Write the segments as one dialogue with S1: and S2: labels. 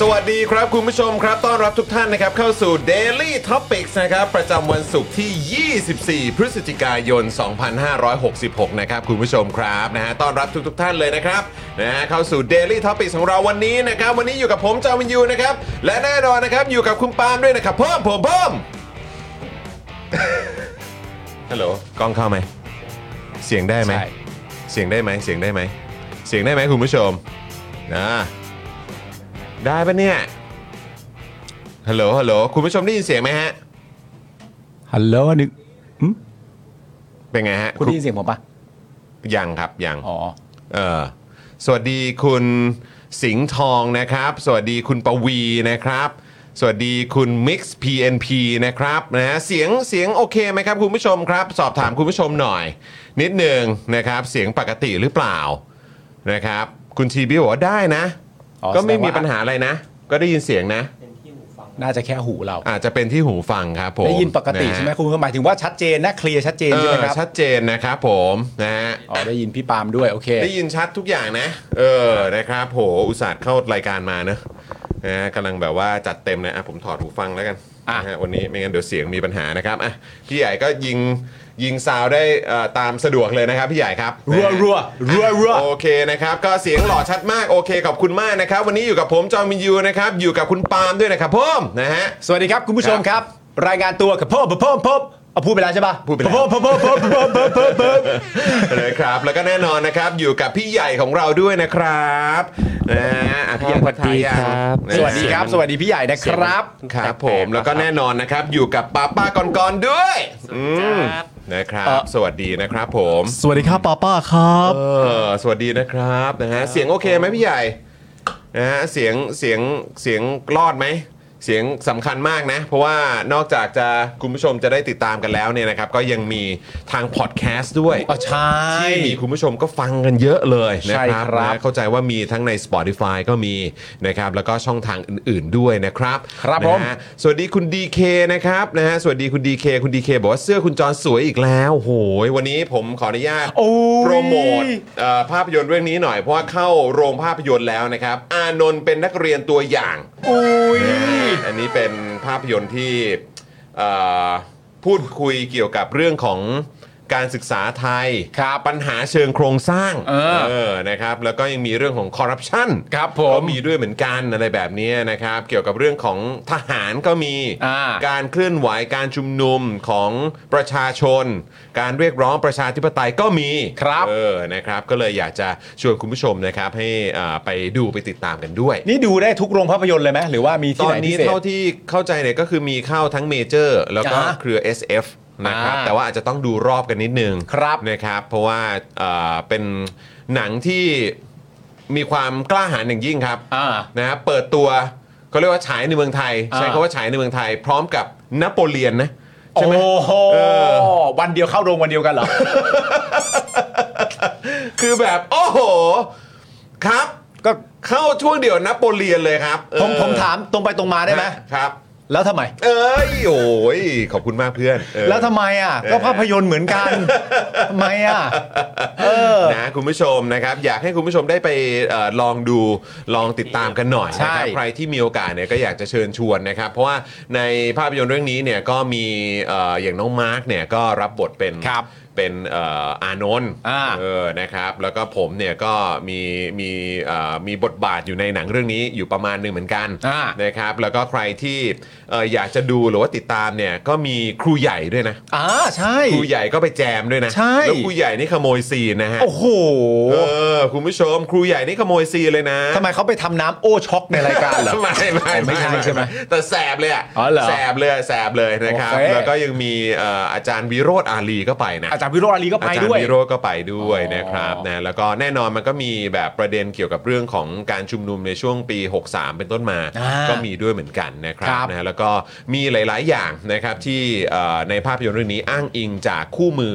S1: สวัสดีครับคุณผู้ชมครับ ต้อนรับทุกท่านนะครับ เข้าสู่ Daily Topics นะครับ ประจำวันศุกร์ที่ 24 พฤศจิกายน 2566 นะครับ คุณผู้ชมครับนะฮะต้อนรับทุกทท่านเลยนะครับนะฮะเข้าสู่ Daily Topics ของเราวันนี้นะครับ วันนี้อยู่กับผมจอห์นวินยูนะครับ และแน่นอนนะครับ อยู่กับคุณปาล์มด้วยนะครับเพิ่มผมเพิ่ม ฮัลโหลกล้องเข้าไหม เสียงได้ไหมเสียงได้ไหมเสียงได้ไหมเสียงได้ไหมคุณผู้ชมนะ ได้ปะเนี่ย ฮัลโหล ฮัลโหล คุณผู้ชมได้ยินเสียงไหมฮะ
S2: ฮัลโหลนึก
S1: เป็นไงฮะ
S2: คุณได้ยินเสียงผมปะ
S1: ยังครับ ยัง
S2: อ๋อ
S1: เออ สวัสดีคุณสิงห์ทองนะครับ สวัสดีคุณปวีนะครับ สวัสดีคุณ Mix PNP นะครับนะฮะเสียงเสียงโอเคไหมครับคุณผู้ชมครับ สอบถามคุณผู้ชมหน่อย นิดหนึ่งนะครับ เสียงปกติหรือเปล่านะครับ คุณทีบีบอกว่าได้นะ
S2: อ๋อ
S1: ก็ไม่
S2: แสดง
S1: มี
S2: ว่า
S1: ปัญหาอะไรนะ ก็ได้ยินเสียงนะ
S2: น่าจะแค่หูเรา
S1: อาจจะเป็นที่หูฟังครับผม
S2: ได้ยินปกติ
S1: ะฮะ
S2: ใช่ไหมคุณหมายถึงว่าชัดเจนนะเคลียร์ชัดเจนใช่ไหมค
S1: เอ
S2: รับ
S1: อชัดเจนนะครับผมนะฮะ
S2: อ๋อได้ยินพี่ปาล์มด้วย โอเค
S1: ได้ยินชัดทุกอย่างนะ เออนะครับโหอุตส่าห์เข้ารายการมาเนอะนะฮะกำลังแบบว่าจัดเต็มเลยอ่ะผมถอดหูฟังแล้วกัน
S2: อ่ะ
S1: นฮวันนี้ไม่งั้นเดี๋ยวเสียงมีปัญหานะครับอ่ะพี่ใหญ่ก็ยิงยิงซาวได้เอ่อตามสะดวกเลยนะครับพี่ใหญ่ครับ
S2: รัว
S1: นะฮะ
S2: รัวรัวรัว
S1: โอเคนะครับ ก็เสียงหล่อชัดมาก โอเคขอบคุณมากนะครับ วันนี้อยู่กับผมจอมินยูนะครับอยู่กับคุณปาล์มด้วยนะครับผมนะฮะ
S2: สวัสดีครับคุณผู้ชมครับ รายงานตัวกับพ่อพ่อพ่อเอาพูดไปแล้วใช่ปะ
S1: พูดไปแล้ว
S2: พ่อพ่อพ่อพ่อพ่อพ่อพ่อพ่อ
S1: นะครับแล้วก็แน่นอนนะครับอยู่กับพี่ใหญ่ของเราด้วยนะครับนะฮะอ่ะพี่ใหญ่
S3: สวัสดีครับ
S1: ทักทายยังนะ
S2: สวัสดีครับ สวัสดีพี่ใหญ่นะครับ
S1: ครับผมแล้วก็แน่นอนนะครับอยู่กับป้าป้าก่อนๆด้วยอืมนะครับ สวัสดีนะครับผม
S4: สวัสดีครับป้าป้าครับ
S1: เออสวัสดีนะครับนะฮะเสียงโอเคไหมพี่ใหญ่นะฮะเสียงเสียงเสียงรอดไหมเสียงสำคัญมากนะ เพราะว่านอกจากจะคุณผู้ชมจะได้ติดตามกันแล้วเนี่ยนะครับ ก็ยังมีทางพอดแคสต์ด้วย
S2: อ๋อใช่
S1: ที่มีคุณผู้ชมก็ฟังกันเยอะเลยนะ
S2: ใช่
S1: ครับ
S2: ครับ
S1: นะเข้าใจว่ามีทั้งใน Spotify ก็มีนะครับแล้วก็ช่องทางอื่นๆด้วยนะครับ
S2: ครับ
S1: นะฮะ
S2: ผม
S1: สวัสดีคุณ DK นะครับนะฮะสวัสดีคุณ DK คุณ DK บอกว่าเสื้อคุณจอนสวยอีกแล้วโหยวันนี้ผมขออนุญาต
S2: โอ้ย
S1: โปรโมทเอ่อภาพยนตร์เรื่องนี้หน่อย เพราะว่าเข้าโรงภาพยนตร์แล้วนะครับ อานนท์เป็นนักเรียนตัวอย่างนะอันนี้เป็นภาพยนตร์ที่เอ่อพูดคุยเกี่ยวกับเรื่องของการศึกษาไทย
S2: ครับ
S1: ปัญหาเชิงโครงสร้าง
S2: เออ
S1: นะครับแล้วก็ยังมีเรื่องของคอร์รัปชัน
S2: ครับผ
S1: ก็
S2: ม
S1: มีด้วยเหมือนกันอะไรแบบนี้นะครับ เกี่ยวกับเรื่องของทหารก็มี
S2: อ่า
S1: การเคลื่อนไหวการชุมนุมของประชาชน การเรียกร้องประชาธิปไตยก็มี
S2: ครับ
S1: เออ นะครับ ก็เลยอยากจะชวนคุณผู้ชมนะครับให้อ่าไปดูไปติดตามกันด้วย
S2: นี่ดูได้ทุกโรงภาพยนตร์เลยไหมหรือว่ามี
S1: ตอ
S2: ที่ไห
S1: น
S2: นพิ
S1: นี้
S2: เศษ
S1: เท่าที่เข้าใจเนี่ยก็คือมีเข้าทั้งเมเจอร์ แล้วก็
S2: อ่า
S1: เครือ SF นะครับ
S2: อ่า
S1: แต่ว่าอาจจะต้องดูรอบกันนิดนึง
S2: ครับ
S1: นะครับ เพราะว่าอ่าเป็นหนังที่มีความกล้าหาญอย่างยิ่งครับ
S2: อ่า
S1: นะฮะเปิดตัวเขาเรียกว่าฉายในเมืองไทย ใช้
S2: อ่า
S1: คำว่าฉายในเมืองไทย พร้อมกับนโปเลียนนะใช่
S2: โอ้
S1: ไหม
S2: โหวันเดียวเข้าโรงวันเดียวกันเหรอ
S1: คือแบบ โอ้โห ครับ
S2: ก็
S1: เข้าช่วงเดียวนะโปเลียนเลยครับเออ
S2: ผมผมถามตรงไปตรงมาได้ไหม
S1: ครับ
S2: แล้วทำไม
S1: เอ้ยโอ้ยขอบคุณมากเพื่อนเออ
S2: แล้วทำไมอ่ะ
S1: เออ
S2: ก็ภาพยนตร์เหมือนกันทำไมอ่ะ เออ
S1: นะคุณผู้ชมนะครับอยากให้คุณผู้ชมได้ไปเอ่อลองดูลองติดตามกันหน่อยนะครับ
S2: ใช่
S1: ใครที่มีโอกาสเนี่ยก็อยากจะเชิญชวนนะครับ เพราะว่าในภาพยนตร์เรื่องนี้เนี่ยก็มีเอ่ออย่างน้องมาร์กเนี่ยก็รับบทเป็น
S2: ครับ
S1: เป็นเอ่ออานนท์
S2: อ่า
S1: เออนะครับแล้วก็ผมเนี่ยก็มีมีเอ่อมีบทบาทอยู่ในหนังเรื่องนี้อยู่ประมาณหนึงเหมือนกัน
S2: อ่า
S1: นะครับแล้วก็ใครที่เอ่ออยากจะดูหรือว่าติดตามเนี่ยก็มีครูใหญ่ด้วยนะ
S2: อ่าใช่
S1: ครูใหญ่ก็ไปแจมด้วยนะ
S2: ใช่
S1: แล้วครูใหญ่นี่ขโมยซีนนะฮะ
S2: โอ้โห
S1: เออคุณผู้ชมครูใหญ่นี่ขโมยซีนเลยนะ
S2: ทำไมเขาไปทำน้ำโอช็อกในรายการ เหรอ
S1: ไม่ไม่
S2: ไม่ใช่ใช่ไหม
S1: แต่แสบเลยอ่ะ
S2: อ๋อเหรอ
S1: แสบเลยแสบเลยนะครับ
S2: โอเค
S1: แล้วก็ยังมีเอ่ออาจารย์วิโรธอาลีก็ไปนะ
S2: อาจารย์วิโรจน์อาลีก็ไป
S1: อาจาร
S2: ด้วย
S1: ย์วิโรธก็ไปด้วย
S2: อ๋อ
S1: นะครับนะแล้วก็แน่นอนมันก็มีแบบประเด็นเกี่ยวกับเรื่องของการชุมนุมในช่วงปี 63 เป็นต้นมา
S2: อ่า
S1: ก็มีด้วยเหมือนกันนะครั
S2: ครับ บ
S1: นะแล้วก็มีหลาย ๆ อย่างนะครับที่เอ่อในภาพยนตร์เรื่องนี้อ้างอิงจากคู่มือ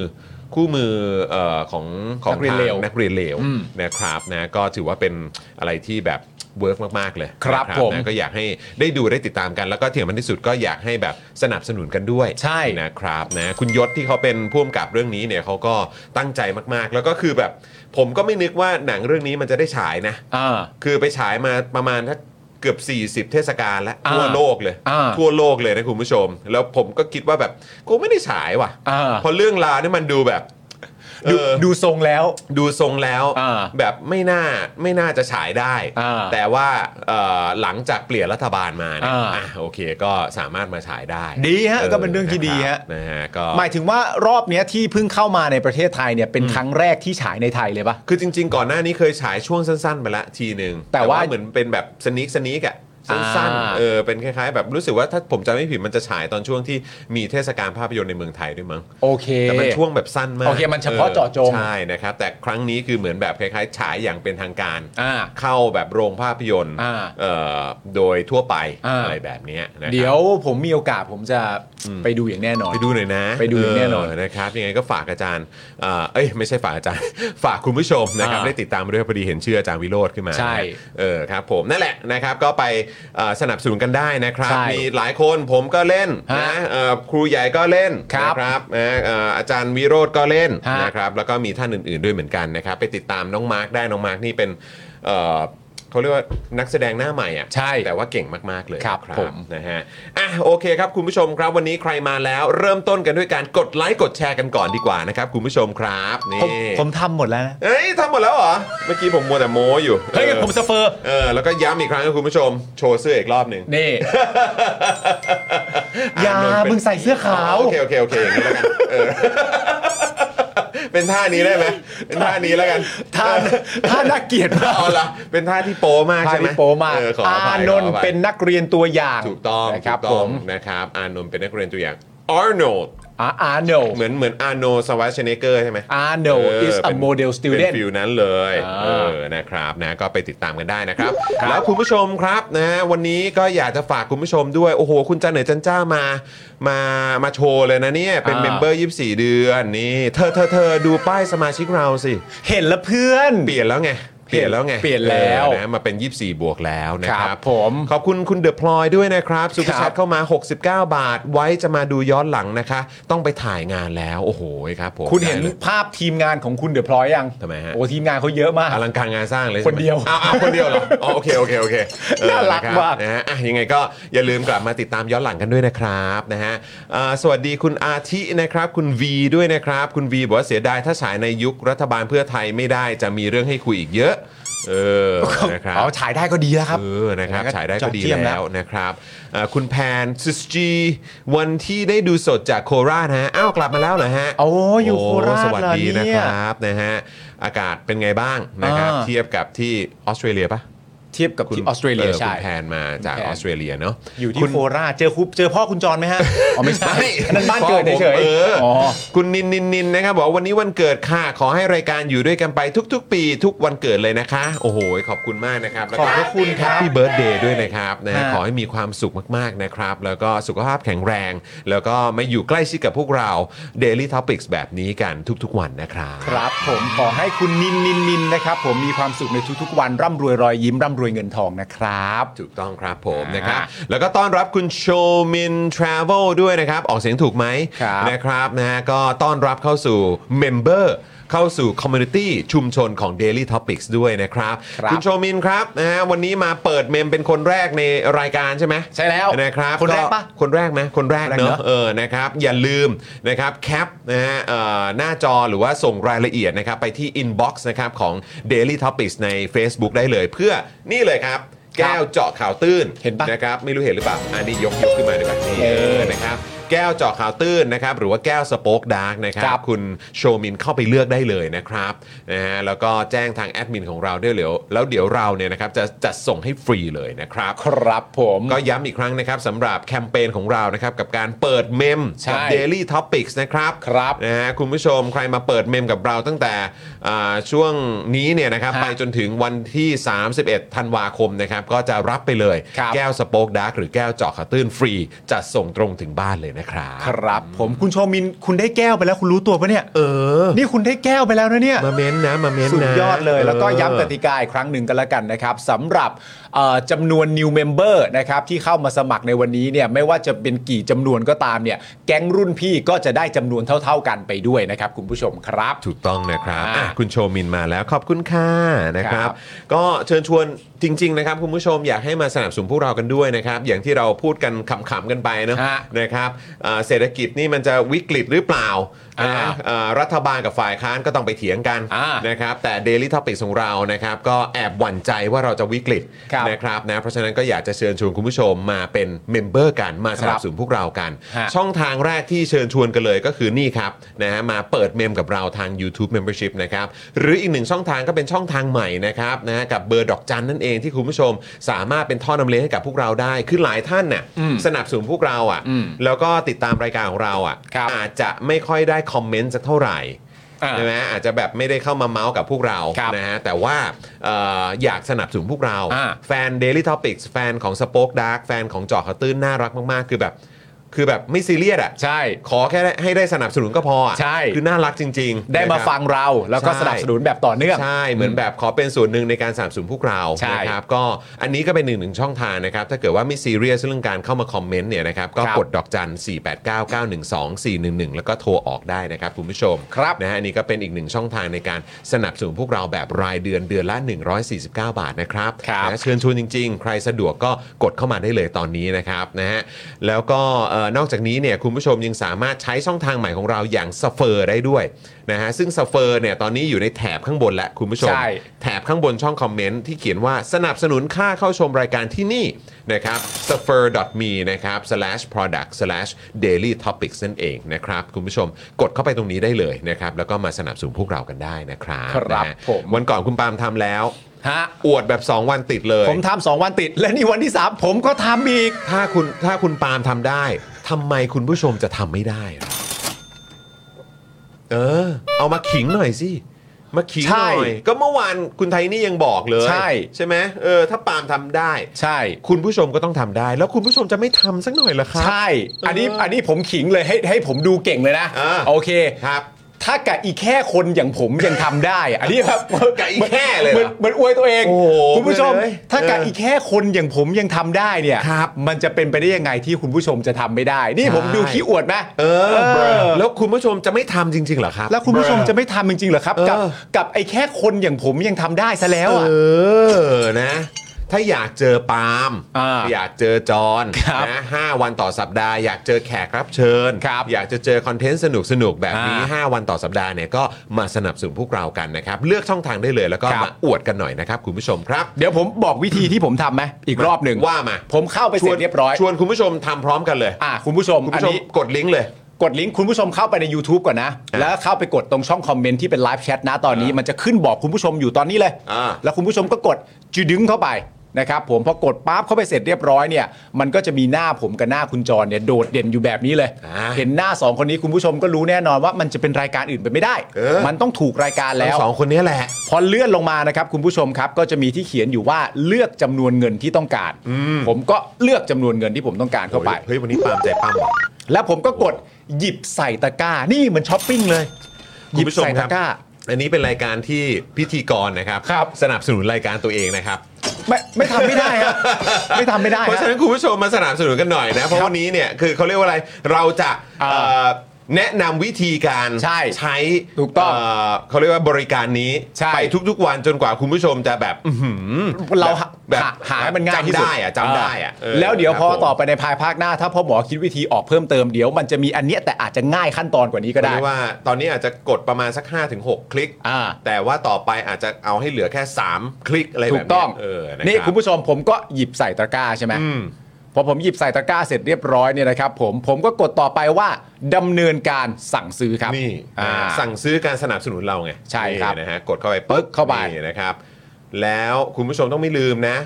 S1: คู่มือเอ่อของของ
S2: นักเรียน
S1: ทาง
S2: เลว
S1: นัก นักเรียนเลวนะครับนะก็ถือว่าเป็นอะไรที่แบบเวิร์กมาก ๆ เลย
S2: ครับ
S1: นะ
S2: ผม
S1: นะก็อยากให้ได้ดูได้ติดตามกัน แล้วก็ที่สำคัญที่สุดก็อยากให้แบบสนับสนุนกันด้วย
S2: ใช่
S1: นะครับนะคุณยศที่เขาเป็นผู้กำกับเรื่องนี้เนี่ยเขาก็ตั้งใจมากๆ แล้วก็คือแบบผมก็ไม่นึกว่าหนังเรื่องนี้มันจะได้ฉายนะ
S2: อ่า
S1: คือไปฉายมาประมาณถ้าเกือบ 40 เทศกาลแล้ว
S2: อ่า
S1: ทั่วโลกเลย
S2: อ่า
S1: ทั่วโลกเลยนะคุณผู้ชม แล้วผมก็คิดว่าแบบกูไม่ได้ฉายว่ะ
S2: อ่า
S1: เพราะเรื่องราวนี่มันดูแบบ
S2: ดู
S1: เออ
S2: ดูทรงแล้ว
S1: ดูทรงแล้ว
S2: อ่า
S1: แบบไม่น่าไม่น่าจะฉายได้
S2: อ่า
S1: แต่ว่าเอ่อหลังจากเปลี่ยนรัฐบาลมาเนี่ย
S2: อ่า
S1: อ่ะโอเคก็สามารถมาฉายได้
S2: ดีฮะ
S1: ออ
S2: ก็เป็นเรื่องที่ดีฮะ
S1: นครับนะฮะก็
S2: หมายถึงว่ารอบเนี้ยที่เพิ่งเข้ามาในประเทศไทยเนี่ยเป็นครั้งแรกที่ฉายในไทยเลยปะ
S1: คือจริง ๆ ก่อนหน้านี้เคยฉายช่วงสั้นๆไปละทีหนึ่ง
S2: แต่ว่า
S1: เหมือนเป็นแบบสนิกสนิกอะสั้น
S2: อ่า
S1: ๆเออเป็นคล้ายๆ แบบรู้สึกว่าถ้าผมจำไม่ผิดมันจะฉายตอนช่วงที่มีเทศกาลภาพยนตร์ในเมืองไทยด้วยมั้ง
S2: โอเค
S1: แต่มันช่วงแบบสั้นมาก
S2: โอเคมันเฉพาะเจาะจง
S1: ออใช่นะครับแต่ครั้งนี้คือเหมือนแบบคล้ายๆ ฉายอย่างเป็นทางการ
S2: อ่า
S1: เข้าแบบโรงภาพยนตร์
S2: อ่า
S1: เอ่อโดยทั่วไป
S2: อ่า
S1: ไรแบบนี้ยนะครับ
S2: เดี๋ยวผมมีโอกาสผมจะไปดูอย่างแน่นอน
S1: ไปดูหน่อยนะ
S2: ไปดูแน่นอน
S1: นะครับยังไงก็ฝากอาจารย์เอ่อเอ้ยไม่ใช่ฝากอาจารย์ ฝากคุณผู้ชมนะครับ
S2: อ่า
S1: ได้ติดตามมาด้วยพอดีเห็นชื่ออาจารย์วิโรธขึ้นมา
S2: ใช่
S1: เออครับผมนั่นแหละนะครับก็ไปเอ่อสนับสนุนกันได้นะครับ
S2: ใช่
S1: มีหลายคนผมก็เล่นนะ
S2: ฮะ
S1: เอ่อครูใหญ่ก็เล่น
S2: ครับ
S1: นะ ครับนะเอ่ออาจารย์วิโรธก็เล่น
S2: ฮะ
S1: นะครับแล้วก็มีท่านอื่นๆด้วยเหมือนกันนะครับ ไปติดตามน้องมาร์คได้น้องมาร์คนี่เป็นเอ่อเขาเรียกว่านักแสดงหน้าใหม่อ่ะ
S2: ใช่
S1: แต่ว่าเก่งมากๆเลย
S2: ครับ
S1: นะ
S2: ผม
S1: นะฮะอ่ะโอเคครับคุณผู้ชมครับวันนี้ใครมาแล้วเริ่มต้นกันด้วยการกดไลค์กดแชร์กันก่อนดีกว่านะครับคุณผู้ชมครับนี่
S2: ผมผมทำหมดแล้วนะ
S1: เอ้ยทำหมดแล้วเหรอเมื่อกี้ผมมัวแต่โม้อยู่
S2: เฮ้ย
S1: ออ
S2: ผมสเฟอร์
S1: เออแล้วก็ย้ำอีกครั้งนะคุณผู้ชมโชว์เสื้ออีกรอบหนึ่ง
S2: นี่
S1: อ่ะ
S2: อย่าน
S1: นท์ป็น
S2: มึงใส่เสื้อขาว
S1: โอเคโอเคโอเคอย่างนี้แล้วกันเอ อเป็นท่านี้ได้ไหมเป็นท่านี้แล้วกัน
S2: ท่า ท่าน่าเกลียดมาก
S1: เอาละเป็นท่าที่โป๊มาก
S2: ท่า
S1: ใช่ไหม
S2: ที่โป๊มาก
S1: เออขออภั
S2: อาย นนท์
S1: ขออภัย
S2: เป็นนักเรียนตัวอย่าง
S1: ถูกต้อง
S2: นะครับ
S1: ถูก
S2: ผ
S1: ต้อง
S2: ม
S1: นะครับอานนท์เป็นนักเรียนตัวอย่างอาร์โนด
S2: อ่าอาร์โน
S1: เหมือนเหมือนอาร์โนสวัสเชเนเกอร์ใช่ไหม
S2: อาร์โน is a
S1: เเป็น
S2: model
S1: เป็
S2: student
S1: นฟิวนั้นเลย
S2: อ่า
S1: เออนะครับนะก็ไปติดตามกันได้นะครับ
S2: ครับ
S1: แล้วคุณผู้ชมครับนะวันนี้ก็อยากจะฝากคุณผู้ชมด้วย โอ้โห คุณจันเหนือจันจ้ามามามาโชว์เลยนะเนี่ย เป็น
S2: อ่า
S1: เมมเบอร์ 24 เดือนนี่เธอเธอเธอดูป้ายสมาชิกเราสิ
S2: เห็นแล้วเพื่อน
S1: เปลี่ยนแล้วไง เปลี่ยนแล้วไง
S2: เปลี่ยนแล้ว
S1: เออนะมาเป็น 24 บวกแล้วนะค
S2: ค
S1: รั
S2: รั
S1: บบ
S2: ผม
S1: ขอบคุณคุณเดอะพลอยด้วยนะครับ สุข
S2: ค
S1: ชั
S2: รั
S1: ด
S2: บ
S1: เข้ามา 69 บาท ไว้จะมาดูย้อนหลังนะคะ ต้องไปถ่ายงานแล้วโอ้โหครับผม
S2: คุณเห็น
S1: ได้ลย
S2: ภาพทีมงานของคุณเดอะพลอยยัง
S1: ทำไมฮะ
S2: โอ้ทีมงานเขาเยอะมาก
S1: อลังการงานสร้างเลยใช่ไหม
S2: คนเดียว
S1: อ้าวอ้าวคนเดียวเหรออ๋อโอเค โอเค โอเคเออ
S2: น่ารัก
S1: ะคบ
S2: มาก
S1: นะฮะอ่ะยังไงก็อย่าลืมกลับมาติดตามย้อนหลังกันด้วยนะครับนะฮะเอ่อสวัสดีคุณอาทินะครับ คุณ V ด้วยนะครับ คุณ V บอกว่าเสียดายถ้าฉายในยุครัฐบาลเพื่อไทยไม่ได้จะมีเรื่องให้คุยอีกเยอะ เออนะครับ
S2: อ๋อฉายได้ก็ดีแล้วครับ
S1: เออ นะครับฉายได้ก็ดี
S2: จอดเทียมแล้
S1: แล้ว
S2: ว
S1: นะครับเอ่อคุณแพนซิสจีวันที่ได้ดูสดจากโคราชฮะ อ้าว กลับมาแล้วเหรอฮะ
S2: โอ้อยู่โคราช
S1: สวัสดี
S2: เหรอ
S1: นะ
S2: เนี่
S1: ค
S2: ย
S1: รับ นะฮะ อากาศเป็นไงบ้างนะครับ
S2: อ่า
S1: เทียบกับที่ออสเตรเลียปะ
S2: เทียบกับที่ออสเตรเลียใช่
S1: คุณแพนมาจาก
S2: คุณแพน
S1: ออสเตรเลียเนาะ
S2: อยู่ที่
S1: คุณ
S2: โคราชเจอคุปเจอพ่อคุณจรไหมฮะอ๋อไม่ใช่
S1: ไม่
S2: อันนั้นบ้านเกิดเฉย
S1: ออ
S2: ๆอ๋อ
S1: คุณนินนินนินนะครับบอกว่าวันนี้วันเกิดค่ะขอให้รายการอยู่ด้วยกันไปทุก ๆ ปีทุกวันเกิดเลยนะคะ โอ้โห ขอบคุณมากนะครับแล้วก็
S2: ขอบพระคุณครับ
S1: พี่เบิร์ดเดย์ด้วยนะครับนะฮะ
S2: ฮะ
S1: ขอให้มีความสุขมากๆนะครับ แล้วก็สุขภาพแข็งแรง แล้วก็มาอยู่ใกล้ชิดกับพวกเรา Daily Topics แบบนี้กันทุกๆ วันนะครับ
S2: ครับผมขอให้คุณนินนินนินนะครับผมมีความสุขในทุกๆ วันร่ำรวยรอยยิ้มร่ำรวยเงินทองนะครับ
S1: ถูกต้องครับผม
S2: อ่าน
S1: นะครับแล้วก็ต้อนรับคุณโชมินทราเวลด้วยนะครับ ออกเสียงถูกไหม
S2: ครับ
S1: นะครับนะฮะก็ต้อนรับเข้าสู่เมมเบอร์เข้าสู่คอมมูนิตี้ชุมชนของ Daily Topics ด้วยนะครับ
S2: ครับ
S1: ณโชมินครับนะฮะวันนี้มาเปิดเมมเป็นคนแรกในรายการใช่ไหม
S2: ใช่แล้ว
S1: นะครับ
S2: คนแรกปะ
S1: คนแรกไหมคนแรก
S2: คนแรก
S1: เน
S2: เน
S1: อะ
S2: อะ
S1: เออนะครับอย่าลืมนะครับแคปนะฮะเอ่อหน้าจอหรือว่าส่งรายละเอียดนะครับไปที่ inbox นะครับของ Daily Topics ใน Facebook ได้เลย เพื่อนี่เลยครับ แก้วเจาะข่าวตื้น
S2: เห็นปะ
S1: นะครับไม่รู้เห็นหรือเปล่าอันนี้ยกยกขึ้นมาดีกว่านี่
S2: เออ
S1: เออนะครับแก้วเจาะข่าวตื้นนะครับหรือว่าแก้วสป็อกดาร์กนะครับ
S2: ครับ
S1: คุณโชมินเข้าไปเลือกได้เลยนะครับนะฮะแล้วก็แจ้งทางแอดมินของเราด้วยเดี๋ยวแล้วเดี๋ยวเราเนี่ยนะครับจะจัดส่งให้ฟรีเลยนะครับ
S2: ครับผม
S1: ก็ย้ำอีกครั้งนะครับสำหรับแคมเปญของเรานะครับกับการเปิดเมม
S2: ใช่
S1: กับ Daily Topics นะครับ
S2: ครับ
S1: นะฮะคุณผู้ชมใครมาเปิดเมมกับเราตั้งแต่อ่าช่วงนี้เนี่ยนะครับ
S2: ฮะ
S1: ไปจนถึงวันที่ 31 ธันวาคมนะครับก็จะรับไปเลย
S2: ครับ
S1: แก้วสโป๊กดาร์กหรือแก้วเจาะขาตื้นฟรีจะส่งตรงถึงบ้านเลยนะครับ
S2: ครับ ผมคุณโชมินคุณได้แก้วไปแล้วคุณรู้ตัวปะเนี่ย
S1: เออ
S2: นี่คุณได้แก้วไปแล้วนะเนี่ย
S1: มาเม้นนะมาเม้นนะ
S2: สุดยอดเลยแล้วก็ย้ำก
S1: เออ
S2: ติกาอีกครั้งหนึ่งกันละกันนะครับสำหรับเอ่อจำนวน new member นะครับที่เข้ามาสมัครในวันนี้เนี่ยไม่ว่าจะเป็นกี่จำนวนก็ตามเนี่ยแก๊งรุ่นพี่ก็จะได้จำนวนเท่า ๆกันไปด้วยนะครับคุณผู้ชมครับ
S1: ถูกต้องนะครับ
S2: อ่ะ
S1: อ่ะคุณโชมินมาแล้วขอบคุณค่ะนะครับ
S2: ครับ
S1: ก็เชิญชวนจริง ๆ นะครับ คุณผู้ชมอยากให้มาสนับสนุนพวกเรากันด้วยนะครับ อย่างที่เราพูดกันขำๆกันไปเนอะ
S2: ฮะ
S1: นะครับอ่าเศรษฐกิจนี่มันจะวิกฤตหรือเปล่า
S2: อ่า
S1: นะอ่ารัฐบาลกับฝ่ายค้านก็ต้องไปเถียงกัน
S2: อ่าน
S1: นะครับ แต่ Daily t o p i c ของเรานะครับ ก็แอบหวั่นใจว่าเราจะวิกฤต
S2: ครับ
S1: นะครับนะเพราะฉะนั้นก็อยากจะเชิญชวนคุณผู้ชมมาเป็นเมมเบอร์กันมาสนับสนุนพวกเรากัน
S2: ฮะ
S1: ช่องทางแรกที่เชิญชวนกันเลยก็คือนี่ครับนะฮะมาเปิดเมมกับเราทาง YouTube Membership นะครับหรืออีกหนึ่งช่องทางก็เป็นช่องทางใหม่นะครับนะฮะกับเบอร์ดอกจันนั่นเองที่คุณผู้ชมสามารถเป็นท่อนำเลี้ยงให้กับพวกเราได้ คือหลายท่านเนี่ยสนับสนุนพวกเราอะ่ะแล้วก็ติดตามรายการของเราอะ
S2: ครับ
S1: ่ะอาจจะไม่ค่อยได้คอมเมนต์สักเท่าไหร่
S2: อ่า
S1: ใช่ไหมอาจจะแบบไม่ได้เข้ามาเมาส์กับพวกเรา
S2: ครับ
S1: นะฮะแต่ว่าเอออยากสนับสนุนพวกเรา
S2: อ่า
S1: แฟน Daily Topics แฟนของ Spoke Dark แฟนของเจอขาวตื้นน่ารักมากๆ คือแบบ คือแบบไม่ซีเรียสอ่ะ
S2: ใช่
S1: ขอแค่ได้ให้ได้สนับสนุนก็พออะ
S2: ใช่
S1: คือน่ารักจริงๆ
S2: ได้มา
S1: นะครับ
S2: ฟังเราแล้วก็
S1: ใช่
S2: สนับสนุนแบบต่อเนื่อง
S1: ใช่เหมือนแบบขอเป็นส่วนหนึ่งในการสนับสนุนพวกเรา
S2: ใช่
S1: นะครับก็อันนี้ก็เป็นหนึ่งหนึ่งช่องทางนะครับ ถ้าเกิดว่าไม่ซีเรียสเรื่องการเข้ามาคอมเมนต์เนี่ยนะครับก็
S2: ครับ
S1: กดดอกจัน 4 8 9 9 1 2 4 1 1 แล้วก็โทรออกได้นะครับคุณผู้ชม
S2: ครับ
S1: นะฮะอันนี้ก็เป็นอีกหนึ่งช่องทางในการสนับสนุนพวกเราแบบรายเดือนเดือนละ 149 บาทนะครับ
S2: ครับ
S1: นะเชิญชวนจริง ๆ ใครสะดวกก็กดเข้ามาได้เลยตอนนี้นะครับนะฮะแล้วก็เอ่อนอกจากนี้เนี่ยคุณผู้ชมยังสามารถใช้ช่องทางใหม่ของเราอย่างสเฟอร์ได้ด้วยนะฮะซึ่งสเฟอร์เนี่ยตอนนี้อยู่ในแถบข้างบนแล้วคุณผู้ชม คุณผู้ชม
S2: ใช่
S1: แถบข้างบนช่องคอมเมนต์ที่เขียนว่าสนับสนุนค่าเข้าชมรายการที่นี่นะครับ s u f f e r m e นะครับ slash product slash daily topics นั่นเองนะครับ คุณผู้ชมกดเข้าไปตรงนี้ได้เลยนะครับ แล้วก็มาสนับสนุนพวกเรากันได้นะครับ
S2: ครับ
S1: นะฮะ
S2: ผม
S1: วันก่อนคุณปาล์มทำแล้ว
S2: ฮะ
S1: อวดแบบ 2 วันติดเลย
S2: ผมทำสองวันติด และนี่วันที่ 3 ผมก็ทำอีก
S1: ถ้าคุณถ้าคุณปาล์มทำได้ทำไมคุณผู้ชมจะทำไม่ได้อะเออ เอามาขิงหน่อยสิ มาขิงห
S2: ใช่
S1: น่อย ก็เมื่อวานคุณไทยนี่ยังบอกเลย
S2: ใช่
S1: ใช่ไหมเออ ถ้าปาล์มทำได้
S2: ใช่
S1: คุณผู้ชมก็ต้องทำได้ แล้วคุณผู้ชมจะไม่ทำสักหน่อยเหรอครับ
S2: ใช่ อันนี้
S1: เอออั
S2: อันนี้ผมขิงเลยให้ให้ผมดูเก่งเลยนะ
S1: อ่า
S2: โอเค
S1: ครับ
S2: ถ้ากับอีแค่คนอย่างผมยังทำได้อะอันนี้แบบ
S1: กับอีแค่เลยเหรอ
S2: หมือนเหมือนอวยตัวเอง
S1: โอ้โห
S2: คุณผู้ชม
S1: เหมือนเลย
S2: ถ้ากับ
S1: เอออี
S2: อีแค่คนอย่างผมยังทำได้เนี่ย
S1: ครับ
S2: มันจะเป็นไปได้ยังไงที่คุณผู้ชมจะทำไม่ได้ นี่
S1: ใช่
S2: ผมดูขี้อวดไหม
S1: เออ
S2: เออ
S1: แล้วคุณผู้ชมจะไม่ทำจริงๆเหรอครับ
S2: แล้วคุณผู้ชมจะไม่ทำจริงๆเหรอครับ กับ
S1: เออ
S2: กับไอ้แค่คนอย่างผมยังทำได้ซะแล้วอ่ะ
S1: เออ นะ ถ้าอยากเจอปาล์ม
S2: อ่า
S1: อยากเจอจอน
S2: ครับ
S1: นะห้าวันต่อสัปดาห์ อยากเจอแขกรับเชิญ
S2: ครับ
S1: อยากจะเจอคอนเทนต์สนุกสนุกๆแบบนี้
S2: อ่า
S1: 5 วันต่อสัปดาห์เนี่ยก็มาสนับสนุนพวกเรากันนะครับ เลือกช่องทางได้เลยแล้วก็
S2: ครับ
S1: มาอวดกันหน่อยนะครับ คุณผู้ชมครับ
S2: เดี๋ยวผมบอกวิธีที่ผมทำไหมอีกรอบหนึ่ง
S1: ว่ามา
S2: ผมเข้าไปเสร็จเรียบร้อย
S1: ชวนคุณผู้ชมทำพร้อมกันเลย
S2: อ่ะคุณผู้ชม
S1: คุณ
S2: อัน
S1: ผู้ชม
S2: นี้
S1: กดลิงก์เลย
S2: กดลิงก์คุณผู้ชมเข้าไปใน YouTube ก่อนนะ แล้วเข้าไปกดตรงช่องคอมเมนต์ที่เป็นไลฟ์แชทนะตอนนี้ มันจะขึ้นบอกคุณผู้ชมอยู่ตอนนี้เลย
S1: อ่า
S2: แล้วคุณผู้ชมก็กดจุดึงเข้าไป นะครับผมพอกดปั๊บเข้าไปเสร็จเรียบร้อยเนี่ยมันก็จะมีหน้าผมกับหน้าคุณจรเนี่ยโดดเด่นอยู่แบบนี้เลย
S1: อ่า
S2: เห็นหน้าสองคนนี้คุณผู้ชมก็รู้แน่นอนว่ามันจะเป็นรายการอื่นไปไม่ได้
S1: เออ
S2: มันต้องถูกรายการแล้
S1: ทั้
S2: ว
S1: งสองคนนี้แหละ
S2: พอเลื่อนลงมานะครับคุณผู้ชมครับก็จะมีที่เขียนอยู่ว่าเลือกจำนวนเงินที่ต้องการ ผมก็เลือกจำนวนเงินที่ผมต้องการเข้าไป
S1: เฮ้ยวันนี้ปาล์มใจปั้มว่ะ
S2: แล้วผมก็กดหยิบใส่ตะกร้า นี่เหมือนช้อปปิ้งเลย ห
S1: คุ
S2: ยิ
S1: ณ
S2: บ
S1: ผู้ชม
S2: ใส่
S1: ค
S2: ตะ
S1: รับ
S2: กร้า
S1: อันนี้เป็นรายการที่พิธีกรนะครับ
S2: ครับ
S1: สนับสนุนรายการตัวเองนะครับ
S2: ไม่ไม่ทำไม่ได้ ฮะไม่ทำไม่ได้ฮะ
S1: เพราะฉะนั้นคุณผู้ชมมาสนับสนุนกันหน่อยนะ เพราะวันนี้เนี่ยคือเขาเรียกว่าอะไรเราจะ
S2: อ่า
S1: เอ่อแนะนำวิธีการ
S2: ใช่
S1: ใช้
S2: ถูกต้อง
S1: เอเขาเรียกว่าบริการนี้
S2: ใช่
S1: ไปทุกๆวันจนกว่าคุณผู้ชมจะแบบอื้อหือ
S2: เรา
S1: แบบแบบ
S2: หาหาให้มันง่ายที่สุ
S1: จำได้อะจำได้อะ
S2: เอ
S1: เออ
S2: อแล้วเดี๋ยว
S1: ครับ
S2: พอ
S1: ผม
S2: ต่อไปในภายภาคหน้า ถ้าพ่อหมอคิดวิธีออกเพิ่มเติมเดี๋ยวมันจะมีอันเนี้ยแต่อาจจะง่ายขั้นตอนกว่านี้ก็ได้
S1: เรียว่าตอนนี้อาจจะกดประมาณสัก 5-6 คลิก
S2: อ่า
S1: แต่ว่าต่อไปอาจจะเอาให้เหลือแค่ 3 คลิกอะไรแบบเนี้ย
S2: ถูกต้อง
S1: เออนะ
S2: นี่
S1: รับ
S2: คุณผู้ชมผมก็หยิบใส่ตะกร้าใช่ไหม
S1: อืม
S2: พอผมหยิบใส่ตะกร้าเสร็จเรียบร้อยเนี่ยนะครับผมผมก็กดต่อไปว่าดำเนินการสั่งซื้อครับ
S1: นี่
S2: อ่า
S1: สั่งซื้อการสนับสนุนเราไง
S2: ใช่ครับ
S1: นี่นะฮะกดเข้าไป
S2: ปึ๊กเข้าไป
S1: นี่นะครับ แล้วคุณผู้ชมต้องไม่ลืมนะ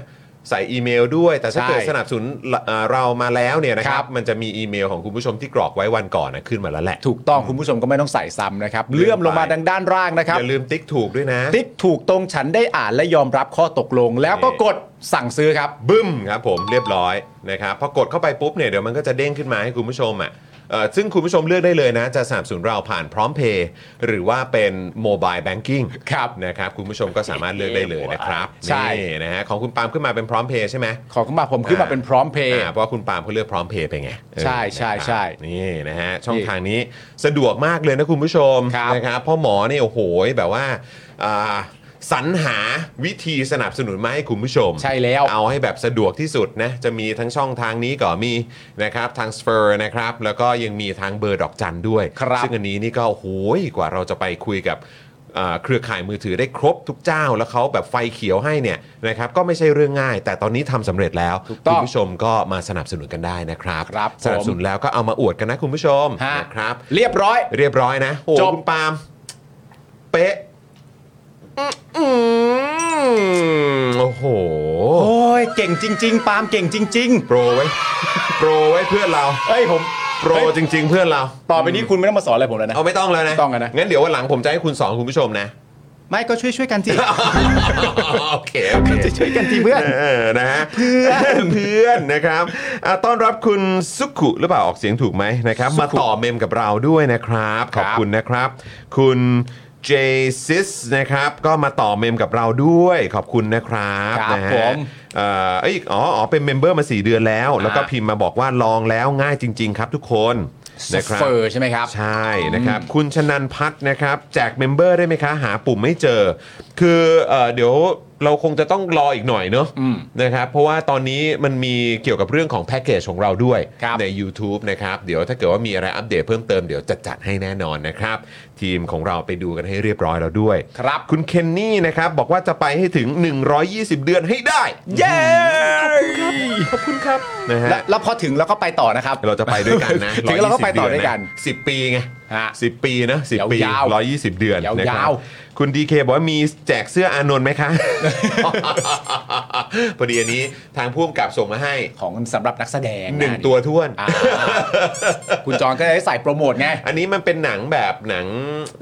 S1: ใส่อีเมลด้วย แต่ถ้า
S2: ใช่
S1: เกิดสนับสนุนเอ่อเรามาแล้วเนี่ยนะค
S2: ค
S1: รั
S2: รับ บ
S1: มันจะมีอีเมลของคุณผู้ชมที่กรอกไว้วันก่อนนะขึ้นมาแล้วแหละ
S2: ถูกต้องคุณผู้ชมก็ไม่ต้องใส่ซ้ำนะครับเลื่อมลงมาดังด้านล่างนะครับ
S1: อย่าลืมติ๊กถูกด้วยนะ
S2: ติ๊กถูกตรงฉันได้อ่านและยอมรับข้อตกลง แล้วก็กดสั่งซื้อครับ
S1: บึ้มครับผมเรียบร้อยนะครับพอกดเข้าไปปุ๊บเนี่ยเดี๋ยวมันก็จะเด้งขึ้นมาให้คุณผู้ชมอ่ะเอ่อซึ่งคุณผู้ชมเลือกได้เลยนะ จะสนับสนุนเราผ่านพร้อมเพย์หรือว่าเป็นโมบายแบงกิ้ง
S2: ครับ
S1: นะครับคุณผู้ชมก็สามารถเลือกได้เลยนะครับ
S2: ใช่
S1: นี่นะฮะของคุณปาล์มขึ้นมาเป็นพร้อมเพย์ใช่ไหม
S2: ขอขึ้นมาผมขึ้นมาเป็นพร้อมเพย์
S1: อ่าเพราะว่าคุณปาล์มเขาเลือกพร้อมเพย์ไปไงเออ
S2: ใช่ใช่
S1: นะครับ
S2: ใช่
S1: นี่นะฮะช่องทางนี้สะดวกมากเลยนะคุณผู้ชม
S2: ครับ
S1: นะครับพ่อหมอเนี่ยโอ้โหแบบว่าอ่าสรรหาวิธีสนับสนุนมาให้คุณผู้ชม
S2: ใช่แล้ว
S1: เอาให้แบบสะดวกที่สุดนะ จะมีทั้งช่องทางนี้ก็มีนะครับทางสเฟอร์นะครับ แล้วก็ยังมีทางเบอร์ดอกจันด้วย
S2: ครับ
S1: ซึ่งอันนี้นี่ก็โอ้โหยกว่าเราจะไปคุยกับเอ่อเครือข่ายมือถือได้ครบทุกเจ้า แล้วเขาแบบไฟเขียวให้เนี่ยนะครับก็ไม่ใช่เรื่องง่าย แต่ตอนนี้ทำสำเร็จแล้ว
S2: ถูกต้อง
S1: คุณผู้ชมก็มาสนับสนุนกันได้นะครับ
S2: ครับผม
S1: สนับสนุนแล้วก็เอามาอวดกันนะคุณผู้ชม
S2: ฮะ
S1: นะครับ
S2: เรียบร้อย
S1: เรียบร้อยนะโอ้
S2: จบ
S1: คุณปาล์มเป๊ะอื้อหือโอ้โห
S2: โอ้ยเก่งจริง ๆ ปาล์มเก่งจริง
S1: โปรไว้ โปรไว้เพื่อนเรา
S2: ๆ เอ้ยผม
S1: โปรจริง ๆ เพื่อนเรา
S2: ต่อไปนี้คุณไม่ต้องมาสอนอะไรผมแล้วนะ
S1: เอาไม่ต้องแล้วนะ
S2: ไม่ต้องแล้วนะ
S1: งั้นเดี๋ยววันหลังผมจะให้คุณสอนคุณผู้ชมนะ
S2: ไม่ก็ช่วยช่วยๆกันที
S1: โอเคโอเค
S2: ช่วยๆกันทีเพื่อน
S1: เออนะฮะเพื่อนเพื่อนนะครับอ่ะต้อนรับคุณสุขุหรือเปล่าออกเสียงถูกไหมนะครับ มาต่อเมมกับเราด้วยนะครับ ขอบคุณนะครับ คุณเจซิสนะครับ ก็มาต่อเมมกับเราด้วย ขอบคุณนะครับ
S2: ครับ
S1: นะฮะ
S2: ผม
S1: เอ่อเอยอ๋ออ๋อ เป็นเมมเบอร์มา 4 เดือนแล้ว แล้วก็
S2: อ่า
S1: พิมพ์มาบอกว่าลองแล้วง่ายจริง ๆ ครับทุกคนนะครั
S2: เฟ
S1: บ
S2: อร์ใช่ไหมครับ
S1: ใช่นะครับ คุณชนันพัฒน์นะครับแจกเมมเบอร์ได้ไหมคะ หาปุ่มไม่เจอ คือเออเดี๋ยวเราคงจะต้องรออีกหน่อยเนอะ
S2: อืม
S1: นะครับเพราะว่าตอนนี้มันมีเกี่ยวกับเรื่องของแพ็กเกจของเราด้วย
S2: ครับ
S1: ใน YouTube นะครับเดี๋ยวถ้าเกิดว่ามีอะไรอัปเดตเพิ่มเติมเดี๋ยวจะจัดให้แน่นอนนะครับ ทีมของเราไปดูกันให้เรียบร้อยแล้วด้วย
S2: ครับ
S1: คุณเคนนี่นะครับบอกว่าจะไปให้ถึง 120 เดือนให้ได้เย้ขอบคุณครับนะฮะ
S2: แล้วแล้วพอถึงแล้วก็ไปต่อนะครับ
S1: เราจะไปด้วยกันนะ
S2: ถึงเราก็ไปต่อด้วยกัน
S1: สิบปีไง
S2: ฮะ
S1: สิบปีนะสิบปี
S2: ยาวๆ
S1: ร้อยยี่สิบเดือนนะครั
S2: ยา
S1: บ
S2: ว
S1: คุณดีเคบอกว่ามีแจกเสื้ออานนท์ไหมคะ พอดีอันนี้ทางพ่วงกับส่งมาให้
S2: ของสำหรับนักแสดง
S1: หนึ่งตัวท้วน
S2: อ่าคุณจอนก็ได้ใส่โปรโมทไง
S1: อันนี้มันเป็นหนังแบบหนัง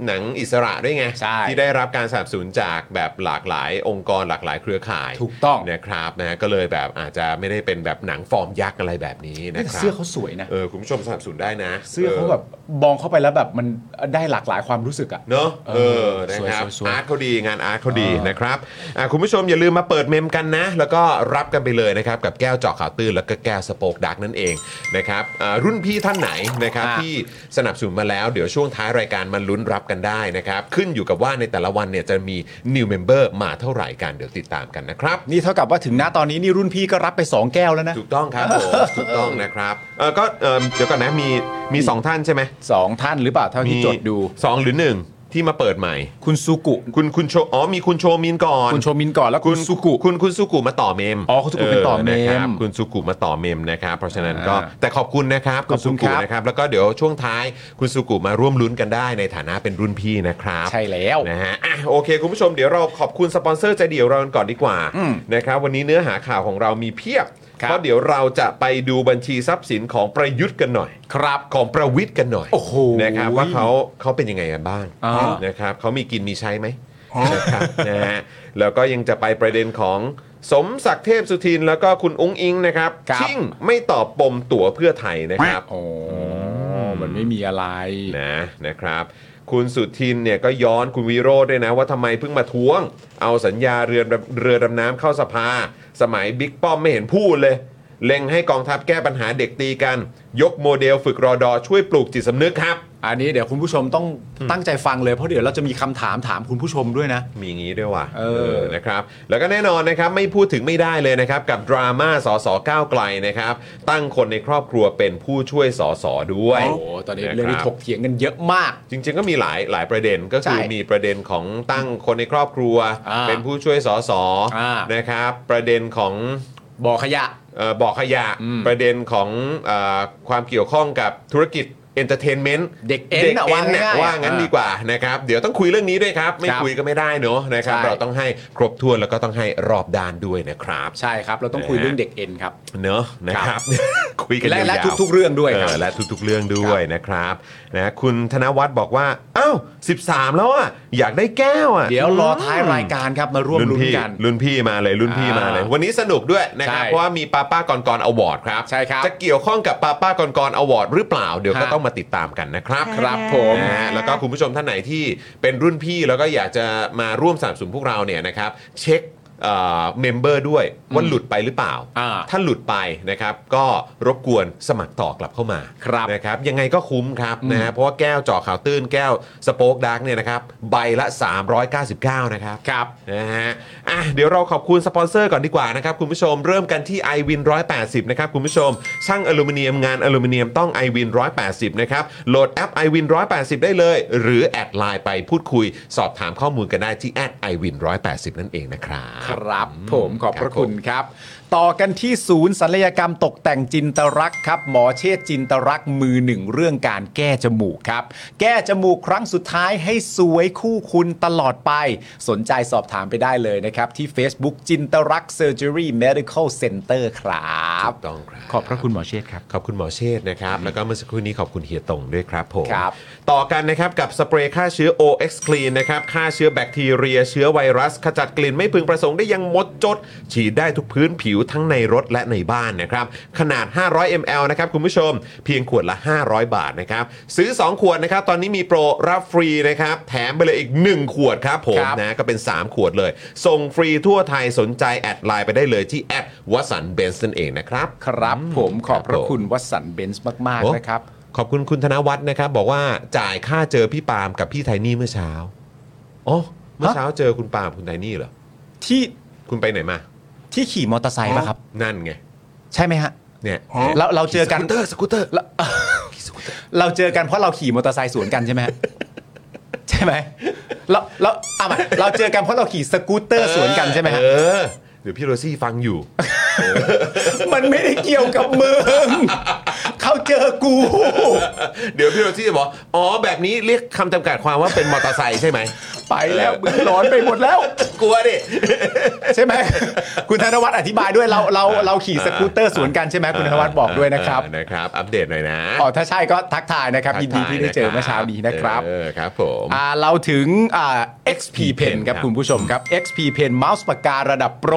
S1: หนังอิสระด้วยไง
S2: ใช่
S1: ที่ได้รับการสนับสนุนจากแบบหลากหลายองค์กรหลากหลายเครือข่าย
S2: ถูกต้อง
S1: นะครับนะก็เลยแบบอาจจะไม่ได้เป็นแบบหนังฟอร์มยักษ์อะไรแบบนี้นะ
S2: แต่
S1: ครับ
S2: เสื้อเขาสวยนะ
S1: เออคุณผู้ชมสนับสนุนได้นะ
S2: เสื้อเขาแบบมองเข้าไปแล้วแบบมันได้หลากหลายความรู้สึกอะ
S1: เนอะเอ
S2: เอ
S1: อ
S2: อ
S1: นะครับ
S2: สวยๆๆ
S1: อาร์ตเขาดีงานอาร์ตเขาดี
S2: เออ
S1: นะครับอ่ะคุณผู้ชมอย่าลืมมาเปิดเมมกันนะ แล้วก็รับกันไปเลยนะครับ กับแก้วเจาะข่าวตื้นแล้วก็แก้วสโปกดักนั่นเองนะครับอ่ารุ่นพี่ท่านไหนนะครับ
S2: อ่ะ
S1: ที่สนับสนุนมาแล้วเดี๋ยวช่วงท้ายรายการมันลุ้นรับกันได้นะครับ ขึ้นอยู่กับว่าในแต่ละวันเนี่ยจะมี new member มาเท่าไหร่กันเดี๋ยวติดตามกันนะครับ
S2: นี่เท่ากับว่าถึงหน้าตอนนี้นี่รุ่นพี่ก็รับไป 2 แก้วแล้วนะ
S1: ถูกต้อง ครับผมถูกต้องนะครับเออก็เออเดี๋ยวก่อนนะมีมีสองท่านใช่ไหม
S2: 2 ท่านหรือเปล่าเท่าที่จดดู
S1: สองหรือหนึ่ง ที่มาเปิดใหม่
S2: คุณซูกุ
S1: คุณคุณโชอ๋อมีคุณโชมินก่อน
S2: คุณโชมินก่อนแล้วคุณสุกุ
S1: คุณคุณสุกุมาต่อเมม
S2: อ๋อคุณสุกุเป็นต่อเมม
S1: นะครับคุณสุกุมาต่อเมมนะครับเพราะฉะนั้นก็
S2: อ่า
S1: แต่ขอบคุณนะครับ
S2: ขอบคุณ
S1: สุกุ
S2: ครับ
S1: นะครับแล้วก็เดี๋ยวช่วงท้ายคุณสุกุมาร่วมลุ้นกันได้ในฐานะเป็นรุ่นพี่นะครับ
S2: ใช่แล้ว
S1: นะฮะอ่ะโอเค คุณผู้ชมเดี๋ยวเราขอบคุณสปอนเซอร์ใจเดียวเรากันก่อนดีกว่า
S2: อืม
S1: นะครับวันนี้เนื้อหาข่าวของเรามีเพียบ
S2: ครับ
S1: เพราะเดี๋ยวเราจะไปดูบัญชีทรัพย์สินของประยุทธ์กันหน่อย
S2: ครับ
S1: ของประวิทย์กันหน่อย
S2: โอ้โห
S1: นะครับว่าเขาเขาเป็นยังไงกันบ้าง
S2: อ่าน
S1: นะครับเขามีกินมีใช้ไหมนะครับนะฮะแล้วก็ยังจะไปประเด็นของสมศักดิ์เทพสุทินแล้วก็คุณอุ้งอิงนะครับ
S2: ครับ
S1: ชิ่งไม่ตอบปมตั๋วเพื่อไทยนะครับ
S2: อ๋อมันไม่มีอะไร
S1: นะนะครับ คุณสุทินเนี่ยก็ย้อนคุณวิโรธด้วยนะ ว่าทำไมเพิ่งมาท้วง เอาสัญญาเรือเรือดำน้ำเข้าสภา สมัยบิ๊กป้อมไม่เห็นพูดเลย เล็งให้กองทัพแก้ปัญหาเด็กตีกัน ยกโมเดลฝึกรอดอช่วยปลูกจิตสำนึกครับ
S2: อันนี้เดี๋ยวคุณผู้ชมต้องตั้งใจฟังเลยเพราะเดี๋ยวเราจะมีคำถามถามคุณผู้ชมด้วยนะ
S1: มีอย่างนี้ด้วยว่ะ
S2: เออ
S1: นะครับ แล้วก็แน่นอนนะครับ ไม่พูดถึงไม่ได้เลยนะครับ กับดราม่าสสก้าวไกลนะครับ ตั้งคนในครอบครัวเป็นผู้ช่วยสสด้วย
S2: โอ้โหตอนนี้เรื่อง
S1: ะ
S2: นี้
S1: คบ
S2: ถกเถียงกันเยอะมาก
S1: จริงๆ ก็มีหลายหลายประเด็นก็คือ
S2: ใช่
S1: มีประเด็นของตั้งคนในครอบครัว
S2: อ่า
S1: เป็นผู้ช่วยสส
S2: อ่าน
S1: นะครับ ประเด็นของ
S2: บ่อขยะ
S1: เอ่อบ่อขยะ
S2: อืม
S1: ประเด็นของเออความเกี่ยวข้องกับธุรกิจเอนเตอร์เทนเมนต์
S2: เด็กเอ็นน่ะว่าง่ายๆ
S1: ว่างั้น
S2: อ่า
S1: ดีกว่านะครับ เดี๋ยวต้องคุยเรื่องนี้ด้วยครับ ไม่
S2: ครับ
S1: คุยก็ไม่ได้เนอะนะครับ
S2: ใช่
S1: เราต้องให้ครบถ้วนแล้วก็ต้องให้รอบด้านด้วยนะครับ
S2: ใช่ครับ เราต้องคุย
S1: นะฮะ
S2: เรื่องเด็กเอ็นครับ
S1: เนอะนะครับ คุยกัน
S2: และ
S1: ยาวๆ
S2: และทุก ๆ เรื่องด้วยค
S1: เอ
S2: รับ
S1: อและทุกๆเรื่องด้วยนะครับนะคุณธนวัฒน์บอกว่าอ้าว13 แล้วอ่ะอยากได้แก้วอ่ะ
S2: เดี๋ยวรอท้ายรายการครับมาร่วมลุ้น
S1: พี่
S2: กัน
S1: รุ่นพี่มาเลยรุ่นพี่มาเลย
S2: อ่า
S1: วันนี้สนุกด้วยนะครับ
S2: ใช่
S1: เพราะว่ามีป้าป้าก่อนก่อนอวอร์ดครับ
S2: ใช่ครับ
S1: จะเกี่ยวข้องกับป้าป้าก่อนก่อนอวอร์ดหรือเปล่าเดี๋ยวก็
S2: ฮะ
S1: ต้องมาติดตามกันนะครับ
S2: ครับผม
S1: นะฮะแล้วก็คุณผู้ชมท่านไหนที่เป็นรุ่นพี่แล้วก็อยากจะมาร่วมสนับสนุนพวกเราเนี่ยนะครับเช็คเอ่อเมมเบอร์ด้วยว่าหลุดไปหรือเปล่า
S2: อ่า
S1: ถ้าหลุดไปนะครับก็รบกวนสมัครต่อกลับเข้ามา
S2: ครับ
S1: นะครับยังไงก็คุ้มครับนะฮะเพราะว่าแก้วเจาะข่าวตื้นแก้วสโป๊กดาร์กเนี่ยนะครับใบละ 399 นะครับ
S2: ครับ
S1: นะฮะอ่ะเดี๋ยวเราขอบคุณสปอนเซอร์ก่อนดีกว่านะครับคุณผู้ชมเริ่มกันที่ i w วิน180 นะครับคุณผู้ชม ช่างอลูมิเนียมงานอลูมิเนียมต้อง i w วิน180 นะครับโหลดแอป i w วิน180 ได้เลย หรือแอดไลน์ไปพูดคุย สอบถามข้อมูลกันได้ที่แอด i w วิน180 นั่นเองนะครับ
S2: ครับผมขอบพระคุณครับ ต่อกันที่ศูนย์ศัลยกรรมตกแต่งจินตรักษ์ครับ หมอเชษฐ์จินตรักษ์มือหนึ่งเรื่องการแก้จมูกครับ แก้จมูกครั้งสุดท้ายให้สวยคู่คุณตลอดไป สนใจสอบถามไปได้เลยนะครับ ที่ Facebook จินตรักษ์ Surgery Medical Center ครับ
S1: ถูกต้องครับ
S2: ขอบพระคุณหมอเชษฐ์ครับ
S1: ขอบคุณหมอเชษฐ์นะครับ แล้วก็เมื่อสักครู่นี้ขอบคุณเฮียตงด้วยครับผม
S2: ครับ
S1: ต่อกันนะครับกับสเปรย์ฆ่าเชื้อ OX Clean นะครับฆ่าเชื้อแบคทีเรีย เชื้อไวรัส ขจัดกลิ่นไม่พึงประสงค์ได้อยังหมดจด ฉีดได้ทุกพื้นผิวทั้งในรถและในบ้านนะครับ ขนาด 500 ml นะครับคุณผู้ชม เพียงขวดละ 500 บาทนะครับ ซื้อ 2 ขวดนะครับ ตอนนี้มีโปรรับฟรีนะครับ แถมไปเลยอีก 1 ขวดครับผม
S2: ครับ
S1: นะ ก็เป็น 3 ขวดเลย ส่งฟรีทั่วไทยสนใจแอดไลน์ไปได้เลยที่แอดวัสันเบนซ์นั่นเองนะครับ
S2: ครับผมขอบพ
S1: ครั
S2: ระ
S1: บผม
S2: คุณวัสันต์เบนซ์มาก
S1: โอ้
S2: ๆ นะครับ
S1: ขอบคุณคุณธนวัฒน์นะครับ บอกว่าจ่ายค่าเจอพี่ปาล์มกับพี่ไทนี่เมื่อเช้าอ๋อเมื่อเช้าเจอคุณปาล์มคุณไทนี่เหรอ
S2: ที่
S1: คุณไปไหนมา
S2: ที่ขี่มอเตอร์ไซค์ป่ะครับ
S1: นั่นไง
S2: ใช่ไหมฮะ
S1: เนี่ย
S2: เราเราเจอกัน
S1: สกูตเตอร์สกูตเตอร์
S2: เราเราเจอกันเพราะเราขี่มอเตอร์ไซค์สวนกันใช่ไหมฮะ ใช่ไหมเราเราเอาใหม่เราเจอกันเพราะเราขี่สกูตเตอร์สวนกันใช่ไหมฮะ
S1: เออเดี๋ยวพี่โรซี่ฟัง อยู่
S2: มันไม่ได้เกี่ยวกับมึงเขาเจอกู
S1: เดี๋ยวพี่โรซี่จะบอกอ๋อแบบนี้เรียกคำจำกัดความว่าเป็นมอเตอร์ไซค์ใช่ไหม
S2: ไปแล้วมึงร้อนไปหมดแล้ว
S1: กลัวดิ
S2: ใช่ไหมคุณธนวัฒน์อธิบายด้วยเราเราเราขี่สกูตเตอร์สวนกันใช่ไหมคุณธนวัฒน์บอกด้วยนะครับ
S1: เออนะครับ อัปเดตหน่อยนะ
S2: อ๋อถ้าใช่ก็ทักทายนะครับยินดีที่ได้เจอ
S1: ทักทย
S2: เมื่อเช้านี้นะครับ
S1: เออครับผม
S2: อ่าเราถึงอ่า XP Pen ครับ
S1: ครับ
S2: คุณผู้ชมครับ XP Pen เมาส์ปากการะดับโปร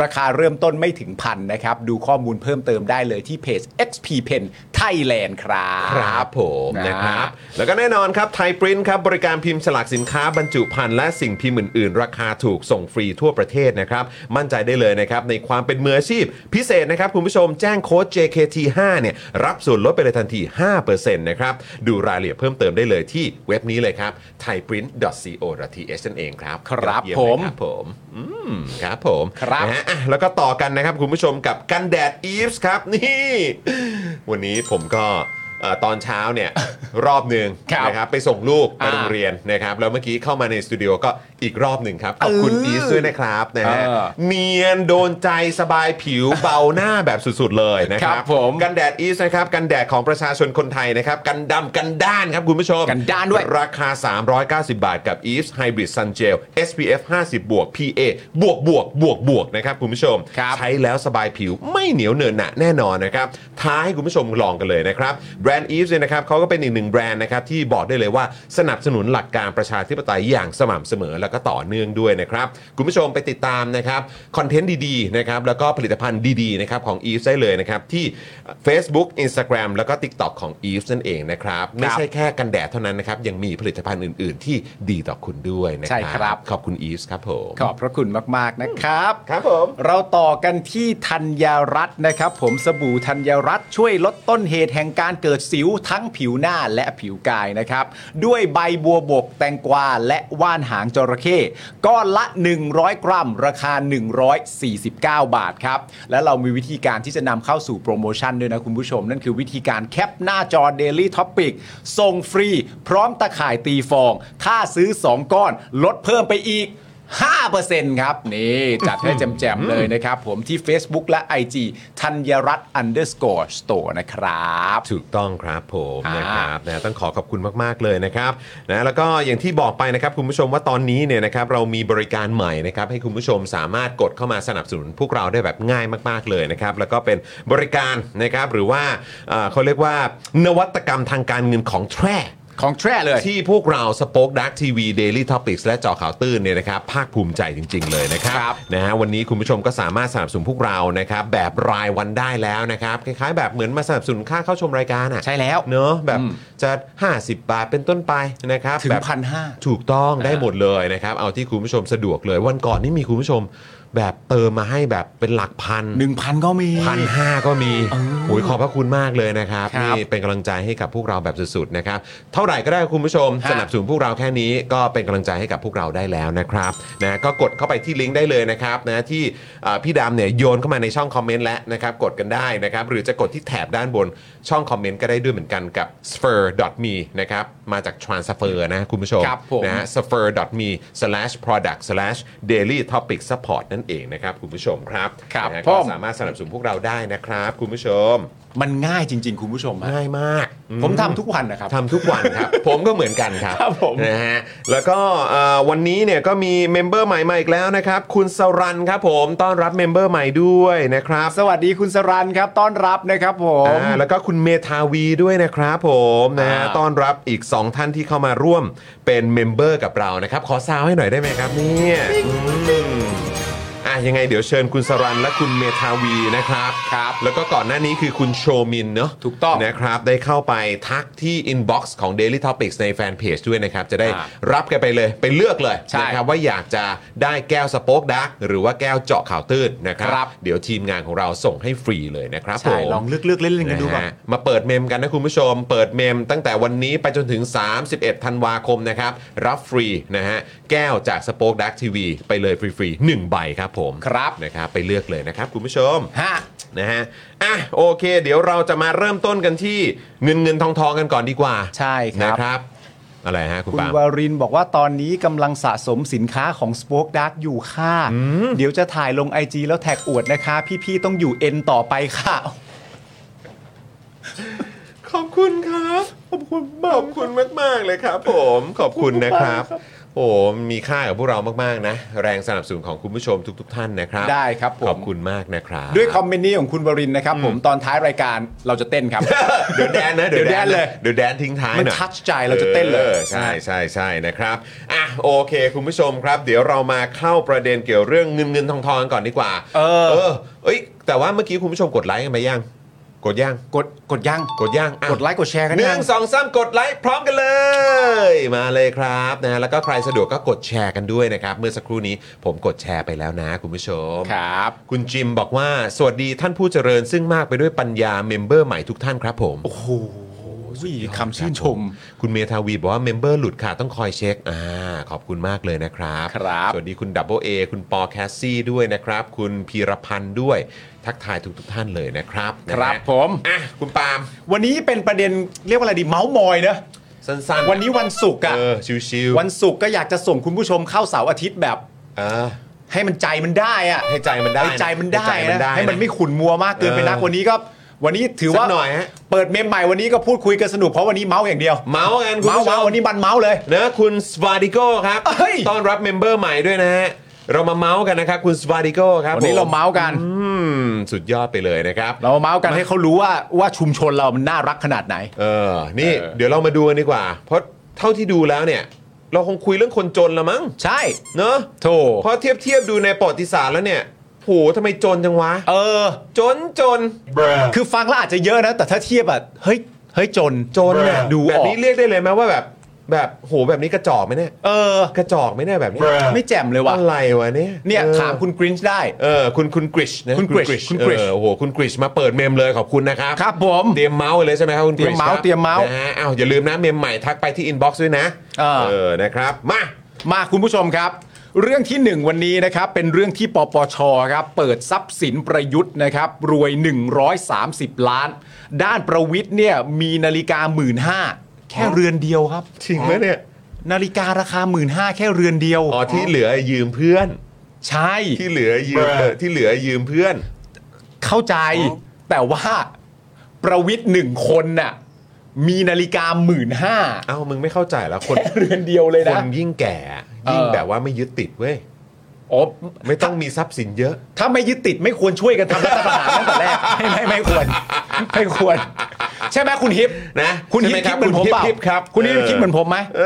S2: ราคาเริ่มต้นไม่ถึงพันนะครับ ดูข้อมูลเพิ่มเติมได้เลยที่เพจ XP Pen Thailand ครับ
S1: ครับผม
S2: นะ
S1: นะครับ แล้วก็แน่นอนครับไทยปริ้นครับ บริการพิมพ์ฉลากสินค้าบรรจุภัณฑ์และสิ่งพิมพ์อื่น ๆ ราคาถูกส่งฟรีทั่วประเทศนะครับ มั่นใจได้เลยนะครับ ในความเป็นมืออาชีพ พิเศษนะครับ คุณผู้ชมแจ้งโค้ด JKT5 เนี่ย รับส่วนลดไปเลยทันที 5%นะครับ ดูรายละเอียดเพิ่มเติมได้เลยที่เว็บนี้เลยครับ thaiprint.co.th นั่นเองครับ
S2: ครับ
S1: ยอดเยี่ยเลย
S2: ผม
S1: ครับผม อืมครับผม
S2: ครับ
S1: นะฮะอ่ะแล้วก็ต่อกันนะครับ คุณผู้ชมกับ กันแดดอีฟส์ครับ นี่ วันนี้ผมก็เอ่อตอนเช้าเนี่ย รอบหนึ่ง
S2: ครับ
S1: นะครับไปส่งลูกไป
S2: อ่า
S1: โรงเรียนนะครับแล้วเมื่อกี้เข้ามาในสตูดิโอก็อีกรอบหนึ่งครับขอบคุณ
S2: เออ
S1: อีสด้วยนะครับนะฮะ
S2: เออ
S1: เนียนโดนใจสบายผิว เบาหน้าแบบสุดๆเลยนะครั
S2: ครับ บผม
S1: กันแดดอีสนะครับกันแดดของประชาชนคนไทยนะครับกันดำกันด้านครับคุณผู้ชม
S2: กันด้านด้วย
S1: ราคา 390 บาทกับ e v e s Hybrid Sun Gel SPF 50บวก PA บวกบวกบวกบวกนะครับคุณผู้ชม
S2: ครับ
S1: ใช้แล้วสบายผิวไม่เหนียวเหนอะหนะแน่นอนนะครับ ท้ายให้คุณผู้ชมลองกันเลยนะครับ แบรนด์ e v e s เนี่ยนะครับเขาก็เป็นอีกหนึ่งแบรนด์นะครับ ที่บอกได้เลยว่าสนับสนุนหลักการประชาธิปไตยอย่างสม่ำเสมอแล้วก็ต่อเนื่องด้วยนะครับ คุณผู้ชมไปติดตามนะครับคอนเทนต์ดีๆนะครับแล้วก็ผลิตภัณฑ์ดีๆนะครับของ e v e s ได้เลยนะครับ ที่ Facebook Instagram แล้วก็ TikTok ของ e v e s นั่นเองนะครับ ไม่ใช่แค่กันแดดเท่านั้นนะครับยังมีผลิตภัณฑ์อื่น ๆ ที่ดีต่อคุณด้วยนะค
S2: ใช่
S1: รับ
S2: ครับ
S1: ขอบคุณ e v e s ครับผม
S2: ขอบพระคุณมาก ๆ นะครับ
S1: ครับผม
S2: เราต่อกันที่ธัญญารัตน์นะครับ ผมสบู่ธัญญารัตน์ช่วยลดต้นเหตุแห่งการเกิดสิวทั้งผิวหน้าและผิวกายนะครับ ด้วยใบบัวบกแตงกวาและว่านหางจระเข้ก้อนละ 100 กรัม ราคา 149 บาทครับ และเรามีวิธีการที่จะนำเข้าสู่โปรโมชั่นด้วยนะคุณผู้ชม นั่นคือวิธีการแคปหน้าจอ Daily Topic ส่งฟรี พร้อมตะข่ายตีฟอง ถ้าซื้อ 2 ก้อน ลดเพิ่มไปอีก 5%ครับ นี่ จัดให้แจมๆเลยนะครับ ผมที่ Facebook และ IG ธัญรัตน์ underscore store นะครับ
S1: ถูกต้องครับผม
S2: อ่าน
S1: นะครับนะต้องขอขอบคุณมาก ๆ เลยนะครับนะแล้วก็อย่างที่บอกไปนะครับคุณผู้ชมว่าตอนนี้เนี่ยนะครับเรามีบริการใหม่นะครับให้คุณผู้ชมสามารถกดเข้ามาสนับสนุนพวกเราได้แบบง่ายมาก ๆ เลยนะครับแล้วก็เป็นบริการนะครับหรือว่าเอ่อเขาเรียกว่านวัตกรรมทางการเงินของแทร
S2: ของแทร่เลย
S1: ที่พวกเราสป็อคดักทีวีเดลี่ท็อปิกและเจอข่าวตื้นเนี่ยนะครับภาคภูมิใจจริง ๆ เลยนะครับ
S2: ครับ
S1: นะฮะวันนี้คุณผู้ชมก็สามารถสนับสนุนพวกเรานะครับแบบรายวันได้แล้วนะครับคล้ายๆ แบบเหมือนมาสนับสนุนค่าเข้าชมรายการอ่ะ
S2: ใช่แล้ว
S1: เนอะแบบ
S2: อืม
S1: จะ 50 บาทเป็นต้นไปนะครับ
S2: ถึง
S1: แบบ
S2: พันห้า
S1: ถูกต้องได้หมดเลยนะครับเอาที่คุณผู้ชมสะดวกเลย วันก่อนนี่มีคุณผู้ชมแบบเติมมาให้แบบเป็นหลักพัน
S2: 1,000 ก็มี
S1: พันห้าก็มีโอ้ยขอบพระคุณมากเลยนะครับ
S2: ครับ
S1: นี่เป็นกำลังใจให้กับพวกเราแบบสุดๆนะครับ เท่าไหร่ก็ได้คุณผู้ชม
S2: ฮะ
S1: สนับสนุนพวกเราแค่นี้ก็เป็นกำลังใจให้กับพวกเราได้แล้วนะครับนะก็กดเข้าไปที่ลิงก์ได้เลยนะครับนะที่เอ่อพี่ดำเนี่ยโยนเข้ามาในช่องคอมเมนต์แล้วนะครับกดกันได้นะครับ หรือจะกดที่แถบด้านบนช่องคอมเมนต์ก็ได้ด้วยเหมือนกันกับ s p h e r me นะครับมาจาก transfer นะคุณผู้ชม
S2: ครับผม
S1: นะฮะ s p h e r me slash product slash daily topic support นั่นเองนะครับคุณผู้ชมครับ
S2: ครับ
S1: นะฮะ
S2: ผม
S1: ก็สามารถสนับสนุนพวกเราได้นะครับ คุณผู้ชม
S2: มันง่ายจริง ๆ คุณผู้ชมฮะ
S1: ง่ายมากอื
S2: ผมทำทุกวันนะครับ
S1: ทำทุกวันครับ ผมก็เหมือนกันครับ
S2: ครับผม
S1: นะฮะแล้วก็เอ่อวันนี้เนี่ยก็มีเมมเบอร์ใหม่มาอีกแล้วนะครับ คุณสรันครับผมต้อนรับเมมเบอร์ใหม่ด้วยนะครับ
S2: สวัสดีคุณสรันครับ ต้อนรับนะครับผม
S1: อ่าแล้วก็คุณเมทาวีด้วยนะครับผมนะฮะ
S2: อ่า
S1: ต้อนรับอีก 2 ท่านที่เข้ามาร่วมเป็นเมมเบอร์กับเรานะครับ ขอซาวให้หน่อยได้ไหมครับเนี่ยอืม อ่ะยังไงเดี๋ยวเชิญคุณสรันและคุณเมธาวีนะครับครับแล้วก็ก่อนหน้านี้คือคุณโชมินเนาะ
S2: ถูกต้อง
S1: นะครับได้เข้าไปทักที่ inbox ของ Daily Topics ในแฟนเพจด้วยนะครับ จะได้
S2: อ่า
S1: รับกันไปเลยไปเลือกเลย
S2: ใช่
S1: นะครับว่าอยากจะได้แก้วสป็อกดักหรือว่าแก้วเจาะข่าวตื้นนะครับ
S2: ครับ
S1: เดี๋ยวทีมงานของเราส่งให้ฟรีเลยนะครับผ
S2: ใช่
S1: ม
S2: ลองเลือกๆเล่นๆกันดู
S1: นะ
S2: ก่อน
S1: ฮะมาเปิดเมมกันนะคุณผู้ชม เปิดเมมตั้งแต่วันนี้ไปจนถึง 31 ธันวาคมนะครับ รับฟรีนะฮะ แก้วจากสป็อคดักทีวีไปเลยฟรีๆ1ใบครับผม
S2: ครับ
S1: นะครับ ไปเลือกเลยนะครับคุณผู้ชม
S2: ฮะ
S1: นะฮะ อ่ะโอเค เดี๋ยวเราจะมาเริ่มต้นกันที่เงินเงินทองทองกันก่อนดีกว่า
S2: ใช่ครับ
S1: นะครับ อะไรฮะคุณ
S2: คุณ
S1: ปาล์ม
S2: วารินบอกว่าตอนนี้กำลังสะสมสินค้าของ Spoke Dark อยู่ค่ะ เดี๋ยวจะถ่ายลง IG แล้วแท็กอวดนะคะ พี่ๆต้องอยู่เอ็นต่อไปค่ะ
S1: ขอบคุณครับ ขอบคุณมากขอบคุณมากมากๆเลยครับผมขอบคุณนะครับ โอ้มีค่ากับพวกเรามากๆนะ แรงสนับสนุนของคุณผู้ชมทุก ๆ ท่านนะครับ
S2: ได้ครับผม
S1: ขอบคุณมากนะครับ
S2: ด้วยคอมเมนต์นี้ของคุณวรินทร์นะครับ ผมตอนท้ายรายการเราจะเต้นครับ
S1: เดี๋ยวแดนนะ
S2: เดี๋ยวแดนเลย
S1: เดี๋ยวแดนทิ้งท้าย
S2: มัน
S1: หน่อย
S2: ทัชใจเราจะเต้นเลย
S1: ออใช่ใช่ใช่นะครับอ่ะโอเค คุณผู้ชมครับ เดี๋ยวเรามาเข้าประเด็นเกี่ยวเรื่องเงินเงินทองทองก่อนดีกว่า
S2: เออ
S1: เออเอ้ยแต่ว่าเมื่อกี้คุณผู้ชมกดไลค์กันไปยัง กดยัง
S2: กดกดยัง
S1: กดยังอ่ะ
S2: กดไลค์กดแชร์กัน
S1: ห
S2: ยั
S1: นึ่
S2: ง
S1: งสองสามกดไลค์พร้อมกันเลย มาเลยครับนะแล้วก็ใครสะดวกก็กดแชร์กันด้วยนะครับ เมื่อสักครู่นี้ผมกดแชร์ไปแล้วนะคุณผู้ชม
S2: ครับ
S1: คุณจิมบอกว่า สวัสดีท่านผู้เจริญซึ่งมากไปด้วยปัญญาเมมเบอร์ใหม่ทุกท่านครับผม โอ้โห สุดยอด
S2: คำชื่นชม
S1: ครับคุณเมธาวีบอกว่าเมมเบอร์หลุดค่ะต้องคอยเช็คอ่าขอบคุณมากเลยนะครับ
S2: ครับ
S1: สวัสดีคุณดับเบิลเอคุณปอแคสซี่ด้วยนะครับ คุณพีรพันธ์ด้วยทักทายทุกทุกๆท่านเลยนะครับ
S2: ครั
S1: นะ
S2: บ
S1: ฮะ
S2: ผม
S1: อ่ะคุณปาล์ม
S2: วันนี้เป็นประเด็นเรียกว่าอะไรดีเมาส์มอยเนอะ
S1: สั้นๆ
S2: วันนี้วันศุกร์อะ
S1: เออชิวๆ
S2: วันศุกร์ก็อยากจะส่งคุณผู้ชมเข้าเสาร์อาทิตย์แบบ
S1: เออ
S2: ให้มันใจมันได้อะ
S1: ให้ใจมันได้
S2: ให้ใจมันได้
S1: ให้ใจมัน
S2: นะ
S1: ได้
S2: ให้มันไม่
S1: ะ
S2: ขุ่นมัวมากเกินไปนัก
S1: เออ
S2: วันนี้ก็ วันนี้ถือว่า
S1: สักหน่อยฮะ
S2: เปิดเมมใหม่วันนี้ก็พูดคุยกันสนุกเพราะวันนี้เมาส์อย่างเดียว
S1: เมาส์กันคุณ
S2: เมาส์
S1: ผู้ช
S2: เมาส์
S1: ม
S2: วันนี้บันเมาส์เลย
S1: นะคุณสวาดิโก้ครับ
S2: เฮ้ย
S1: ต้อนรับเมมเบอร์ใหม่ด้วยนะฮะ เรามาเมาส์กันนะครับ คุณสวาดิโก้ครับ
S2: วันนี้
S1: ผ
S2: เราเมาส์กัน
S1: อืมสุดยอดไปเลยนะครับ
S2: เราเมาส์กันให้เขารู้ว่าว่าชุมชนเรามันน่ารักขนาดไหน
S1: เออ นี่
S2: เออ
S1: เดี๋ยวเรามาดูกันดีกว่า เพราะเท่าที่ดูแล้วเนี่ย เราคงคุยเรื่องคนจนละมั้ง
S2: ใช่
S1: เนอะ
S2: โถ
S1: เพราะเทียบเทียบดูในประวัติศาสตร์แล้วเนี่ยโหทำไมจนจังวะ
S2: เออ
S1: จนจน
S2: คือฟังแล้วอาจจะเยอะนะ แต่ถ้าเทียบอะเฮ้ยเฮ้ยจน
S1: จนน่ะ
S2: ดู
S1: แบ
S2: อบ อก
S1: นี้เรียกได้เลยไหมว่าแบบแบบโหแบบนี้กระจอกไหมเนี่ย
S2: เออ
S1: กระจอกไหมเนี่ยแบบนี้
S2: ไม่แจ่มเลยว่ะ
S1: อะไรวะเนี่ย
S2: เนี่ย
S1: ออ
S2: ถามคุณกรินช์ได้
S1: เออคุณคุณกริชนะ
S2: คุณ Grish คุณ Grish
S1: เออโอ้โหคุณกริชมาเปิดเมมเลยขอบคุณนะครับ
S2: ครับผม
S1: เตรียมเมาส์เลยใช่ไหมครับคุณกริช
S2: เตรียมเมาส์เตรียมเมาส์
S1: นะฮะอ้าวอย่าลืมนะเมมใหม่ทักไปที่อินบ็อกซ์ด้วยนะ
S2: เออ
S1: อนะครับมา
S2: มาคุณผู้ชมครับ เรื่องที่ 1 วันนี้นะครับ เป็นเรื่องที่ปปชครับ เปิดทรัพย์สินประยุทธ์นะครับ รวย 130 ล้าน ด้านประวิทย์เนี่ยมีนาฬิกา 1 5ื่นแค่เรือนเดียวครับ
S1: จริงไหมเนี่ย
S2: นาฬิการาคา 1 5ื่นแค่เรือนเดียว
S1: อ๋อที่เหลือยืมเพื่อน
S2: ใช่
S1: ที่เหลือยืมเออที่เหลือยืมเพื่อน
S2: เข้าใจ แต่ว่าประวิทย์หนึ่งคนน่ะมีนาฬิกา 1 5ื่น
S1: เอ้ามึงไม่เข้าใจแล้วคน
S2: แค่เรือนเดียวเลย
S1: ค
S2: นะ
S1: นยิ่งแก่ยิ่ง
S2: เออ
S1: แบบว่าไม่ยึดติดเว้ย
S2: อ๋อ
S1: ไม่ต้องมีทรัพย์สินเยอะ
S2: ถ้าไม่ยึดติดไม่ควรช่วยกันทำรัฐประหารตั้งแต่แรก ไม่ไม่ไม่ควร ไม่ควร ใช่ไหมคุณฮิป
S1: นะ
S2: คุณ
S1: ใช่
S2: ฮิ
S1: ไหมค
S2: ปคิ
S1: รั
S2: ด
S1: บ
S2: เหมือนผมเปล่า
S1: คุณฮิปฮิปครับ
S2: คุณฮิป
S1: เออ
S2: คิดเหมือนผมไหม
S1: เอ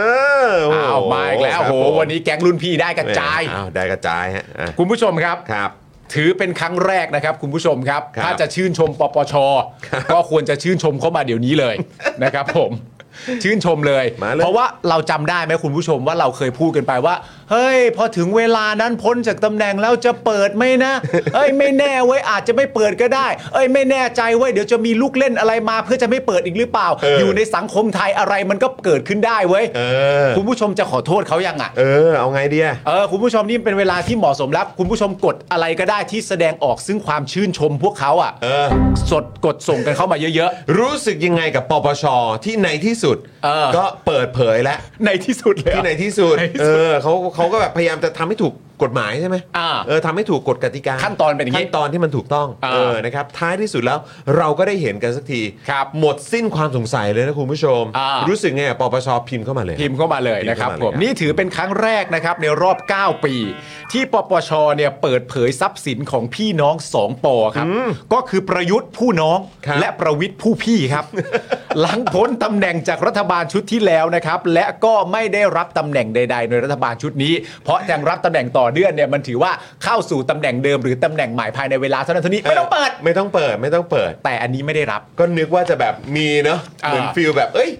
S1: อโโห
S2: อ้าวมาอีกแล้ว
S1: ครับ
S2: โห
S1: ผม
S2: วันนี้แก๊งรุ่นพี่ได้กระจาย
S1: อ้าวได้กระจายฮะอ่ะ
S2: คุณผู้ชมครับ
S1: ครับ
S2: ถือเป็นครั้งแรกนะครับ คุณผู้ชมครับ
S1: ครับ
S2: ถ้าจะชื่นชมปปช ก็ควรจะชื่นชมเข้ามาเดี๋ยวนี้ เลย นะครับผม ชื่นชมเลย
S1: มาเลย
S2: เพราะว่าเราจำได้ไหมคุณผู้ชมว่าเราเคยพูดกันไปว่า เฮ้ย พอถึงเวลานั้นพ้นจากตำแหน่งแล้วจะเปิดไหม นะ เอ้ยไม่แน่เว้ยอาจจะไม่เปิดก็ได้ เอ้ยไม่แน่ใจเว้ยเดี๋ยวจะมีลูกเล่นอะไรมา เพื่อจะไม่เปิดอีกหรือเปล่า
S1: เออ
S2: อ
S1: อ
S2: ยู่ในสังคมไทยอะไรมันก็เกิดขึ้นได้เว้ย
S1: เออ
S2: คุณผู้ชมจะขอโทษเขายังอ่ะ
S1: เออ เอาไงดีอะ
S2: เออคุณผู้ชมนี่เป็นเวลาที่เหมาะสมแล้ว คุณผู้ชมกดอะไรก็ได้ที่แสดงออกซึ่งความชื่นชมพวกเขาอ่ะ
S1: เออ
S2: สดกดส่งกันเข้ามาเยอะ
S1: รู้สึกยังไงกับปปชที่ในที่สุด
S2: เออ
S1: ก็เปิดเผยแล้ว
S2: ๆ ในที่สุดเลย
S1: ที่ในที่สุด
S2: ในที่สุด
S1: เออเขาเขาก็แบบพยายามจะทำให้ถูกกฎหมายใช่ไหม
S2: อ่า
S1: เออทำให้ถูกกฎกติกา
S2: ขั้นตอนเป็นอย่างงี้
S1: ขั้นตอนที่มันถูกต้อง
S2: อ่า
S1: เออนะครับท้ายที่สุดแล้วเราก็ได้เห็นกันสักที
S2: ครับ
S1: หมดสิ้นความสงสัยเลยนะคุณผู้ชม
S2: อ่ารู้
S1: รู้สึกไงกับปปชพิมพ์เข้ามาเลย
S2: พิมพ์เข้ามาเลยนะครับ
S1: พิมพ์
S2: ผ
S1: เข้าม มาเลยครับ
S2: นี่ถือเป็นครั้งแรกนะครับในรอบ 9 ปี ที่ปปชเนี่ยเปิดเผยทรัพย์สินของพี่น้องสองปอครับ ก็คือประยุทธ์ผู้น้อง
S1: ครับ
S2: และประวิทย์ผู้พี่ครับ หลังพ้นตำแหน่งจากรัฐบาลชุดที่แล้วนะครับ และก็ไม่ได้รับตำแหน่งใด ๆ ในรัฐบาลชุดนี้ เพราะยังรับตำแหน่งต่อเดือนเนี่ยมันถือว่าเข้าสู่ตำแหน่งเดิมหรือตำแหน่งใหม่ภายในเวลาเท่านั้นเท่านี้ไม่ต้องเปิด
S1: ไม่ต้องเปิดไม่ต้องเปิด
S2: แต่อันนี้ไม่ได้รับ
S1: ก็นึกว่าจะแบบมีเนาะ
S2: อ่า
S1: เหมือนฟิลแบบ เอ้ย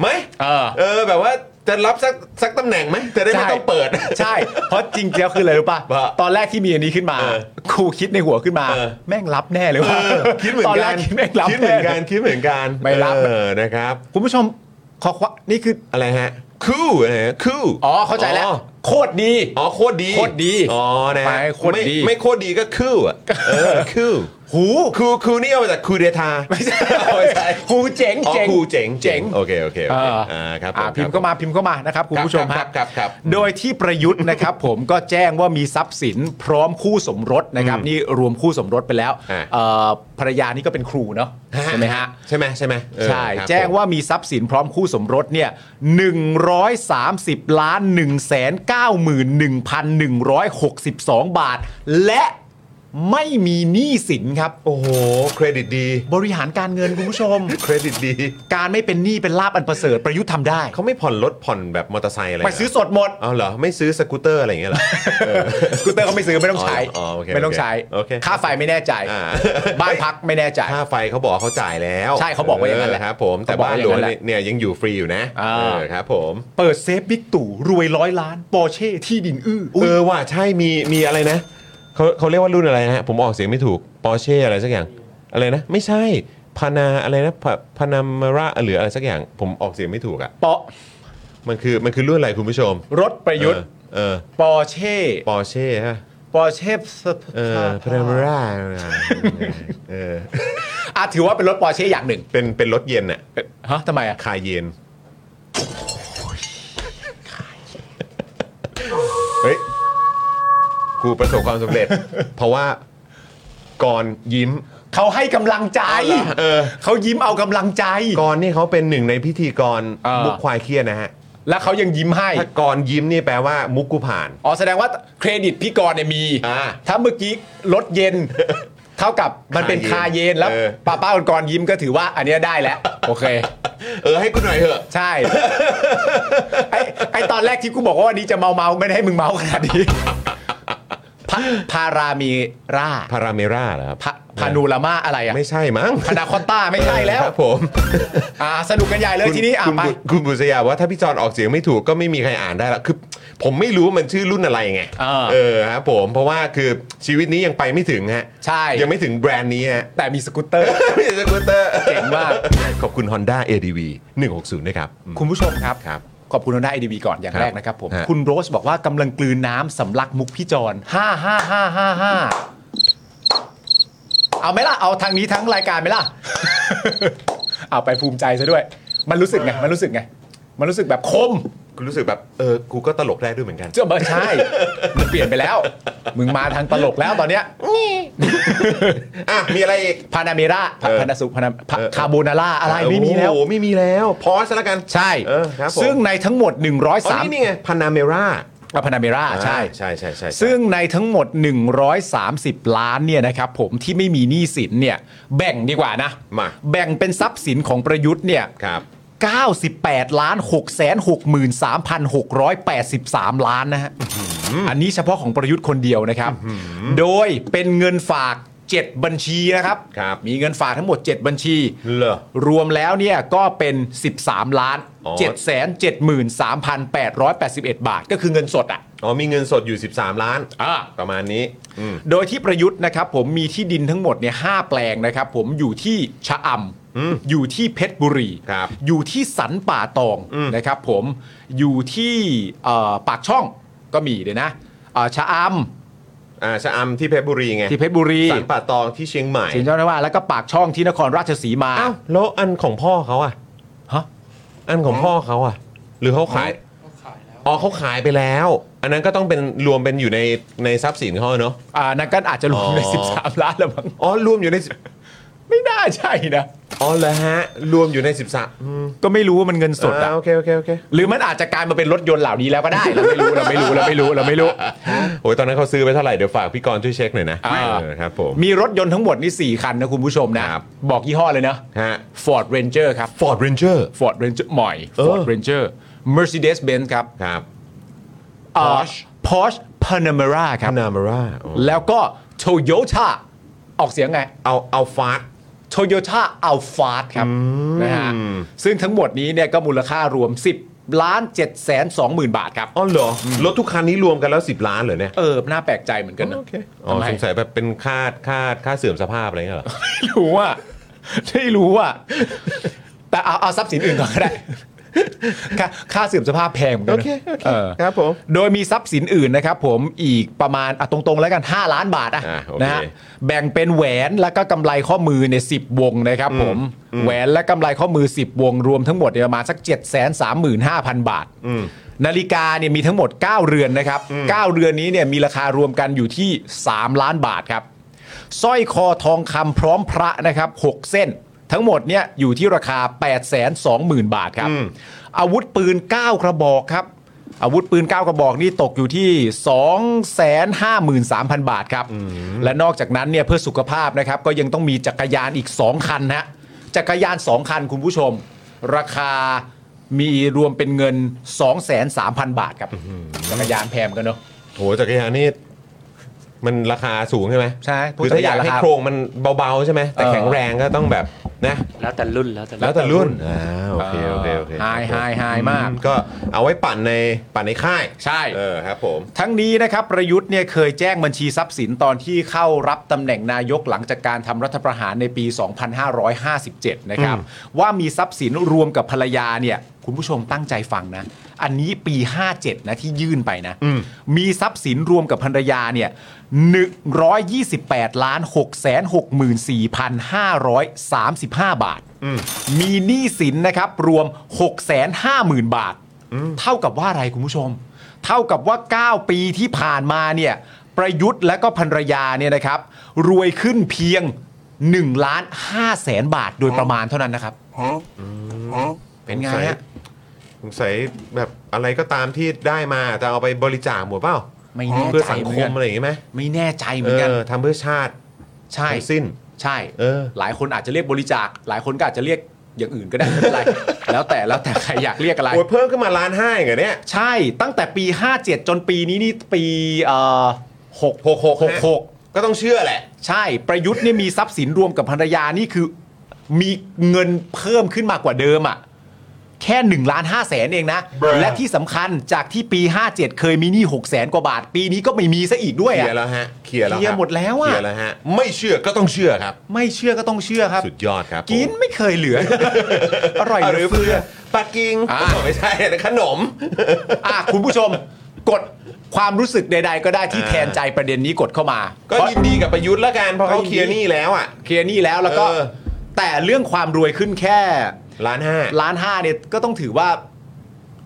S1: ไหม
S2: เออ
S1: เออแบบว่าจะรับสักสักตำแหน่งไหมจะได้ไม่ต้องเปิด
S2: ใช่ใช่ เพราะจริงๆแล้วคืออะไรรู้ป่ะ
S1: ว่า
S2: ตอนแรกที่มีอันนี้ขึ้นมา
S1: เออ
S2: ครูคิดในหัวขึ้นมา
S1: เออ
S2: แม่งรับแน่เลยว่า
S1: เออคิดเหมือน
S2: ตอนแร
S1: กั
S2: ก
S1: น
S2: คิดแม่งรับ
S1: คิดเหมือน
S2: แ
S1: กันคิดเหมือนกัน
S2: ไม่รับ
S1: เออนะครับ
S2: คุณผู้ชมขอควะนี่คือ
S1: อะไรฮะ คู่อะไรฮะคู่
S2: อ๋อเข้าใจแล้ว
S1: อ๋อ
S2: โคตรดี
S1: อ๋อโคตรดี
S2: โคตรดี
S1: อ๋อนะฮะ
S2: ไปโคตรดี
S1: ไม่ไม่โคตรดีก็คู่อ่ะเอ อคู่
S2: หู
S1: คู่คู่นี่เอามาจากคูเดทา
S2: ไม่ใช่
S1: เอาไม่ใช่
S2: หูเจ๋ง
S1: อ๋อ
S2: เจ๋ง
S1: คู่เจ๋ง
S2: เจ๋ง
S1: โอเคโอเคโอเค
S2: เอออ่
S1: ่าครับผ
S2: อ่าพิมพ์เข้ามาพิมพ์เข้ามานะครับคุณผู้ชม
S1: ค
S2: ฮะ
S1: รับครับครับ
S2: โดยที่ประยุทธ์นะครับ ผมก็แจ้งว่ามีทรัพย์สินพร้อมคู่สมรสนะครับ นี่รวมคู่สมรสไปแล้ว
S1: อ่า
S2: เอ่อภรรยานี่ก็เป็นครูเนาะใช่ไหมฮะ
S1: ใช่ไหมใช่ไหมเออ
S2: ใช่
S1: ครับ
S2: แจ้ง
S1: ผม
S2: ว่ามีทรัพย์สินพร้อมคู่สมรสเนี่ย130ล้าน1 9 1 1 6 2 บาท และไม่มีหนี้สินครับ
S1: โอ้โหเครดิตดี
S2: บริหารการเงินคุณผู้ชม
S1: เครดิตดี
S2: การไม่เป็นหนี้เป็นลาบอันประเสริฐประยุทธ์ทำได้
S1: เขาไม่ผ่อนรถผ่อนแบบมอเตอร์ไซค์อะไร
S2: ไปซื้อสดหมด
S1: เอาเหรอไม่ซื้อสกูตเตอร์อะไรอย่างเงี้ยเหรอ
S2: สกูเตอร์เขาไม่ซื้อไม่ต้องใช้
S1: อ๋อโอเค
S2: ไม่ต้องใช้
S1: โอเค
S2: ค่าไฟไม่แน่ใจ
S1: อ่า
S2: บ้านพักไม่แน่ใจ
S1: ค่าไฟเขาบอกเขาจ่ายแล้ว
S2: ใช่เขาบอกว่าอย่างนั้นแหละ
S1: ครับผมแต่
S2: เขาบอก
S1: บ้าน
S2: ว่าอ
S1: หลว
S2: ย่าง
S1: ง
S2: นั้นแหละ
S1: เนี่ยยังอยู่ฟรีอยู่นะ
S2: อ่า
S1: เออครับผม
S2: เปิดเซฟบิ๊กตู่รวยร้อยล้านปอร์เช่ที่ดินอื้ออุ๊ย
S1: เออว่าใช่มีมีอะไรนะเขาเขาเรียกว่ารุ่นอะไรนะฮะผมออกเสียงไม่ถูกปอร์เช่อะไรสักอย่างอะไรนะ ไม่ใช่ พานาอะไรนะพะพานามาระหรืออะไรสักอย่างผมออกเสียงไม่ถูกอ่ะ
S2: เปาะ
S1: มันคือมันคือรุ่นอะไรคุณผู้ชม
S2: รถประยุทธ์
S1: เออ
S2: ปอร์เช่
S1: ปอร์เช่ฮะ
S2: ปอร์เช่
S1: เออพานามาร่าเออ
S2: อ่ะถือว่าเป็นรถปอร์เช่อย่างหนึ่ง
S1: เป็นเป็นรถเย็นอ่ะ
S2: เป็นฮะทำไมอ่ะ
S1: คาเย็นเฮ้ยกูประสบความสำเร็จ เพราะว่าก่อนยิ้ม
S2: เขาให้กำลังใจ
S1: เออ
S2: เขายิ้มเอากำลังใจ
S1: กรณ์นี่เขาเป็นหนึ่งในพิธีกร
S2: เออ
S1: มุกควายเครียดนะฮะ
S2: แล้วเขายังยิ้มให้
S1: ถ้ากรณ์ยิ้มนี่แปลว่ามุกกูผ่าน
S2: อ๋อแสดงว่าเครดิตพี่กรณ์เนี่ยมี
S1: อ่า
S2: ถ้าเมื่อกี้รถเย็น เท่ากับมันเป็นคา
S1: คาเย็
S2: เย็น
S1: น
S2: แล้ว
S1: เออ
S2: ป้าป้าก่อนก่อนยิ้มก็ถือว่าอันเนี้ยได้แล้ว โอเค
S1: เออให้กูหน่อยเถอะ
S2: ใช่ ไอ้ไอตอนแรกที่กูบอกว่าวันนี้จะเมาเมาๆไม่ได้ให้มึงเมาขนาด นี้พะพารามีรา
S1: พาราเมราเหรอครับ
S2: พะพานูรามาอะไรอ่ะ
S1: ไม่ใช่มั้ง
S2: พานาคอตต้าไม่ใช่แล้ว
S1: ครับผม
S2: อ่า สนุกกันใหญ่เลย
S1: คุณ
S2: ทีนี้อ่ะ
S1: คุณ
S2: ไป
S1: บุคุณบุษยาว่าถ้าพี่จอนออกเสียงไม่ถูกก็ไม่มีใครอ่านได้ละคือผมไม่รู้ว่ามันชื่อรุ่นอะไรไง
S2: เออ
S1: อครับผมเพราะว่าคือชีวิตนี้ยังไปไม่ถึงฮะ
S2: ใช่
S1: ยังไม่ถึงแบรนด์นี้ฮะ
S2: แต่มีสกูตเตอร์
S1: พี่สกูตเตอร์
S2: เจ๋งมาก
S1: ขอบคุณ Honda ADV 160ด้วยครับอืม
S2: คุณผู้ชมครับ
S1: ครับ
S2: ขอบคุณได้ไอดีบีก่อนอย่าง
S1: ครับ
S2: แรกนะครับผม
S1: ฮะ
S2: คุณโรสบอกว่ากำลังกลืนน้ำสำลักมุกพี่จอนห้าห้าห้าห้าห้าเอาไหมล่ะ เอาทางนี้ทั้งรายการไหมล่ะ เอาไปภูมิใจซะด้วย มันรู้สึกไง มันรู้สึกไง มันรู้สึกแบบคม
S1: กูรู้สึกแบบเออกูก็ตลกได้ด้วยเหมือนกัน
S2: เจ้าเบอร์ใช่ มันเปลี่ยนไปแล้ว มึงมาทางตลกแล้วตอนเนี้ย
S1: อ่ะ มีอะไรอีก
S2: พานาเมรา
S1: เออ
S2: พานาสุพานาพะ
S1: เออ
S2: คาโบนาร่าอะไรไม่มีแล้ว
S1: โอ้โหไม่มีแล้วพอสแล้วกัน
S2: ใช่
S1: เออครับผม
S2: ซึ่งในทั้งหมด
S1: อ๋อนี่
S2: 103
S1: นี่ไงพานาเมรา
S2: พานาเมราใช่
S1: ใช่ใช่ใช่ใช่
S2: ซึ่งในทั้งหมด 130 ล้านเนี่ยนะครับผมที่ไม่มีหนี้สินเนี่ยแบ่งดีกว่านะ
S1: มา
S2: แบ่งเป็นทรัพย์สินของประยุทธ์เนี่ย
S1: ครับ
S2: 98ล้าน6 6 3 6 8 3 ล้านนะฮะ อันนี้เฉพาะของประยุทธ์คนเดียวนะครับ โดยเป็นเงินฝาก 7 บัญชีนะครับ
S1: ครับ
S2: มีเงินฝากทั้งหมด 7 บัญชี
S1: เหรอ
S2: รวมแล้วเนี่ยก็เป็น 13 ล้าน
S1: อ๋อ
S2: 7 7 3 8 8 1 บาท ก็คือเงินสดอ่ะ
S1: อ๋อมีเงินสดอยู่ 13 ล้าน
S2: อ่า
S1: ประมาณนี้อืม
S2: โดยที่ประยุทธ์นะครับผมมีที่ดินทั้งหมดเนี่ยหาแปลงนะครับผมอยู่ที่ชะอ
S1: อืม
S2: ำอยู่ที่เพชรบุรี
S1: ครับ
S2: อยู่ที่สันป่าตอง
S1: อืม
S2: นะครับผมอยู่ที่เอ่อปากช่องก็มีเลยนะเอ่อชะอ
S1: อ่าชะอำที่เพชรบุรีไง
S2: ำที่เพชรบุรี
S1: สันป่าตองที่เชียงใหม่
S2: สินเจ้าหน้าว่าแล้วก็ปากช่องที่นครราชสีมา
S1: อ้าวแล้วอันของพ่อเขาอ่ะ
S2: ฮะ
S1: อันของพ่อเขาอ่ะ หรือเขาขายอ๋อเขาขายไปแล้ว อันนั้นก็ต้องเป็นรวมเป็นอยู่ในในทรัพย์สินเขาเนอะ
S2: อ่านั่นก็อาจจะรวมใน 13 ล้านแล้วมั้ง
S1: อ๋อรวมอยู่ในสิบ
S2: ไม่น่าใช่นะ
S1: อ๋อเหรอฮะ รวมอยู่ใน 13อืม
S2: ก็ไม่รู้ว่ามันเงินสด
S1: อ่า
S2: อะ
S1: โอเคโอเคโอเค
S2: หรือมันอาจจะกลายมาเป็นรถยนต์เหล่านี้แล้วก็ได้เราไม่รู้เราไม่รู้เราไม่รู้เราไม่รู้
S1: โอ้ยตอนนั้นเขาซื้อไปเท่าไหร่ เดี๋ยวฝากพี่กรณ์ช่วยเช็คหน่อยนะ
S2: อ่า
S1: เออครับผม
S2: มีรถยนต์ทั้งหมดนี่ 4 คันนะคุณผู้ชมนะ
S1: ครับ
S2: บอกยี่ห้อเลยนะ
S1: ฮะ
S2: Ford Ranger ครับ
S1: Ford Ranger
S2: Ford Ranger หม่อย
S1: เออ
S2: Ford Ranger Mercedes Benz ครับ
S1: ครับ
S2: Porsche Porsche Panamera ครับ
S1: Panamera อ๋อ
S2: แล้วก็ Toyota ออกเสียงไง
S1: เอาเอาฟาส
S2: Toyota Alphard ครับนะฮะซึ่งทั้งหมดนี้เนี่ยก็มูลค่ารวม 10ล้าน7แสน2หมื่นบาทครับ
S1: อ๋อเหรออรถทุกคันนี้รวมกันแล้ว 10 ล้านเหรอเนี่ย
S2: เออ น่าแปลกใจเหมือนกันนะ
S1: อ๋อ
S2: ทำไม
S1: สงสัยแบบเป็นคาดคาดค่าเสื่อมสภาพอะไรเงี้ยเหรอ
S2: ไม่รู้ว่าไม่รู้ว่า แต่เอาเอาทรัพย์สินอื่นก่อนก็ได้ค่าค่าเสื่อมสภาพแพงหมืนกันนะเออ
S1: ครับผม
S2: โดยมีทรัพย์สินอื่นนะครับผมอีกประมาณอ่ะตรงๆ แล้วกัน 5 ล้านบาทอ่ะ
S1: อ่ะโอเค
S2: นะฮะแบ่งเป็นแหวนแล้วก็กำไรข้อมือในย10 วงนะครับผมแหวนและกำไรข้อมือ 10 วง รวมทั้งหมดเนี่ยประมาณสัก 7 3 5 0 0 0 บาท นาฬิกาเนี่ยมีทั้งหมด 9 เรือนนะครับ 9 เรือนนี้เนี่ยมีราคารวมกันอยู่ที่ 3 ล้านบาทครับสร้อยคอทองคำพร้อมพระนะครับ 6 เส้น ทั้งหมดเนี่ยอยู่ที่ราคา 8 2 0 0 0 0 บาทครับ อาวุธปืน 9 กระบอกครับ อาวุธปืน 9 กระบอกนี่ตกอยู่ที่ 253,000 บาทครับ และนอกจากนั้นเนี่ยเพื่อสุขภาพนะครับ ก็ยังต้องมีจักรยานอีก 2 คันนะฮะจักรยาน 2 คันคุณผู้ชม ราคามีรวมเป็นเงิน 203,000 บาทครับ จักรยานแพงกันเนอะ
S1: โหจักรยานนี่มันราคาสูงใช่ไหม
S2: ใช่พวก
S1: คือ
S2: จั
S1: ถ้าร อ
S2: กาย
S1: ยาน กให้
S2: ราคา
S1: โครงมันเบาๆใช่ไหมแต่
S2: เออ
S1: แข็งแรงก็ต้องแบบ นะ
S3: แล้วแต่รุ่นแล้วแต่
S1: แล้วแต่รุ่นอ่าโอเคโอเคโอเค
S2: ไฮไฮไฮมาก
S1: อืก็เอาไว้ปั่นในปั่นในค่าย
S2: ใช่
S1: เออครับผม
S2: ทั้งนี้นะครับ ประยุทธ์เนี่ยเคยแจ้งบัญชีทรัพย์สินตอนที่เข้ารับตำแหน่งนายกหลังจากการทำรัฐประหารในปี 2557 นะครับ ว่ามีทรัพย์สินรวมกับภรรยาเนี่ย คุณผู้ชมตั้งใจฟังนะ อันนี้ปี 57 นะที่ยื่นไปนะ มีทรัพย์สินรวมกับภรรยาเนี่ย 128ล้าน664,535 บาท มีหนี้สินนะครับรวม 650,000 บาท เท่ากับว่าอะไรคุณผู้ชม เท่ากับว่า 9 ปีที่ผ่านมาเนี่ยประยุทธ์และก็ภรรยาเนี่ยนะครับ รวยขึ้นเพียง1ล้าน5แสนบาทโดยประมาณเท่านั้นนะครับ เป็นไงฮะ
S1: สงสัยแบบอะไรก็ตามที่ได้มาจะเอาไปบริจาคหมดเปล่า
S2: ไม่แน่
S1: เพื่อ
S2: ใจ
S1: สัง
S2: เห
S1: ค
S2: มือนกั
S1: ม
S2: น
S1: อะไรอย่างงี้ไหม
S2: ไม่แน่ใจเหมื
S1: เอ
S2: อนกัน
S1: อทำเพื่อชาติ
S2: ใช่
S1: ทั้งสิ้น
S2: ใช่
S1: เออ
S2: หลายคนอาจจะเรียกบริจาค หลายคนก็อาจจะเรียกอย่างอื่นก็ได้ไม่ เป็นไร แล้วแต่แล้วแต่ใครอยากเรียกอะไร
S1: โอ้ยเพิ่มขึ้นมาล้านห้าอย่างเนี่ย
S2: ใช่ตั้งแต่ปี 57 จนปีนี้นี่ปีเอ่อหกหกหกหกหก
S1: ก็ต้องเชื่อแหละ
S2: ใช่ประยุทธ์เนี่ยมีทรัพย์สินรวมกับภรรยานี่คือมีเงินเพิ่มขึ้นมากว่าเดิมอะ่ะแค่1ล้าน5แสนเองนะ
S1: Bruh
S2: และที่สำคัญจากที่ปี 57 เคยมีหนี้6แสนกว่าบาท ปีนี้ก็ไม่มีซะอีกด้วย
S1: เคลียร์
S2: อะ่ะ
S1: แล้วฮะเคลียร์แล้ว
S2: เคลียร์
S1: บ
S2: หมดแล้วอะ
S1: เคลียร์แล้วฮะไม่เชื่อก็ต้องเชื่อครับ
S2: ไม่เชื่อก็ต้องเชื่อครับ
S1: สุดยอดครับ
S2: กินไม่เคยเหลือ อร่อย
S1: เอา
S2: เห
S1: ห
S2: ลื
S1: รืออ
S2: เฟื
S1: เพื่
S2: อ
S1: อปักกิ่ง
S2: อ่า
S1: ไม่ใช่นะขนม
S2: อ่ะคุณผู้ชม กดความรู้สึกใดๆ ก็ได้ที่แทนใจประเด็นนี้กดเข้ามา
S1: ก็
S2: เพราะ
S1: ยินดีกับประยุทธ์แล้วกันเพราะ
S2: ก็
S1: เขา
S2: ยินดี
S1: เคลียร์หนี้แล้วอ่ะ
S2: เคลียร์หนี่แล้วแล้วก็
S1: เออ
S2: แต่เรื่องความรวยขึ้นแค่
S1: ล้านห้า
S2: ล้านห้าเนี่ยก็ต้องถือว่า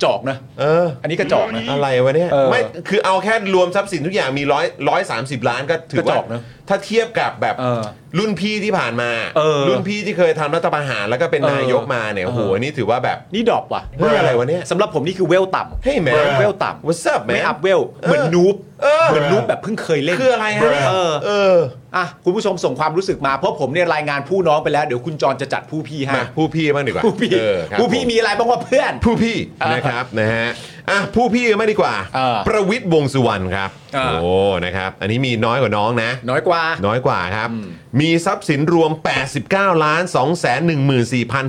S2: จอกนะ
S1: เออ
S2: อันนี้กระจอกนะ
S1: อะไรวะเนี่ย
S2: เออ
S1: ไม่คือเอาแค่รวมทรัพย์สินทุกอย่างมีร้อยร้อยสามสิบล้านก็ถือก
S2: ระจ
S1: ว่า
S2: อกนะ
S1: ถ้าเทียบกับแบบ
S2: เออ
S1: รุ่นพี่ที่ผ่านมา
S2: เออ
S1: รุ่นพี่ที่เคยทำรัฐประหารแล้วก็เป็
S2: เออน
S1: นายกมาเนี่ยโอ้โห
S2: เอออั
S1: นนี่ถือว่าแบบ
S2: นี่ดรอปว่ะ
S1: เฮ้ยอะไรวะเนี่ย
S2: สำหรับผมนี่คือเวลต่ำ
S1: เฮ้ยแมน
S2: เวลต่ำ
S1: what's up
S2: ไม่
S1: man
S2: อัพเวล เหมือนนูบ
S1: เออ
S2: เหมือนนูบแบบเพิ่งเคยเล่น
S1: คืออะไรฮะเนี่ย
S2: เออ
S1: เออ
S2: อ่ะคุณผู้ชมส่งความรู้สึกมาเพราะผมเนี่ยรายงานผู้น้องไปแล้ว เดี๋ยวคุณจรจะจัดผู้พี่ให้
S1: มาผู้พี่บ้างดีกว่า
S2: ผู้พี่
S1: เออครับ
S2: ผู้พี่มีอะไรบ้างว่าเพื่อน
S1: ผู้พี่
S2: เออ
S1: นะครับนะฮะอ่ะผู้พี่กันไม่ดีกว่า
S2: เออ
S1: ประวิทย์วงษ์สุวรรณครับ
S2: เออ
S1: โอ้นะครับอันนี้มีน้อยกว่าน้องนะ
S2: น้อยกว่า
S1: น้อยกว่าครับ มีทรัพย์สินรวม 89 ล้าน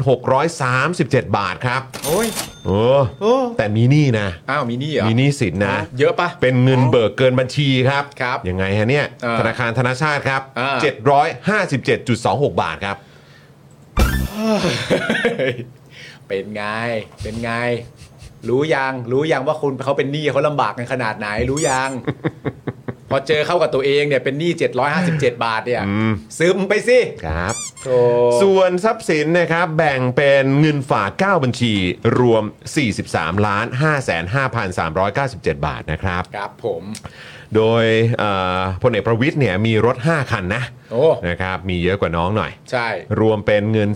S1: 214,637 บาทครับ
S2: โอ้ย
S1: โอ้
S2: โอ้
S1: แต่มีหนี้นะ
S2: อ้าวมีหนี่เหรอ
S1: มีหนี้สินนะ
S2: เยอะปะ
S1: เป็นเงินเบิกเกินบัญชีครับ
S2: ครับ
S1: ยังไงฮะเนี่ย
S2: อ่า
S1: ธนาคารธนาชาติครับ
S2: อ่า
S1: 757.26 บาทครับ
S2: เฮ้ย เป็นไง เป็นไง รู้ยัง รู้ยังว่าคุณเขาเป็นหนี้เขาลำบากกันขนาดไหน รู้ยัง พอเจอเข้ากับตัวเองเนี่ยเป็นหนี้ 757 บาทเนี่ยซึมไปสิ
S1: ครับ
S2: โธ่
S1: ส่วนทรัพย์สินนะครับ แบ่งเป็นเงินฝาก 9 บัญชี รวม 43 ล้าน 55,397 บาทนะครับ
S2: ครับผม
S1: โดยเอ่อพลเอกประวิทย์เนี่ยมีรถ 5 คันนะ
S2: โอ้
S1: นะครับมีเยอะกว่าน้องหน่อย
S2: ใช่
S1: รวมเป็นเงิน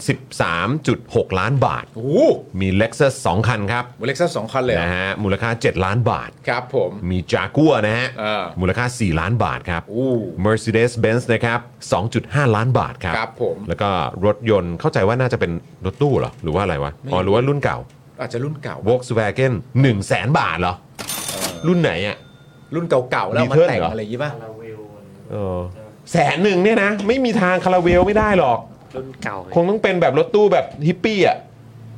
S1: 13.6 ล้านบาท
S2: โอ้โห
S1: มี Lexus 2 คันครับ
S2: เล็กซัสสองคันเลยเหรอ
S1: นะฮะมูลค่า 7 ล้านบาท
S2: ครับผม
S1: มี Jaguar นะฮะ
S2: เออ
S1: มูลค่า 4 ล้านบาทครับ
S2: อู้
S1: Mercedes-Benz นะครับ 2.5 ล้านบาทครับ
S2: ครับผม
S1: แล้วก็รถยนต์เข้าใจว่าน่าจะเป็นรถตู้เหรอ หรือว่าอะไรวะ อ๋อ หรือว่ารุ่นเก่า
S2: อาจจะรุ่นเก่า
S1: Volkswagen 1 0 0 0 0แบาทเหรอ รุ่นไหนอ่ะ
S2: รุ่นเก่าๆแล้วเอามา
S1: Beetle
S2: แต่ง
S1: เหรออ
S2: อะไรอย่างงี้ป่ะ
S3: คาราเวล
S1: เออแสนหนึ่งเนี่ยนะ ไม่มีทางคาราเวลไม่ได้หรอก
S3: รุ่นเก่า
S1: คงต้องเป็นแบบรถตู้แบบฮิปปี้อ่ะ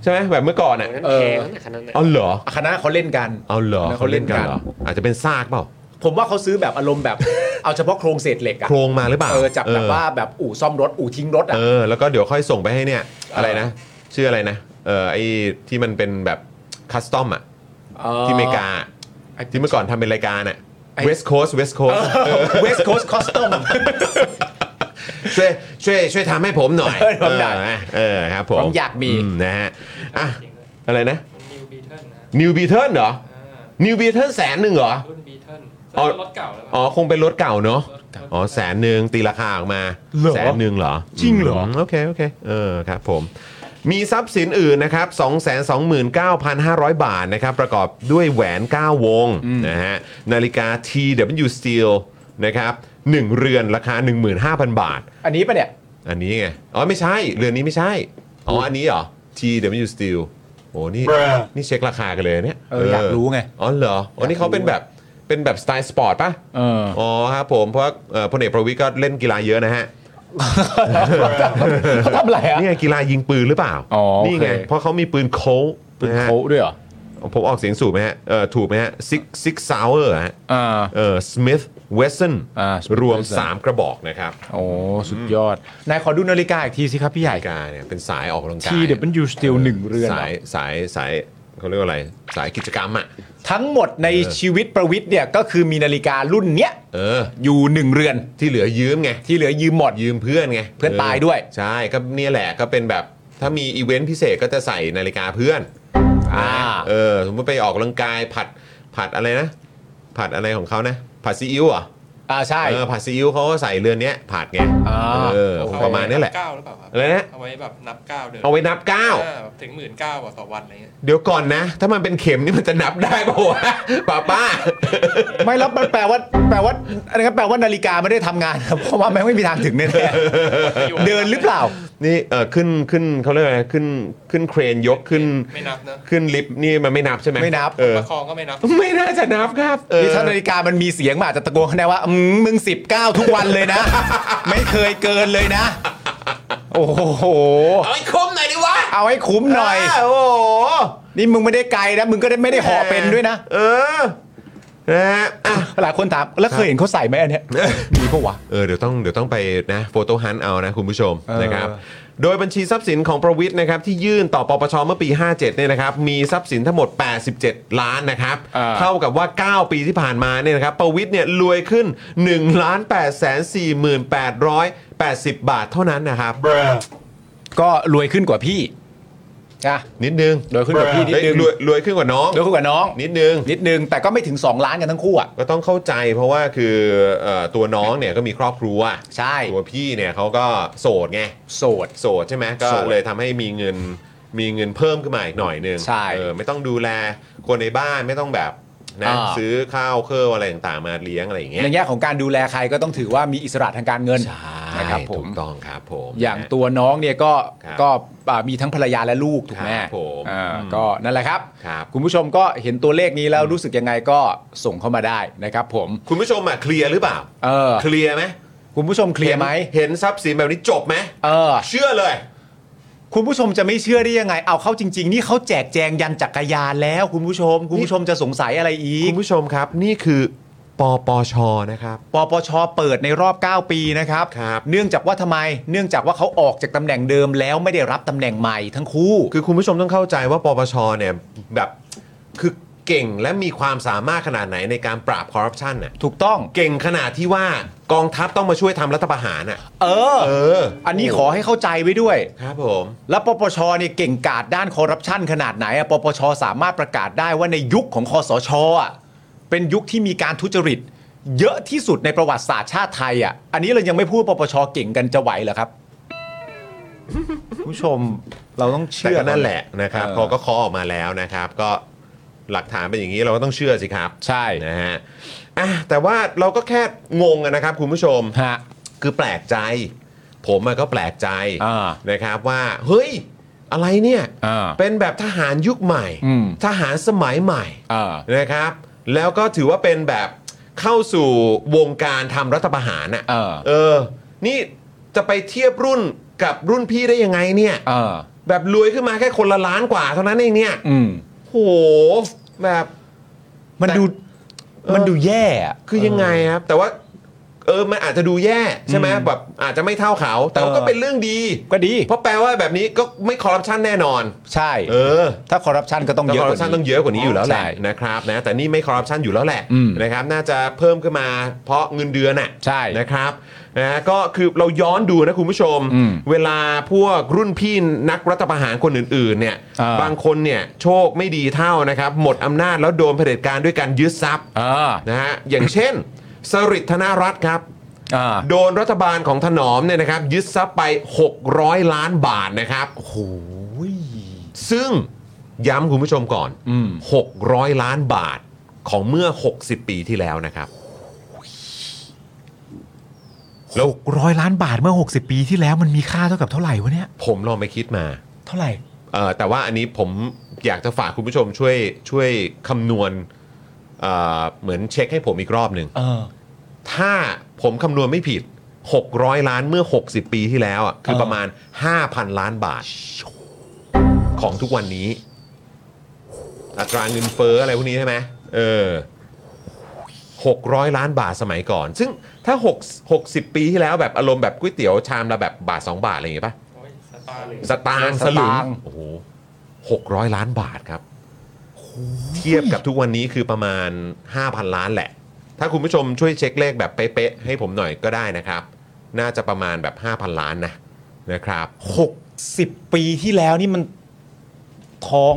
S1: ใช่ไหมแบบเมื่อก่อนอ่ะ
S3: นั้น
S2: เออ
S3: แพงนะขนาดนั้น
S1: เอาเหรอ
S2: คณะเขาเล่นกัน
S1: เอาเหรอ
S2: คณะเขาเล่นกัน
S1: หรออาจจะเป็นซากเปล่า
S2: ผมว่าเขาซื้อแบบอารมณ์แบบ เอาเฉพาะโครงเศษเหล็กอะ
S1: โครงมาหรือเปล่า
S2: เออจับแบบ
S1: เออ
S2: ว่าแบบอู่ซ่อมรถอู่ทิ้งรถอะ
S1: เออ แล้วก็เดี๋ยวค่อยส่งไปให้เนี่ย อะไรนะ ชื่ออะไรนะ เออไอ้ที่มันเป็นแบบคัสตอมอ่ะ ที่อเมริกา
S2: ไอ้
S1: ที่เมื่อก่อนทำเป็นรายการอ่ะ West Coast West Coast
S2: เวสต์โคสต์คอสตอม
S1: ช่วยช่วยช่วยทำให้ผมหน่อย
S2: เออผมหน่อย
S1: เออเออครับผม
S2: ผมอยากมี
S1: อืนะฮะอ่ะอะไรนะ
S5: นิวบีเทิลนะ
S1: New Beetle เหรอ
S5: อ่า
S1: New Beetle แสนหนึ่งเหรอ
S5: รุ่นบีเทิล
S1: อ๋อ
S5: รถเก่าแล้ว
S1: อ๋อ คงเป็นรถเก่าเนอะอ๋อ แสนหนึ่งตีราคาออกมา
S2: เหรอ
S1: แสนหนึ่งเหรอ
S2: จริงเหรอ
S1: มโอเค โอเค เออครับผม มีทรัพย์สินอื่นนะครับ 229,500 บาทนะครับ ประกอบด้วยแหวน 9 วงนะฮะนาฬิกา TW Steel นะครับ 1 เรือนราคา 15,000 บาท
S2: อันนี้ปะเนี่ย
S1: อันนี้ไง อ๋อ ไม่ใช่ เรือนนี้ไม่ใช่ อ๋อ อันนี้เหรอ TW Steel โอ้นี่ นี่เช็คราคากันเลยเนี่ย
S2: เอออยากรู้ไง
S1: อ๋อเหรออ๋อนี่เขาเป็นแบบ เป็นแบบสไตล์สปอร์ตป่ะ
S2: เออ
S1: อ๋อครับผมเพราะว่าเอ่อพลเอกประวิทย์ก็เล่นกีฬาเยอะนะฮะ
S2: เขาทำอะไรอ่ะ
S1: นี่ไงกีฬายิงปืนหรือเปล่า
S2: อ๋อโอเค
S1: นี่ไง เพราะเขามีปืนโค้ง
S2: ปืน
S1: นะฮะ
S2: โคด้วยเหรอ
S1: ผมออกเสียงสูกไหมฮะเออถูกไหมฮะซิกซิกซาวเออร์ฮะ
S2: อ่า
S1: เออสมิธเวสเซน
S2: อ่า Smith
S1: รวม
S2: Wesson
S1: 3 กระบอกนะครับ
S2: โอ้สุดยอดนายขอดูนาฬิกาอีกทีสิครับพี่ใหญ่
S1: นาฬิกาเนี่ยเป็นสายออกกำลังกาย
S2: ทีเดี๋ยวมันยูสติลหนึ่งเรือนเหรอ
S1: สายสายสายเขาเรียกว่าอะไร สายกิจกรรมอ่ะ
S2: ทั้งหมดในชีวิตประวิทย์เนี่ยก็คือมีนาฬิการุ่นเนี้ย
S1: เออ
S2: อยู่หนึ่งเรือน
S1: ที่เหลือยืมไง
S2: ที่เหลือยืมหมด
S1: ยืมเพื่อนไง
S2: เพื่อนตายด้วย
S1: ใช่ก็เนี่ยแหละก็เป็นแบบถ้ามีอีเวนต์พิเศษก็จะใส่นาฬิกาเพื่อน
S2: อ่า
S1: เออสมมติไปออกกำลังกายผัดผัดอะไรนะ ผัดอะไรของเขานะ ผัดซีอิ๊วเหรอ่ะ
S2: อ่าใช่
S1: เออผัดซีอิ๊วเขาก็ใส่เรือนเนี้ยผัดไง
S2: อ่า
S1: เออประมาณนี้แหละ
S5: เก้าหรือเปล่าครับ
S1: อะไรนะ
S5: เอาไว้แบบนับเก้าเดิน
S1: เอาไว้นับก้าว
S5: อ่าถึงหมื่นเก้าต่อวันอะไรเงี้ย
S1: เดี๋ยวก่อนนะ ถ้ามันเป็นเข็มนี่มันจะนับได้ป่าวะป้าป้า
S2: ไม่แล้วมันแปลว่าแปลว่าอะไรก็แปลว่านาฬิกาไม่ได้ทำงานนะเพราะว่าแม่งไม่มีทางถึงแน่ๆเดินหรือเปล่า
S1: นี่เออขึ้นขึ้นเขาเรียกอะไรขึ้นขึ้นเครนยกขึ้น
S5: ไม่นับเนอะ
S1: ขึ้นลิฟต์นี่มันไม่นับใช่ไหม
S2: ไม่นับ
S1: เออ
S5: ประคองก็ไม่นับ
S1: ไม่น่าจะนับครับเออ
S2: นี่ถ้านาฬิกามันมีเสียงมาอาจจะตะโกนเข้าได้ว่าอืมมึงสิบเก้าทุกวันเลยนะ ไม่เคยเกินเลยนะ โอ้โห
S1: เอาไอ้คุ้มหน่อยดิวะ
S2: เอาให้คุ้มหน่อย
S1: าโอ้โห
S2: นี่มึงไม่ได้ไกลนะมึงก็ไม่ได้ห่อเป็นด้วยนะ
S1: เออนะฮะอ่ะ
S2: หลายคนถามแล้วเคยเห็นเขาใส่ไหมอันเนี้ย
S1: เออ
S2: มีปะวะ
S1: เออเดี๋ยวต้องเดี๋ยวต้องไปนะโฟโต้ฮันเอานะคุณผู้ชม
S2: เออ
S1: นะครับโดยบัญชีทรัพย์สินของประวิทย์นะครับที่ยื่นต่อปปชเมื่อปี 57เนี่ยนะครับมีทรัพย์สินทั้งหมด 87 ล้านนะครับเท่ากับว่า 9 ปีที่ผ่านมาเนี่ยนะครับประวิทย์เนี่ยรวยขึ้น1ล้าน8แสน4,880 บาทเท่านั้นนะครับ
S2: ก็รวยขึ้นกว่าพี่อ่ะ
S1: นิดนึง
S2: รวยขึ้นกว่าพี่นิดนึง
S1: เฮ้ยรวยรวยขึ้นกว่าน้อง
S2: รวยขึ้นกว่าน้อง
S1: นิดนึง
S2: นิดนึง แต่ก็ไม่ถึง 2 ล้านกันทั้งคู่อ่ะ
S1: ก็ต้องเข้าใจเพราะว่าคือเอ่อตัวน้องเนี่ยก็มีครอบครัว
S2: ใช่
S1: ตัวพี่เนี่ยเขาก็โสดไง
S2: โสด
S1: โสดใช่ไหมก็
S2: โสด
S1: เลยทำให้มีเงินมีเงินเพิ่มขึ้นมาอีกหน่อยหนึง
S2: ใช่
S1: เออไม่ต้องดูแลคนในบ้านไม่ต้องแบบนะ
S2: อ่า
S1: ซื้อข้าวเครื่องอะไรต่างๆมาเลี้ยงอะไรอย่างเงี้ย
S2: ในแง่ของการดูแลใครก็ต้องถือว่ามีอิสระทางการเงินนะครับผ
S1: ถู
S2: ม
S1: กต้องครับผม
S2: อย่างตัวน้องเนี่ยก็
S1: ครับ
S2: ก็อ่ามีทั้งภรรยาและลูกถูกไหม
S1: ครับผม
S2: อ่าก็นั่นแหละครับ
S1: ครับ
S2: คุณผู้ชมก็เห็นตัวเลขนี้แล้วรู้สึกยังไงก็ส่งเข้ามาได้นะครับผม
S1: คุณผู้ชมอะเคลียร์หรือเปล่า
S2: เออ
S1: เคลียร์ไหม
S2: คุณผู้ชมเคลียร์ไหม
S1: เห็นทรัพย์สินแบบนี้จบไหม
S2: เออ
S1: เชื่อเลย
S2: คุณผู้ชมจะไม่เชื่อได้ยังไง เอาเข้าจริง ๆ นี่เขาแจกแจงยันจักรยานแล้ว คุณผู้ชม คุณผู้ชมจะสงสัยอะไรอีก
S1: คุณผู้ชมครับนี่คือปปชนะครับ
S2: ปปชเปิดในรอบ 9 ปีนะครับ
S1: ครับ
S2: เนื่องจากว่าทำไม เนื่องจากว่าเขาออกจากตำแหน่งเดิมแล้วไม่ได้รับตำแหน่งใหม่ทั้งคู่
S1: คือคุณผู้ชมต้องเข้าใจว่าปปชเนี่ยแบบคือเก่งและมีความสามารถขนาดไหนในการปราบคอร์รัปชันน่ะ
S2: ถูกต้อง
S1: เก่งขนาดที่ว่ากองทัพต้องมาช่วยทำรัฐประหารน่ะ
S2: เออ
S1: เออ
S2: อันนี้ขอให้เข้าใจไว้ด้วย
S1: ครับผม
S2: แล้วปปชเนี่ยเก่งกาจด้านคอร์รัปชันขนาดไหนอะปปชสามารถประกาศได้ว่าในยุคของคอสชอะเป็นยุคที่มีการทุจริต เยอะที่สุดในประวัติศาสตร์ชาติไทยอ่ะ อันนี้เรายังไม่พูดปปชเก่งกันจะไหวเหรอครับ ผู้ชมเราต้อง
S1: แต่
S2: เชื่อ
S1: ก็นั่นแหละนะครับ
S2: เออ
S1: พอก็เคอออกมาแล้วนะครับ ก็หลักฐานเป็นอย่างนี้เราก็ต้องเชื่อสิครับ
S2: ใช่
S1: นะฮะอ่ะแต่ว่าเราก็แค่งงอะนะครับ คุณผู้ชม
S2: ฮะ
S1: คือแปลกใจ ผมอะก็แปลกใจ
S2: อ่า
S1: นะครับว่า เฮ้ย อะไรเนี่ย
S2: อ่า
S1: เป็นแบบทหารยุคใหม่
S2: อืม
S1: ทหารสมัยใหม่
S2: อ่า
S1: นะครับ แล้วก็ถือว่าเป็นแบบเข้าสู่วงการทำรัฐประหารน่ะ
S2: เออ
S1: เออ นี่จะไปเทียบรุ่นกับรุ่นพี่ได้ยังไงเนี่ย
S2: เออ
S1: แบบรวยขึ้นมาแค่คนละล้านกว่าเท่านั้นเองเนี่ย
S2: อืม
S1: โหแบบ
S2: มันดูมันดูแย่อะ
S1: คือยังไงครับ แต่ว่า เออมันอาจจะดูแย่ใช่ไหมแบบอาจจะไม่เท่าเขา แต่ว่าก็เป็นเรื่องดี
S2: ก็ดี
S1: เพราะแปลว่าแบบนี้ก็ไม่คอร์รัปชันแน่นอน
S2: ใช่
S1: เออ
S2: ถ้าคอร์รัปชันก็ต้อง
S1: แต่
S2: เย
S1: ค
S2: อะ
S1: อร์
S2: ก
S1: รัป
S2: ว่า
S1: ชัน
S2: นี้
S1: ต้องเยอะกว่านี้อยู่แล้วแหละ
S2: ใช่
S1: นะครับนะ แต่นี่ไม่คอร์รัปชันอยู่แล้วแหละ
S2: อืม
S1: นะครับ น่าจะเพิ่มขึ้นมาเพราะเงินเดือนน่ะ
S2: ใช่
S1: นะครับนะก็คือเราย้อนดูนะคุณผู้ชม
S2: อืม
S1: เวลาพวกรุ่นพี่นักรัฐประหารคนอื่นๆ เนี่ย
S2: อ่า
S1: บางคนเนี่ยโชคไม่ดีเท่านะครับ หมดอำนาจแล้วโดนเผด็จการด้วยการยึดทรัพย์
S2: อ่า
S1: นะฮะอย่างเช่น สริทธนรัตน์ครับ
S2: อ่า
S1: โดนรัฐบาลของถนอมเนี่ยนะครับ ยึดทรัพย์ไป 600 ล้านบาทนะครับโอ้โหซึ่งย้ำคุณผู้ชมก่อน 600 ล้านบาทของเมื่อ 60 ปีที่แล้วนะครับ
S2: หกร้อยล้านบาทเมื่อ 60 ปีที่แล้วมันมีค่าเท่ากับเท่าไหร่วะเนี่ย
S1: ผมลองไปคิดมา
S2: เท่าไหร่
S1: เออแต่ว่าอันนี้ผมอยากจะฝากคุณผู้ชมช่วยช่วยคำนวณเอ่อเหมือนเช็คให้ผมอีกรอบหนึ่ง
S2: เออ
S1: ถ้าผมคำนวณไม่ผิด 600 ล้านเมื่อ 60 ปีที่แล้วอ่ะคือประมาณ 5,000 ล้านบาท ของทุกวันนี้ อัตราเงินเฟ้ออะไรพวกนี้ใช่ไหมเออ 600 ล้านบาทสมัยก่อน ซึ่งถ้า6 60 ปีที่แล้วแบบอารมณ์แบบก๋วยเตี๋ยวชามละแบบบาท 2 บาท อะไรอย่างเงี้ยป่ะ
S5: โอ้ยสตาร์เลย
S1: สตางค์ส
S2: ส
S1: ลึง
S2: ตางค์
S1: โอ้โหหกร้อยล้านบาทครับ เทียบกับทุกวันนี้คือประมาณ 5,000 ล้านแหละ ถ้าคุณผู้ชมช่วยเช็คเลขแบบเป๊ะๆให้ผมหน่อยก็ได้นะครับ น่าจะประมาณแบบ 5,000 ล้านนะนะครับ
S2: หกสิบปีที่แล้วนี่มันทอง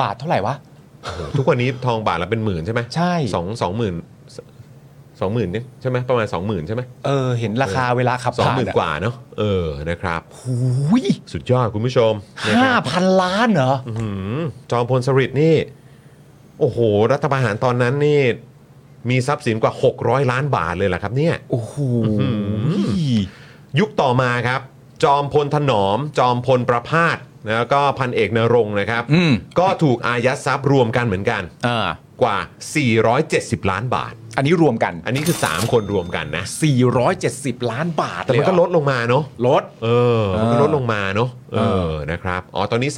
S2: บาทเท่าไหร่วะ
S1: ทุกวันนี้ทองบาทละเป็นหมื่นใช่ไหม
S2: ใช่
S1: สองสองหมื่นสองหมื่นเนี่ยใช่ไหมประมาณสองหมื่นใช่ไหม
S2: เออ เห็นราคาเวลาขับ
S1: สอง
S2: ผ่า
S1: ห
S2: น
S1: มื่น
S2: อะ
S1: กว่าเนาะเออนะครับ
S2: หูย
S1: สุดยอดคุณผู้ชมนะค
S2: ห้า
S1: รับ
S2: พันล้านเหรอ
S1: อื้อหือจอมพลสฤษดิ์นี่ โอ้โห รัฐประหารตอนนั้นนี่ มีทรัพย์สินกว่า 600 ล้านบาทเลยล่ะครับเนี่ย
S2: โอ้โห
S1: ยุคต่อมาครับ จอมพลถนอม จอมพลประพาสแล้วก็พันเอกนรงค์นะครับ
S2: อืม
S1: ก็ถูกอายัดทรัพย์รวมกันเหมือนกัน
S2: อ่าก
S1: ว่า 470 ล้านบาท
S2: อันนี้รวมกัน
S1: อันนี้คือ 3 คนรวมกันนะ
S2: 470 ล้านบาท
S1: แต่มันก็ลดลงมาเนาะ
S2: ลด
S1: เออ มันก็
S2: เออ
S1: ลดลงมาเนาะ เอ
S2: เออ
S1: อ นะครับ อ๋อ ตอนนี้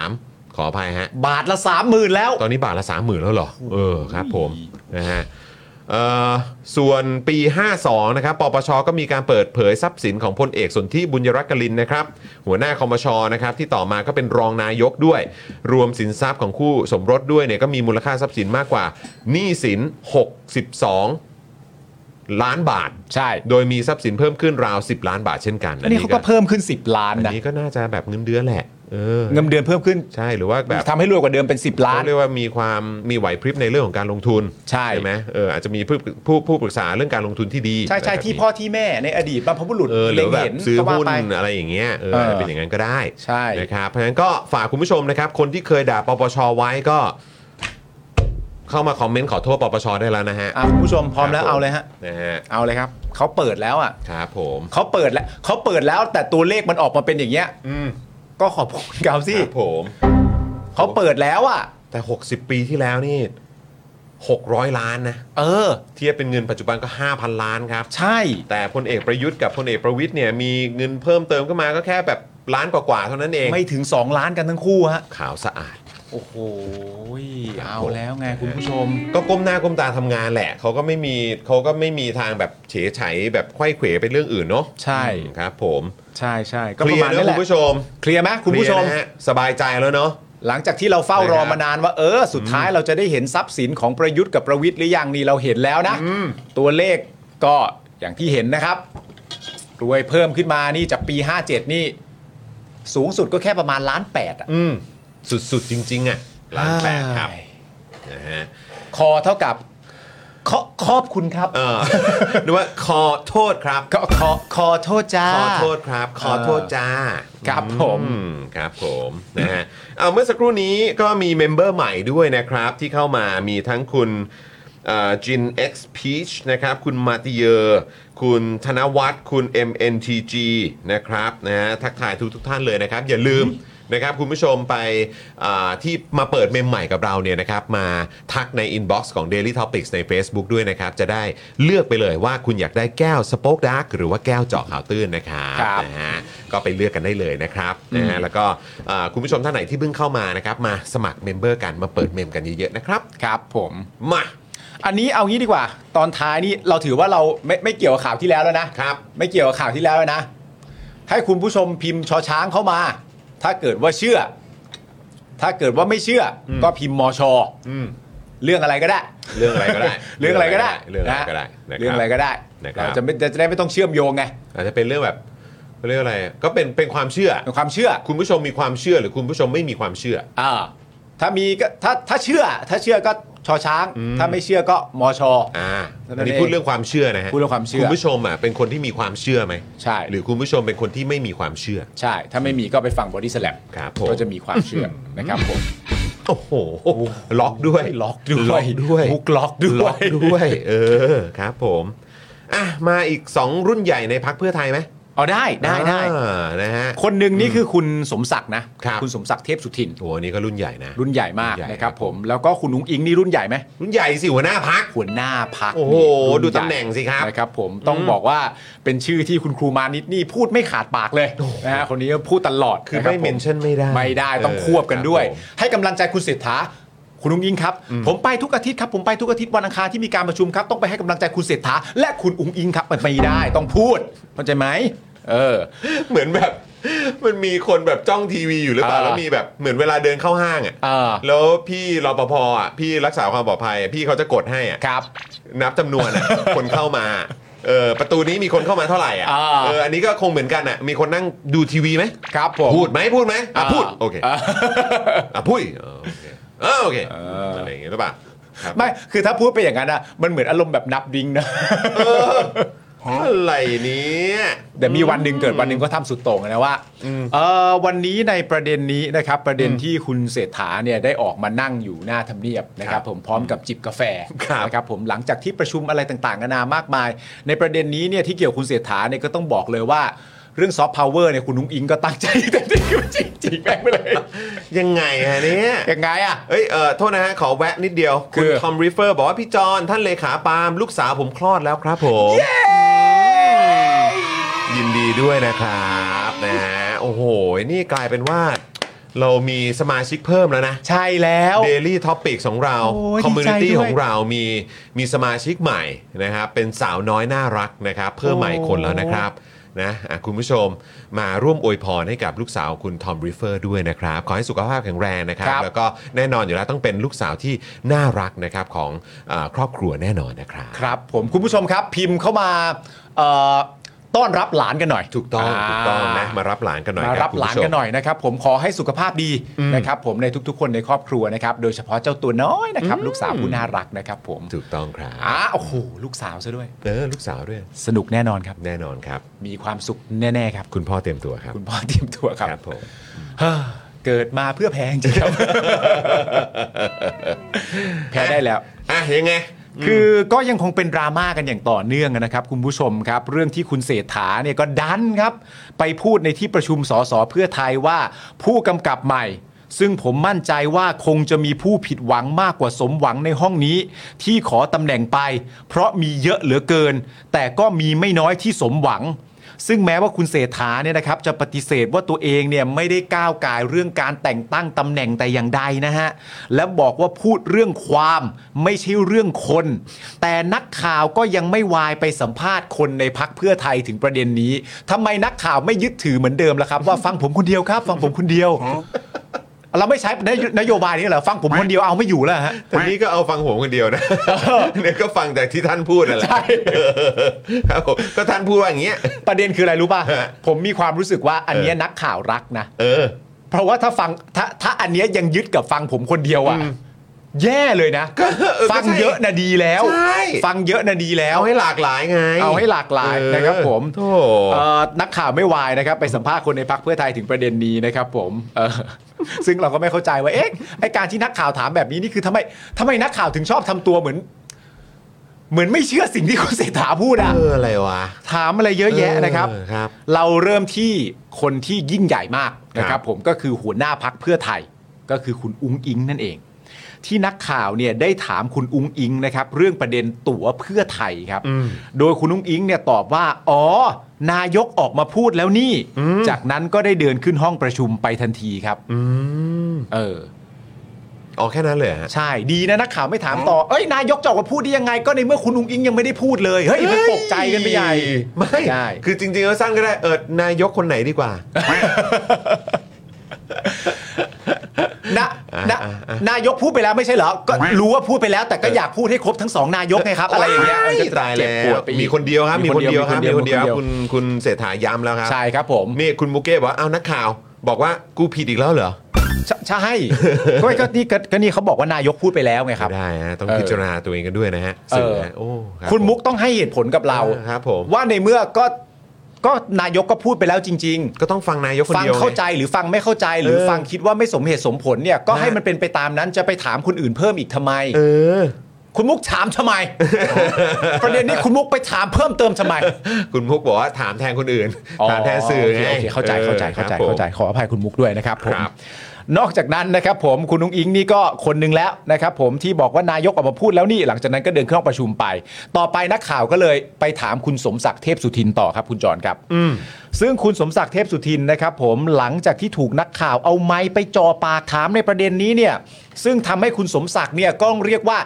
S1: 33,000ขออภัยฮะ
S2: บาทละสามหมื่นแล้ว
S1: ตอนนี้บาทละสามหมื่นแล้วเหรอ เออครับผมนะฮะเอ่อส่วนปี 52 นะครับ ปปช ก็มีการเปิดเผยทรัพย์สินของพลเอกสนธิบุญยรัตน์กลินนะครับ หัวหน้าคอมชนะครับ ที่ต่อมาก็เป็นรองนายกด้วย รวมสินทรัพย์ของคู่สมรสด้วยเนี่ยก็มีมูลค่าทรัพย์สินมากกว่าหนี้สิน 62 ล้านบาท
S2: ใช่
S1: โดยมีทรัพย์สินเพิ่มขึ้นราว 10 ล้านบาทเช่นกัน
S2: อันนี้เขาก็เพิ่มขึ้น 10 ล้าน
S1: อัน
S2: นะ
S1: นี้ก็น่าจะแบบเงินเดือนแหละ เออ
S2: เงินเดือนเพิ่มขึ้น
S1: ใช่หรือว่าแบบ
S2: ทำให้รวยกว่าเดิมเป็น 10 ล้าน
S1: เขาเรียกว่ามีความมีไหวพริบในเรื่องของการลงทุน
S2: ใช่
S1: ไหมเอออาจจะมีผู้ผู้ผู้ปรึกษาเรื่องการลงทุนที่ดี
S2: ใช่ใช่
S1: ะไรแบบ
S2: ที่
S1: นี้
S2: พ่อที่แม่ในอดีตบรรพบุรุษ
S1: เออหรือแบ
S2: ง
S1: บ
S2: เห็น
S1: ซื้อ
S2: ก็ว่า
S1: หุ้น
S2: ไป
S1: อะไรอย่างเงี้ยเออ
S2: เออ
S1: อะ
S2: อ
S1: ไรเป็นอย่างนั้นก็ได้
S2: ใช่
S1: นะครับเพราะฉะนั้นก็ฝากคุณผู้ชมนะครับ คนที่เคยด่าปปชไว้ก็ เข้ามาคอมเมนต์ขอโทษปปชได้แล้วนะฮะ
S2: อ่ะคุณผู้ชมพร้อมแล้วเอาเลยฮะ
S1: นะฮะ
S2: เอาเลยครับ เขาเปิดแล้วอ่ะ
S1: ครับผม
S2: เขาเปิดแล้วเขาเปิดแล้วแต่ตัวเลขมันออกมาเป็นอย่างเงี้ย
S1: อืม
S2: ก็ขอบคุณเขาสิ
S1: ครับผม
S2: เขาเปิดแล้วอ่ะ
S1: แต่ 60 ปีที่แล้วนี่ 600 ล้านนะ
S2: เออ
S1: เทียบเป็นเงินปัจจุบันก็ 5,000 ล้านครับ
S2: ใช่
S1: แต่พลเอกประยุทธ์กับพลเอกประวิทย์เนี่ยมีเงินเพิ่มเติมเข้ามาก็แค่แบบล้านกว่าๆเท่านั้นเอง
S2: ไม่ถึง 2 ล้านกันทั้งคู่ฮะ
S1: ขาวสะอาด
S2: โอ้โหเอาแล้วไงคุณผู้ชม
S1: ก็ก้มหน้าก้มตาทำงานแหละเขาก็ไม่มีเขาก็ไม่มีทางแบบเฉยไฉแบบไขว้เขวไปเรื่องอื่นเนาะ
S2: ใช่
S1: อืมครับ ผม
S2: ใช่ใช่ก็
S1: เค
S2: ป
S1: ลีย
S2: ระมา
S1: ร์
S2: ณ
S1: นะ
S2: นี้แห
S1: คุ
S2: ละ
S1: ณผู้ชม
S2: เคลียร์ไหมคุณผู้ชม
S1: เลียร์นะฮะสบายใจแล้วเนาะ
S2: หลังจากที่เราเฝ้ารอมานานว่า เออ สุดท้ายเราจะได้เห็นทรัพย์สินของประยุทธ์กับประวิทย์หรือยังนี่เราเห็นแล้วนะ ตัวเลขก็อย่างที่เห็นนะครับ รวยเพิ่มขึ้นมานี่จากปี 57 นี่ สูงสุดก็แค่ประมาณล้านแปดอะ
S1: อืมสุดๆจริง ๆ อ่ะล้านแปดครับ
S2: ใช่
S1: นะฮะ
S2: คอเท่ากับขอขอบคุณครับ
S1: เอ อนึกว่าขอโทษครับ
S2: ก็ขอขอโทษจ้า
S1: ขอโทษครับ ขอโทษจ้า
S2: ครับผม
S1: อืครับผมนะฮะเอาเมื่อสักครู่นี้ก็มีเมมเบอร์ใหม่ด้วยนะครับ ที่เข้ามามีทั้งคุณจิน X Peach นะครับ คุณมาติเยอร์คุณธนวัฒน์คุณ MNTG นะครับนะฮะทักทายทุกทุกๆท่านเลยนะครับ อย่าลืมนะครับคุณผู้ชมไปอ่าที่มาเปิดเมมใหม่กับเราเนี่ยนะครับ มาทักใน Inbox ของ Daily Topics ใน Facebook ด้วยนะครับ จะได้เลือกไปเลยว่าคุณอยากได้แก้วสป็อกดาร์กหรือว่าแก้วเจาะข่าวตื้นนะครับ
S2: ครับ
S1: นะฮะก็ไปเลือกกันได้เลยนะครับนะฮะแล้วก็เอ่อคุณผู้ชมท่านไหนที่เพิ่งเข้ามานะครับมาสมัครเมมเบอร์กันมาเปิดเมมกันเยอะๆนะครับ
S2: ครับผม
S1: มา
S2: อันนี้เอางี้ดีกว่า ตอนท้ายนี่เราถือว่าเราไม่ไม่เกี่ยวกับข่าวที่แล้วแล้วนะ
S1: ครับ
S2: ไม่เกี่ยวกับข่าวที่แล้วนะ ให้คุณผู้ชมพิมพ์ชอช้างเข้ามา ถ้าเกิดว่าเชื่อ ถ้าเกิดว่าไม่เชื่ออก็พิมพ์มอชอ
S1: อืม
S2: เรื่องอะไรก็ได้
S1: เรื่องอะไรก็ได้
S2: เรื่องอะไรก็ได้
S1: เรื่องอะไรก็ได้
S2: นะ
S1: นคบ
S2: เรื่องอะไรก็ได้
S1: นะครับ
S2: เราจะไม่จะได้ไม่ต้องเชื่อมโยงไง
S1: อาจจะเป็นเรื่องแบบเขาเรียกอะไรก็เป็นเป็นความเชื่อ
S2: เป็นความเชื่อ
S1: คุณผู้ชมมีความเชื่อหรือคุณผู้ชมไม่มีความเชื่อ
S2: อ่าถ้ามีก็ถ้าถ้าเชื่อ ถ้าเชื่อก็ชอช้าง ถ้าไม่เชื่อก็มอชอ
S1: อ่า
S2: เท่านั้น
S1: อันนี้พูดเรื่องความเชื่อนะฮะ
S2: พูดเรื่องความเชื่อ
S1: คุณผู้ชมอ่ะเป็นคนที่มีความเชื่อไหม
S2: ใช่
S1: หรือคุณผู้ชมเป็นคนที่ไม่มีความเชื่อ
S2: ใช่ ถ้าไม่มีก็ไปฟังบอดี้สแลม
S1: ครับผม
S2: ก็จะมีความเชื่อนะครับผม
S1: โอ้โหล็อกด้วย
S2: ล็อกด้วย
S1: ล็อกด้วย
S2: มุกล็อกด้วย
S1: ล็อกด้วย เออครับผมอ่ะมาอีก 2 รุ่นใหญ่ในพักเพื่อไทยไหม
S2: อ๋อได้ได้ได้
S1: อ่านะฮะ
S2: คนหนึ่งนี่คือคุณสมศักดิ์นะครับ ณสมศักดิ์เทพสุทิน
S1: โหอันนี้ก็รุ่นใหญ่นะ
S2: รุ่นใหญ่มาก
S1: รุ่นใหญ่
S2: นะครับผมแล้วก็คุณนุ้งอิงนี่รุ่นใหญ่ไหม
S1: รุ่นใหญ่สิหัวหน้าพัก
S2: หัวหน้าพัก
S1: โอ้โห
S2: รุ่น
S1: ดู
S2: ใญ่
S1: ตำแหน่งสิครับ
S2: นะครับผมต้องบอกว่าเป็นชื่อที่คุณครูมานิดนี่พูดไม่ขาดปากเลยนะฮะคนนี้ก็พูดตลอด
S1: คือ
S2: นะครับ
S1: ไม่
S2: ผ
S1: mention ไม่ได้
S2: ไม่ได้ต้อง
S1: เออ
S2: ควบกันด้วย
S1: ครับผม
S2: ให้กำลังใจคุณเศรษฐาคุณนุ้งอิงครับ ผมไปทุกอาทิตย์ครับผมไปทุกอาทิตย์วันอังคารที่มีการประชุมครับต้องไปให้กำลังใจคุณเศรษฐาและคุณอุ๋งอิงครับมันไม่ได้ต้องพูดเข้าใจไหมเออ
S1: เหมือนแบบ มันมีคนแบบจ้องทีวีอยู่หรือเปล่า
S2: อ่า
S1: แล้วมีแบบเหมือนเวลาเดินเข้าห้างอ่ะ
S2: อ่า
S1: แล้วพี่รปภอ่ะพี่รักษาความปลอดภัยอ่ะพี่เขาจะกดให้อ่ะ
S2: ครับ
S1: นับจำนวนอ่ะ คนเข้ามาเออประตูนี้มีคนเข้ามาเท่าไหร่อ่ะ
S2: อ่า
S1: เอออันนี้ก็คงเหมือนกันอ่ะมีคนนั่งดูทีวีไหม
S2: ครับผม
S1: พูดไหมพูดไหมอ่ะ
S2: อ่า
S1: พูดโอเคอ่ะพูดอีกเออโอเคเออโอเคอะไรอย่างเงี้ยหรือเปล่าครับ
S2: ไม่ คือถ้าพูดไปอย่างนั้นอ่ะ มันเหมือนอารมณ์แบบนับดิ้งนะ
S1: อะไรเนี้ย
S2: แต่มีวันหนึ่งเกิดวันหนึ่งก็ทำสุดโต่งนะว่าเอ่อวันนี้ในประเด็นนี้นะครับ ประเด็นที่คุณเศรษฐาเนี่ยได้ออกมานั่งอยู่หน้าทำเนียบนะครับ ผมพร้อมกับจิบกาแฟ
S1: ครับ
S2: นะครับผมหลังจากที่ประชุมอะไรต่างๆนานามากมาย ในประเด็นนี้เนี่ยที่เกี่ยวกับคุณเศรษฐาเนี่ยก็ต้องบอกเลยว่าเรื่องซอฟต์พาวเวอร์เนี่ยคุณนุ้งอิงก็ตั้งใจ เต็มที่จริงๆแม่งไปเลย
S1: ยังไงฮะเนี่ย
S2: ยังไงอ่ะ
S1: เอ้ย เออโทษนะฮะ ขอแวะนิดเดียว
S2: คื
S1: คุณ
S2: อ
S1: ทอมรีเฟอร์บอกว่าพี่จอนท่านเลขาปาล์มลูกสาวผมคลอดแล้วครับผม ยินดีด้วยนะครับนะฮะ โอ้โห นี่กลายเป็นว่า เรามีสมาชิกเพิ่มแล้วนะ
S2: ใช่แล้ว
S1: Daily Topic ของเรา
S2: โอ้ย
S1: คอมมูนิ
S2: ดี
S1: ตี้
S2: ใจด้วย
S1: ของเรามีมีสมาชิกใหม่นะครับ เป็นสาวน้อยน่ารักนะครับ เพิ่มใหม่คนแล้วนะครับนะอ่ะคุณผู้ชมมาร่วมอวยพรให้กับลูกสาวคุณทอมริเฟอร์ด้วยนะครับ ขอให้สุขภาพแข็งแรงนะครับ
S2: ครับ
S1: แล้วก็แน่นอนอยู่แล้วต้องเป็นลูกสาวที่น่ารักนะครับของอาครอบครัวแน่นอนนะครับ
S2: ครับผมคุณผู้ชมครับพิมพ์เข้ามาเอ่อต้อนรับหลานกันหน่อย
S1: ถูกต้องถูกต้อง
S2: า
S1: นะมารับหลานกันหน่อย
S2: มา
S1: ค
S2: รั
S1: รั
S2: บบ
S1: คุณ
S2: หลาน
S1: ผู้ช
S2: กัน
S1: ม
S2: หน่อยนะครับ ผมขอให้สุขภาพดีนะครับผมในทุกๆ คนในครอบครัวนะครับ โดยเฉพาะเจ้าตัวน้อยนะครับ ลูกสาวผู้น่ารักนะครับผม
S1: ถูกต้องครับ
S2: อ่าโอ้โหลูกสาวซะด้วย
S1: เออลูกสาวด้วย
S2: สนุกแน่นอนครับ
S1: แน่นอนครับ
S2: มีความสุขแน่ๆครับ
S1: คุณพ่อเตรียมตัวครับ
S2: คุณพ่อเตรียมตัวครับ
S1: ครับผม
S2: เฮ้อเกิดมาเพื่อแพ้จริ งๆครับ แพ้ได้แล้ว
S1: อ่ะยังไง
S2: คือก็ยังคงเป็นดราม่ากันอย่างต่อเนื่องนะครับ คุณผู้ชมครับ เรื่องที่คุณเศรษฐาเนี่ยก็ดันครับ ไปพูดในที่ประชุมสสเพื่อไทยว่าผู้กำกับใหม่ ซึ่งผมมั่นใจว่าคงจะมีผู้ผิดหวังมากกว่าสมหวังในห้องนี้ ที่ขอตำแหน่งไป เพราะมีเยอะเหลือเกิน แต่ก็มีไม่น้อยที่สมหวัง ซึ่งแม้ว่าคุณเศรษฐาเนี่ยนะครับจะปฏิเสธว่าตัวเองเนี่ยไม่ได้ก้าวไก่ายเรื่องการแต่งตั้งตำแหน่งแต่อย่างใดนะฮะ และบอกว่าพูดเรื่องความไม่ใช่เรื่องคน แต่นักข่าวก็ยังไม่วายไปสัมภาษณ์คนในพักเพื่อไทยถึงประเด็นนี้ทำไมนักข่าวไม่ยึดถือเหมือนเดิมล่ะครับ ว่าฟังผมคนเดียวครับ ฟังผมคนเดียว เราไม่ใช้นโยบายนี้เหรอฟังผมคนเดียวเอาไม่อยู่แล้วฮะ
S1: แต่นี่ก็เอาฟังผมคนเดียวนะ เนี่ยก็ฟังจากที่ท่านพูดนั่นแหละ
S2: ใช่
S1: เออครับผมก็ท่านพูดว่าอย่างเงี้ย
S2: ประเด็นคืออะไรรู้ป่ะ
S1: ฮะ
S2: ผมมีความรู้สึกว่าอันเนี้ยนักข่าวรักนะ
S1: เออ
S2: เพราะว่าถ้าฟังถ้าถ้าอันเนี้ยยังยึดกับฟังผมคนเดียวอะ่ะแย่เลยนะ
S1: ก็เออก็ใช่
S2: ฟังเยอะนะดีแล้ว
S1: ใช่
S2: ฟังเยอะนะดีแล้ว
S1: เอาให้หลากหลายไง
S2: เอาให้หลากหลายนะครับผม
S1: โถ่
S2: เอ่อนักข่าวไม่วายนะครับ ไปสัมภาษณ์คนในพักเพื่อไทยถึงประเด็นนี้นะครับผมเอ อซึ่งเราก็ไม่เข้าใจว่าเอ๊ะไอการที่นักข่าวถามแบบนี้นี่คือทำไมทำไมนักข่าวถึงชอบทำตัวเหมือน เหมือนไม่เชื่อสิ่งที่คุณเศรษฐาพูดอ่ะ
S1: เอออะไรวะ
S2: ถามอะไรเยอะแยะนะครับ
S1: เออครับ
S2: เราเริ่มที่คนที่ยิ่งใหญ่มากนะค
S1: ครั
S2: รั
S1: บบ
S2: ผมก็คือหัวหน้าพักเพื่อไทย ก็คือคุณอุ้งอิงนั่นเอง ที่นักข่าวเนี่ยได้ถามคุณอุ้งอิงนะครับเรื่องประเด็นตั๋วเพื่อไทยครับ โดยคุณอุ้งอิงเนี่ยตอบว่า อ๋อ นายกออกมาพูดแล้วนี่ จากนั้นก็ได้เดินขึ้นห้องประชุมไปทันทีครับ
S1: ม
S2: เออ
S1: อ๋อแค่นั้นเลยฮะ
S2: ใช่ดีนะนักข่าวไม่ถามต่อเอ้ยนายกจะออกมาพูดได้ยังไง ก็ในเมื่อคุณอุ้งอิงยังไม่ได้พูดเลยเฮ้ยมันตกใจกันไปใหญ่
S1: ไม่
S2: ใช่
S1: คือจริงๆแล้วสั้นก็ได้เออนายกคนไหนดีกว่า
S2: นะนะนายกพูดไปแล้วไม่ใช่เหรอ ก็รู้ว่าพูดไปแล้วแต่ก็อยากพูดให้ครบทั้งสองนายกไงครับ อะไรอย่างเงี้ย
S1: โ
S2: จะ
S1: ตาย
S2: เจ็
S1: แล้
S2: บปว
S1: ว
S2: ดไปอีก
S1: มีคนเดียวครับ มีคนเดียวครับ มีคนเดียวครับ
S2: มี
S1: คุณคุณเศรษฐาย้ำแล้วครับ
S2: ใช่ครับผม
S1: นี่คุณมุกเก้บอกว่าเอานักข่าว บอกว่ากูผิดอีกแล้วเหรอ
S2: ใช่ใช่ ก็ก็นี่ก็ก็นี่เขาบอกว่านายกพูดไปแล้วไงครับ
S1: ไม่ได้ฮะต้อง
S2: เออ
S1: พิจารณาตัวเองกันด้วยนะฮะสื่อนะฮะ
S2: เออ
S1: โอ้รับ
S2: คุณมุก
S1: ผ
S2: ต้องให้เหตุผลกับเรา
S1: ครับผม
S2: ว่าในเมื่อก็ก็นายกก็พูดไปแล้วจริง ๆ
S1: ก็ต้องฟังนายกคน
S2: ฟัง
S1: เดียวไง
S2: เข้าใจหรือฟังไม่เข้าใจหรือ
S1: เออ
S2: ฟังคิดว่าไม่สมเหตุสมผลเนี่ยก็
S1: นะ
S2: ให้มันเป็นไปตามนั้นจะไปถามคนอื่นเพิ่มอีกทำไม
S1: เออ
S2: คุณมุกถามทำไม ประเด็นนี้คุณมุกไปถามเพิ่มเติมทำไม
S1: คุณมุกบอกว่าถามแทนคนอื่น ถามแทนสื่อไง
S2: โอเคเข้าใจเข้าใจเข้าใจ
S1: ออครับผม
S2: เข้าใจขออภัยคุณมุกด้วยนะครับผม
S1: ครับ
S2: นอกจากนั้นนะครับผมคุณนุ้งอิงนี่ก็คนหนึงแล้วนะครับผมที่บอกว่านายกออกมาพูดแล้วนี่หลังจากนั้นก็เดินเข้าห้องประชุมไป ต่อไปนักข่าวก็เลยไปถามคุณสมศักดิ์เทพสุทินต่อครับคุณจรครับ ซึ่งคุณสมศักดิ์เทพสุทินนะครับผมหลังจากที่ถูกนักข่าวเอาไม้ไปจ่อปากถามในประเด็นนี้เนี่ยซึ่งทำให้คุณสมศักดิ์เนี่ยก็ต้องเรียกว่า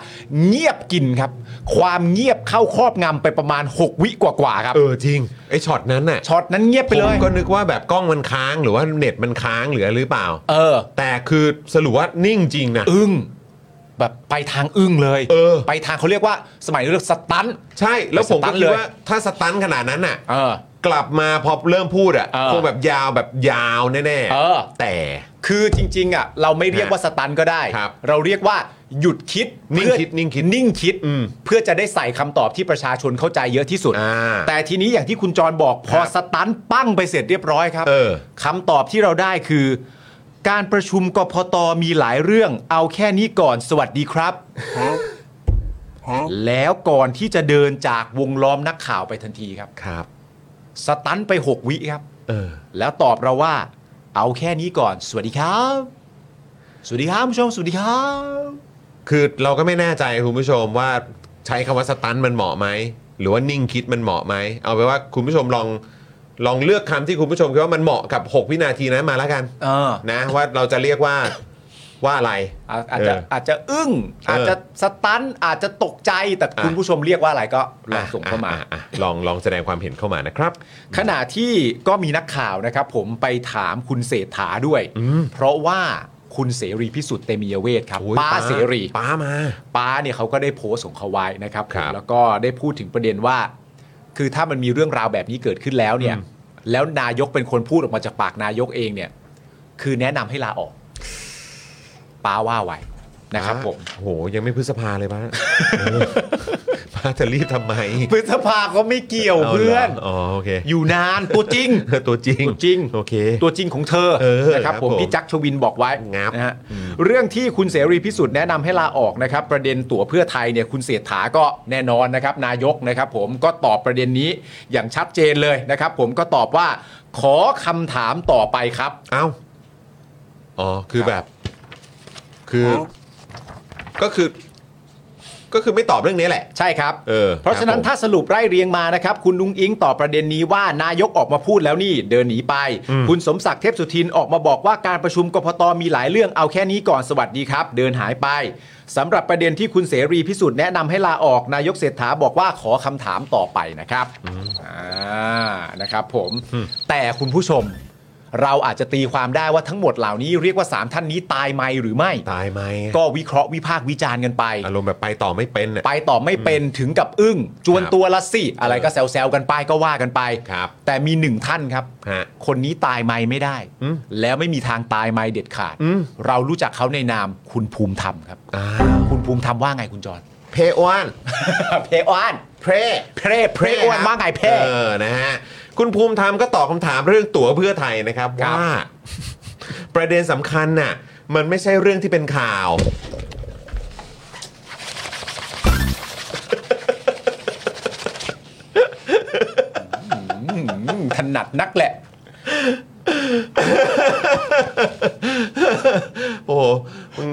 S2: เงียบกินครับ ความเงียบเข้าครอบงำไปประมาณ 6 วิกว่าๆครับ
S1: เออจริงไอ้ช็อตนั้นน่ะ
S2: ช็อตนั้นเงียบไป
S1: ผ
S2: เล
S1: ม
S2: ย
S1: ก็นึกว่าแบบกล้องมันค้างหรือว่าเน็ตมันค้างหรืออะไรหรือเปล่า
S2: เออ
S1: แต่คือสรุปว่านิ่งจริงนะ
S2: อึ้งแบบไปทางอึ้งเลย
S1: เออ
S2: ไปทางเขาเรียกว่าสมัยนี้เรียกสตันท์
S1: ใช่แล้วผมก็
S2: สตัน
S1: คิ
S2: เล
S1: ด
S2: ย
S1: ว่าถ้าสตันขนาดนั้นน่ะ
S2: เออ
S1: กลับมาพอเริ่มพูดอ่ะ
S2: เออ
S1: คงแบบยาวแบบยาวแน่
S2: เออ
S1: แต่
S2: คือจริง ๆอ่ะเราไม่เรียกว่าสตันก็ได้
S1: ครับ
S2: เราเรียกว่าหยุดคิด
S1: นิ่ง
S2: เพื่อ
S1: คิดนิ่งคิด
S2: นิ่งคิด
S1: อืม
S2: เพื่อจะได้ใส่คำตอบที่ประชาชนเข้าใจเยอะที่สุด
S1: อ่า
S2: แต่ทีนี้อย่างที่คุณจรบอกพอ
S1: ครับ
S2: สตันปั้งไปเสร็จเรียบร้อยครับ
S1: เออ
S2: คำตอบที่เราได้คือ การประชุมกพตมีหลายเรื่อง เอาแค่นี้ก่อนสวัสดีครับ แล้วก่อนที่จะเดินจากวงล้อมนักข่าวไปทันทีครับ
S1: ครับ
S2: สตันไป 6 วิครับ
S1: เออ
S2: แล้วตอบเราว่า เอาแค่นี้ก่อน สวัสดีครับ สวัสดีครับคุณผู้ชม สวัสดีครับ
S1: คือเราก็ไม่แน่ใจคุณผู้ชมว่าใช้คำว่าสตันมันเหมาะไหมหรือว่านิ่งคิดมันเหมาะไหมเอาไปนว่าคุณผู้ชมลองลองเลือกคำที่คุณผู้ชมคิดว่ามันเหมาะกับ 6 วินาทีนั้นมาแล้วกัน
S2: เออ
S1: นะว่าเราจะเรียกว่าว่าอะไร
S2: อาอาจ
S1: เอ
S2: จะ
S1: ออ
S2: อาจจะอึ้ง อาจจะสตันอาจจะตกใจแต่
S1: อ่ะ
S2: คุณผู้ชมเรียกว่าอะไรก็ลองส่งเข้ามา
S1: อ่ะอ่ะอ่ะลองลองแสดงความเห็นเข้ามานะครับ
S2: ขณะที่ก็มีนักข่าวนะครับ ผมไปถามคุณเศรษฐาด้วย เพราะว่าคุณเสรีพิสุทธิ์เตมียเวทครับ
S1: โอ้ย
S2: ป้า
S1: ป๊า
S2: เสรี
S1: ป้ามา
S2: ป้าเนี่ยเขาก็ได้โพสต์ของเขาไว้นะครับผม
S1: ครับ
S2: แล้วก็ได้พูดถึงประเด็นว่า คือถ้ามันมีเรื่องราวแบบนี้เกิดขึ้นแล้วเนี่ย
S1: อืม
S2: แล้วนายกเป็นคนพูดออกมาจากปากนายกเองเนี่ย คือแนะนำให้ลาออก ป้าว่าไว้นะครับผม
S1: โอ้โหยังไม่พฤษภา เลยป้า เออป้าจะรีบทำไม
S2: พฤษภาก็ไม่เกี่ยว
S1: าหร
S2: เพื่อน
S1: อ๋อโอเค
S2: อยู่นานตัวจริง
S1: เออตัวจริง
S2: ตัวจริง
S1: โอเค
S2: ตัวจริงของเธอ
S1: เออ
S2: นะครับ
S1: ครับ
S2: ผม
S1: ผม
S2: พี่จักรชวินบอกไว้
S1: งับ
S2: นะฮะเรื่องที่คุณเสรีพิสุทธิ์แนะนำให้ลาออกนะครับ ประเด็นตั๋วเพื่อไทยเนี่ยคุณเศรษฐาก็แน่นอนนะครับ นายกนะครับ ผมก็ตอบประเด็นนี้อย่างชัดเจนเลยนะครับ ผมก็ตอบว่าขอคำถามต่อไปครับ
S1: เอ้า อ๋อ คือแบบ คือ ก็คือ ก็คือไม่ตอบเรื่องนี้แหละ
S2: ใช่ครับ
S1: เออ
S2: เพราะฉะนั้น
S1: ครับผม
S2: ถ้าสรุปไล่เรียงมานะครับ คุณลุงอิงตอบประเด็นนี้ว่านายกออกมาพูดแล้วนี่เดินหนีไป คุณสมศักดิ์เทพสุทินออกมาบอกว่าการประชุมกพตมีหลายเรื่องเอาแค่นี้ก่อนสวัสดีครับ เดินหายไปสำหรับประเด็นที่คุณเสรีพิสุทธิ์แนะนำให้ลาออกนายกเศรษฐาบอกว่าขอคำถามต่อไปนะครับอ่านะครับ ผม แต่คุณผู้ชม เราอาจจะตีความได้ว่าทั้งหมดเหล่านี้เรียกว่าสามท่านนี้ตายไหมหรือไม่
S1: ตายไหม
S2: ก็วิเคราะห์วิพากษ์วิจารณ์กันไป
S1: อารมณ์แบบไปต่อไม่เป็นน่ะ
S2: ไปต่อไม่เป็นถึงกับอึ้ง จวน
S1: ครับ
S2: ตัวละสิ อะไรก็แซวๆกันไปก็ว่ากันไป
S1: ครับ
S2: แต่มีหนึ่งท่านครับ
S1: ฮะ
S2: คนนี้ตายไม่ไม่ได้
S1: อืม
S2: แล้วไม่มีทางตายไม่เด็ดขาด
S1: อืม
S2: เรารู้จักเขาในนามคุณภูมิธรรมครับ
S1: อ้าว
S2: คุณภูมิธรรมว่าไงคุณจร
S1: เพอวน
S2: เพอ้าน
S1: เพร
S2: เพร่เพร่อ้วนว่าไงเพร่
S1: เออ นะฮะ คุณภูมิธรรมก็ตอบคำถามเรื่องตั๋วเพื่อไทยนะครับ
S2: ครับ
S1: ว่า ประเด็นสำคัญน่ะ มันไม่ใช่เรื่องที่เป็นข่าว
S2: อืมถนัดนักแหละ
S1: โอ้โหมึง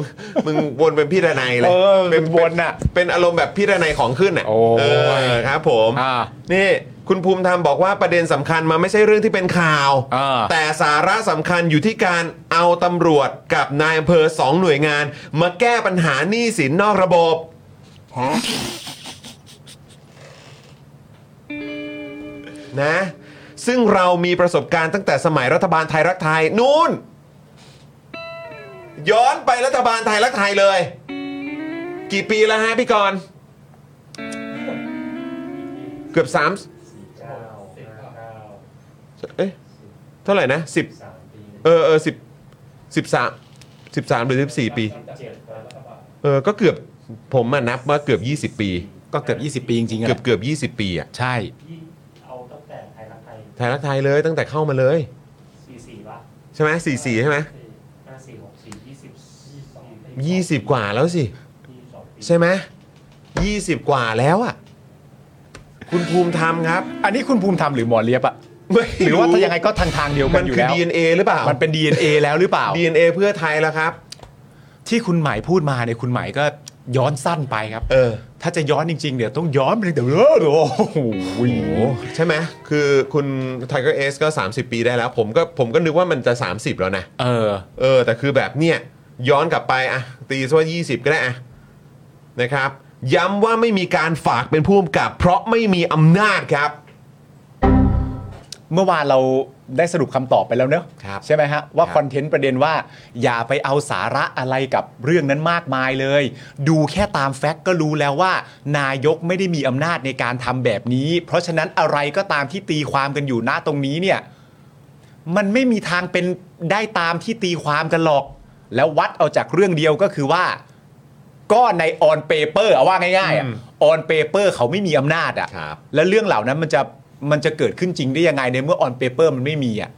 S1: มึงวนเป็นพี่ดนัยเลย
S2: เออมันวนน่ะ
S1: เป็นอารมณ์แบบพี่ดนัยของขึ้นอ่ะ
S2: โอ้ย
S1: เออครับผม
S2: อ่า
S1: นี่คุณภูมิธรรมบอกว่าประเด็นสำคัญมันไม่ใช่เรื่องที่เป็นข่าว
S2: อ่า
S1: แต่สาระสำคัญอยู่ที่การเอาตำรวจกับนายอำเภอสองหน่วยงาน มาแก้ปัญหาหนี้สินนอกระบบ นะซึ่งเรามีประสบการณ์ตั้งแต่สมัยรัฐบาลไทยรักไทยนู่น ย้อนไปรัฐบาลไทยรักไทยเลย กี่ปีแล้วฮะพี่กรณ์เกือบสามเอ๊ะเท่าไหร่นะสิบเออเออสิบสิบสามสิบสามหรือสิบสี่ปี เออก็เกือบผมมานับว่าเกือบ 20 ปี
S2: ก็เกือบ 20 ปีจริงๆอะ
S1: เกือบเกือบ20 ปีอ่ะ
S2: ใช่
S6: เอาตั้งแต่ไทยรักไทย
S1: ไทยรักไทยเลยตั้งแต่เข้ามาเลย
S6: 44ป่ะ
S1: ใช่ไหมสี่สี่ใช่ไหม
S6: 5 4 6 4 20
S1: ยี่สิบกว่าแล้วสิ ใช่ไหม 20 กว่าแล้วอ่ะ คุณภูมิธรรมครับ
S2: อันนี้คุณภูมิธรรมหรือหมอเลียบอะ
S1: ไม่
S2: หรือว่าถ้ายังไงก็ทางทางเดียวกั
S1: มัน น
S2: อยู่
S1: คือ
S2: แล้ว
S1: DNA หรือเปล่า
S2: มันเป็น DNA แล้วหรือเปล่า
S1: DNA เพื่อไทยแล้วครับ
S2: ที่คุณหมายพูดมาเนี่ยคุณหมายก็ย้อนสั้นไปครับ
S1: เออ
S2: ถ้าจะย้อนจริงๆเนี่ยต้องย้อนไปเดี๋ยวเออโอ้โห
S1: ใช่ไหมคือคุณ Tiger S ก็ 30 ปีได้แล้ว ผมก็ผมก็นึกว่ามันจะ 30 แล้วนะ
S2: เออ
S1: เออ แต่คือแบบเนี่ย ย้อนกลับไปอะตีซะว่า 20 ก็ได้อะนะครับ ย้ำว่าไม่มีการฝากเป็นผู้กำกับ เพราะไม่มีอำนาจครับ
S2: เมื่อวานเราได้สรุปคำตอบไปแล้วเนอะ
S1: ครับ
S2: ใช่ไหมฮะว่า
S1: ครับ
S2: คอนเทนต์ประเด็นว่า อย่าไปเอาสาระอะไรกับเรื่องนั้นมากมายเลย ดูแค่ตามแฟกต์ก็รู้แล้วว่า นายกไม่ได้มีอำนาจในการทำแบบนี้ เพราะฉะนั้นอะไรก็ตามที่ตีความกันอยู่หน้าตรงนี้เนี่ย มันไม่มีทางเป็นได้ตามที่ตีความกันหรอก แล้ววัดเอาจากเรื่องเดียวก็คือว่า ก็ในออนเปเปอร์เอาว่าง่ายๆอ่ะออนเปเปอร์เขาไม่มีอำนาจอ่ะ
S1: ครับ
S2: แล้วเรื่องเหล่านั้นมันจะมันจะเกิดขึ้นจริงได้ยังไงในเมื่อออนเปเปอร์มันไม่มีอ่ะ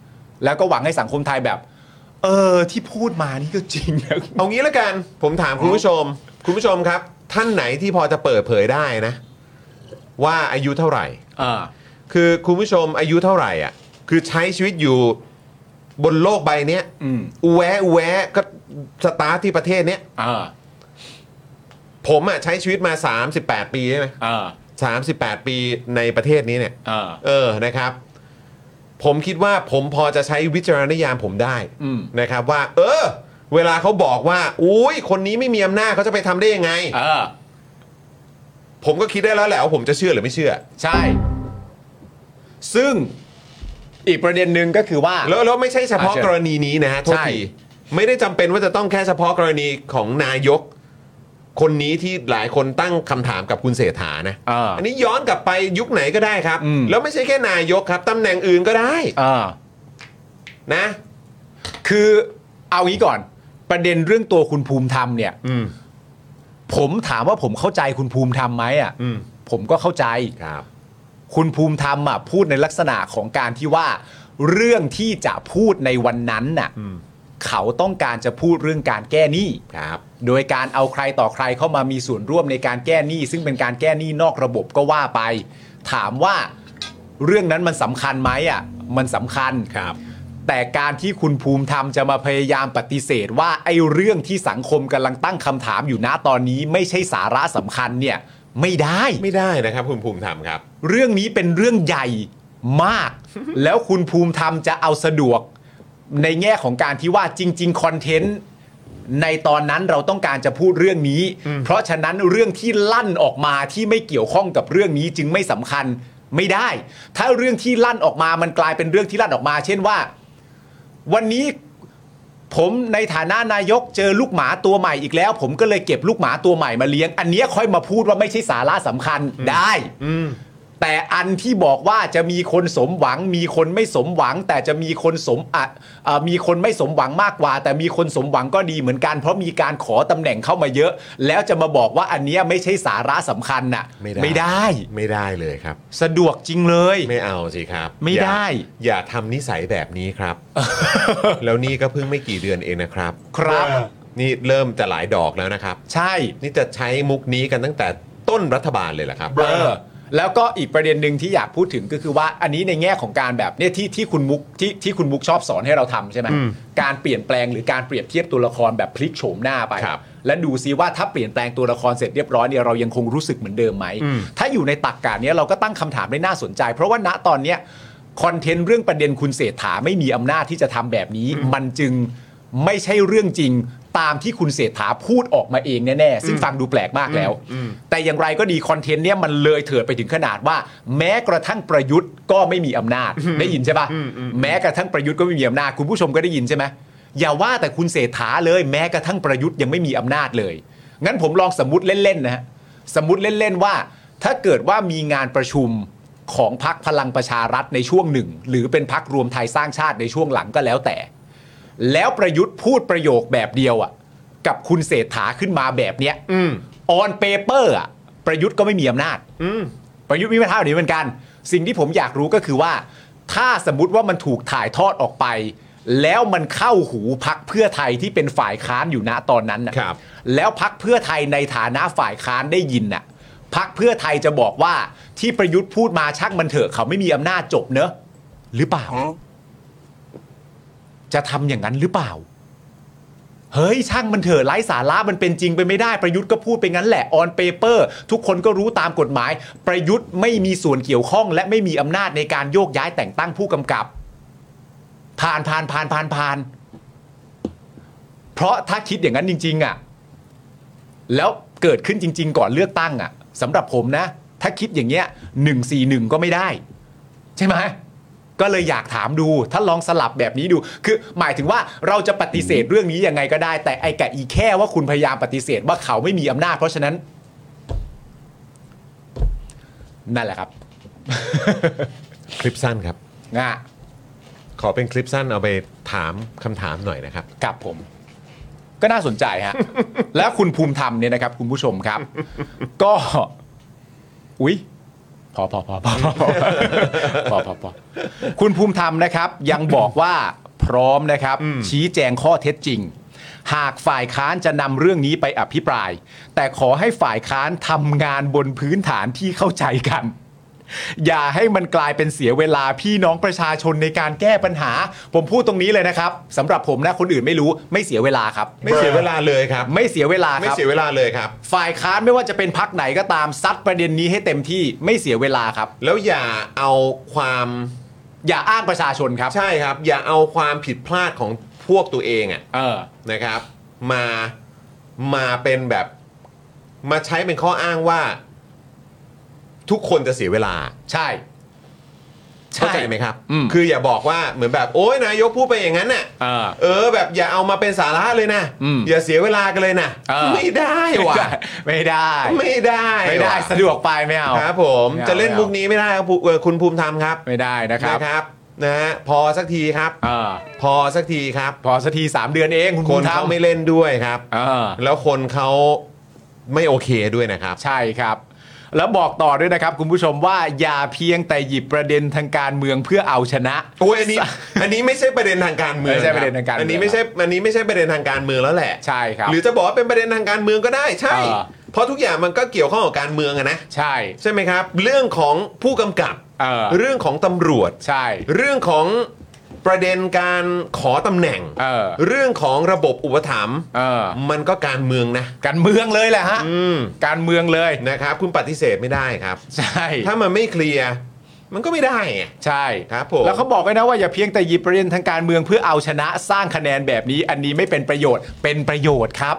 S2: แล้วก็หวังให้สังคมไทยแบบ เออที่พูดมานี่ก็จริงนะ
S1: เอางี้ละกัน ผมถามคุณผู้ชม คุณผู้ชมครับ ท่านไหนที่พอจะเปิดเผยได้นะ ว่าอายุเท่าไหร่
S2: อ่า
S1: คือคุณผู้ชมอายุเท่าไหร่อ่ะ คือใช้ชีวิตอยู่บนโลกใบเนี้ย
S2: อืม
S1: แวะแวะก็สตาร์ทที่ประเทศเนี้ย
S2: อ่า
S1: ผมอ่ะใช้ชีวิตมา 38 ปีใช่ไหม
S2: อ่า
S1: สาปีในประเทศนี้เนี่ย
S2: อ่า
S1: เออ นะครับ ผมคิดว่าผมพอจะใช้วิจารณญาณผมได้
S2: อืม
S1: นะครับว่า เออ เวลาเขาบอกว่า อุ้ยคนนี้ไม่มีอำนาจเขาจะไปทำได้ยังไง
S2: อ่า
S1: ผมก็คิดได้แล้วแหละว่าผมจะเชื่อหรือไม่เชื่อ
S2: ใช่ ซึ่งอีกประเด็นหนึ่งก็คือว่า
S1: แล้วแล้วไม่ใช่เฉพาะ
S2: อ่ะเชิญ
S1: กรณีนี้นะฮะโทษ
S2: ใช่
S1: ทีไม่ได้จำเป็นว่าจะต้องแค่เฉพาะกรณีของนายก คนนี้ที่หลายคนตั้งคำถามกับคุณเศรษฐานะ
S2: อ่า
S1: นนี้ย้อนกลับไปยุคไหนก็ได้ครับ
S2: อืม
S1: แล้วไม่ใช่แค่นายกครับตำแหน่งอื่นก็ได้
S2: อ่า
S1: นะ
S2: คือเอางี้ก่อน ประเด็นเรื่องตัวคุณภูมิธรรมเนี่ย
S1: อืม
S2: ผมถามว่าผมเข้าใจคุณภูมิธรรมไหมอ่ะ
S1: อืม
S2: ผมก็เข้าใจ
S1: ครับ
S2: คุณภูมิธรรมอ่ะพูดในลักษณะของการที่ว่า เรื่องที่จะพูดในวันนั้นน่ะ
S1: อืม
S2: เขาต้องการจะพูดเรื่องการแก้หนี้
S1: ครับ
S2: โดยการเอาใครต่อใครเข้ามามีส่วนร่วมในการแก้หนี้ ซึ่งเป็นการแก้หนี้นอกระบบก็ว่าไป ถามว่าเรื่องนั้นมันสำคัญไหมอ่ะมันสำคัญ
S1: ครับ
S2: แต่การที่คุณภูมิธรรมจะมาพยายามปฏิเสธว่าไอ้เรื่องที่สังคมกำลังตั้งคำถามอยู่นะตอนนี้ไม่ใช่สาระสำคัญเนี่ย ไม่ได้
S1: ไม่ได้นะครับ คุณภูมิธรรมครับ
S2: เรื่องนี้เป็นเรื่องใหญ่มาก แล้วคุณภูมิธรรมจะเอาสะดวก ในแง่ของการที่ว่าจริงๆคอนเทนต์ ในตอนนั้นเราต้องการจะพูดเรื่องนี้ เพราะฉะนั้นเรื่องที่ลั่นออกมาที่ไม่เกี่ยวข้องกับเรื่องนี้จึงไม่สำคัญไม่ได้ ถ้าเรื่องที่ลั่นออกมามันกลายเป็นเรื่องที่ลั่นออกมา เช่นว่า วันนี้ผมในฐานะนายกเจอลูกหมาตัวใหม่อีกแล้ว ผมก็เลยเก็บลูกหมาตัวใหม่มาเลี้ยง อันเนี้ยค่อยมาพูดว่าไม่ใช่สาระสำคัญได้ แต่อันที่บอกว่าจะมีคนสมหวัง มีคนไม่สมหวัง แต่จะมีคนสมอ่ะเอ่อมีคนไม่สมหวังมากกว่า แต่มีคนสมหวังก็ดีเหมือนกัน เพราะมีการขอตำแหน่งเข้ามาเยอะ แล้วจะมาบอกว่าอันเนี้ยไม่ใช่สาระสำคัญน่ะ
S1: ไม่ได้
S2: ได้
S1: ไม่ได้เลยครับ
S2: สะดวกจริงเลย
S1: ไม่เอาสิครับ
S2: ไม่ได้
S1: อย่าอย่าทำนิสัยแบบนี้ ครับ แล้วนี่ก็เพิ่งไม่กี่เดือนเองนะครับ
S2: ครับ
S1: นี่เริ่มจะหลายดอกแล้วนะครับ
S2: ใช่
S1: นี่จะใช้มุกนี้กันตั้งแต่ต้นรัฐบาลเลยเหรอครับ
S2: เออแล้วก็อีกประเด็นหนึ่งที่อยากพูดถึงก็คือว่า อันนี้ในแง่ของการแบบเนี่ยที่ที่คุณมุกที่ที่คุณมุกชอบสอนให้เราทำใช่ไหมการเปลี่ยนแปลงหรือการเปรียบเทียบตัวละครแบบพลิกโฉมหน้าไป
S1: ครับ
S2: และดูซิว่าถ้าเปลี่ยนแปลงตัวละครเสร็จเรียบร้อยเนี่ยเรายังคงรู้สึกเหมือนเดิมไหม ถ้าอยู่ในตักกาเนี้ยเราก็ตั้งคำถามได้น่าสนใจ เพราะว่าณตอนเนี้ยคอนเทนต์เรื่องประเด็นคุณเศรษฐาไม่มีอำนาจที่จะทำแบบนี้ มันจึงไม่ใช่เรื่องจริงตามที่คุณเศรษฐาพูดออกมาเองแน่ๆซึ่งฟังดูแปลกมากแล้ว แต่อย่างไรก็ดีคอนเทนต์เนี้ยมันเลยเถิดไปถึงขนาดว่า แม้กระทั่งประยุทธ์ก็ไม่มีอำนาจได้ยินใช่ปะแม้กระทั่งประยุทธ์ก็ไม่มีอำนาจคุณผู้ชมก็ได้ยินใช่ไหม อย่าว่าแต่คุณเศรษฐาเลยแม้กระทั่งประยุทธ์ยังไม่มีอำนาจเลย งั้นผมลองสมมติเล่นๆนะฮะสมมติเล่นๆว่า ถ้าเกิดว่ามีงานประชุมของพักพลังประชารัฐในช่วงหนึ่ง หรือเป็นพักรวมไทยสร้างชาติในช่วงหลังก็แล้วแต่ แล้วประยุทธ์พูดประโยคแบบเดียวอ่ะ กับคุณเศรษฐาขึ้นมาแบบเนี้ยออนเปเปอร์อ่ะ ประยุทธ์ก็ไม่มีอำนาจ ประยุทธ์มีปัญหาแบบนี้เหมือนกัน สิ่งที่ผมอยากรู้ก็คือว่า ถ้าสมมติว่ามันถูกถ่ายทอดออกไป แล้วมันเข้าหูพักเพื่อไทยที่เป็นฝ่ายค้านอยู่ณตอนนั้นนะครับ แล้วพักเพื่อไทยในฐานะฝ่ายค้านได้ยินน่ะ พักเพื่อไทยจะบอกว่าที่ประยุทธ์พูดมาช่างมันเถอะเขาไม่มีอำนาจจบเนอะหรือเปล่า จะทำอย่างนั้นหรือเปล่า เฮ้ยช่างมันเถอะไร้สาระมันเป็นจริงไปไม่ได้ประยุทธ์ก็พูดไปงั้นแหละออนเปเปอร์ทุกคนก็รู้ตามกฎหมาย ประยุทธ์ไม่มีส่วนเกี่ยวข้อง และไม่มีอำนาจในการโยกย้ายแต่งตั้งผู้กำกับ ผ่านผ่านผ่านผ่านผ่าน เพราะถ้าคิดอย่างนั้นจริง ๆอ่ะแล้วเกิดขึ้นจริง ๆ ก่อนเลือกตั้งอ่ะสำหรับผมนะ ถ้าคิดอย่างเงี้ยหนึ่งสี่หนึ่งก็ไม่ได้ ใช่ไหมก็เลยอยากถามดู ถ้าลองสลับแบบนี้ดู คือหมายถึงว่าเราจะปฏิเสธเรื่องนี้ยังไงก็ได้ แต่ไอ้กะอีแค่ว่าคุณพยายามปฏิเสธว่าเขาไม่มีอำนาจ เพราะฉะนั้น นั่นแหละครับ
S1: คลิปสั้นครับ
S2: ง่ะ
S1: ขอเป็นคลิปสั้นเอาไปถามคำถามหน่อยนะครับ
S2: กับผม ก็น่าสนใจฮะ และคุณภูมิธรรมเนี่ยนะครับ คุณผู้ชมครับ ก็ อุ๊ย พอพอพอพอพอพอพอพอพอคุณภูมิธรรมนะครับ ยังบอกว่าพร้อมนะครับ ชี้แจงข้อเท็จจริง หากฝ่ายค้านจะนำเรื่องนี้ไปอภิปราย แต่ขอให้ฝ่ายค้านทำงานบนพื้นฐานที่เข้าใจกัน อย่าให้มันกลายเป็นเสียเวลาพี่น้องประชาชนในการแก้ปัญหา ผมพูดตรงนี้เลยนะครับสำหรับผมนะคนอื่นไม่รู้ไม่เสียเวลาครับ
S1: ไม่เสียเวลาเลยครับ
S2: ไม่เสียเวลา
S1: ไม่
S2: ครับ
S1: เสียเวลาเลยครับ
S2: ฝ่ายค้านไม่ว่าจะเป็นพักไหนก็ตามซัดประเด็นนี้ให้เต็มที่ไม่เสียเวลาครับ
S1: แล้วอย่าเอาความ
S2: อย่าอ้างประชาชนครับ
S1: ใช่ครับ อย่าเอาความผิดพลาดของพวกตัวเองอะ
S2: เออ
S1: นะครับ มามาเป็นแบบมาใช้เป็นข้ออ้างว่า ทุกคนจะเสียเวลา
S2: ใช่
S1: เข้าใจไหมครับ
S2: อืม
S1: คืออย่าบอกว่าเหมือนแบบโอ้ยนายกพูดไปอย่างนั้นน่ะ
S2: เออ
S1: เออแบบอย่าเอามาเป็นสาระเลยนะ
S2: อืม
S1: อย่าเสียเวลากันเลยนะ
S2: เออ
S1: ไม่ได้ว่ะ
S2: ไม่ได้
S1: ไม่ได้
S2: ไม่ได้
S1: ว่ะ
S2: สะดวกไปไม่เอา
S1: ครับผม
S2: ไม่เอา
S1: จะเล่น
S2: ไม่เอามุ
S1: มุกนี้ไม่ได้ครับผู้เอ่อคุณภูมิธรรมครับ
S2: ไม่ได้นะครับ
S1: นะครับนะฮะพอสักทีครับ
S2: เออ
S1: พอสักทีครับ
S2: พอสักทีสามเดือนเองคุณ
S1: ค
S2: ภู
S1: น
S2: มิธรร
S1: เขา
S2: ม
S1: ไม่เล่นด้วยครับ
S2: เออ
S1: แล้วคนเขาไม่โอเคด้วยนะครับ
S2: ใช่ครับ แล้วบอกต่อด้วยนะครับ คุณผู้ชมว่าอย่าเพียงแต่หยิบประเด็นทางการเมืองเพื่อเอาชนะ
S1: โอ้ยอันนี้ อันนี้ไม่ใช่ประเด็นทางการเมือง
S2: ไม่ใช่
S1: คบ
S2: ประเด็นทางการเมือง
S1: อันนี้ไม่ใช่อันนี้ไม่ใช่ประเด็นทางการเมืองแล้วแหละ
S2: ใช่ครับ
S1: หรือจะบอกว่าเป็นประเด็นทางการเมืองก็ได้ใช่
S2: เออ
S1: เพราะทุกอย่างมันก็เกี่ยวข้องกับการเมืองอะนะ
S2: ใช่
S1: ใช่ไหมครับ เรื่องของผู้กำกับ
S2: เออ
S1: เรื่องของตำรวจ
S2: ใช่
S1: เรื่องของประเด็นการขอตำแหน่ง
S2: เออ
S1: องของระบบอุปถัมภ์
S2: เออ
S1: มันก็การเมืองนะ
S2: การเมืองเลยแหละฮะ
S1: อืม
S2: การเมืองเลย
S1: นะครับ คุณปฏิเสธไม่ได้ครับ
S2: ใช่
S1: ถ้ามันไม่เคลียร์มันก็ไม่ได้ไง
S2: ใช่
S1: ครับผม
S2: แล้วเขาบอกไว้นะว่าอย่าเพียงแต่หยิบประเด็นทางการเมืองเพื่อเอาชนะสร้างคะแนนแบบนี้ อันนี้ไม่เป็นประโยชน์เป็นประโยชน์ครับ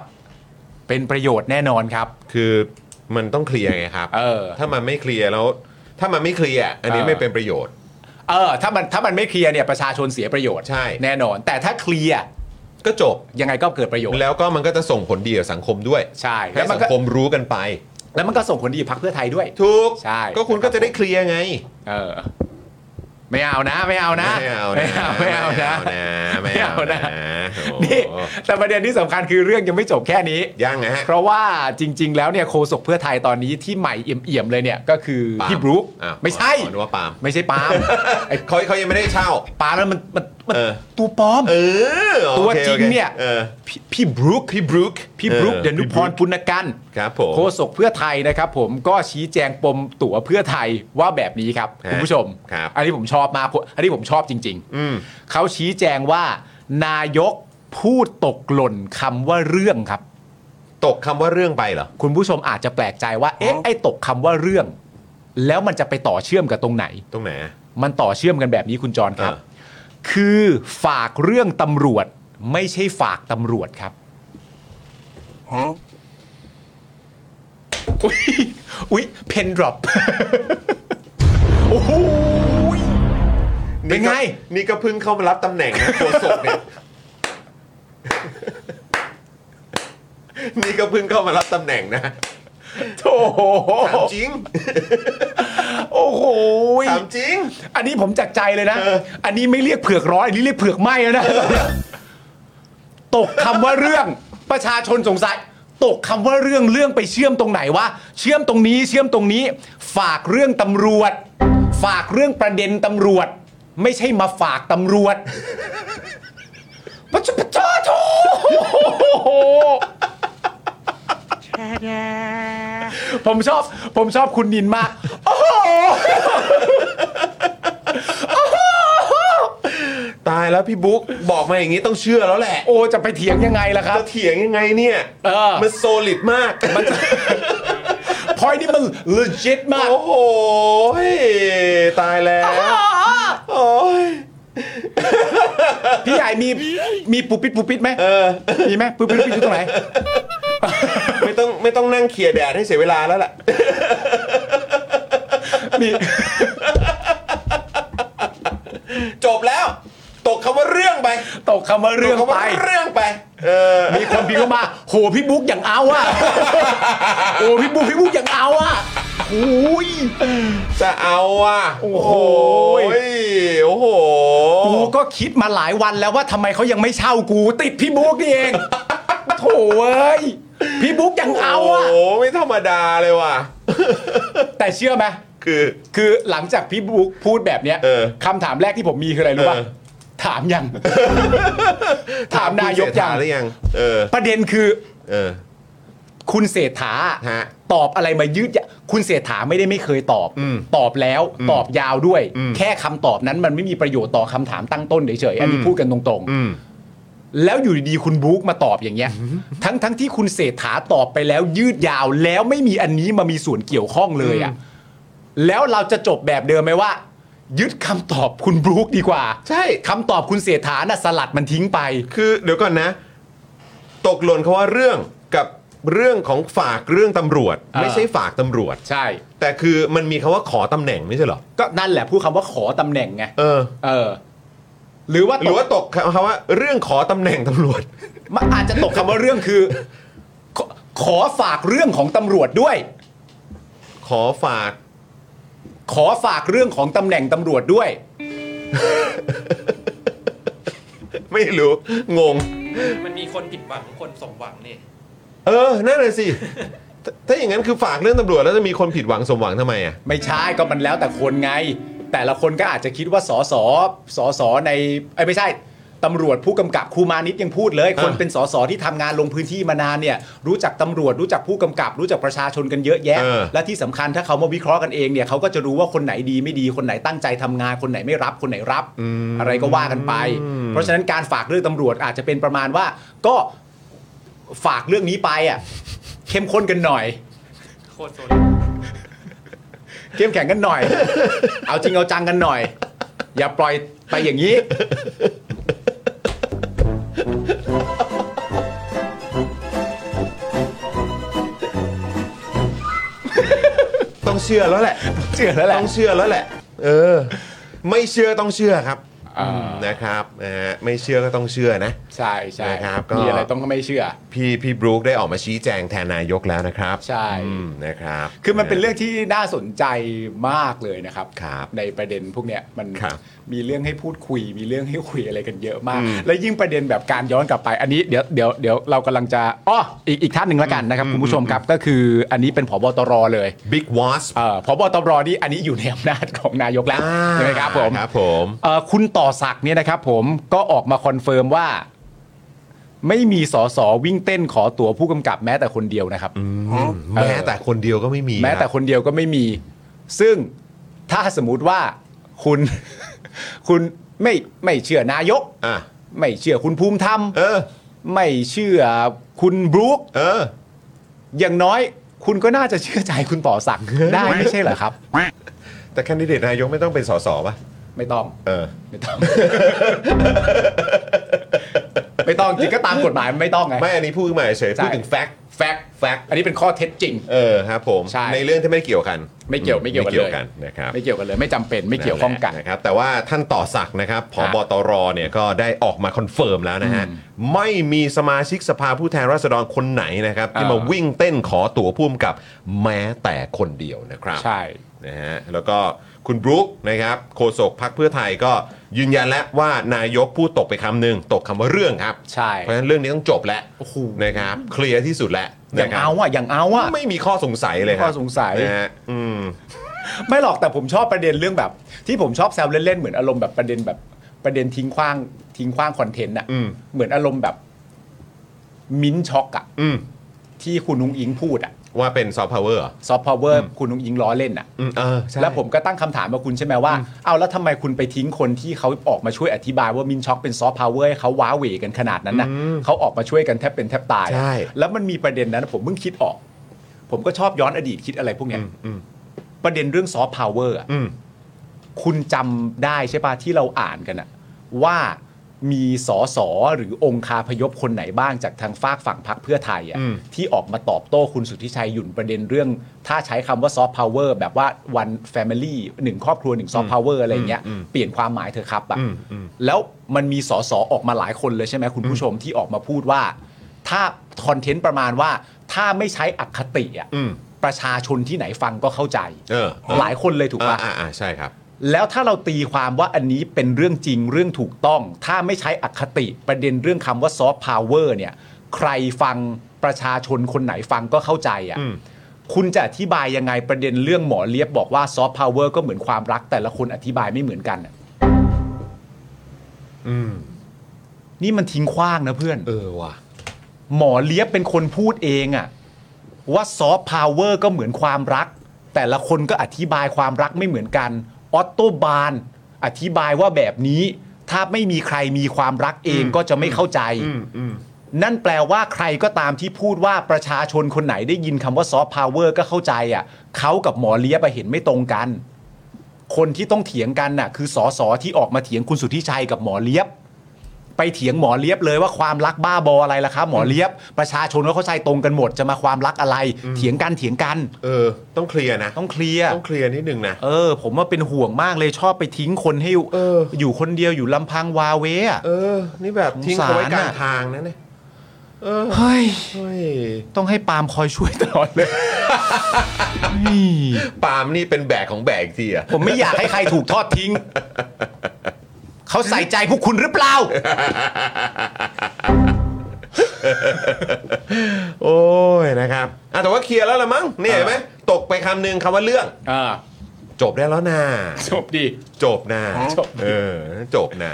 S2: เป็นประโยชน์แน่นอนครับ
S1: คือมันต้องเคลียร์ไงครับ
S2: เออ
S1: ถ้ามันไม่เคลียร์แล้ว ถ้ามันไม่เคลียร์อันนี้
S2: เออ
S1: ไม่เป็นประโยชน์
S2: เออ ถ้ามันถ้ามันไม่เคลียร์เนี่ยประชาชนเสียประโยชน์
S1: ใช่
S2: แน่นอน แต่ถ้าเคลียร์
S1: ก็จบ
S2: ยังไงก็เกิดประโยชน์
S1: แล้วก็มันก็จะส่งผลดีกับสังคมด้วย
S2: ใช่
S1: ให้
S2: มั
S1: สังคมรู้กันไป
S2: แล้วมันก็ส่งผลดีกับพรรคเพื่อไทยด้วย
S1: ถูก
S2: ใช่
S1: ก็คุณก็จะได้เคลียร์ไง
S2: เออ ไม่เอานะ ไม่เอานะ
S1: ไม่เอา
S2: ไม่
S1: นะ
S2: เอาไม่เอานะ
S1: ไม่เอา
S2: ไม่เอา
S1: นะ
S2: นะ
S1: โอ้โห
S2: นี่แต่ประเด็นที่สำคัญคือเรื่องยังไม่จบแค่นี้
S1: ยังไงฮะ
S2: เพราะว่าจริง ๆ แล้วเนี่ยโคศกเพื่อไทยตอนนี้ที่ใหม่เอี่ยมๆเลยเนี่ยก็คือ
S1: ปาล์
S2: พี่บรู๊ค
S1: อ้าว
S2: ไม่ใช่
S1: ขอนึกว่าปาล์ม
S2: ไม่ใช่ปาล์มไอ้
S1: เขาเขายังไม่ได้เช่า
S2: ปาล์มนั้นมันมันมัน
S1: เออ
S2: ตัวปลอม
S1: เออโอค
S2: ตัวจริงเนี่ย
S1: โอคออ
S2: พี่พี่บรู๊คพี่บรู๊คพี่บรู๊ค
S1: เออ
S2: เดนุพ
S1: พี่บ
S2: ร
S1: รู๊ค
S2: ปุณกันต์
S1: ครับผม
S2: โฆษกเพื่อไทยนะครับผมก็ชี้แจงปมตั๋วเพื่อไทยว่าแบบนี้ครับ
S1: ฮะ
S2: คุณผู้ชม
S1: ครับ
S2: อันนี้ผมชอบมากอันนี้ผมชอบจริง
S1: อืม
S2: ๆ เขาชี้แจงว่านายกพูดตกหล่นคำว่าเรื่องครับ
S1: ตกคำว่าเรื่องไปเหรอ
S2: คุณผู้ชมอาจจะแปลกใจว่า เอ๊ะ ไอ้ตกคำว่าเรื่อง แล้วมันจะไปต่อเชื่อมกับตรงไหน
S1: ตรงไหนอะ
S2: มันต่อเชื่อมกันแบบนี้คุณจรครับ
S1: เออ
S2: คือฝากเรื่องตำรวจ ไม่ใช่ฝากตำรวจครับอุ๊ยอุ๊ยเพนดรอป โอ้โห เป็นไง
S1: ก็นี่ก็เพิ่งเข้ามารับตำแหน่ง นะโฆษกเนี่ย นี่ก็เพิ่งเข้ามารับตำแหน่งนะ
S2: โถ่
S1: ถามจริง
S2: โอ้โห
S1: ถามจริง
S2: อันนี้ผมจากใจเลยนะ
S1: เออ
S2: อันนี้ไม่เรียกเผือกร้อนอันนี้เรียกเผือกไหมแล้วนะ ตกคำว่าเรื่องประชาชนสงสัย ตกคำว่าเรื่องเรื่องไปเชื่อมตรงไหนวะ เชื่อมตรงนี้เชื่อมตรงนี้ ฝากเรื่องตำรวจ ฝากเรื่องประเด็นตำรวจ ไม่ใช่มาฝากตำรวจปะชะปะชะโถ ผมชอบผมชอบคุณนินมากโอ้โห
S1: ตายแล้วพี่บุ๊กบอกมาอย่างนี้ต้องเชื่อแล้วแหละ
S2: โอ้จะไปเถียงยังไงล่ะครับ
S1: จะเถียงยังไงเนี่ย
S2: เออ
S1: มันโซลิดมากมัน
S2: พอยนี่มัน legit มาก
S1: โอ้โหตายแล้วโอ้ย
S2: พี่ใหญ่มีมีปูปิดปูปิดไหมมีไหมปูปิดปูปิดอยู่ตรงไหน
S1: ไม่ต้องไม่ต้องนั่งเขี่ยแดดให้เสียเวลาแล้วล่ะ
S2: มี
S1: จบแล้ว ตกคำว่าเรื่องไป
S2: ตกคำว่าเรื่อง
S1: ตกคำ
S2: ไป
S1: ว่าเรื่องไป เออ
S2: มีคนพิมพ์เข้ามา โหพี่บุ๊กอย่างเอา อะโอ้พี่บุ๊กพี่บุ๊กอย่างเอาอะโอ้ย
S1: จะเอาอ่ะ
S2: โอ้โห
S1: โอ้ยโอ้โห
S2: กูก็คิดมาหลายวันแล้วว่าทำไมเขายังไม่เช่ากู ติดพี่บุ๊กนี่เองโถเอ้ยพี่บุ๊กอย่างเอาอะ
S1: โอ้โหไม่ธรรมดาเลยว่ะ
S2: แต่เชื่อไหม
S1: คือ
S2: คือหลังจากพี่บุ๊กพูดแบบเนี้ย
S1: เออ
S2: คำถามแรกที่ผมมีคืออะไรรู้ป่ะ
S1: เออ
S2: ถามยัง ถามนายก
S1: คุณเศรษฐ
S2: ยัง
S1: หรือยัง เออ
S2: ประเด็นคือ
S1: เออ
S2: คุณเศรษฐา
S1: ฮะ
S2: ตอบอะไรมายืดยะคุณเศรษฐาไม่ได้ไม่เคยตอบ
S1: อืม
S2: ตอบแล้วตอบยาวด้วย
S1: อืม
S2: แค่คำตอบนั้นมันไม่มีประโยชน์ต่อคำถามตั้งต้นเฉยๆอันนี้พูดกันตรง
S1: อืม
S2: ๆ แล้วอยู่ดีๆคุณบุ๊กมาตอบอย่างเงี้ย ทั้งทั้งที่คุณเศรษฐาตอบไปแล้วยืดยาว แล้วไม่มีอันนี้มามีส่วนเกี่ยวข้องเลยอ่ะแล้วเราจะจบแบบเดิมไหมว่า ยึดคำตอบคุณบุ๊กดีกว่า
S1: ใช่
S2: คำตอบคุณเศรษฐาน่ะสลัดมันทิ้งไป
S1: คือเดี๋ยวก่อนนะ ตกหล่นคาว่าเรื่องกับเรื่องของฝากเรื่องตำรวจ
S2: เออ
S1: ไม่ใช่ฝากตำรวจ
S2: ใช่
S1: แต่คือมันมีคำว่าขอตำแหน่งไม่ใช่เหรอ
S2: ก็นั่นแหละพูดคำว่าขอตำแหน่งไง
S1: เออ
S2: เออ หรือว่า
S1: ห
S2: ต
S1: รือก ว่าตกคำว่าเรื่องขอตำแหน่งตำรวจ
S2: มันอาจจะตกคำว่าเรื่องคือ ขอขอฝากเรื่องของตำรวจด้วย
S1: ขอฝาก
S2: ขอฝากเรื่องของตำแหน่งตำรวจด้วย
S1: ไม่รู้ งง
S5: มันมีคนผิดหวังคนสมหวังนี่
S1: เออ นั่นเลยสิถ้าถ้าอย่างนั้นคือฝากเรื่องตำรวจแล้วจะมีคนผิดหวังสมหวังทำไมอ่ะ
S2: ไม่ใช่ก็มันแล้วแต่คนไง แต่ละคนก็อาจจะคิดว่าสอสอสอสอในไอ้ยไม่ใช่ตำรวจผู้กำกับครูมานิดยังพูดเลย คน
S1: อ่ะ
S2: เป็นสอสอที่ทำงานลงพื้นที่มานานเนี่ย รู้จักตำรวจรู้จักผู้กำกับ รู้จักประชาชนกันเยอะแยะ
S1: เออ
S2: และที่สำคัญถ้าเขามาวิเคราะห์กันเองเนี่ยเขาก็จะรู้ว่าคนไหนดีไม่ดีคนไหนตั้งใจทำงานคนไหนไม่รับคนไหนรับ อะไรก็ว่ากันไป เพราะฉะนั้นการฝากเรื่องตำรวจอาจจะเป็นประมาณว่า ก็ฝากเรื่องนี้ไปอ่ะเข้มข้นกันหน่อย
S5: โคตรโซนเลย
S2: เข้มแข็งกันหน่อย เอาจริงเอาจังกันหน่อย อย่าปล่อยไปอย่างนี้
S1: ต้องเชื่อแล้วแหละ
S2: เชื่อแล้วแหละ
S1: ต้องเชื่อแล้วแหละ เออ ไม่เชื่อต้องเชื่อครับ
S2: อ่า
S1: นะครับนะฮะไม่เชื่อก็ต้องเชื่อนะ
S2: ใช่ใช่
S1: นะครับก็
S2: มีอะไรต้องก็ไม่เชื่อ
S1: พี่พี่บรูคได้ออกมาชี้แจงแทนนายกแล้วนะครับ
S2: ใช่
S1: อืมนะครับ
S2: คือมันเป็นเรื่องที่น่าสนใจมากเลยนะครับ
S1: ครับ
S2: ในประเด็นพวกเนี้ยมัน
S1: ครับ
S2: มีเรื่องให้พูดคุย มีเรื่องให้คุยอะไรกันเยอะมาก และยิ่งประเด็นแบบการย้อนกลับไป อันนี้เดี๋ยวเดี๋ยวเดี๋ยวเรากำลังจะอ้ออีกอีกท่านหนึ่งแล้วกันนะครับคุณผู้ชมครับก็คืออันนี้เป็นผบตรเลย
S1: บิ๊กวอส
S2: เอ่อพบตรนี่อันนี้อยู่ในอำนาจของนายกแล้วใช่ไหมครับผม
S1: ครับผม
S2: เอ่อคุณต่อศักดิ์เนี่ยนะครับผมก็ออกมาคอนเฟิร์มว่า ไม่มีสอสอวิ่งเต้นขอตั๋วผู้กำกับแม้แต่คนเดียวนะครับ เออ
S1: แม้แต่คนเดียวก็ไม่มี
S2: แม้แต่
S1: ค
S2: ครับ นเดียวก็ไม่มี ซึ่งถ้าสมมติว่าคุณ คุณไม่ไม่เชื่อนายก
S1: อ่ะ
S2: ไม่เชื่อคุณภูมิธรรม
S1: เออ
S2: ไม่เชื่อคุณบรู๊ค
S1: เออ
S2: อย่างน้อย คุณก็น่าจะเชื่อใจคุณต่อ ศักดิ์ ได้ไม่ใช่เหรอครับ
S1: แต่แคนดิเดตนายกไม่ต้องเป็นสสป่ะ
S2: ไม่ต้อง
S1: เออ
S2: ไม่ต้อง ไม่ต้องจริงก็ตามกฎหมายไม่ต้องไง
S1: ไม่อันนี้พูดขึ้นมาเฉย
S2: ใช่
S1: พูดถึงแฟกต์
S2: แฟกต์
S1: แฟกต์
S2: อันนี้เป็นข้อเท็จจริง
S1: เออครับผม
S2: ใช่
S1: เรื่องที่ไม่เกี่ยวกัน
S2: ไม่เกี่ยวไม่เกี่ยวกัน
S1: ไม่
S2: เล
S1: เกี่ยวย กันนะครับ
S2: ไม่เกี่ยวกันเลย ไม่จำเป็นไม่เกี่ยวข้องกัน
S1: แหละนะครับแต่ว่าท่านต่อศักดิ์นะครับผบตรเนี่ยก็ได้ออกมาคอนเฟิร์มแล้วนะฮะ ไม่มีสมาชิกสภาผู้แทนราษฎรคนไหนนะครับ ที่มา
S2: อ่า
S1: วิ่งเต้นขอตั๋วพุ่มกับแม้แต่คนเดียวนะครับ
S2: ใช่
S1: นะฮะแล้วก็คุณบรุ๊คนะครับโฆษกพักเพื่อไทยก็ยืนยันแล้วว่านายกพูดตกไปคำหนึ่งตกคำว่าเรื่องครับ
S2: ใช่
S1: เพราะฉะนั้นเรื่องนี้ต้องจบแล้ว
S2: โอ้โห
S1: นะครับเคลียร์ที่สุดแล้ว
S2: อย่า
S1: นะ
S2: ง
S1: ครับ
S2: เอาอะอย่างเอาอะ
S1: ไม่มีข้อสงสัยเลยครับ
S2: ข้อสงสัย
S1: นะฮะอืม
S2: ไม่หรอกแต่ผมชอบประเด็นเรื่องแบบ ที่ผมชอบแซวเล่นๆเหมือนอารมณ์แบบประเด็นแบบประเด็นทิ้งขว้างทิ้งขว้างคอนเทนต์อะ
S1: อืม
S2: เหมือนอารมณ์แบบ มิ้นช็อกอะ
S1: อืม
S2: ที่คุณนุ้งอิงพูดอะ
S1: ว่าเป็นซอฟต์พาวเวอร์เหรอ
S2: ซอฟต์พาวเวอร์คุณอุ้งยิงล้อเล่นอ่ะ
S1: อืมเออใช่
S2: แล้วผมก็ตั้งคำถามมาคุณใช่ไหมว่า เอาแล้วทำไมคุณไปทิ้งคนที่เขาออกมาช่วยอธิบายว่ามินช็อกเป็นซอฟต์พาวเวอร์ให้เขาว้าเหวกันขนาดนั้นนะเขาออกมาช่วยกันแทบเป็นแทบตาย
S1: ใช่
S2: แล้วมันมีประเด็นนั้นผมเพิ่งคิดออก ผมก็ชอบย้อนอดีตคิดอะไรพวกเนี้ย
S1: อืมอืม
S2: ประเด็นเรื่องซอฟต์พาวเวอร์อะ
S1: อืม
S2: คุณจำได้ใช่ป่ะที่เราอ่านกันอะว่ามีสอสอหรือองค์คาพยพคนไหนบ้างจากทางฝากฝั่งพรรคเพื่อไทยอะ
S1: อืม
S2: ที่ออกมาตอบโต้คุณสุทธิชัยหยุ่นประเด็นเรื่อง ถ้าใช้คำว่าซอฟต์พาวเวอร์แบบว่าวันแฟมิลี่หนึ่งครอบครัวหนึ่งซอฟต์พาวเวอร์อะไรเงี้ยเปลี่ยนความหมายเธอะครับอะ
S1: อืมอืม
S2: แล้วมันมีสอสอออกมาหลายคนเลยใช่ไหมคุณผู้ชมที่ออกมาพูดว่า ถ้าคอนเทนต์ประมาณว่า ถ้าไม่ใช้อคติอะ
S1: อืม
S2: ประชาชนที่ไหนฟังก็เข้าใจ
S1: เออเออ
S2: หลายคนเลยถูก
S1: อ่า
S2: ปะ
S1: อ่าอ่าใช่ครับ
S2: แล้วถ้าเราตีความว่าอันนี้เป็นเรื่องจริงเรื่องถูกต้อง ถ้าไม่ใช้อคติประเด็นเรื่องคำว่าซอฟต์พาวเวอร์เนี่ย ใครฟังประชาชนคนไหนฟังก็เข้าใจ
S1: อืม
S2: อะ่ะคุณจะอธิบายยังไงประเด็นเรื่องหมอเลียบบอกว่าซอฟต์พาวเวอร์ก็เหมือนความรักแต่ละคนอธิบายไม่เหมือนกันอะ
S1: อืม
S2: นี่มันทิ้งขว้างนะเพื่อน
S1: เออว่ะ
S2: หมอเลียบเป็นคนพูดเองอะว่าซอฟต์พาวเวอร์ก็เหมือนความรัก แต่ละคนก็อธิบายความรักไม่เหมือนกัน ออตโตบาน อธิบายว่าแบบนี้ ถ้าไม่มีใครมีความรักเองก็จะไม่เข้าใจ
S1: อืมอืม
S2: นั่นแปลว่าใครก็ตามที่พูดว่าประชาชนคนไหนได้ยินคำว่าซอฟต์พาวเวอร์ก็เข้าใจอะ่ะเขากับหมอเลียบอะเห็นไม่ตรงกัน คนที่ต้องเถียงกันน่ะ คือสอสอที่ออกมาเถียงคุณสุทธิชัยกับหมอเลียบ ไปเถียงหมอเลียบเลยว่าความรักบ้าบออะไรล่ะครับหมอเลียบ ประชาชนก็เข้าใจตรงกันหมดจะมาความรักอะไร เถียงกันเถียงกัน
S1: เออ ต้องเคลียร์นะ
S2: ต้องเคลียร์
S1: ต้องเคลียร์นิดนึงนะ
S2: เออ ผมว่าเป็นห่วงมากเลยชอบไปทิ้งคนให้อยู่
S1: เออ
S2: อยู่คนเดียวอยู่ลำพังวาเวอะ
S1: เออ นี่แบบทิ้งเขาไว้กลาง
S2: สงสารน่ะ
S1: ทางนะเนี่ยเออ
S2: เฮ้ย
S1: เฮ้ย
S2: ต้องให้ปาล์มคอยช่วยตลอดเลย
S1: ปาล์มนี่เป็นแบกของแบกอีกทีอ่ะ
S2: ผมไม่อยากให้ใครถูกทอดทิ้ง เขาใส่ใจพวกคุณหรือเปล่า
S1: โอ้ยนะครับอ่ะแต่ว่าเคลียร์แล้วละมั้งเนี่ยเห็นไหมตกไปคำหนึ่งคำว่าเรื่อง
S2: อ่า
S1: จบได้แล้วนะ
S2: จบดี
S1: จบนะ
S2: จบ
S1: เออ จบนะ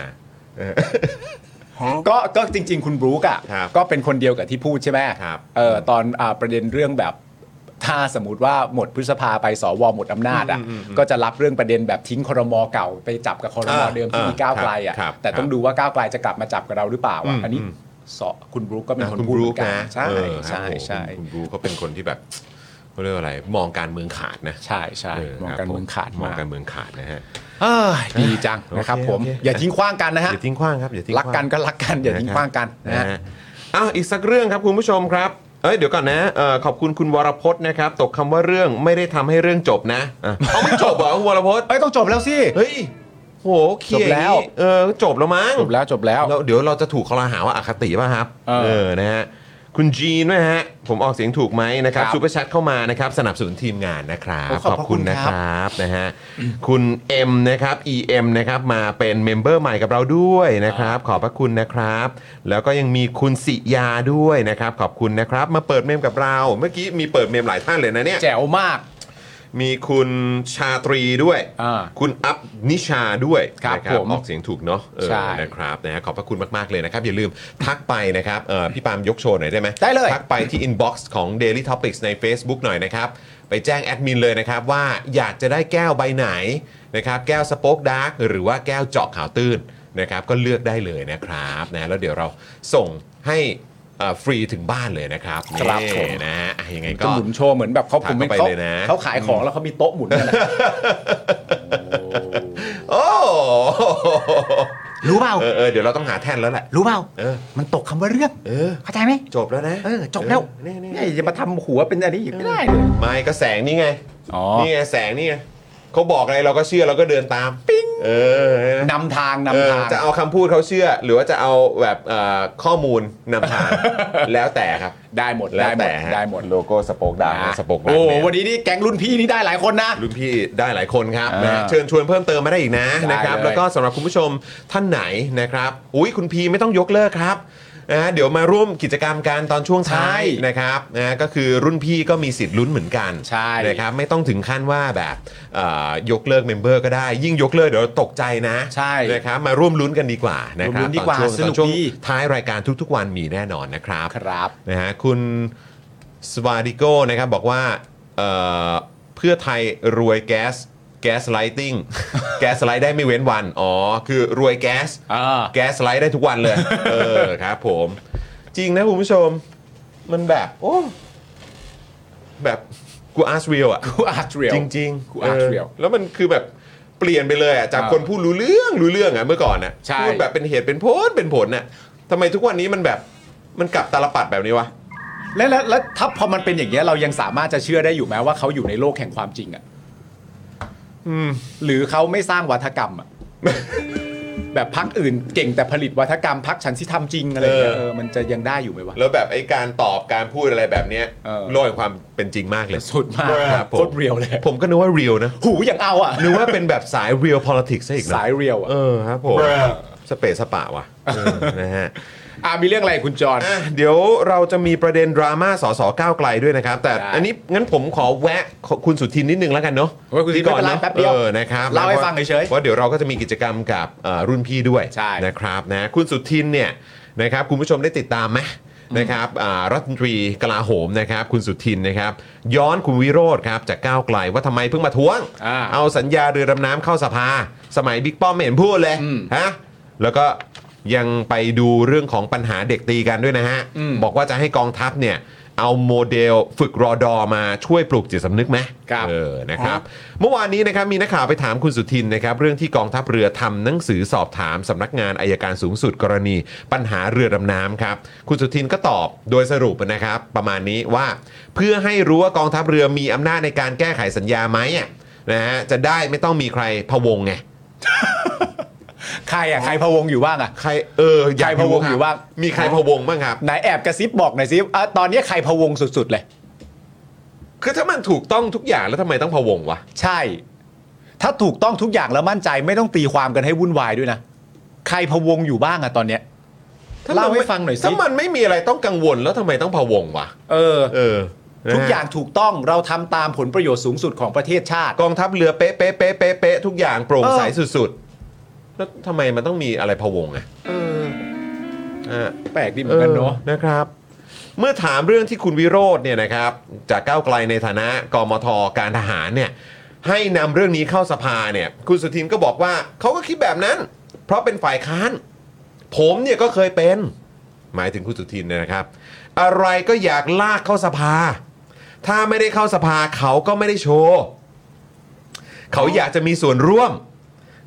S2: ก็ก็จริง ๆ คุณบรู๊กอ่ะ
S1: ครับ
S2: ก็เป็นคนเดียวกับที่พูดใช่ไหม
S1: ครับ
S2: เออตอนอาประเด็นเรื่องแบบ ถ้าสมมติว่าหมดพฤษภาไปสวหมดอำนาจอ่ะ ก็จะรับเรื่องประเด็นแบบทิ้งครมเก่าไปจับกับครม
S1: อ่า
S2: เดิมที่มี
S1: อ่า
S2: ก้าวไกลอ่ะ
S1: ครับ
S2: แต่ต้อง
S1: ครับ
S2: ดูว่าก้าวไกลจะกลับมาจับกับเราหรือเปล่า
S1: อื
S2: อ่ะ
S1: ม
S2: อันนี้
S1: อืม
S2: สอคุณบรู๊กก็เป็น
S1: นะ
S2: คน
S1: คุณ
S2: พูด
S1: บ
S2: เห
S1: รู
S2: มื
S1: ค
S2: อนกัน
S1: นะ
S2: ใช่
S1: เออครับ
S2: ใช่
S1: ผม
S2: ใช่
S1: คุณบรูคเขาเป็นคนที่แบบเขาเรียกว่าอะไร มองการเมืองขาดนะ
S2: ใช่ใช่มองการเมืองขาด
S1: มอง
S2: มาก
S1: การเมืองขาดนะฮะ
S2: เอ้ยดีจังนะครับ
S1: โอเค
S2: ผม
S1: โอเค
S2: อย่าทิ้งขว้างกันนะ
S1: อ
S2: ฮะ
S1: ย่าทิ้งขว้างครับอย่าทิ้งข
S2: รั
S1: ว้าก ง
S2: กันก็รักกันอย่าทิ้งขว้างกันนะฮะ
S1: อ้าวอีกสักเรื่องครับคุณผู้ชมครับ เอ้ยเดี๋ยวก่อนนะเอ่อขอบคุณคุณวรพจน์นะครับ ตกคำว่าเรื่องไม่ได้ทำให้เรื่องจบนะอ่ะเอาไม่จบเหรอคุณวรพจน์
S2: เอ้ยต้องจบแล้วสิ
S1: เฮ้ยโหเคลียร์อย่างนี้
S2: จบแล้ว
S1: เออจบแล้วมั้ง
S2: จบแล้วจบแล้ว
S1: เราเดี๋ยวเราจะถูกเขาลาหาว่าอคติป่ะครับ
S2: เออ
S1: นะฮะคุณจีนนะฮะ ผมออกเสียงถูกไหมนะครับ
S2: ครับ
S1: ซูเปอร์แชทเข้ามานะครับ สนับสนุนทีมงานนะครับ
S2: โอ้ขอบพระคุณ
S1: นะครับ ครับ ครับนะฮะคุณ M นะครับ EM นะครับมาเป็นเมมเบอร์ใหม่กับเราด้วยนะครับ ขอบพระคุณนะครับ แล้วก็ยังมีคุณสิยาด้วยนะครับ ขอบคุณนะครับ มาเปิดเมมกับเรา เมื่อกี้มีเปิดเมมหลายท่านเลยนะเนี่ย
S2: แจ๋วมาก
S1: มีคุณชาตรีด้วย
S2: อ่า
S1: คุณอัพนิชาด้วย
S2: ครับ
S1: นะ
S2: ผม
S1: ออกเสียงถูกเนาะเออ
S2: ใช่
S1: นะครับนะฮะขอบพระคุณมาก ๆ เลยนะครับ อย่าลืมทักไปนะครับเอ่อพี่ปาล์มยกโชว์หน่อยได้ไหม
S2: ได้เลย
S1: ทักไปที่ inbox ของ Daily Topics ใน Facebook หน่อยนะครับ ไปแจ้งแอดมินเลยนะครับ ว่าอยากจะได้แก้วใบไหนนะครับ แก้วสป็อกดาร์กหรือว่าแก้วเจาะขาวตื้นนะครับ ก็เลือกได้เลยนะครับนะแล้วเดี๋ยวเราส่งให้เอ่อฟรีถึงบ้านเลยนะครับ
S2: ครับ
S1: นี่
S2: ผม
S1: นะฮะอ่ะยังไง
S2: จะ
S1: ก็
S2: หมุนโชว์เหมือนแบบเขาผมเป็น
S1: ทานเข้าไป
S2: เขา
S1: เลยนะ
S2: เขาขายของแล้วเขามีโต๊ะหมุนกันนะ
S1: โอ้
S2: รู้เปล่า
S1: เออเออเดี๋ยวเราต้องหาแท่นแล้วแหละ
S2: รู้เปล่า
S1: เออ
S2: มันตกคำว่าเรื่อง
S1: เออ
S2: เข้าใจไหม
S1: จบแล้วนะ
S2: เออจบแล้ว
S1: เออนี่
S2: เนี่ย
S1: นี่
S2: จะมาทำหัวเป็นอะไรอีกไม่ได้เลย
S1: ไม่ก็แสงนี่ไง
S2: อ๋อ
S1: นี่ไงแสงนี่ไงเขาบอกอะไรเราก็เชื่อเราก็เดินตาม ปิ๊ง เออเออน
S2: ำทา
S1: เอน
S2: งำ
S1: อ
S2: ทาง
S1: จะเอาคำพูดเขาเชื่อ หรือว่าจะเอาแบบเอ่อข้อมูลนำ ทาง แล้วแต่ครับ
S2: ได้หมด
S1: แล้ว
S2: ได้หมด
S1: แต่ฮะ
S2: ได้หมด
S1: โลโก้สปอกดาวสปอกดาว
S2: โอ้วันนี้นี่แก๊งรุ่นพี่นี่ได้หลายคนนะ
S1: รุ่นพี่ได้หลายคนครับ
S2: อ่า
S1: นะฮะเชิญชวนเพิ่มเติมมาได้อีกนะ
S2: ได้
S1: นะครับ
S2: เลย
S1: แล้วก็สำหรับคุณผู้ชมท่านไหนนะครับอุ้ยคุณพีไม่ต้องยกเลิกครับนะฮะเดี๋ยวมาร่วมกิจกรรมกันตอนช่วงท้ายนะครับนะก็คือรุ่นพี่ก็มีสิทธิ์ลุ้นเหมือนกัน
S2: ใช่
S1: นะครับไม่ต้องถึงขั้นว่าแบบเอ่อยกเลิกเมมเบอร์ก็ได้ ยิ่งยกเลิกเดี๋ยวตกใจนะ
S2: ใช่
S1: นะครับมาร่วมลุ้นกันดีกว่านะครับ
S2: ร่วมลุ้นดีกว่า
S1: ตอช่
S2: ส
S1: ต
S2: นุ
S1: อก ช่วง
S2: ดี
S1: ท้ายรายการทุกๆวันมีแน่นอนนะครับ
S2: ครับ
S1: นะฮะคุณ สวาดิโก้นะครับบอกว่าเอ่อเพื่อไทยรวยแก๊สแก๊สไลติ ง แก๊สไลท์ได้ไม่เว้นวัน อ๋อ คือรวยแก๊ส
S2: อ่า
S1: แก๊สไลท์ได้ทุกวันเลย เออครับผม จริงนะคุณผู้ชม มันแบบ โอ้ แบบกูอาร์ตเรียลอะ
S2: กู อาร์ตเรียล
S1: จริงจริงๆ
S2: กู Arch Real
S1: เแล้วมันคือแบบเปลี่ยนไปเลยอะจาก
S2: อ่า
S1: คนพูดรู้เรื่องรู้เรื่องอะเมื่อก่อนอะ
S2: ใช่
S1: พูดแบบเป็นเหตุเป็นผลเป็นผลน่ะทำไมทุกวันนี้มันแบบมันกลับตาลปัดแบบนี้วะ
S2: แล้วแล้วแล้วถ้าพอมันเป็นอย่างเงี้ยเรายังสามารถจะเชื่อได้อยู่ไหมว่าเขาอยู่ในโลกแห่งความจริงอะ่ะหรือเขาไม่สร้างวัฒกรรม อะ่ะ แบบพักอื่นเก่งแต่ผลิตวัฒกรรมพักฉันที่ทำจริงอะไรอย่างเงี้ย
S1: เออ
S2: เออมันจะยังได้อยู่ไหมวะ
S1: แล้วแบบไอ้การตอบการพูดอะไรแบบเนี้ย
S2: เออ
S1: โลกแห่งความเป็นจริงมากเลย
S2: สุดมาก
S1: ครับผม
S2: โคตรเรียวเลย
S1: ผมก็นึกว่าเรียวนะ
S2: หูอย่างเอาอ่ะ
S1: นึกว่าเป็นแบบสาย real politics ซะอีกนะ
S2: สายเรียวอ่ะ
S1: เออครับผมสเปซสปะว่ะเออนะฮะ
S2: อ่ะมีเรื่องอะไรคุณจอห์น
S1: อ่ะเดี๋ยวเราจะมีประเด็นดราม่าสสก้าวไกลด้วยนะครับ แต่
S2: ได้
S1: อันนี้งั้นผมขอแวะขอคุณสุทินนิดนึงแล้วกันเนาะ
S2: โอ้ยคุณสุทิน
S1: ที่ก่
S2: ไม่เป็นไร
S1: อะ
S2: แป๊บเดียว
S1: ออนะครับ
S2: เล่าให้
S1: พะ
S2: ฟังเฉยๆ
S1: ว่าเดี๋ยวเราก็จะมีกิจกรรมกับเอ่อรุ่นพี่ด้วย
S2: ใช่
S1: นะครับนะคุณสุทินเนี่ยนะครับคุณผู้ชมได้ติดตามไหมนะครับอ่ารัฐมนตรีกลาโหมนะครับ คุณสุทินนะครับ ย้อนคุณวิโรธครับจากก้าวไกลว่าทำไมเพิ่งมาท้วง
S2: อ่า
S1: เอาสัญญาเรือดำน้ำเข้าสภา สมัยบิ๊กป้อมไม่เห็นพูดเลย
S2: อืม
S1: ฮะแล้วก็ยังไปดูเรื่องของปัญหาเด็กตีกันด้วยนะฮะ
S2: อืม
S1: บอกว่าจะให้กองทัพเนี่ยเอาโมเดลฝึกรอดอมาช่วยปลูกจิตสำนึกไหม
S2: ครับ
S1: เออนะครับ เมื่อวานนี้นะครับมีนักข่าวไปถามคุณสุทินนะครับเรื่องที่กองทัพเรือทำหนังสือสอบถามสำนักงานอายการสูงสุดกรณี ปัญหาเรือดำน้ำครับคุณสุทินก็ตอบโดยสรุปนะครับ ประมาณนี้ว่าเพื่อให้รู้ว่ากองทัพเรือมีอำนาจในการแก้ไขสัญญาไหมอะนะฮะจะได้ไม่ต้องมีใครพะวงไง
S2: ใครอ่ะใครพะวงอยู่บ้างอ่ะ
S1: ใครเอออยาก
S2: ใครพะวง
S1: คบ
S2: อยู่บ้าง
S1: มีใครพะวงบ้างครับ
S2: ไหนแอบกระซิบบอกหน่อยซิอ่ะตอนนี้ใครพะวงสุดๆเลย
S1: คือถ้ามันถูกต้องทุกอย่างแล้วทำไมต้องพะวงวะ
S2: ใช่ ถ้าถูกต้องทุกอย่างแล้วมั่นใจไม่ต้องตีความกันให้วุ่นวายด้วยนะ ใครพะวงอยู่บ้างอะตอนเนี้ย
S1: ถ้
S2: เล่า
S1: มัน
S2: ให้
S1: ไม่
S2: ฟังหน่อยสิ
S1: ถ้ามันไม่มีอะไรต้องกังวลแล้วทำไมต้องพะวงวะ
S2: เออ
S1: เออนะฮะ
S2: ทุกอย่างถูกต้องเราทำตามผลประโยชน์สูงสุดของประเทศชาติ
S1: กองทัพเรือเป๊ะเป๊ะเป๊ะเป๊ะเป๊ะทุกอย่างโปร่ง
S2: เออ
S1: ใสสุดๆ แล้วทำไมมันต้องมีอะไรพะวงอ่ะอ่ะ
S2: แปลกดีเหมือนกันเนาะ
S1: ออนะครับ เมื่อถามเรื่องที่คุณวิโรธเนี่ยนะครับ จากก้าวไกลในฐานะกมทการทหารเนี่ย ให้นำเรื่องนี้เข้าสภาเนี่ย คุณสุทินก็บอกว่าเขาก็คิดแบบนั้น เพราะเป็นฝ่ายค้าน ผมเนี่ยก็เคยเป็น หมายถึงคุณสุทินเนี่ยนะครับ อะไรก็อยากลากเข้าสภา ถ้าไม่ได้เข้าสภาเขาก็ไม่ได้โชว์ เขาอยากจะมีส่วนร่วม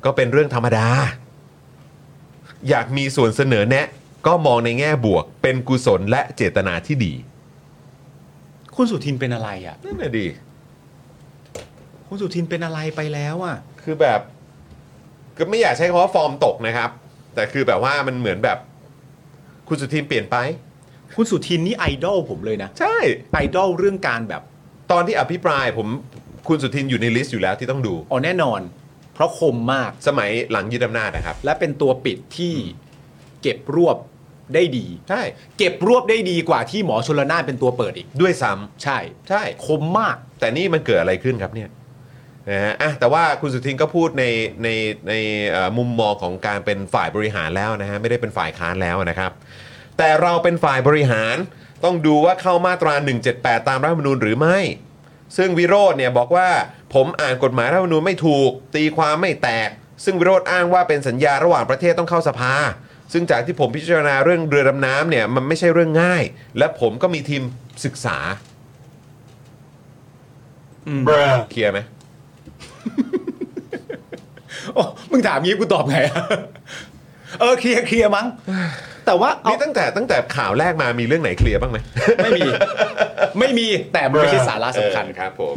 S1: ก็เป็นเรื่องธรรมดา อยากมีส่วนเสนอแนะ ก็มองในแง่บวก เป็นกุศลและเจตนาที่ดี
S2: คุณสุทินเป็นอะไรอะ
S1: นั่นแหละดี
S2: คุณสุทินเป็นอะไรไปแล้วอะ
S1: คือแบบก็ไม่อยากใช้คำว่าฟอร์มตกนะครับ แต่คือแบบว่ามันเหมือนแบบ คุณสุทินเปลี่ยนไป
S2: คุณสุทินนี่ไอดอลผมเลยนะ
S1: ใช่
S2: ไอดอลเรื่องการแบบ
S1: ตอนที่อภิปรายผมคุณสุทินอยู่ในลิสต์อยู่แล้วที่ต้องดู
S2: อ๋อแน่นอน เพราะคมมาก
S1: สมัยหลังยึดอำนาจนะครับ
S2: และเป็นตัวปิดที่เก็บรวบได้ดี
S1: ใช่
S2: เก็บรวบได้ดีกว่าที่หมอชลนานเป็นตัวเปิดอีก
S1: ด้วยซ้
S2: ใช่
S1: ำใช่
S2: คมมาก
S1: แต่นี่มันเกิดอะไรขึ้นครับเนี่ยนะฮะอ่ะแต่ว่าคุณสุทินก็พูดในในในเอ่อมุมมองของการเป็นฝ่ายบริหารแล้วนะฮะไม่ได้เป็นฝ่ายค้านแล้วนะครับ แต่เราเป็นฝ่ายบริหารต้องดูว่าเข้ามาตรา 178 ตามรัฐธรรมนูญหรือไม่ ซึ่งวิโรธเนี่ยบอกว่าผมอ่านกฎหมายรัฐธรรมนูญไม่ถูก ตีความไม่แตก ซึ่งวิโรธอ้างว่าเป็นสัญญาระหว่างประเทศต้องเข้าสภา ซึ่งจากที่ผมพิจารณาเรื่องเรือดำน้ำเนี่ยมันไม่ใช่เรื่องง่าย และผมก็มีทีมศึกษาเคลียร์ไหม
S2: โอ้มึงถามงี้กูตอบไง เออเคลียร์เคลียร์มั้ง แต่ว่าเอา
S1: นี่ตั้ง แต่ตั้งแต่ข่าวแรกมามีเรื่องไหนเคลียร์บ้างไหม
S2: ไม่ มี ไม่มีแต่มันไม่ใช่สาระสำคัญ
S1: เออครับผม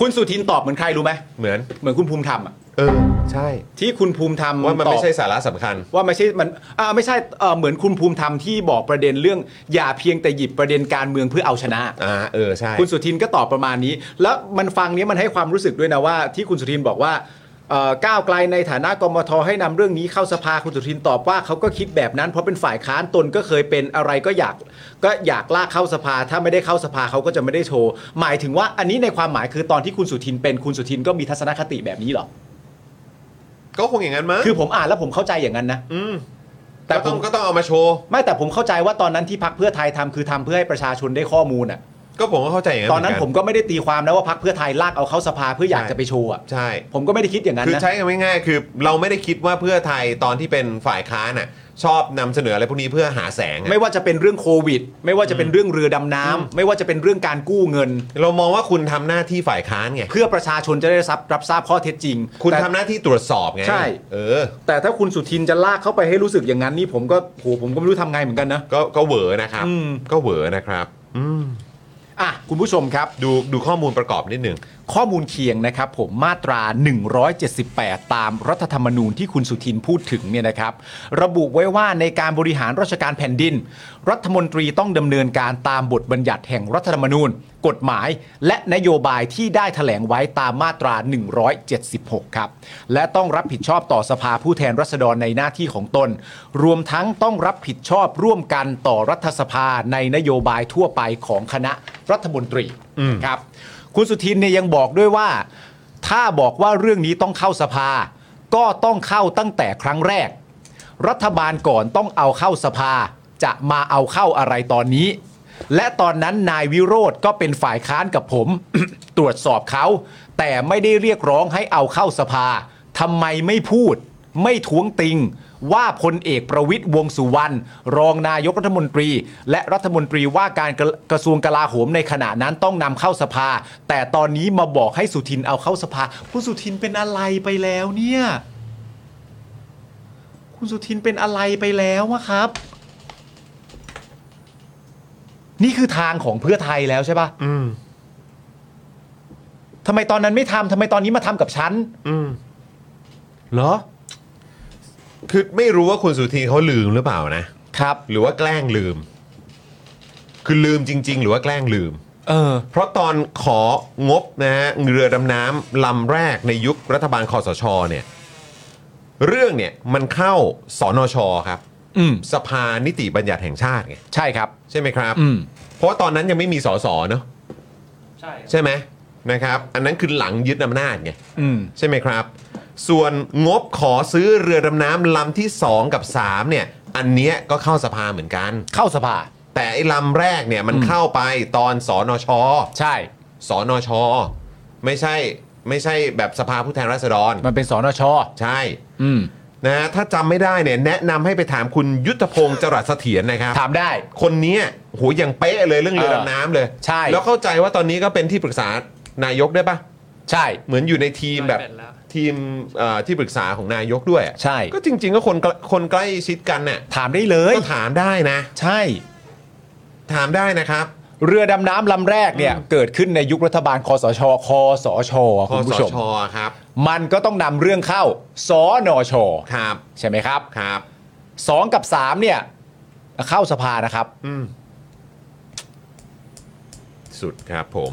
S2: คุณสุทินตอบเหมือนใครรู้ไหม
S1: เหมือน
S2: เหมือนคุณภูมิธรรมอะ
S1: เออ ใช่
S2: ที่คุณภูมิธรรม
S1: ว่ามันไม่
S2: ตอบ
S1: ใช่สาระสำคัญ
S2: ว่าไม่ใช่มันอ่าไม่ใช่เอ่อเหมือนคุณภูมิธรรมที่บอกประเด็นเรื่อง อย่าเพียงแต่หยิบประเด็นการเมืองเพื่อเอาชนะ
S1: อ่า เออ ใช่
S2: คุณสุทินก็ตอบประมาณนี้ แล้วมันฟังเนี้ยมันให้ความรู้สึกด้วยนะว่าที่คุณสุทินบอกว่าเอ่อก้าวไกลในฐานะกมทให้นำเรื่องนี้เข้าสภาคุณสุทินตอบว่าเขาก็คิดแบบนั้น เพราะเป็นฝ่ายค้านตนก็เคยเป็นอะไรก็อยากก็อยากลากเข้าสภา ถ้าไม่ได้เข้าสภาเขาก็จะไม่ได้โชว์ หมายถึงว่าอันนี้ในความหมายคือตอนที่คุณสุทินเป็นคุณสุทินก็มีทัศนคติแบบนี้เหรอ
S1: ก็คงอย่างนั้นมั้ง
S2: คือผมอ่านแล้วผมเข้าใจอย่างนั้นนะ
S1: อืม
S2: แต่
S1: ก็
S2: ผ
S1: ต้อ
S2: ม
S1: งก็ต้องเอามาโชว์
S2: ไม่แต่ผมเข้าใจว่าตอนนั้นที่พักเพื่อไทยทำคือทำเพื่อให้ประชาชนได้ข้อมูลอ่ะ
S1: ก็ผมก็เข้าใจอย่างนั้น
S2: ตอนนั้น
S1: เห
S2: ผมก็ไม่ได้ตีความนะว่าพักเพื่อไทยลากเอาเข้าสภาเพื่ออยากจะไปโชว์อะ
S1: ใช่
S2: ผมก็ไม่ได้คิดอย่างนั้น
S1: คือ
S2: นะ
S1: ใช้กันง่ายๆคือเราไม่ได้คิดว่าเพื่อไทยตอนที่เป็นฝ่ายค้านอ่ะชอบนำเสนออะไรพวกนี้เพื่อหาแสงอะ
S2: ไม่ว่าจะเป็นเรื่องโควิด ไม่ว่าจะเป็นเรื่องเรือดำน้ำไม่ว่าจะเป็นเรื่องการกู้เงิน
S1: เรามองว่าคุณทำหน้าที่ฝ่ายค้านไง
S2: เพื่อประชาชนจะได้รับรับทราบข้อเท็จจริง
S1: คุณ
S2: แต่
S1: ทำหน้าที่ตรวจสอบไง
S2: ใช่
S1: เออ
S2: แต่ถ้าคุณสุทินจะลากเข้าไปให้รู้สึกอย่างนั้นนี่ผมก็โหผมก็ไม่รู้ทำไงเหมือนกันนะ
S1: ก็ก็เหวอนะครับ
S2: อืม
S1: ก็เหวอนะครับ
S2: อ่ะคุณผู้ชมครับ
S1: ดูดูข้อมูลประกอบนิดหนึ่ง
S2: ข้อมูลเคียงนะครับผมมาตรา 178 ตามรัฐธรรมนูญที่คุณสุทินพูดถึงเนี่ยนะครับ ระบุไว้ว่าในการบริหารราชการแผ่นดิน รัฐมนตรีต้องดำเนินการตามบทบัญญัติแห่งรัฐธรรมนูญ กฎหมาย และนโยบายที่ได้แถลงไว้ตามมาตรา 176 ครับ และต้องรับผิดชอบต่อสภาผู้แทนราษฎรในหน้าที่ของตน รวมทั้งต้องรับผิดชอบร่วมกันต่อรัฐสภาในนโยบายทั่วไปของคณะรัฐมนตรีครับ คุณสุทินเนี่ยยังบอกด้วยว่า ถ้าบอกว่าเรื่องนี้ต้องเข้าสภา ก็ต้องเข้าตั้งแต่ครั้งแรก รัฐบาลก่อนต้องเอาเข้าสภา จะมาเอาเข้าอะไรตอนนี้ และตอนนั้นนายวิโรธก็เป็นฝ่ายค้านกับผม ตรวจสอบเขา แต่ไม่ได้เรียกร้องให้เอาเข้าสภาทำไมไม่พูด ไม่ท้วงติง ว่าพลเอกประวิทย์วงษ์สุวรรณรองนายกรัฐมนตรี และรัฐมนตรีว่าการกระกระทรวงกลาโหมในขณะนั้นต้องนำเข้าสภา แต่ตอนนี้มาบอกให้สุทินเอาเข้าสภา คุณสุทินเป็นอะไรไปแล้วเนี่ย คุณสุทินเป็นอะไรไปแล้ววะครับ นี่คือทางของเพื่อไทยแล้วใช่ปะ
S1: อืม
S2: ทำไมตอนนั้นไม่ทำทำไมตอนนี้มาทำกับฉัน
S1: อืม
S2: เหรอ
S1: คือไม่รู้ว่าคุณสุธีเขาลืมหรือเปล่านะ
S2: ครับ
S1: หรือว่าแกล้งลืม คือลืมจริง ๆ หรือว่าแกล้งลืม
S2: เออ
S1: เพราะตอนของบนะฮะเรือดำน้ำลำแรกในยุครัฐบาลคอสชเนี่ย เรื่องเนี่ยมันเข้าสนชครับ
S2: อืม
S1: สภานิติบัญญัติแห่งชาติไง
S2: ใช่ครับ
S1: ใช่ไหมครับ
S2: อืม
S1: เพราะว่าตอนนั้นยังไม่มีสสเนอะ
S5: ใช่ครับ
S1: ใช่ไหมนะครับ อันนั้นคือหลังยึดอำนาจไง
S2: อืม
S1: ใช่ไหมครับ ส่วนงบขอซื้อเรือดำน้ำลำที่ 2 กับ 3 เนี่ย อันเนี้ยก็เข้าสภาเหมือนกัน
S2: เข้าสภา
S1: แต่ไอ้ลำแรกเนี่ยมัน
S2: อืม
S1: เข้าไปตอนสอนช
S2: ใช่
S1: สอนช ไม่ใช่ไม่ใช่แบบสภาผู้แทนราษฎร
S2: มันเป็นสนช
S1: ใช่
S2: อืม
S1: นะฮะถ้าจำไม่ได้เนี่ยแนะนำให้ไปถามคุณยุทธพงศ์จรัสเสถียรนะครับ
S2: ถามได้
S1: คนเนี้ยโหอย่างเป๊ะเลยเรื่องเรือดำน้ำเลย
S2: ใช่
S1: แล้วเข้าใจว่าตอนนี้ก็เป็นที่ปรึกษานายกได้วยปะ
S2: ใช่
S1: เหมือนอยู่ในทีมแบบ
S5: เป็นล้ว
S1: ทีมเอ่อที่ปรึกษาของนายกด้วยอะ
S2: ใช่
S1: ก็จริง ๆ ก็คนใกล้คนใกล้ชิดกันเนี่ย
S2: ถามได้เลย
S1: ก็ถามได้นะ
S2: ใช่
S1: ถามได้นะครับ
S2: เรือดำน้ำลำแรกเนี่ย เกิดขึ้นในยุครัฐบาลคอสช คอสช
S1: ค
S2: คุณ
S1: ส
S2: ผู้ชม
S1: ชครับ
S2: มันก็ต้องนำเรื่องเข้า สนช
S1: ครับ
S2: ใช่ไหมครับ
S1: ครับ
S2: สองกับสามเนี่ย เข้าสภานะครับ
S1: อืมสุดครับผม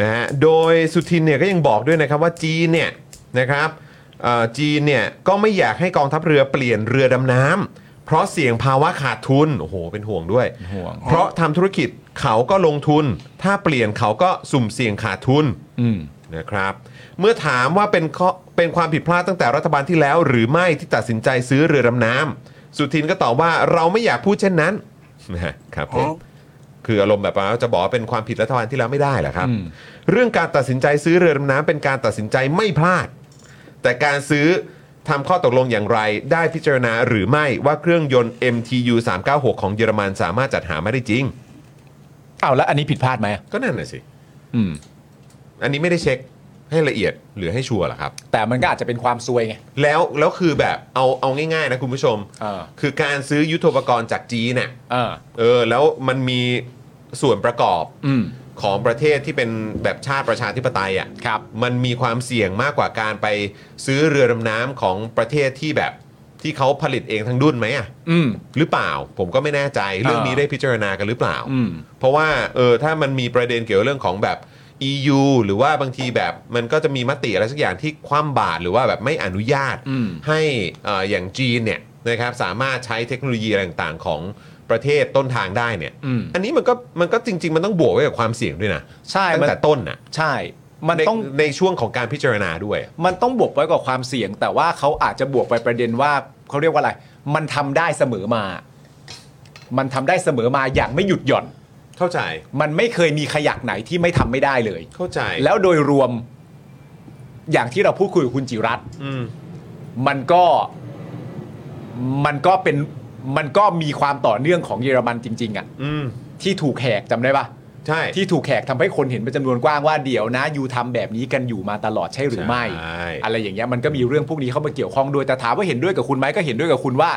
S1: นะฮะโดยสุทินเนี่ยก็ยังบอกด้วยนะครับว่าจีนเนี่ยนะครับเอ่อจีนเนี่ยก็ไม่อยากให้กองทัพเรือเปลี่ยนเรือดำน้ำเพราะเสี่ยงภาวะขาดทุนโอ้โหเป็นห่วงด้วย
S2: ห่วง
S1: เพราะทำธุรกิจเขาก็ลงทุน ถ้าเปลี่ยนเขาก็สุ่มเสี่ยงขาดทุน
S2: อืม
S1: นะครับ เมื่อถามว่าเป็นข้อเป็นความผิดพลาดตั้งแต่รัฐบาลที่แล้ว หรือไม่ที่ตัดสินใจซื้อเรือดำน้ำสุทินก็ตอบว่าเราไม่อยากพูดเช่นนั้น นะครับผมคืออารมณ์แบบว่าจะบอกว่าเป็นความผิดรัฐบาลที่แล้วไม่ได้เหรอครับ
S2: อืม
S1: เรื่องการตัดสินใจซื้อเรือดำน้ำเป็นการตัดสินใจไม่พลาด แต่การซื้อทำข้อตกลงอย่างไร ได้พิจารณาหรือไม่ว่าเครื่องยนต์ MTU 396 ของเยอรมันสามารถจัดหามาได้จริง
S2: เอาแล้วอันนี้ผิดพลาดไหม
S1: ก็นั่นน่ะสิ
S2: อืม
S1: อันนี้ไม่ได้เช็คให้ละเอียดหรือให้ชัวร์เหรอครับ
S2: แต่มันก็อาจจะเป็นความซวยไง
S1: แล้วแล้วคือแบบเอาเอาง่ายๆนะคุณผู้ชม
S2: อ่า
S1: คือการซื้อยุทโธปกรณ์จากจีนเนี่ย
S2: เออ
S1: เออแล้วมันมีส่วนประกอบ
S2: อืม
S1: ของประเทศที่เป็นแบบชาติประชาธิปไตยอ่ะ
S2: ครับ
S1: มันมีความเสี่ยงมากกว่าการไปซื้อเรือดำน้ำของประเทศที่แบบที่เขาผลิตเองทั้งดุนไหมอ่ะ
S2: อืม
S1: หรือเปล่าผมก็ไม่แน่ใจเรื่อง
S2: อ่า
S1: นี้ได้พิจารณากันหรือเปล่า
S2: อืม
S1: เพราะว่าเออถ้ามันมีประเด็นเกี่ยวเรื่องของแบบ EU หรือว่าบางทีแบบมันก็จะมีมติอะไรสักอย่างที่คว่ำบาตรหรือว่าแบบไม่อนุญาต
S2: อืม
S1: ให้เอ่ออย่างจีนเนี่ยนะครับสามารถใช้เทคโนโลยีอะไรต่างๆของประเทศต้นทางได้เนี่ย
S2: อืม
S1: อันนี้มันก็มันก็จริง ๆ มันต้องบวกไว้กับความเสี่ยงด้วยนะ
S2: ใช่
S1: ตั้ง
S2: มัน
S1: แต่ต้นนะ
S2: ใช่ มัน
S1: ใน
S2: ต้อง
S1: ในช่วงของการพิจารณาด้วยอะ
S2: มันต้องบวกไว้กับความเสี่ยง แต่ว่าเขาอาจจะบวกไปประเด็นว่าเขาเรียกว่าอะไร มันทำได้เสมอมา มันทำได้เสมอมาอย่างไม่หยุดหย่อน
S1: เข้าใจ
S2: มันไม่เคยมีขยักไหนที่ไม่ทำไม่ได้เลย
S1: เข้าใจ
S2: แล้วโดยรวมอย่างที่เราพูดคุยกับคุณจิรัตน์
S1: อืม
S2: มันก็มันก็เป็นมันก็มีความต่อเนื่องของเยอรมันจริง ๆอะ่ะ
S1: อืม
S2: ที่ถูกแหกจำได้ปะ
S1: ใช่
S2: ที่ถูกแหกทำให้คนเห็นเป็นจำนวนกว้างว่าเดี๋ยวนะยูทำแบบนี้กันอยู่มาตลอดใช่หรือไม่
S1: ใช่
S2: อะไรอย่างเงี้ยมันก็มีเรื่องพวกนี้เข้ามาเกี่ยวข้องด้วยแต่ถามว่าเห็นด้วยกับคุณไหมก็เห็นด้วยกับคุณว่า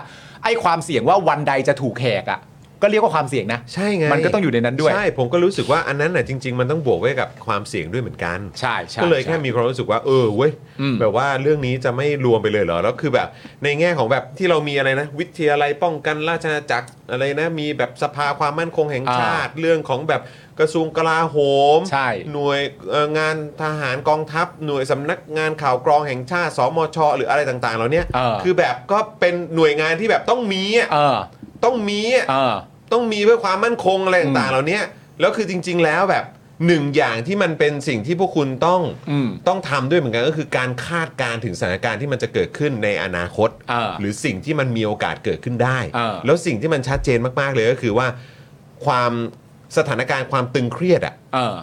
S2: ไอ้ความเสี่ยงว่าวันใดจะถูกแหกอ่ะก็เรียกว่าความเสี่ยงนะ
S1: ใช่ไง
S2: มันก็ต้องอยู่ในนั้นด้วย
S1: ใช่ผมก็รู้สึกว่าอันนั้นน่ะจริง ๆ มันต้องบวกไว้กับความเสี่ยงด้วยเหมือนกัน
S2: ใช่ใช่
S1: ก็เลยแค่มีความรู้สึกว่าเออเว้ย
S2: อืม
S1: แบบว่าเรื่องนี้จะไม่รวมไปเลยเหรอแล้วคือแบบในแง่ของแบบที่เรามีอะไรนะ วิทยาลัยป้องกันราชอาณาจักรอะไรนะมีแบบสภาความมั่นคงแห่งชาติ เรื่องของแบบกระทรวงกลาโหม
S2: ใช่
S1: หน่วยเอ่องานทหารกองทัพ หน่วยสำนักงานข่าวกรองแห่งชาติ สมช หรืออะไรต่างๆเหล่าเนี้ย
S2: เออ
S1: คือแบบก็เป็นหน่วยงานที่แบบต้องมีอะ
S2: เออ
S1: ต้องมีอะ
S2: เออ
S1: ต้องมีเพื่อความมั่นคงอะไรต่างๆเหล่าเนี้ยแล้วคือจริง ๆ แล้วแบบหนึ่งอย่างที่มันเป็นสิ่งที่พวกคุณต้อง
S2: อืม
S1: ต้องทำด้วยเหมือนกันก็คือการคาดการณ์ถึงสถานการณ์ที่มันจะเกิดขึ้นในอนาคต
S2: เออ
S1: หรือสิ่งที่มันมีโอกาสเกิดขึ้นได้
S2: เออ
S1: แล้วสิ่งที่มันชัดเจนมาก ๆ เลยก็คือว่าความสถานการณ์ความตึงเครียดอะ
S2: เออ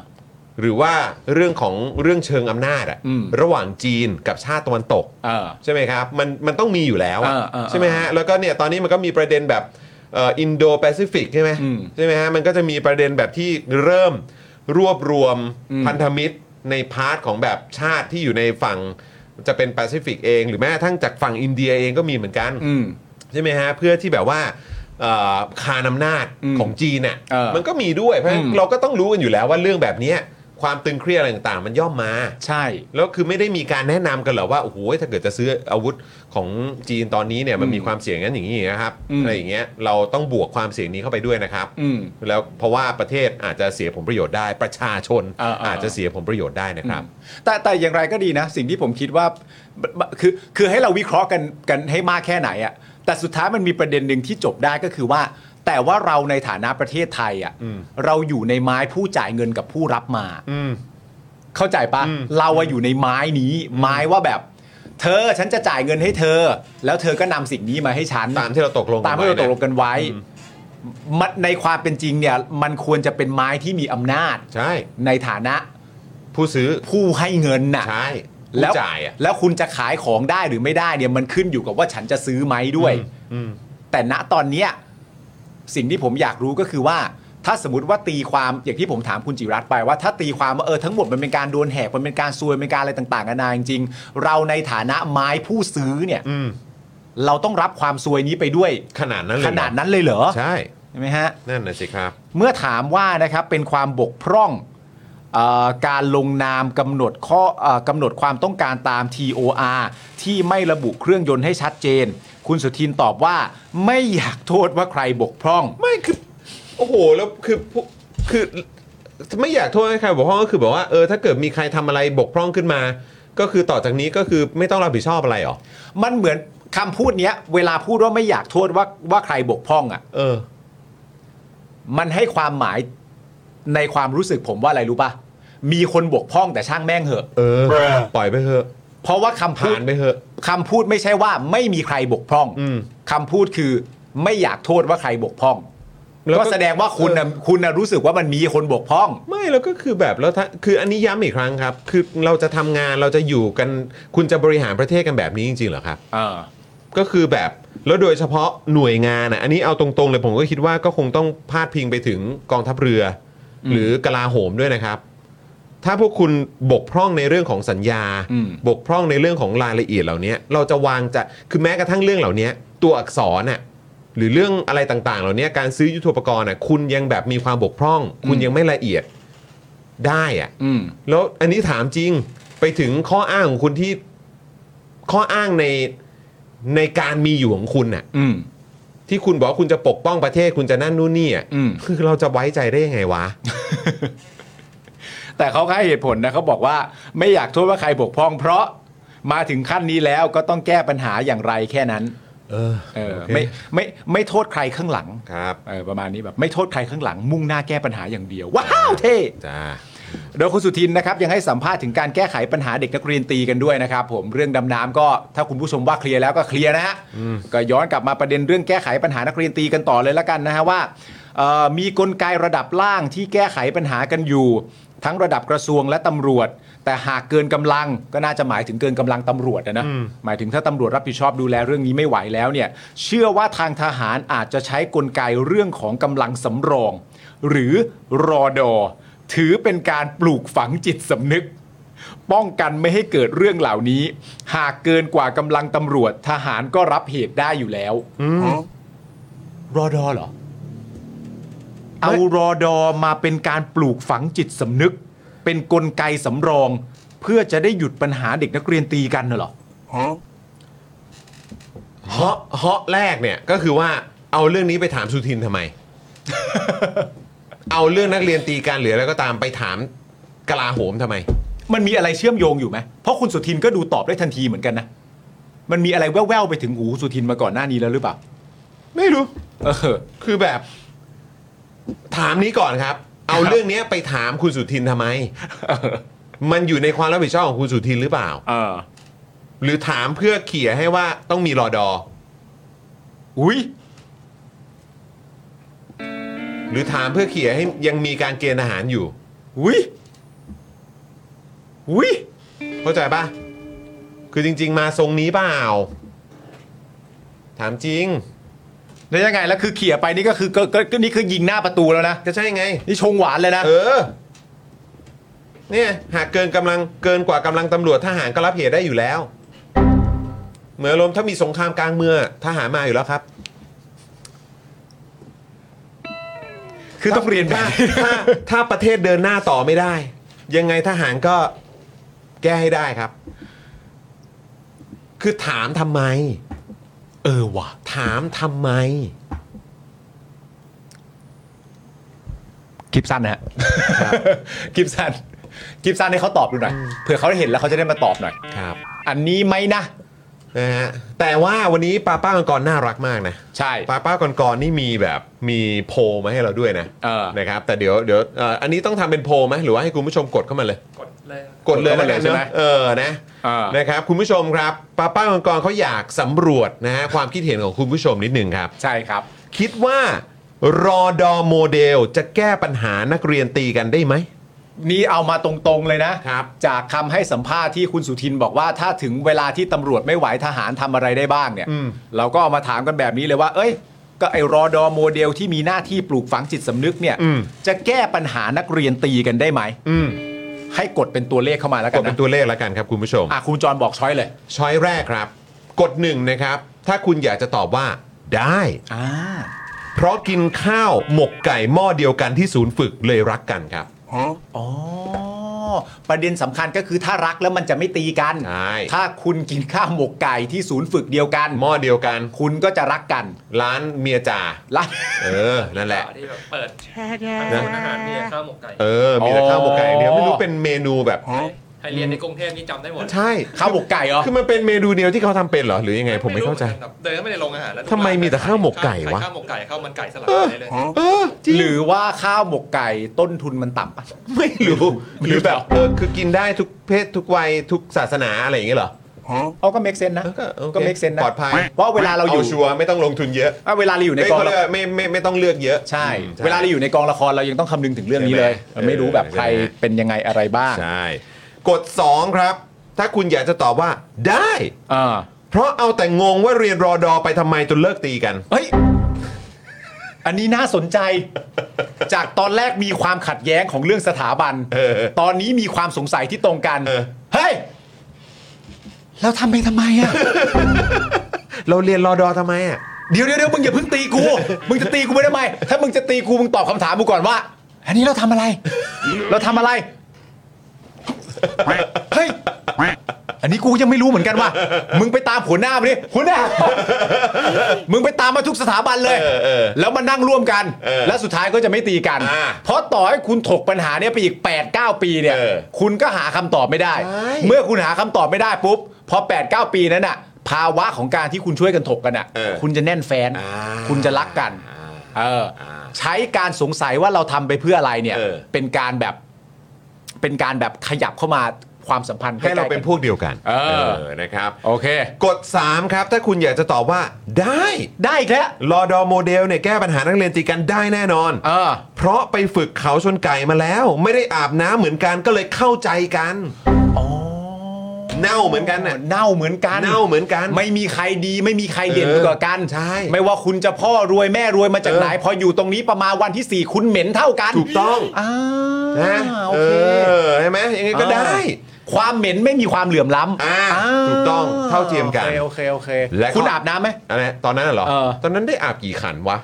S1: หรือว่าเรื่องของเรื่องเชิงอำนาจอะ
S2: อืม
S1: ระหว่างจีนกับชาติตะวันตก
S2: เออ
S1: ใช่ไหมครับมันมันต้องมีอยู่แล้วอะ
S2: เออเออ
S1: ใช่ไหมฮะแล้วก็เนี่ยตอนนี้มันก็มีประเด็นแบบอินโดแปซิฟิกใช่ไหม
S2: อืม
S1: ใช่ไหมฮะมันก็จะมีประเด็นแบบที่เริ่มรวบรวม
S2: อืม
S1: พันธมิตรในพาร์ทของแบบชาติที่อยู่ในฝั่งจะเป็นแปซิฟิกเอง หรือแม้กระทั้งจากฝั่งอินเดียเองก็มีเหมือนกันใช่ไหมฮะเพื่อที่แบบว่าเอ่อคานอำนาจ
S2: อืม
S1: ของจีนเนี่ย
S2: เออ
S1: มันก็มีด้วยเพราะฉะนั้น
S2: อืม
S1: เราก็ต้องรู้กันอยู่แล้วว่าเรื่องแบบเนี้ยความตึงเครียดอะไรต่างๆ มันย่อมมา
S2: ใช่
S1: แล้วคือไม่ได้มีการแนะนำกันเหรอว่าโอ้โหถ้าเกิดจะซื้ออาวุธของจีนตอนนี้เนี่ยมันมีความเสี่ยงงั้นอย่างนี้นะครับ
S2: อืม
S1: อะไรอย่างเงี้ยเราต้องบวกความเสี่ยงนี้เข้าไปด้วยนะครับ
S2: อืม
S1: แล้วเพราะว่าประเทศอาจจะเสียผลประโยชน์ได้ประชาชน
S2: เออเออ
S1: อาจจะเสียผลประโยชน์ได้นะครับ
S2: แต่แต่อย่างไรก็ดีนะ สิ่งที่ผมคิดว่าบบบคือคือให้เราวิเคราะห์กันกันให้มากแค่ไหนอะ่ะแต่สุดท้ายมันมีประเด็นหนึ่งที่จบได้ก็คือว่า แต่ว่าเราในฐานะประเทศไทยอะ่ะ
S1: อืม
S2: เราอยู่ในไม้ผู้จ่ายเงินกับผู้รับมา
S1: อืม
S2: เข้าใจปะ
S1: อืม
S2: เราอะอยู่ในไม้นี้ ไม้ว่าแบบ เธอฉันจะจ่ายเงินให้เธอ แล้วเธอก็นำสิ่งนี้มาให้ฉัน
S1: ตามที่เราตกลงกัน
S2: ตามที่เราตกลงกันไว้
S1: อืม
S2: มันในความเป็นจริงเนี่ย มันควรจะเป็นไม้ที่มีอำนาจ
S1: ใช่
S2: ในฐานะ
S1: ผู้ซื้อ
S2: ผู้ให้เงินน่ะ
S1: ใช่
S2: แล้ว
S1: ผู้จ่ายอ่ะ
S2: แล้วคุณจะขายของได้หรือไม่ได้เนี่ยมันขึ้นอยู่กับว่าฉันจะซื้อไหมด้วย
S1: อืม
S2: แต่ณตอนเนี้ยสิ่งที่ผมอยากรู้ก็คือว่า ถ้าสมมติว่าตีความอย่างที่ผมถามคุณจิรัตน์ไปว่าถ้าตีความว่าเออทั้งหมดมันเป็นการโดนแหกมันเป็นการซวยมันเป็นการอะไรต่างๆกันานาจริงๆเราในฐานะไม้ผู้ซื้อเนี่ย
S1: อืม
S2: เราต้องรับความซวยนี้ไปด้วย
S1: ขนาดนั้นเลย
S2: ข
S1: เหรอ
S2: นาดนั้นเลยเหรอ
S1: ใช่
S2: ใช่ไหมฮะ
S1: นั่นนะสิครับ
S2: เมื่อถามว่านะครับเป็นความบกพร่องเออการลงนามกำหนดข้อเออกำหนดความต้องการตาม TOR ที่ไม่ระบุเครื่องยนต์ให้ชัดเจน คุณสุทินตอบว่าไม่อยากโทษว่าใครบกพร่อง
S1: ไม่คือ โอ้โห แล้วคือพวกคือไม่อยากโทษให้ใครบกพร่องก็คือแบบว่าเออถ้าเกิดมีใครทำอะไรบกพร่องขึ้นมา ก็คือต่อจากนี้ก็คือไม่ต้องรับผิดชอบอะไรหรอ
S2: มันเหมือนคำพูดเนี้ย เวลาพูดว่าไม่อยากโทษว่าว่าใครบกพร่องอะ่ะ
S1: เออ
S2: มันให้ความหมายในความรู้สึกผมว่าอะไรรู้ปะมีคนบกพร่องแต่ช่างแม่งเหอะ
S1: เออ ปล่อยไปเถอะ
S2: เพราะว่าคำพู
S1: ผ่า
S2: ด
S1: นไปเถอะ
S2: คำพูดไม่ใช่ว่าไม่มีใครบกพร่อง
S1: อืม
S2: คำพูดคือไม่อยากโทษว่าใครบกพร่อง
S1: แล้วก็
S2: ก็แสดงว่าคุณน่ะคุณน่ะรู้สึกว่ามันมีคนบกพร่อง
S1: ไม่แล้วก็คือแบบแล้วถ้าคืออันนี้ย้ำอีกครั้งครับ คือเราจะทำงานเราจะอยู่กันคุณจะบริหารประเทศกันแบบนี้จริงๆเหรอครับ
S2: เออ
S1: ก็คือแบบแล้วโดยเฉพาะหน่วยงานอ่ะอันนี้เอาตรงๆเลยผมก็คิดว่าก็คงต้องพาดพิงไปถึงกองทัพเรืออ
S2: ม
S1: หรือกลาโหมด้วยนะครับ ถ้าพวกคุณบกพร่องในเรื่องของสัญญา
S2: อืม
S1: บกพร่องในเรื่องของรายละเอียดเหล่านี้เราจะวางจะคือแม้กระทั่งเรื่องเหล่านี้ตัวอักษรน่ะหรือเรื่องอะไรต่างๆ เหล่านี้การซื้อยุทโธปกรณ์น่ะคุณยังแบบมีความบกพร่อง คุณยังไม่ละเอียดได้อ่ะ
S2: อืม
S1: แล้วอันนี้ถามจริงไปถึงข้ออ้างของคุณที่ข้ออ้างในในการมีอยู่ของคุณน่ะ
S2: อืม
S1: ที่คุณบอกว่าคุณจะปกป้องประเทศคุณจะนั่นนู่นนี่อ่ะ
S2: อืม
S1: คือเราจะไว้ใจได้ยังไงวะ
S2: แต่เขาก็ให้เหตุผลนะเขาบอกว่าไม่อยากโทษว่าใครบกพร่อง เพราะมาถึงขั้นนี้แล้วก็ต้องแก้ปัญหาอย่างไรแค่นั้น
S1: เออ
S2: เออ
S1: โอเค
S2: ไม่ไม่ไม่โทษใครข้างหลัง
S1: ครับ
S2: เออประมาณนี้แบบไม่โทษใครข้างหลัง มุ่งหน้าแก้ปัญหาอย่างเดียวว้าวเท่
S1: จ้า
S2: โดยคุณสุทินนะครับยังให้สัมภาษณ์ถึงการแก้ไขปัญหาเด็กนักเรียนตีกันด้วยนะครับผมเรื่องดำน้ำก็ถ้าคุณผู้ชมว่าเคลียร์แล้วก็เคลียร์นะฮะก็ย้อนกลับมาประเด็นเรื่องแก้ไขปัญหานักเรียนตีกันต่อเลยละกันนะฮะว่า เอ่อมีกลไกระดับล่างที่แก้ไขปัญหากันอยู่ ทั้งระดับกระทรวงและตำรวจ แต่หากเกินกำลังก็น่าจะหมายถึงเกินกำลังตำรวจนะนะหมายถึงถ้าตำรวจรับผิดชอบดูแลเรื่องนี้ไม่ไหวแล้วเนี่ยเชื่อว่าทางทหารอาจจะใช้กลไกเรื่องของกำลังสำรอง หรือรอดอถือเป็นการปลูกฝังจิตสำนึก ป้องกันไม่ให้เกิดเรื่องเหล่านี้ หากเกินกว่ากำลังตำรวจทหารก็รับเหตุได้อยู่แล้วรอดอเหรอ เอารอดอมาเป็นการปลูกฝังจิตสำนึก เป็นกลไกสำรอง เพื่อจะได้หยุดปัญหาเด็กนักเรียนตีกันน่ะเหรอ
S1: เฮาะเฮาะแรกเนี่ยก็คือว่าเอาเรื่องนี้ไปถามสุทิน ทำไม เอาเรื่องนักเรียนตีกันหรืออะไรก็ตามไปถามกลาโหมทำไม
S2: มันมีอะไรเชื่อมโยงอยู่ไหมเพราะคุณสุทินก็ดูตอบได้ทันทีเหมือนกันนะ มันมีอะไรแว่วๆไปถึงหูสุทินมาก่อนหน้านี้แล้วหรือเปล่า
S1: ไม่รู้
S2: เออ
S1: คือแบบ ถามนี้ก่อนครับ เอาเรื่องนี้ไปถามคุณสุทินทำไม มันอยู่ในความรับผิดชอบของคุณสุทินหรือเปล่า
S2: เออ
S1: หรือถามเพื่อเขี่ยให้ว่าต้องมีรอดอ
S2: อุ้ย
S1: หรือถามเพื่อเขี่ยให้ยังมีการเกณฑ์ทหารอยู่
S2: อุ้ย อุ้ย
S1: เข้าใจปะคือจริง ๆ มาทรงนี้เปล่า ถามจริง
S2: แล้วยังไง แล้วคือเขี่ยไปนี่ก็คือก็ก็ก็นี่คือยิงหน้าประตูแล้วนะ
S1: ก็ใช่ไง
S2: นี่ชงหวานเลยนะ
S1: เออ เนี่ย หากเกินกำลังเกินกว่ากำลังตำรวจทหารก็รับเหตุได้อยู่แล้ว เหมือนลมณ์ถ้ามีสงครามกลางเมืองทหารมาอยู่แล้วครับ
S2: คือต้องเรียนแบ
S1: ถ้า
S2: บ
S1: ถ้าถ้าประเทศเดินหน้าต่อไม่ได้ ยังไงทหารก็แก้ให้ได้ครับ คือถามทำไม
S2: เออว่ะ
S1: ถามทำไม
S2: คลิปสั้น นะฮะ คลิปสั้น คลิปสั้นให้เขาตอบดูหน่อย เผื่อเขาได้เห็นแล้วเขาจะได้มาตอบหน่อย
S1: ครับ
S2: อันนี้ไหมนะ
S1: นะฮะ แต่ว่าวันนี้ป้าป้าก่อนๆน่ารักมากนะ
S2: ใช่
S1: ป้าป้าก่อนๆนี่มีแบบมีโพลมาให้เราด้วยนะ
S2: เออ
S1: นะครับ แต่เดี๋ยวเดี๋ยวเอ่ออันนี้ต้องทำเป็นโพลไหมหรือว่าให้คุณผู้ชมกดเข้ามาเลย
S5: กดเลย
S1: กดเลย
S2: กดเข้า
S1: แล้ว
S2: มา
S1: กัน
S2: เลยใช่
S1: เน
S2: ไหม
S1: อะเออนะ
S2: อ่าน
S1: นะครับคุณผู้ชมครับป้าป้าก่อนๆเขาอยากสำรวจนะฮะความคิดเห็นของคุณผู้ชมนิดนึงครับ
S2: ใช่ครับ
S1: คิดว่ารอดอโมเดลจะแก้ปัญหานักเรียนตีกันได้ไหม
S2: นี่เอามาตรงๆเลยนะ
S1: ครับ
S2: จากคำให้สัมภาษณ์ที่คุณสุทินบอกว่าถ้าถึงเวลาที่ตำรวจไม่ไหวทหารทำอะไรได้บ้างเนี่ย เราก็เอามาถามกันแบบนี้เลยว่า เอ้ย ก็ไอรอดอโมเดลที่มีหน้าที่ปลูกฝังจิตสำนึกเนี่ย จะแก้ปัญหานักเรียนตีกันได้ไหม
S1: อืม
S2: ให้กดเป็นตัวเลขเข้ามาแล้ว
S1: ก
S2: กั
S1: ด
S2: น
S1: เป็
S2: นะ
S1: นตัวเลขแล้วกันครับคุณผู้ชม
S2: อ่ะคุณจรบอกช้อยเลย
S1: ช้อยแรกครับ กดหนึ่งนะครับ ถ้าคุณอยากจะตอบว่า ได้
S2: อ่า
S1: เพราะกินข้าวหมกไก่หม้อเดียวกันที่ศูนย์ฝึกเลยรักกันครับ
S2: อ๋อ ประเด็นสำคัญก็คือถ้ารักแล้วมันจะไม่ตีกัน
S1: ใช่
S2: ถ้าคุณกินข้าวหมกไก่ที่ศูนย์ฝึกเดียวกัน
S1: หม้อเดียวกัน
S2: คุณก็จะรักกัน
S1: ร้านเมียจ่า
S2: ละ
S1: เออ นั่นแหละ
S5: ที่แบบเปิดร้านอาหารเนี่ยข้าวหมกไก่
S1: เออ มีแต่ข้าวหมกไก่อย่างเดียว
S2: อ๋อ
S1: ไม่รู้เป็นเมนูแบบ
S5: ใครเรียนในกรุงเทพนี่จำได้หมด
S1: ใช่
S2: ข้าวหมกไก่เหรอ
S1: คือมันเป็นเมนูเดียวที่เขาทำเป็นเหรอหรือยังไงผมไม่เข้าใจ
S5: รู้หอนกันแบบเดินเข้าไปในโรงอาหารแล้ว
S1: ทำไมมีแต่ข้าวหมกไก่วะ
S5: ข้าวหมกไก่ข้าวมันไก่สลับกันเลย
S1: เออจริง
S2: หรือว่าข้าวหมกไก่ต้นทุนมันต่ำปะ
S1: ไม่รู้ หรือแบบเออคือกินได้ทุกเพศทุกวัยทุกศาสนาอะไรอย่างเงี้ยเหรอ
S2: เอาก็เมกเซนนะ
S1: เออโอค
S2: ก็เมกเซนนะ
S1: ปลอดภัย
S2: เพราะเวลาเราอยู่
S1: ชัวร์ไม่ต้องลงทุนเยอะ
S2: อ่ะเวลาเราอยู่ใน
S1: ไม่
S2: กอง
S1: เขาเรียก
S2: ละ
S1: ว่าไม่ไม่ไม่ไม่ต้องเลือกเยอะ
S2: ใช่
S1: อืม
S2: เวลาเราอยู่ในกองละครเรายังต้องคำนึงถึงเรื่องนี้เลย
S1: ใช่ไหม
S2: ไม่รู้แบบใคร
S1: ใช่ไหม
S2: เป็นยังไงอะไรบ้าง
S1: ใช่ กด 2 ครับ ถ้าคุณอยากจะตอบว่าได้
S2: อ่า
S1: เพราะเอาแต่งงว่าเรียนรอดอไปทำไมจนเลิกตีกัน
S2: เฮ้ย อันนี้น่าสนใจ จากตอนแรกมีความขัดแย้งของเรื่องสถาบัน
S1: เออ
S2: ตอนนี้มีความสงสัยที่ตรงกัน
S1: เออ
S2: เฮ้ย เราทำไปทำไมอะ
S1: เราเรียนรอดอทำไมอ่ะ
S2: เดี๋ยวเดี๋ยวเดี๋ยวมึงอย่าเพิ่งตีกู มึงจะตีกูไปทำไม ถ้ามึงจะตีกูมึงตอบคำถามกูก่อนว่า อันนี้เราทำอะไร เราทำอะไร เฮ้ย อันนี้กูยังไม่รู้เหมือนกันว่า มึงไปตามหัวหน้ามาดิหัวหน้า มึงไปตามมาทุกสถาบันเลย
S1: เออเออ
S2: แล้วมานั่งร่วมกัน
S1: เออ
S2: และสุดท้ายก็จะไม่ตีกัน
S1: อ่า
S2: เพราะต่อให้คุณถกปัญหาเนี้ยไปอีก 8 9 ปีเนี่ย
S1: เออ
S2: คุณก็หาคำตอบไม่ได้
S1: ใช่
S2: เมื่อคุณหาคำตอบไม่ได้ปุ๊บ พอ 8 9 ปีนั้นอ่ะ ภาวะของการที่คุณช่วยกันถกกันอ่ะ
S1: เออ
S2: คุณจะแน่นแฟน
S1: อ่า
S2: คุณจะรักกัน
S1: อ่า
S2: เออ ใช้การสงสัยว่าเราทำไปเพื่ออะไรเนี่ย
S1: เออ
S2: นการแบบ เป็นการแบบขยับเข้ามา ความสัมพันธ์
S1: ให้เรา
S2: ใกล้ๆกั
S1: เป็นพวกเดียวกัน
S2: เออ
S1: เออนะครับ
S2: โอเค
S1: กด 3 ครับ ถ้าคุณอยากจะตอบว่า ได้
S2: ได้อีกแล้ว
S1: รอดอโมเดลเนี่ยแก้ปัญหานักเรียนตีกันได้แน่นอน
S2: เออ
S1: เพราะไปฝึกเขาชนไก่มาแล้ว ไม่ได้อาบน้ำเหมือนกันก็เลยเข้าใจกันเน่าเหมือนกันน่ะ
S2: เน่าเหมือนกัน
S1: เน่าเหมือนกัน
S2: ไม่มีใครดีไม่มีใครเด่นไปกว่ากัน
S1: ใช่
S2: ไม่ว่าคุณจะพ่อรวยแม่รวยมาจาก
S1: เออ
S2: ไหนพออยู่ตรงนี้ประมาณวันทีสี่ 4 คุณเหม็นเท่ากัน
S1: ถูกต้อง
S2: อ่า
S1: นะ
S2: โอ
S1: เอ
S2: เค
S1: อใช่ไหมยังไงก็ได้
S2: ความเหม็นไม่มีความเหลื่อมล้ำ
S1: อ่าถูกต้องเท่าเทียมกัน
S2: โอเคโอเค
S1: และก็
S2: คุณอาบน้ำไหม
S1: อะไรตอนนั้นนะเหรอ
S2: เออ
S1: ตอนนั้นได้อาบกี่ขันวะ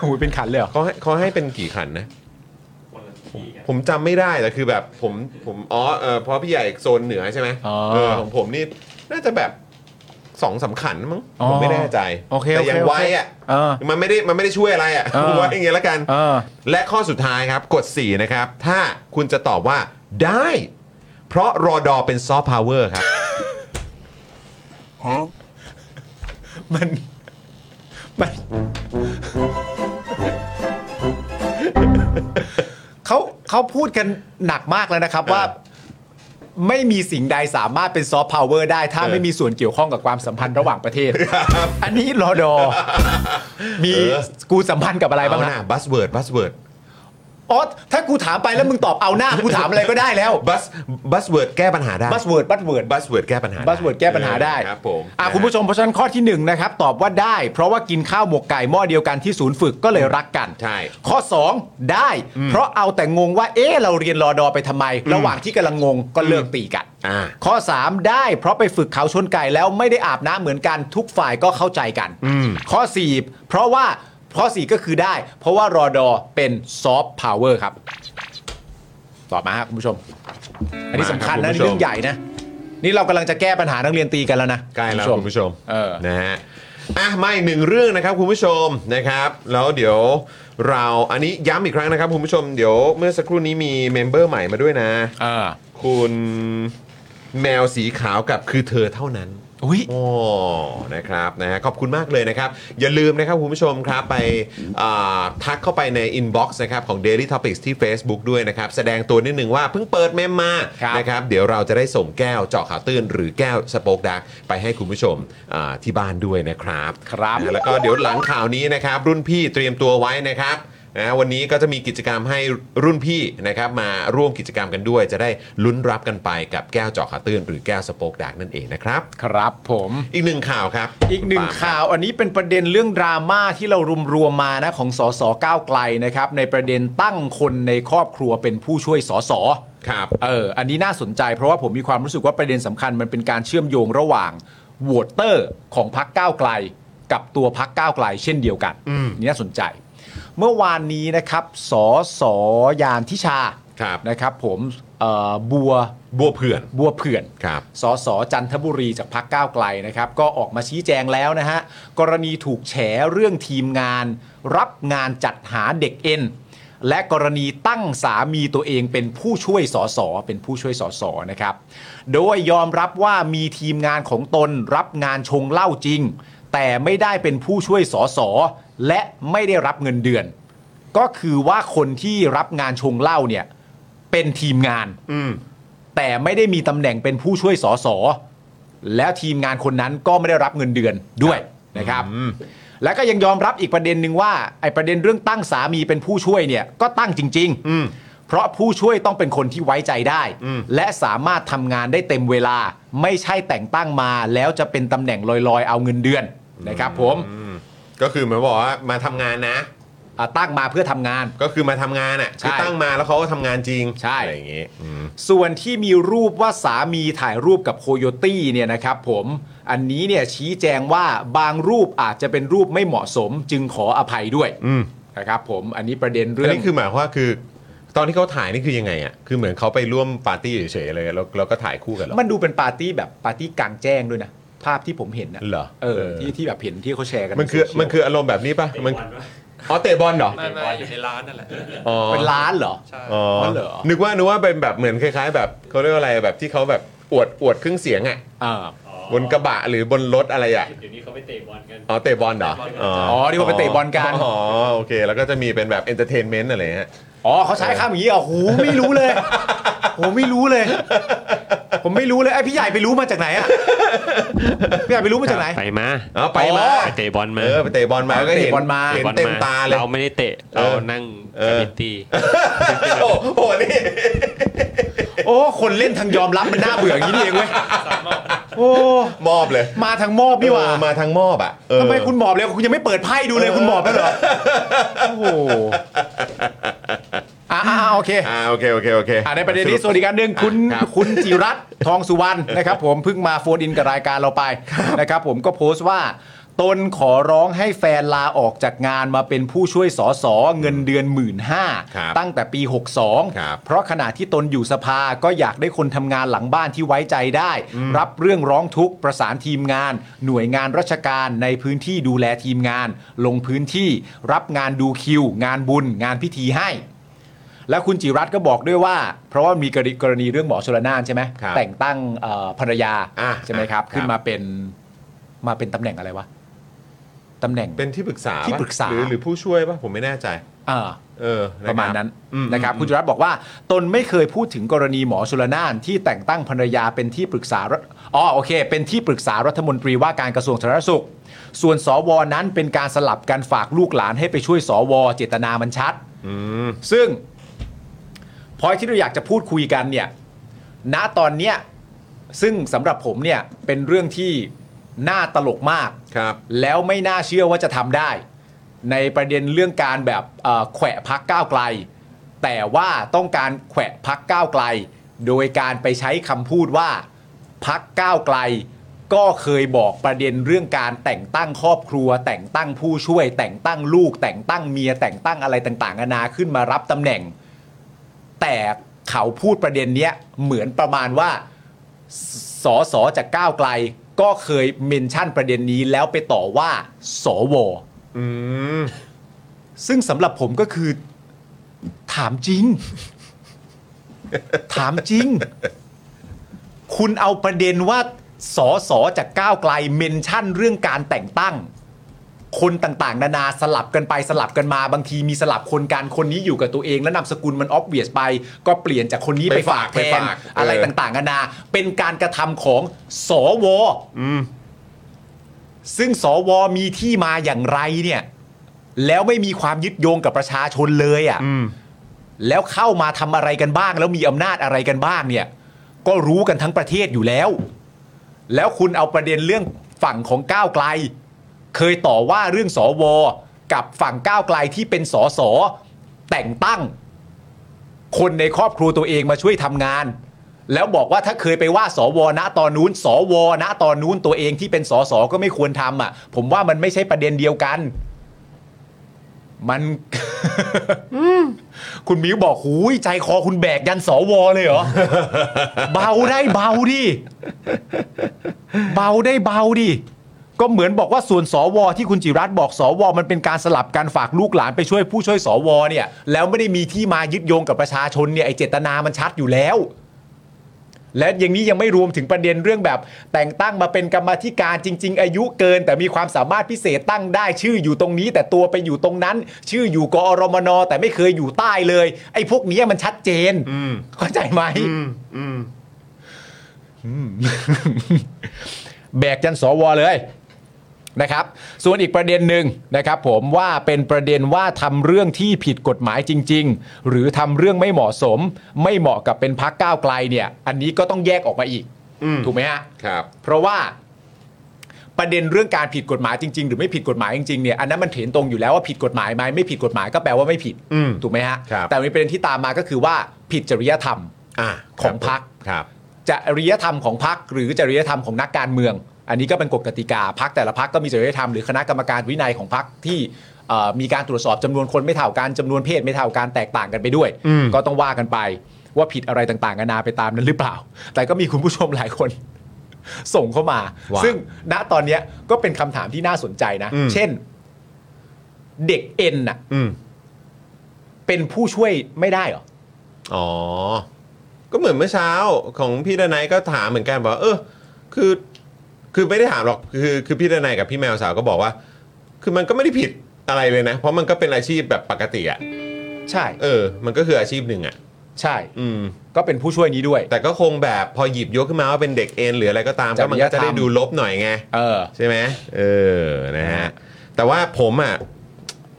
S2: โอ้ยเป็นขันเลยเหรอ
S1: เขาให้เขาให้เป็นกี่ขันนะ ผมจำไม่ได้แต่คือแบบผมผมอ๋อเออเพราะพี่ใหญ่โซนเหนือใช่ไหม
S2: อ๋อ
S1: เออของผมนี่น่าจะแบบสองสามขันมั้ง
S2: อ๋อ
S1: ผมไม่แน่ใจ
S2: โอเค
S1: แต่ยัง
S2: โอเค
S1: ไว้อะ
S2: เออ
S1: มันไม่ได้มันไม่ได้ช่วยอะไรอะ
S2: เออ
S1: ไว้อย่างเงี้ยละกัน
S2: เออ
S1: และข้อสุดท้ายครับ กด 4 นะครับ ถ้าคุณจะตอบว่าได้ เพราะรอดอเป็นซอฟต์พาวเวอร์ครับ
S2: มันมันเขาเขาพูดกันหนักมากแล้วนะครับ
S1: เออ
S2: ว่าไม่มีสิ่งใดสามารถเป็นซอฟต์พาวเวอร์ได้ ถ้า
S1: เออ
S2: ไม่มีส่วนเกี่ยวข้องกับความสัมพันธ์ระหว่างประเทศ อันนี้รอดอ มีกูสัมพันธ์กับอะไรบ้าง
S1: เอาห
S2: นะ
S1: น้าบัสเวิร์ดบัสเวิร์ด
S2: อ๋อถ้ากูถามไปแล้วมึงตอบเอาหน้ากูถามอะไรก็ได้แล้ว
S1: บัสบัสเวิร์ดแก้ปัญหาได้
S2: บัสเวิร์ดบัสเวิร์ด
S1: บัสเวิร์ดแก้ปัญหาได้
S2: บัสเวิร์ดแก้ปัญหาได้
S1: ครับผม
S2: อ่ะคุณผู้ชมเพราะฉะนั้นข้อที่1นะครับตอบว่าได้ เพราะว่ากินข้าวหมกไก่หม้อเดียวกันที่ศูนย์ฝึกก็เลยรักกัน
S1: ใช่
S2: ข้อ 2 ได้ เพราะเอาแต่งงว่าเอ๊ะเราเรียนรอดอไปทำไม ระหว่างที่กำลังงงก็เลิกตีกัน
S1: อ่า
S2: ข้อ 3 ได้ เพราะไปฝึกเขาชนไก่แล้วไม่ได้อาบน้ำเหมือนกันทุกฝ่ายก็เข้าใจกัน ข้อ 4 เพราะว่าข้อ 4 ก็คือได้ เพราะว่ารอดอเป็นซอฟต์พาวเวอร์ครับตอบมาครับคุณผู้ชม อันนี้สำคัญ
S1: มาครั
S2: นะ
S1: บคุณผู้ชม
S2: นี่เรื่องใหญ่นะ นี่เรากำลังจะแก้ปัญหานักเรียนตีกันแล้วนะ
S1: ใกล้แล้วคุณผู้ชม
S2: เออ
S1: นะฮะอ่ะมาอีกหนึ่งเรื่องนะครับคุณผู้ชมนะครับ แล้วเดี๋ยวเราอันนี้ย้ำอีกครั้งนะครับคุณผู้ชมเดี๋ยวเมื่อสักครู่นี้มีเมมเบอร์ใหม่มาด้วยนะ
S2: เออ
S1: คุณแมวสีขาวกับคือเธอเท่านั้น
S2: อุ้ย
S1: โอ้ นะครับ นะฮะ ขอบคุณมากเลยนะครับ อย่าลืมนะครับคุณผู้ชมครับ ไปอ่าทักเข้าไปใน inbox นะครับ ของ Daily Topics ที่ Facebook ด้วยนะครับ แสดงตัวนิดหนึ่งว่าเพิ่งเปิดเมมมา
S2: ครับ
S1: นะครับ เดี๋ยวเราจะได้ส่งแก้วเจาะข่าวตื้น หรือแก้วสโป๊กดักไปให้คุณผู้ชมอ่าที่บ้านด้วยนะครับ
S2: ครับ
S1: นะแล้วก็เดี๋ยวหลังข่าวนี้นะครับ รุ่นพี่เตรียมตัวไว้นะครับนะวันนี้ก็จะมีกิจกรรมให้รุ่นพี่นะครับ มาร่วมกิจกรรมกันด้วย จะได้ลุ้นรับกันไปกับแก้วเจาะขาตื้นหรือแก้วสโปกดาร์กนั่นเองนะครับ
S2: ครับผม
S1: อีกหนึ่งข่าวครับ
S2: อีกหนึ่ง
S1: คุณปาล์ม
S2: ข่าวอันนี้เป็นประเด็นเรื่องดราม่าที่เรารุมรวมๆมานะของสสก้าวไกลนะครับ ในประเด็นตั้งคนในครอบครัวเป็นผู้ช่วยสส
S1: ครับ
S2: เอออันนี้น่าสนใจเพราะว่าผมมีความรู้สึกว่าประเด็นสำคัญมันเป็นการเชื่อมโยงระหว่างโหวตเตอร์ของพักก้าวไกล กับตัวพักก้าวไกล เช่นเดียวกันนี่น่าสนใจ เมื่อวานนี้นะครับสสยานทิชา
S1: ครับ
S2: นะครับผมเอ่อบัว
S1: บัวเผื่อน
S2: บัวเผื่อน
S1: ครับ
S2: สสจันทบุรีจากพักก้าวไกลนะครับ ก็ออกมาชี้แจงแล้วนะฮะ กรณีถูกแฉเรื่องทีมงาน รับงานจัดหาเด็กเอ็น และกรณีตั้งสามีตัวเองเป็นผู้ช่วยสสเป็นผู้ช่วยสสนะครับ โดยยอมรับว่ามีทีมงานของตนรับงานชงเหล้าจริง แต่ไม่ได้เป็นผู้ช่วยสสและไม่ได้รับเงินเดือน ก็คือว่าคนที่รับงานชงเหล้าเนี่ยเป็นทีมงาน แต่ไม่ได้มีตำแหน่งเป็นผู้ช่วยสสแล้วทีมงานคนนั้นก็ไม่ได้รับเงินเดือนด้วยนะครับ แล้วก็ยังยอมรับอีกประเด็นหนึ่งว่าไอ้ประเด็นเรื่องตั้งสามีเป็นผู้ช่วยเนี่ยก็ตั้งจริงๆเพราะผู้ช่วยต้องเป็นคนที่ไว้ใจได้ และสามารถทำงานได้เต็มเวลา ไม่ใช่แต่งตั้งมาแล้วจะเป็นตำแหน่งลอยๆ เอาเงินเดือนนะครับ ผม
S1: ก็คือเหมือนบอกว่ามาทำงานนะ
S2: อ่ะตั้งมาเพื่อทำงาน
S1: ก็คือมาทำงานอ่ะ
S2: ใช่
S1: คือตั้งมาแล้วเขาก็ทำงานจริง
S2: ใช่
S1: อะไรอย่างงี้อืม
S2: ส่วนที่มีรูปว่าสามีถ่ายรูปกับโคโยตี้เนี่ยนะครับผมอันนี้เนี่ยชี้แจงว่าบางรูปอาจจะเป็นรูปไม่เหมาะสม จึงขออภัยด้วย
S1: อืม
S2: นะครับผมอันนี้ประเด็น
S1: อั
S2: เรื่
S1: น
S2: อง
S1: นี้คือหมายความว่าคือ ตอนที่เขาถ่ายนี่คือยังไงอ่ะคือเหมือนเขาไปร่วมปาร์ตี้เฉยๆเลยแล้วแล้วก็ถ่ายคู่กันเหรอ
S2: มันดูเป็นปาร์ตี้แบบปาร์ตี้กลางแจ้งด้วยนะ ภาพที่ผมเห็นนะ
S1: เหรอ
S2: เออ
S1: เออ
S2: ที่ที่แบบเห็นที่เขาแชร์กัน
S1: มันคือ
S2: ใโซเชียล
S1: มันคืออารมณ์แบบนี้ปะ
S6: เตะ
S1: มัน
S6: บอลวะ
S1: อ๋อเตะบอลเหรอ
S5: ไม่ไม่อยู่ในร้านนั่นแหละ
S1: อ๋อ
S2: เป็นร้านเหรอ
S5: ใช่
S1: อ๋อ
S2: อเหรอ
S1: นึกว่านึกว่าเป็นแบบเหมือนคล้าย ๆ แบบเขาเรียกว่าอะไรแบบที่เขาแบบอวดอวดเครื่องเสียงอ่ะ
S2: อ่า
S6: อ๋อบ
S1: นกระบะหรือบนรถอะไรอ่ะ
S6: เดี๋ยวนี้เขาไปเตะบอลกัน
S1: อ๋อเตะบอลเหรอ
S2: อ๋อที่ว่าไปเตะบอลกัน
S1: อ๋อโอเค แล้วก็จะมีเป็นแบบเอนเตอร์เทนเมนต์อะไรฮะ
S2: อ๋อเขาใช้คำอย่างนี้เหรอ่ะโหไม่รู้เลยโหไม่รู้เลย ผมไม่รู้เลยไอ้พี่ใหญ่ไปรู้มาจากไหนอ่ะ พี่ใหญ่ไปรู้มาจากไหน
S3: ไปมา
S1: เอาไปมา
S3: ไปเตะบอลมา
S1: เออไปเตะบอลมาก็เห็น
S2: เตะบอลมา
S1: เห็นเต็มตาเลย
S3: เราไม่ได้เตะ
S1: เอ
S3: เรา
S1: อ
S3: นั่ง
S1: เออ
S3: กับพิตตี้
S1: โอ้โหนี่
S2: โอ้คนเล่นทางยอมรับมันน่าเบื่ออย่างนี้นี่เองเว้ย โอ้
S1: มอบเลย
S2: มาทางมอบนี่หว่า
S1: เออมาทางมอบอ่ะเออ
S2: ทำไมคุณหมอบเลยคุณยังไม่เปิดไพ่ดูเลยคุณหมอบไปเหรอโอ้โหอ่าโอเค
S1: อ่าโอเคโอเคโอเค
S2: อ่าในประเด็นนี้สวัสดีการหนึ่งคุณ
S1: ครับ
S2: คุณจิรัตน์ทองสุวรรณนะครับผมเพิ่งมาโฟนอินกับรายการเราไปนะครับผมก็โพสต์ว่า ตนขอร้องให้แฟนลาออกจากงานมาเป็นผู้ช่วยสอสอเงินเดือนหมื่นห้า
S1: ครับ
S2: ตั้งแต่ปี
S1: ครับ
S2: 62 เพราะขณะที่ตนอยู่สภาก็อยากได้คนทำงานหลังบ้านที่ไว้ใจได้ รับเรื่องร้องทุกข์ประสานทีมงาน หน่วยงานราชการในพื้นที่ดูแลทีมงาน ลงพื้นที่ รับงานดูคิว งานบุญ งานพิธีให้ และคุณจิรัตน์ก็บอกด้วยว่า เพราะว่ามีกรณีกรณีเรื่องหมอชลนานใช่ไหม
S1: ครับ
S2: แต่งตั้งเอ่อภรรยา
S1: อ่ะ
S2: ใช่ไหมครับ
S1: ครับ
S2: ขึ้นมาเป็นมาเป็นตำแหน่งอะไรวะตำแหน่ง
S1: เป็นที่ปรึกษาปะ
S2: ที่ปรึกษา
S1: หรือหรือผู้ช่วยป่ะผมไม่แน่ใจ
S2: เอ่อ
S1: เออค
S2: ป
S1: บ
S2: ระมาณนั้น
S1: อืม
S2: นะครับ
S1: อืม
S2: คุณจุรัตน์บอกว่า ตนไม่เคยพูดถึงกรณีหมอชลนานที่แต่งตั้งภรรยาเป็นที่ปรึกษารัฐอ๋อโอเค เป็นที่ปรึกษารัฐมนตรีว่าการกระทรวงสาธารณสุข ส่วนสวนั้นเป็นการสลับกันฝากลูกหลานให้ไปช่วยสวเจตนามันชัด
S1: ม
S2: ซึ่งพอยที่เราอยากจะพูดคุยกันเนี่ย ณตอนเนี้ยซึ่งสำหรับผมเนี่ยเป็นเรื่องที่น่าตลกมาก
S1: ครับ
S2: แล้วไม่น่าเชื่อว่าจะทำได้ ในประเด็นเรื่องการแบบเอ่อแขวะพักก้าวไกล แต่ว่าต้องการแขวะพักก้าวไกล โดยการไปใช้คำพูดว่าพักก้าวไกล ก็เคยบอกประเด็นเรื่องการแต่งตั้งครอบครัว แต่งตั้งผู้ช่วย แต่งตั้งลูก แต่งตั้งเมีย แต่งตั้งอะไรต่างๆนานาขึ้นมารับตำแหน่ง แต่เขาพูดประเด็นเนี้ยเหมือนประมาณว่า สอสอจากก้าวไกลก็เคยเมนชั่นประเด็นนี้แล้วไปต่อว่า สว
S1: อืม
S2: ซึ่งสำหรับผมก็คือ ถามจริง ถามจริง คุณเอาประเด็นว่า สอสอจากก้าวไกลเมนชั่นเรื่องการแต่งตั้ง คนต่างๆ นานาสลับกันไปสลับกันมาบางทีมีสลับคนกันคนนี้อยู่กับตัวเอง แล้วนามสกุลมันออบเวียสไป ก็เปลี่ยนจากคนนี้ไปฝากแทนอะไรต่างๆนานา เป็นการกระทำของสว
S1: อืม
S2: ซึ่งสวมีที่มาอย่างไรเนี่ย แล้วไม่มีความยึดโยงกับประชาชนเลยอะ่ะ
S1: อืม
S2: แล้วเข้ามาทำอะไรกันบ้าง แล้วมีอำนาจอะไรกันบ้างเนี่ย ก็รู้กันทั้งประเทศอยู่แล้ว แล้วคุณเอาประเด็นเรื่องฝั่งของก้าวไกล เคยต่อว่าเรื่องสวกับฝั่งก้าวไกลที่เป็นสสแต่งตั้ง คนในครอบครัวตัวเองมาช่วยทำงาน แล้วบอกว่าถ้าเคยไปว่า สวณตอนนู้น สวณตอนนู้นตัวเองที่เป็นสสก็ไม่ควรทำอ่ะ ผมว่ามันไม่ใช่ประเด็นเดียวกัน มัน คุณมิวบอกหูยใจคอคุณแบกยันสวเลยเหรอ เบาได้เบาดิ เบาได้เบาดิ ก็เหมือนบอกว่าส่วนสวที่คุณจิรัตน์บอกสวมันเป็นการสลับการฝากลูกหลานไปช่วยผู้ช่วยสวเนี่ย แล้วไม่ได้มีที่มายึดโยงกับประชาชนเนี่ยไอเจตนามันชัดอยู่แล้ว และอย่างนี้ยังไม่รวมถึงประเด็นเรื่องแบบ แต่งตั้งมาเป็นกรรมาธิการจริง ๆ อายุเกิน แต่มีความสามารถพิเศษตั้งได้ชื่ออยู่ตรงนี้ แต่ตัวไปอยู่ตรงนั้น ชื่ออยู่กอรมนแต่ไม่เคยอยู่ใต้เลย ไอ้พวกเนี้ยมันชัดเจนเข้าใจไหม
S1: อืมอืม
S2: แบกยันสวเลยนะครับ ส่วนอีกประเด็นหนึ่งนะครับ ผมว่าเป็นประเด็นว่าทำเรื่องที่ผิดกฎหมายจริง ๆ หรือทำเรื่องไม่เหมาะสม ไม่เหมาะกับเป็นพักก้าวไกลเนี่ย อันนี้ก็ต้องแยกออกมาอีก
S1: อืม
S2: ถูกไหมฮะ
S1: ครับ
S2: เพราะว่าประเด็นเรื่องการผิดกฎหมายจริง ๆ หรือไม่ผิดกฎหมายจริงๆเนี่ยอันนั้นมันเห็นตรงอยู่แล้วว่าผิดกฎหมายไหมไม่ผิดกฎหมายก็แปลว่าไม่ผิด
S1: อืม
S2: ถูกไหมฮะ
S1: ครับ
S2: แต่มีประเด็นที่ตามมาก็คือว่าผิดจริยธรรม
S1: อ่ะ
S2: ของพรรค
S1: ครับ
S2: จริยธรรมของพรรคหรือจริยธรรมของนักการเมือง อันนี้ก็เป็นกฎกติกาพักแต่ละพักก็มีจริยธรรมหรือคณะกรรมการวินัยของพักที่เอ่อมีการตรวจสอบจำนวนคนไม่เท่ากันจำนวนเพศไม่เท่ากันแตกต่างกันไปด้วย
S1: อืม
S2: ก็ต้องว่ากันไปว่าผิดอะไรต่างๆกันานาไปตามนั้นหรือเปล่า แต่ก็มีคุณผู้ชมหลายคน ส่งเข้ามา
S1: ว่า
S2: ซึ่งณตอนเนี้ยก็เป็นคำถามที่น่าสนใจนะ
S1: อืม
S2: เช่น เด็กเอ็นน่ะ
S1: อืม
S2: เป็นผู้ช่วยไม่ได้เหรอ
S1: อ๋อ ก็เหมือนเมื่อเช้าของพี่ดนัยก็ถามเหมือนกันบอกว่าเออคือ คือไม่ได้ถามหรอกคือคือพี่ดนัยกับพี่แมวสาวก็บอกว่า คือมันก็ไม่ได้ผิดอะไรเลยนะ เพราะมันก็เป็นอาชีพแบบปกติอ่ะ
S2: ใช่
S1: เออ มันก็คืออาชีพหนึ่งอ่ะ
S2: ใช่
S1: อืม
S2: ก็เป็นผู้ช่วยนี้ด้วย
S1: แต่ก็คงแบบพอหยิบยกขึ้นมาว่าเป็นเด็กเอ็นหรืออะไรก็ตาม
S2: จ
S1: ก็
S2: ริยธรรม
S1: มันก็จะได้ดูลบหน่อยไง
S2: เออ
S1: ใช่ไหมเออนะฮะ แต่ว่าผมอ่ะ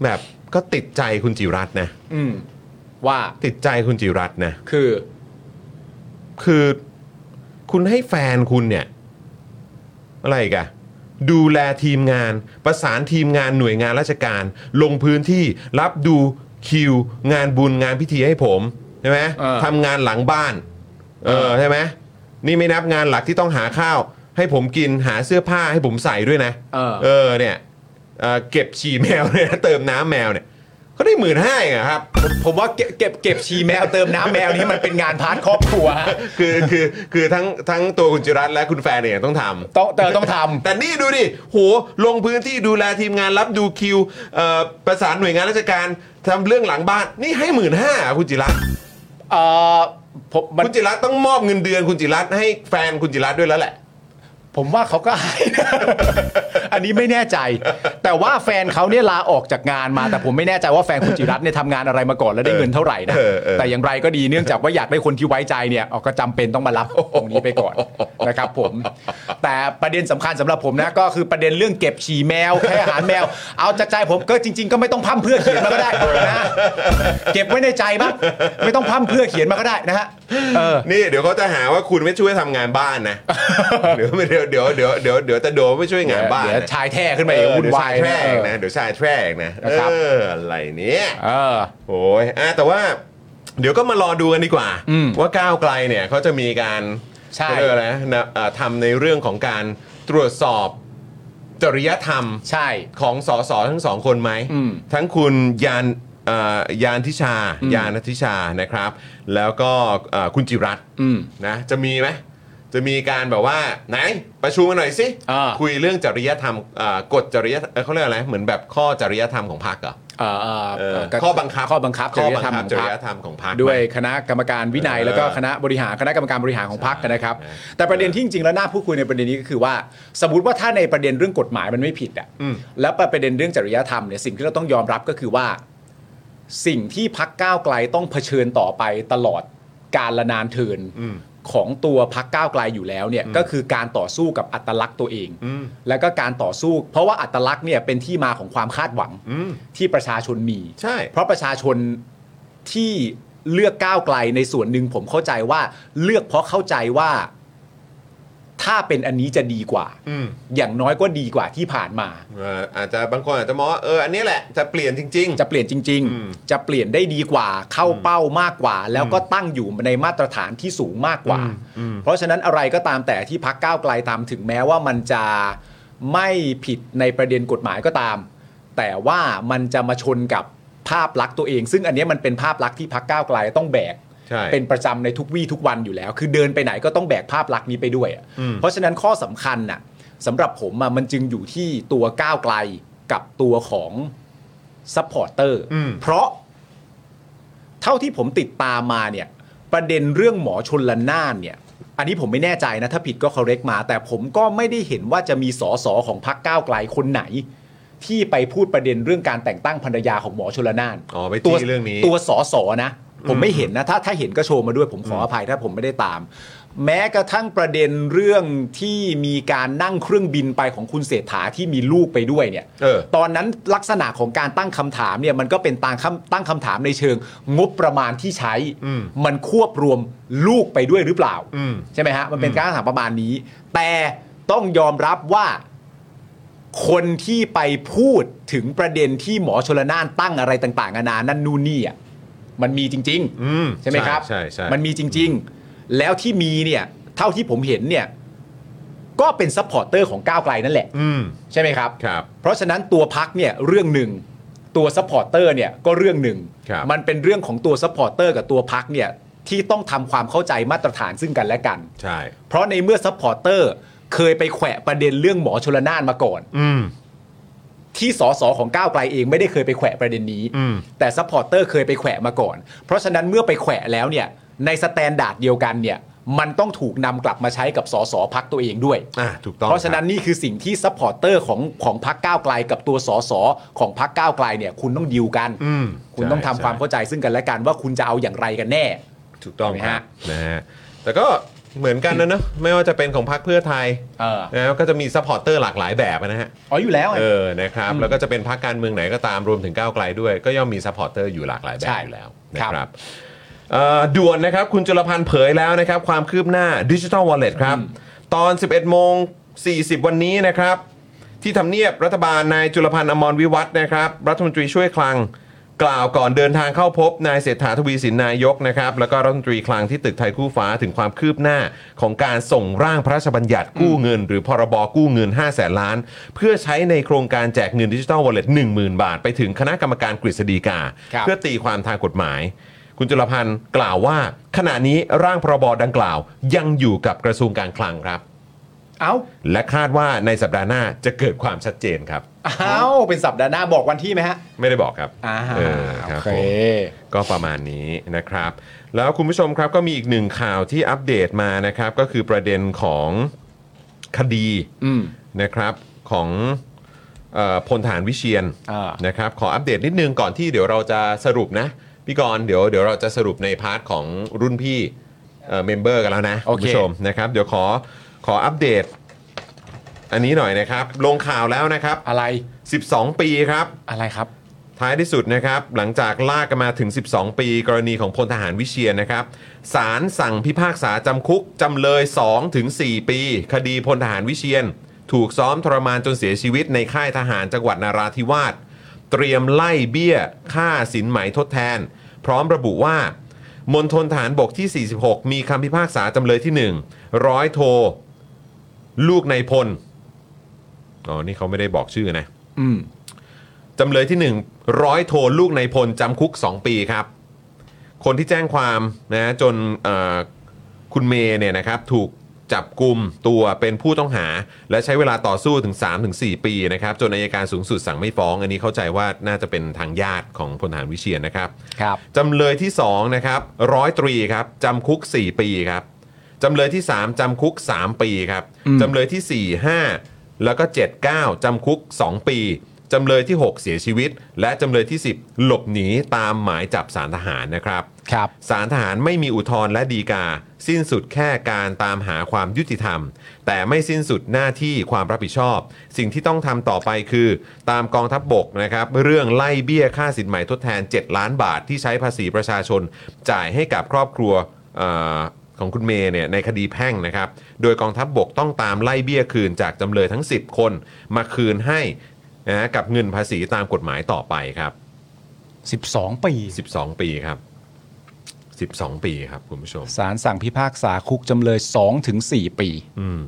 S1: แบบก็ติดใจคุณจิรัตน์นะ
S2: อืม ว่า
S1: ติดใจคุณจิรัตน์นะ
S2: คือ
S1: คือคุณให้แฟนคุณเนี่ย อะไรอีกันดูแลทีมงาน ประสานทีมงานหน่วยงานราชการ ลงพื้นที่รับดูคิว งานบุญงานพิธีให้ผมใช่ไหมทำงานหลังบ้าน เออใช่ไหมนี่ไม่นับงานหลักที่ต้องหาข้าว ให้ผมกินหาเสื้อผ้าให้ผมใส่ด้วยนะ
S2: เออ
S1: เออเนี่ยเอ่อเก็บฉี่แมวเนี่ย นะเติมน้ำแมวเนี่ยเขาได้หมื่นห้าเองอะครับ
S2: ผมว่าเก็บเก็บเก็บชีแมวเติมน้ำแมวนี่มันเป็นงานพาร์ทครอบครัวฮะ
S1: คือคือคือทั้งทั้งตัวคุณจิรัตน์และคุณแฟนเนี่ยต้องทำ
S2: ต้องเติมต้องทำ
S1: แต่นี่ดูดิ โห ลงพื้นที่ดูแลทีมงานรับดูคิวเอ่อประสานหน่วยงานราชการทำเรื่องหลังบ้าน นี่ให้หมื่นห้าคุณจิรัตน์
S2: เออผมมัน
S1: คุณจิรัตน์ต้องมอบเงินเดือนคุณจิรัตน์ให้แฟนคุณจิรัตน์ด้วยแล้วแหละ
S2: ผมว่าเขาก็ให้นะ อันนี้ไม่แน่ใจ แต่ว่าแฟนเขาเนี่ยลาออกจากงานมา แต่ผมไม่แน่ใจว่าแฟนคุณจิรัตน์เนี่ยทำงานอะไรมาก่อนแล้วได้เงินเท่าไหร่นะ
S1: เออเออ
S2: แต่อย่างไรก็ดีเนื่องจากว่าอยากได้คนที่ไว้ใจเนี่ยเอาก็จำเป็นต้องมารับตรงนี้ไปก่อนนะครับ ผม แต่ประเด็นสำคัญสำหรับผมนะก็คือประเด็นเรื่องเก็บฉี่แมวให้อาหารแมว เอาจากใจผมก็จริง ๆ ก็ไม่ต้องพร่ำเพรื่อเขียนมาก็ได้นะเก็บไว้ในใจบ้างไม่ต้องพร่ำเพรื่อเขียนมาก็ได้นะฮะเออ
S1: นี่เดี๋ยวเขาจะหาว่าคุณไม่ช่วยทำงานบ้าน นะ เดี๋ยวเดี๋ยวเดี๋ยวเดี๋ยวเดี๋ยวเดี๋ยวจะโดนไม่ช่วยงานบ้าน
S2: เดี๋ยว
S1: นะ
S2: ชายแท้ขึ้นมาเอง
S1: เออ
S2: วุ่น
S1: เดี๋ยว
S2: วา
S1: ชาย ยแทรกนะ
S2: นะ
S1: เดี๋ยวชายแทรกนะเอ
S2: นะครับ
S1: ออะไรเนี่ย
S2: เออ
S1: โอ้ยอ่ะแต่ว่าเดี๋ยวก็มารอดูกันดีกว่า
S2: อืม
S1: ว่าก้าวไกลเนี่ยเขาจะมีการ
S2: ใช่
S1: เขาเรียกอะไรนะนะเอ่อทำในเรื่องของการตรวจสอบจริยธรรม
S2: ใช่
S1: ของสสทั้งสองคนไหม
S2: อืม
S1: ทั้งคุณยานเอ่อยานทิชา
S2: อืม
S1: ยานทิชานะครับ แล้วก็เอ่อคุณจิรัตน์
S2: อืม
S1: นะจะมีไหมจะมีการแบบว่าไหนประชุมกันหน่อยสิ
S2: อ่า
S1: คุยเรื่องจริยธรรมเอ่อกฎจริยเอ่อเขาเรียกอะไรเหมือนแบบข้อจริยธรรมของพรรคเหรอ
S2: เอ่อเอ่อ
S1: เออ
S2: เก็
S1: ข้อบังคับ
S2: ข้อบังคับจ
S1: ข้อ
S2: ริย
S1: บัง
S2: ธรรม
S1: คับ
S2: ของ
S1: จริ
S2: พรร
S1: ย
S2: ค
S1: ธรรมของพรรค
S2: ด้วย
S1: ไหม
S2: คณะกรรมการวินัย
S1: เออ
S2: แล้วก็คณะบริหารคณะกรรมการบริหารของพรรคนะครับ
S1: ใช่
S2: แต่ประเด็นที่จริงๆแล้วน่าพูดคุยในประเด็นนี้ก็คือว่า สมมติว่าถ้าในประเด็นเรื่องกฎหมายมันไม่ผิดอ่ะ
S1: อืม
S2: แล้วประเด็นเรื่องจริยธรรมเนี่ยสิ่งที่เราต้องยอมรับก็คือว่า สิ่งที่พักก้าวไกลต้องเผชิญต่อไปตลอดการละนานเทินของตัวพักก้าวไกลอยู่แล้วเนี่ยก็คือการต่อสู้กับอัตลักษณ์ตัวเอง แล้วก็การต่อสู้ เพราะว่าอัตลักษณ์เนี่ยเป็นที่มาของความคาดหวัง
S1: อืม
S2: ที่ประชาชนมี
S1: ใช่
S2: เพราะประชาชนที่เลือกก้าวไกลในส่วนหนึ่งผมเข้าใจว่าเลือกเพราะเข้าใจว่า ถ้าเป็นอันนี้จะดีกว่า
S1: อืม
S2: อย่างน้อยก็ดีกว่าที่ผ่านมา
S1: เอ่ออาจจะบางคนอาจจะมองว่าเอออันนี้แหละจะเปลี่ยนจริง
S2: จะเปลี่ยนจริง
S1: อืม
S2: ๆ จะเปลี่ยนได้ดีกว่า เข้าเป้ามากกว่า แล้วก็ตั้งอยู่ในมาตรฐานที่สูงมากกว่า
S1: อืม
S2: เพราะฉะนั้นอะไรก็ตามแต่ที่พักก้าวไกลตามถึงแม้ว่ามันจะไม่ผิดในประเด็นกฎหมายก็ตาม แต่ว่ามันจะมาชนกับภาพลักษณ์ตัวเอง ซึ่งอันเนี้ยมันเป็นภาพลักษณ์ที่พักก้าวไกลต้องแบก
S1: ๆ ใช่
S2: เป็นประจำในทุกวี่ทุกวันอยู่แล้ว คือเดินไปไหนก็ต้องแบกภาพลักษณ์นี้ไปด้วยอะ
S1: อืม
S2: เพราะฉะนั้นข้อสำคัญน่ะสำหรับผมอะมันจึงอยู่ที่ตัวก้าวไกลกับตัวของซัพพอร์เตอร์เพราะ เท่าที่ผมติดตามมาเนี่ย ประเด็นเรื่องหมอชนละนานเนี่ย อันนี้ผมไม่แน่ใจนะ ถ้าผิดก็ correct มา แต่ผมก็ไม่ได้เห็นว่าจะมีสอสอของพรรคก้าวไกลคนไหน ที่ไปพูดประเด็นเรื่องการแต่งตั้งภรรยาของหมอชลนาน
S1: อ๋อไปจี้
S2: ตัว
S1: เรื่องนี้
S2: ตัวสอสอนะ ผมไม่เห็นนะ ถ้าถ้าเห็นก็โชว์มาด้วยผมขออภัยถ้าผมไม่ได้ตาม แม้กระทั่งประเด็นเรื่องที่มีการนั่งเครื่องบินไปของคุณเศรษฐาที่มีลูกไปด้วยเนี่ย
S1: เออ
S2: ตอนนั้นลักษณะของการตั้งคำถามเนี่ยมันก็เป็นตางคำตั้งคำถามในเชิง งบประมาณที่ใช้
S1: อืม
S2: มันควบรวมลูกไปด้วยหรือเปล่า
S1: อืม
S2: ใช่ไหมฮะ มันเป็นการถามประมาณนี้ แต่ต้องยอมรับว่าคนที่ไปพูดถึงประเด็นที่หมอชลนานตั้งอะไรต่างๆนานานั่นนู่นนี่อ่ะมันมีจริง ๆ
S1: อืม
S2: ใช่ไหมครับ
S1: ใช่ใช่
S2: มันมีจริง ๆ แล้วที่มีเนี่ย เท่าที่ผมเห็นเนี่ย ก็เป็นซัพพอร์เตอร์ของก้าวไกลนั่นแหละ
S1: อืม
S2: ใช่ไหมครับ
S1: ครับ
S2: เพราะฉะนั้นตัวพักเนี่ยเรื่องหนึ่งตัวซัพพอร์เตอร์เนี่ยก็เรื่องหนึ่ง
S1: ครับ
S2: มันเป็นเรื่องของตัวซัพพอร์เตอร์กับตัวพักเนี่ยที่ต้องทำความเข้าใจมาตรฐานซึ่งกันและกัน
S1: ใช่
S2: เพราะในเมื่อซัพพอร์เตอร์เคยไปแขวะประเด็นเรื่องหมอชลนานมาก่อน
S1: อืม
S2: ที่สสของก้าวไกลเองไม่ได้เคยไปแขวะประเด็นนี้
S1: อืม
S2: แต่ซัพพอร์เตอร์เคยไปแขวะมาก่อน เพราะฉะนั้นเมื่อไปแขวะแล้วเนี่ยในสแตนดาร์ดเดียวกันเนี่ยมันต้องถูกนำกลับมาใช้กับสสพักตัวเองด้วย
S1: อ่ะถูกต้อง
S2: เพราะฉะนั้นนี่คือสิ่งที่ซัพพอร์เตอร์ของของพักก้าวไกลกับตัวสสของพักก้าวไกลเนี่ยคุณต้องดิวกัน
S1: อืม
S2: คุณต้องทำ
S1: ใช่
S2: ความเข้าใจซึ่งกันและกันว่าคุณจะเอาอย่างไรกันแน่
S1: ถูกต้อง
S2: ไหม
S1: ครั
S2: ฮะ
S1: บนะฮะแต่ก็เหมือนกันนะเนอะไม่ว่าจะเป็นของพรรคเพื่อไทย
S2: เออ
S1: นะก็จะมีซัพพอร์ตเตอร์หลากหลายแบบนะฮะ
S2: อ๋ออยู่แล้วไง
S1: เออนะครับ แล้วก็จะเป็นพรรคการเมืองไหนก็ตามรวมถึงก้าวไกลด้วย ก็ย่อมมีซัพพอร์ตเตอร์อยู่หลากหลายแบ
S2: ใช่
S1: บอยู่แล้วนะค
S2: ครั
S1: รับบ เอ่อด่วนนะครับ คุณจุลพันธ์เผยแล้วนะครับ ความคืบหน้าดิจิ t a l วอลเล็ตครับ ตอน 11โมง40 วันนี้นะครับ ที่ทำเนียบรัฐบาลนายจุลพันธ์อมรวิวัฒน์นะครับ รัฐมนตรีช่วยคลังกล่าวก่อนเดินทางเข้าพบนายเศรษฐาทวีสินนายกนะครับ แล้วก็รัฐมนตรีคลังที่ตึกไทยคู่ฟ้าถึงความคืบหน้าของการส่งร่างพระราชบัญญัติกู้เงิน หรือพรบกู้เงิน 5 0 0แสนล้าน เพื่อใช้ในโครงการแจกเงินดิจิทัลวอลเล็ต1 0,000 บาท ไปถึงคณะกรรมการกฤษฎีกา
S2: ครับ
S1: เพื่อตีความทางกฎหมาย คุณจุลพันธ์กล่าวว่า ขณะนี้ร่างพรบดังกล่าว ยังอยู่กับกระทรวงการคลังครับ
S2: เอ้า
S1: และคาดว่าในสัปดาห์หน้าจะเกิดความชัดเจนครับ
S2: เอ้าเป็นสัปดาห์หน้าบอกวันที่ไหมฮะ
S1: ไม่ได้บอกครับ
S2: อ่า
S1: เออครับ
S2: โอเค
S1: ผมก็ประมาณนี้นะครับ แล้วคุณผู้ชมครับก็มีอีกหนึ่งข่าวที่อัปเดตมานะครับ ก็คือประเด็นของคดี
S2: อืม
S1: นะครับของเอ่อพลฐานวิเชียน
S2: อ่าน
S1: นะครับขออัปเดตนิดนึงก่อนที่เดี๋ยวเราจะสรุปนะ พี่กรณ์เดี๋ยวเดี๋ยวเราจะสรุปในพาร์ทของรุ่นพี่เมมเบอร์กันแล้วนะคุณผู้ชมนะครับ เดี๋ยวขอขออัปเดต อันนี้หน่อยนะครับ ลงข่าวแล้วนะครับ
S2: อะไร
S1: 12 ปีครับ
S2: อะไรครับ
S1: ท้ายที่สุดนะครับ หลังจากลากกันมาถึง 12 ปี กรณีของพลทหารวิเชียนนะครับศาลสั่งพิพากษาจำคุก จำเลย2ถึง4ปี คดีพลทหารวิเชียน ถูกซ้อมทรมานจนเสียชีวิตในค่ายทหารจังหวัดนาราธิวาสเตรียมไล่เบี้ย ค่าสินไหมทดแทน พร้อมระบุว่า มณฑลฐานบกที่ 46 มีคำพิพากษาจำเลยที่ 1 ร้อยโท ลูกในายพลอ๋อนี่เขาไม่ได้บอกชื่อนะ
S2: อืม
S1: จำเลยที่ 1 ร้อยโทลูกในายพลจำคุก 2 ปีครับ คนที่แจ้งความนะจนเอ่อคุณเมย์เนี่ยนะครับถูกจับกลุ่มตัวเป็นผู้ต้องหา และใช้เวลาต่อสู้ถึง 3-4 ปีนะครับจนอายการสูงสุดสั่งไม่ฟ้อง อันนี้เข้าใจว่าน่าจะเป็นทางญาติของพลทหารวิเชียนนะครับ
S2: ครับ
S1: จำเลยที่2นะครับร้อยตรีครับจำคุก 4 ปีครับจำเลยที่ 3จำคุก 3 ปีครับ
S2: อืม
S1: จำเลยทีสี่4 5 แล้วก็ 7 9จำคุก 2 ปีจำเลยที่ 6 เสียชีวิต และจำเลยที่ 10 หลบหนีตามหมายจับสารทหารนะครับ
S2: ครับ
S1: สารทหารไม่มีอุทธรณ์และดีกา สิ้นสุดแค่การตามหาความยุติธรรม แต่ไม่สิ้นสุดหน้าที่ความรับผิดชอบ สิ่งที่ต้องทำต่อไปคือ ตามกองทัพบบกนะครับเรื่องไล่เบี้ยค่าสินใหม่ทดแทน 7 ล้านบาทที่ใช้ภาษีประชาชน จ่ายให้กับครอบครัวเอ่อของคุณเมย์เนี่ยในคดีแพ่งนะครับ โดยกองทัพบบกต้องตามไล่เบี้ยคืนจากจำเลยทั้ง 10 คน มาคืนให้นะกับเงินภาษีตามกฎหมายต่อไปครับ
S2: 12 ปี
S1: 12 ปีครับ 12 ปีครับคุณผู้ชม
S2: ศาลสั่งพิพากษาคุกจำเลย2ถึง4ปี
S1: อืม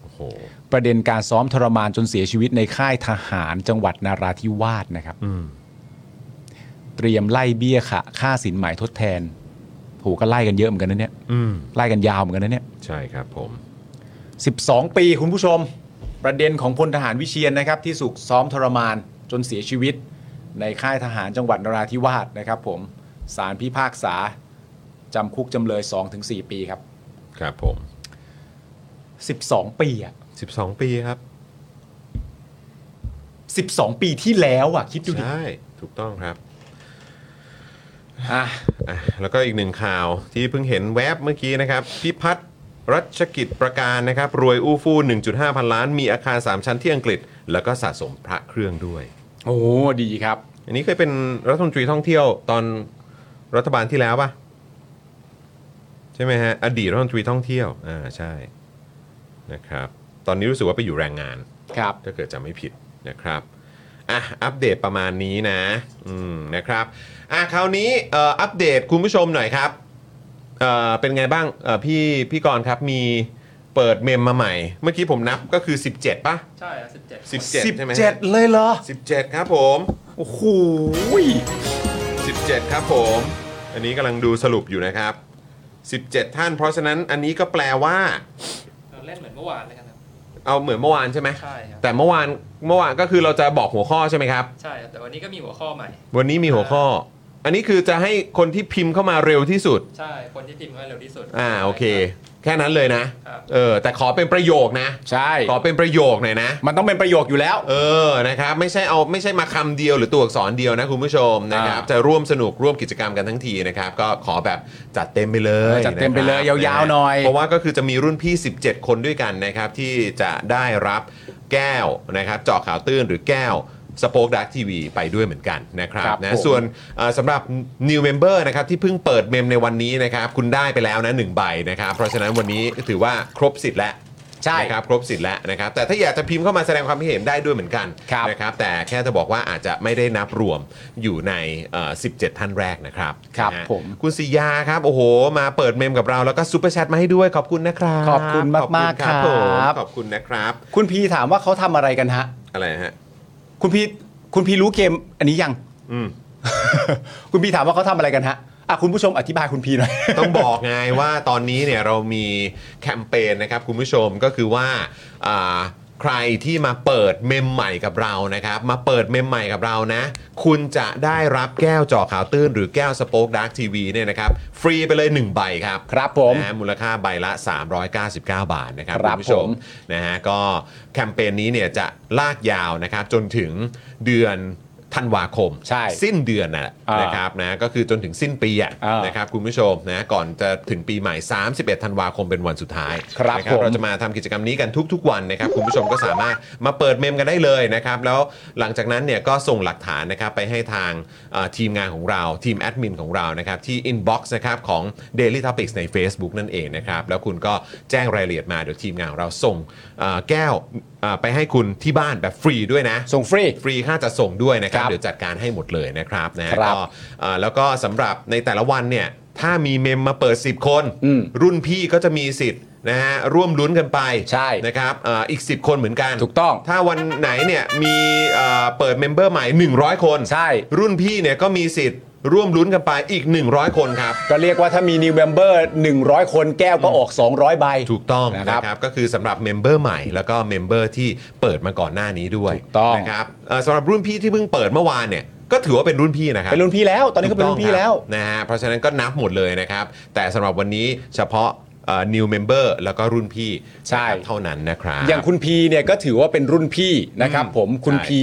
S1: โอ้โห
S2: ประเด็นการซ้อมทรมานจนเสียชีวิตในค่ายทหารจังหวัดนาราธิวาสนะครับ
S1: อืม
S2: เตรียมไล่เบี้ยค่ะ ค่าสินไหมทดแทนโหก็ไล่กันเยอะเหมือนกันนะเนี่ย
S1: อืม
S2: ไล่กันยาวเหมือนกันนะเนี่ย
S1: ใช่ครับผม
S2: 12 ปีคุณผู้ชม ประเด็นของพลทหารวิเชียนนะครับ ที่สุกซ้อมทรมานจนเสียชีวิต ในค่ายทหารจังหวัดนราธิวาสนะครับ ผมสารพิพากษาจำคุกจำเลย 2-4 ปีครั
S1: ครับผม
S2: บ 12 ปีอะ
S1: 12 ปีครับ
S2: 12 ปีที่แล้วอะคิดดูดิ
S1: ใช่ ถูกต้องครับ
S2: อ่ะ
S1: อ่ะแล้วก็อีกหนึ่งข่าวที่เพิ่งเห็นแวบเมื่อกี้นะครับ พิพัฒน์รัชกิจประการนะครับ รวยอู้ฟู่1.5 พันล้าน มีอาคาร 3 ชั้นที่อังกฤษ แล้วก็สะสมพระเครื่องด้วย
S2: โอ้ดีครับ
S1: อันนี้เคยเป็นรัฐมนตรีท่องเที่ยวตอนรัฐบาลที่แล้วป่ะ ใช่ไหมฮะ อดีตรัฐมนตรีท่องเที่ยวอ่าใช่นะครับ ตอนนี้รู้สึกว่าไปอยู่แรงงาน
S2: ครับ
S1: ถ้าเกิดจะไม่ผิดนะครับ อ่ะ อัปเดตประมาณนี้นะ อืม นะครับ อ่ะ คราวนี้เอ่ออัปเดตคุณผู้ชมหน่อยครับ เอ่อ เป็นไงบ้าง เอ่อ พี่ พี่กรณ์ครับ มีเปิดเมมมาใหม่ เมื่อกี้ผมนับก็คือ 17ป่ะ
S5: ใช่อ่ะสิบเจ็ด
S1: 17 ใช่ไหม
S2: 17 เลยเหรอ
S1: 17 ครับผม
S2: โอ้โห
S1: 17 ครับผม อันนี้กำลังดูสรุปอยู่นะครับ 17 ท่าน เพราะฉะนั้นอันนี้ก็แปลว่า
S5: เราเล่นเหมือนเมื่อวานเลยกันครับ
S1: เอาเหมือนเมื่อวานใช่ไหม
S5: ใช่ครับ
S1: แต่เมื่อวาน เมื่อวานก็คือเราจะบอกหัวข้อใช่ไหมครับ
S5: ใช่ครับแต่วันนี้ก็มีหัวข้อใหม่
S1: วันนี้มีหัวข้อ อันนี้คือจะให้คนที่พิมพ์เข้ามาเร็วที่สุด
S5: ใช่ คนที่พิมพ์ให้เร็วที่สุด
S1: อ่าโอเค แค่นั้นเลยนะครับ เออแต่ขอเป็นประโยคนะ
S2: ใช่
S1: ขอเป็นประโยคหน่อยนะ
S2: มันต้องเป็นประโยคอยู่แล้ว
S1: เออ นะครับ ไม่ใช่เอาไม่ใช่มาคำเดียวหรือตัวอักษรเดียวนะคุณผู้ชมนะครับ
S2: อ่า
S1: จะร่วมสนุกร่วมกิจกรรมกันทั้งทีนะครับ ก็ขอแบบจัดเต็มไปเลย
S2: จัดเต็มไปเลย
S1: นะครับ
S2: ยาวๆหน่อย
S1: เพราะว่าก็คือจะมีรุ่นพี่ 17 คนด้วยกันนะครับ ที่จะได้รับแก้วนะครับเจาะข่าวตื้นหรือแก้วสป o อ e ดักทีวีไปด้วยเหมือนกันนะครับ
S2: ครับ
S1: นะ
S2: ผม
S1: ส่วนเอ่อสำหรับ New Member นะครับที่เพิ่งเปิดเมมในวันนี้นะครับคุณได้ไปแล้วนะหนึ่งใบนะครับ เพราะฉะนั้นวันนี้ถือว่าครบสิทธิ์แล้ว
S2: ใช่
S1: นะครับครบสิทธิ์แล้วนะครับแต่ถ้าอยากจะพิมพ์เข้ามาแสดงความคิดเห็นได้ด้วยเหมือนกัน
S2: ครับ
S1: นะครับแต่แค่จะบอกว่าอาจจะไม่ได้นับรวมอยู่ในเอ่อ17 ท่านแรกนะครับ
S2: ครับ
S1: นะฮะ
S2: ผม
S1: คุณสิยาครับโอ้โห มาเปิดเมมกับเราแล้วก็ซูเปอร์แชทมาให้ด้วยขอบคุณนะครับ
S2: ขอบคุณมากๆ
S1: ขอบครับ
S2: ค
S1: ผ
S2: รับ
S1: มขอบคุณนะครับ
S2: คุณพีถามว่าเขาทำอะไรกันฮะ
S1: อะไรฮะ
S2: คุณพีคุณพีรู้เกมอันนี้ ยัง
S1: อืม
S2: คุณพีถามว่าเขาทำอะไรกันฮะอ่ะคุณผู้ชมอธิบายคุณพี หน่อย
S1: ต้องบอกไงว่าตอนนี้เนี่ยเรามีแคมเปญนะครับคุณผู้ชมก็คือว่าอ่าใครที่มาเปิดเมมใหม่กับเรานะครับ มาเปิดเมมใหม่กับเรานะ คุณจะได้รับแก้วเจอข่าวตื้น หรือแก้วสป็อคดักทีวีเนี่ยนะครับ ฟรีไปเลย 1 ใบครับ
S2: ครับผม
S1: นะมูลค่าใบละ 399 บาทนะครับ
S2: ครับ
S1: คุณผู้ชม
S2: ผม
S1: นะฮะก็แคมเปญนี้เนี่ยจะลากยาวนะครับจนถึงเดือนธันวาคม
S2: ใช่
S1: สิ้นเดือนน่ะ
S2: อ่าน
S1: นะครับนะก็คือจนถึงสิ้นปีอ่ะ
S2: อ่าน
S1: นะครับคุณผู้ชมนะก่อนจะถึงปีใหม่ 31 ธันวาคมเป็นวันสุดท้าย
S2: ครับ
S1: นะ
S2: ผม
S1: เราจะมาทำกิจกรรมนี้กันทุก ๆ วันนะครับ คุณผู้ชมก็สามารถมาเปิดเมมกันได้เลยนะครับ แล้วหลังจากนั้นเนี่ยก็ส่งหลักฐานนะครับไปให้ทางเอ่อทีมงานของเราทีมแอดมินของเรานะครับที่ inbox นะครับของ Daily Topics ใน Facebook นั่นเองนะครับ แล้วคุณก็แจ้งรายละเอียดมาเดี๋ยวทีมงานของเราส่งเอ่อแก้วเอ่อไปให้คุณที่บ้านแบบฟรีด้วยนะ
S2: ส่งฟรี
S1: ฟรีค่าจัดส่งด้วยนะครับ
S2: ครับ
S1: เดี๋ยวจัดการให้หมดเลยนะครับนะฮะ
S2: ครับ
S1: ก็เอ่อแล้วก็สำหรับในแต่ละวันเนี่ยถ้ามีเมมมาเปิด 10 คน
S2: อืม
S1: รุ่นพี่ก็จะมีสิทธิ์นะฮะร่วมลุ้นกันไป
S2: ใช่
S1: นะครับเอ่ออีก 10 คนเหมือนกัน
S2: ถูกต้อง
S1: ถ้าวันไหนเนี่ยมีเอ่อเปิดเมมเบอร์ใหม่ 100 คน
S2: ใช่
S1: รุ่นพี่เนี่ยก็มีสิทธิ์ร่วมลุ้นกันไปอีก 100 คนครับ
S2: ก็เรียกว่าถ้ามี New Member 100 คนแก้วก็ออก 200 ใบ
S1: ถูกต้อง
S2: นะ
S1: นะครับ ครับก็คือสำหรับเมมเบอร์ใหม่แล้วก็เมมเบอร์ที่เปิดมาก่อนหน้านี้ด้วย
S2: ถูกต้อง
S1: นะครับเอ่อสำหรับรุ่นพี่ที่เพิ่งเปิดเมื่อวานเนี่ยก็ถือว่าเป็นรุ่นพี่นะครับ
S2: เป็นรุ่นพี่แล้ว ตอนนี้ก็เป็นรุ่นพี่แล้ว
S1: นะฮะเพราะฉะนั้นก็นับหมดเลยนะครับ แต่สำหรับวันนี้เฉพาะเอ่อ new member แล้วก็รุ่นพี่
S2: ใช่
S1: นะครับเท่านั้นนะครับ
S2: อย่างคุณพีเนี่ยก็ถือว่าเป็นรุ่นพี่นะครับ ผมคุณ
S1: ใช่
S2: พี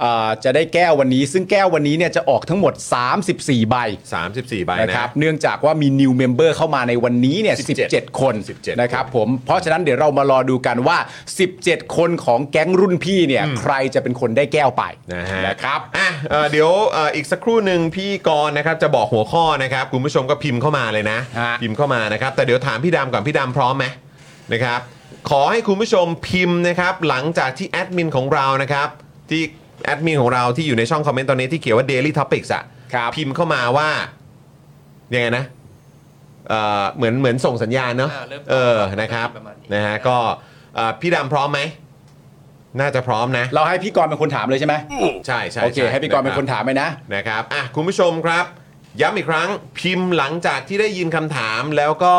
S2: เอ่อจะได้แก้ววันนี้ ซึ่งแก้ววันนี้เนี่ยจะออกทั้งหมด 34 ใบ
S1: 34 ใบ
S2: นะ
S1: นะ
S2: ครับเนื่องจากว่ามี new member เข้ามาในวันนี้เนี่ย17 คน
S1: 17
S2: นะครับผมเพราะฉะนั้นเดี๋ยวเรามารอดูกันว่า 17 คนของแก๊งรุ่นพี่เนี่ยใครจะเป็นคนได้แก้วไป
S1: นะฮะ
S2: นะครับ
S1: อ่ะเอ่อเดี๋ยวเอ่ออีกสักครู่หนึ่งพี่กรณ์นะครับจะบอกหัวข้อนะครับคุณผู้ชมก็พิมพ์เข้ามาเลยนะ
S2: ฮะ
S1: พิมพ์เข้ามานะครับ แต่เดี๋ยวถามพี่ดำก่อนพี่ดำพร้อมไหมนะครับ ขอให้คุณผู้ชมพิมพ์นะครับหลังจากที่แอดมินของเรานะครับที่แอดมินของเราที่อยู่ในช่องคอมเมนต์ตอนนี้ที่เขียนว่า Daily Topics อะ
S2: ครับ
S1: พิมพ์เข้ามาว่ายังไงนะเอ่อเหมือนเหมือนส่งสัญญาณเนาะ
S5: อ่าเริ่ม
S1: เออนะครับ
S5: ประมาณนี้
S1: นะฮะก็เอ่อพี่ดำพร้อมไหมน่าจะพร้อมนะ
S2: เราให้พี่กรณ์เป็นคนถามเลยใช่ไหม
S1: ใช่ใช่
S2: โอเค
S1: ช่
S2: ให้พี่กรณ์เป็
S1: ะ
S2: น
S1: บ
S2: คนถามไปนะ
S1: นะครับอ่ะคุณผู้ชมครับ ย้ำอีกครั้งพิมพ์หลังจากที่ได้ยินคำถามแล้วก็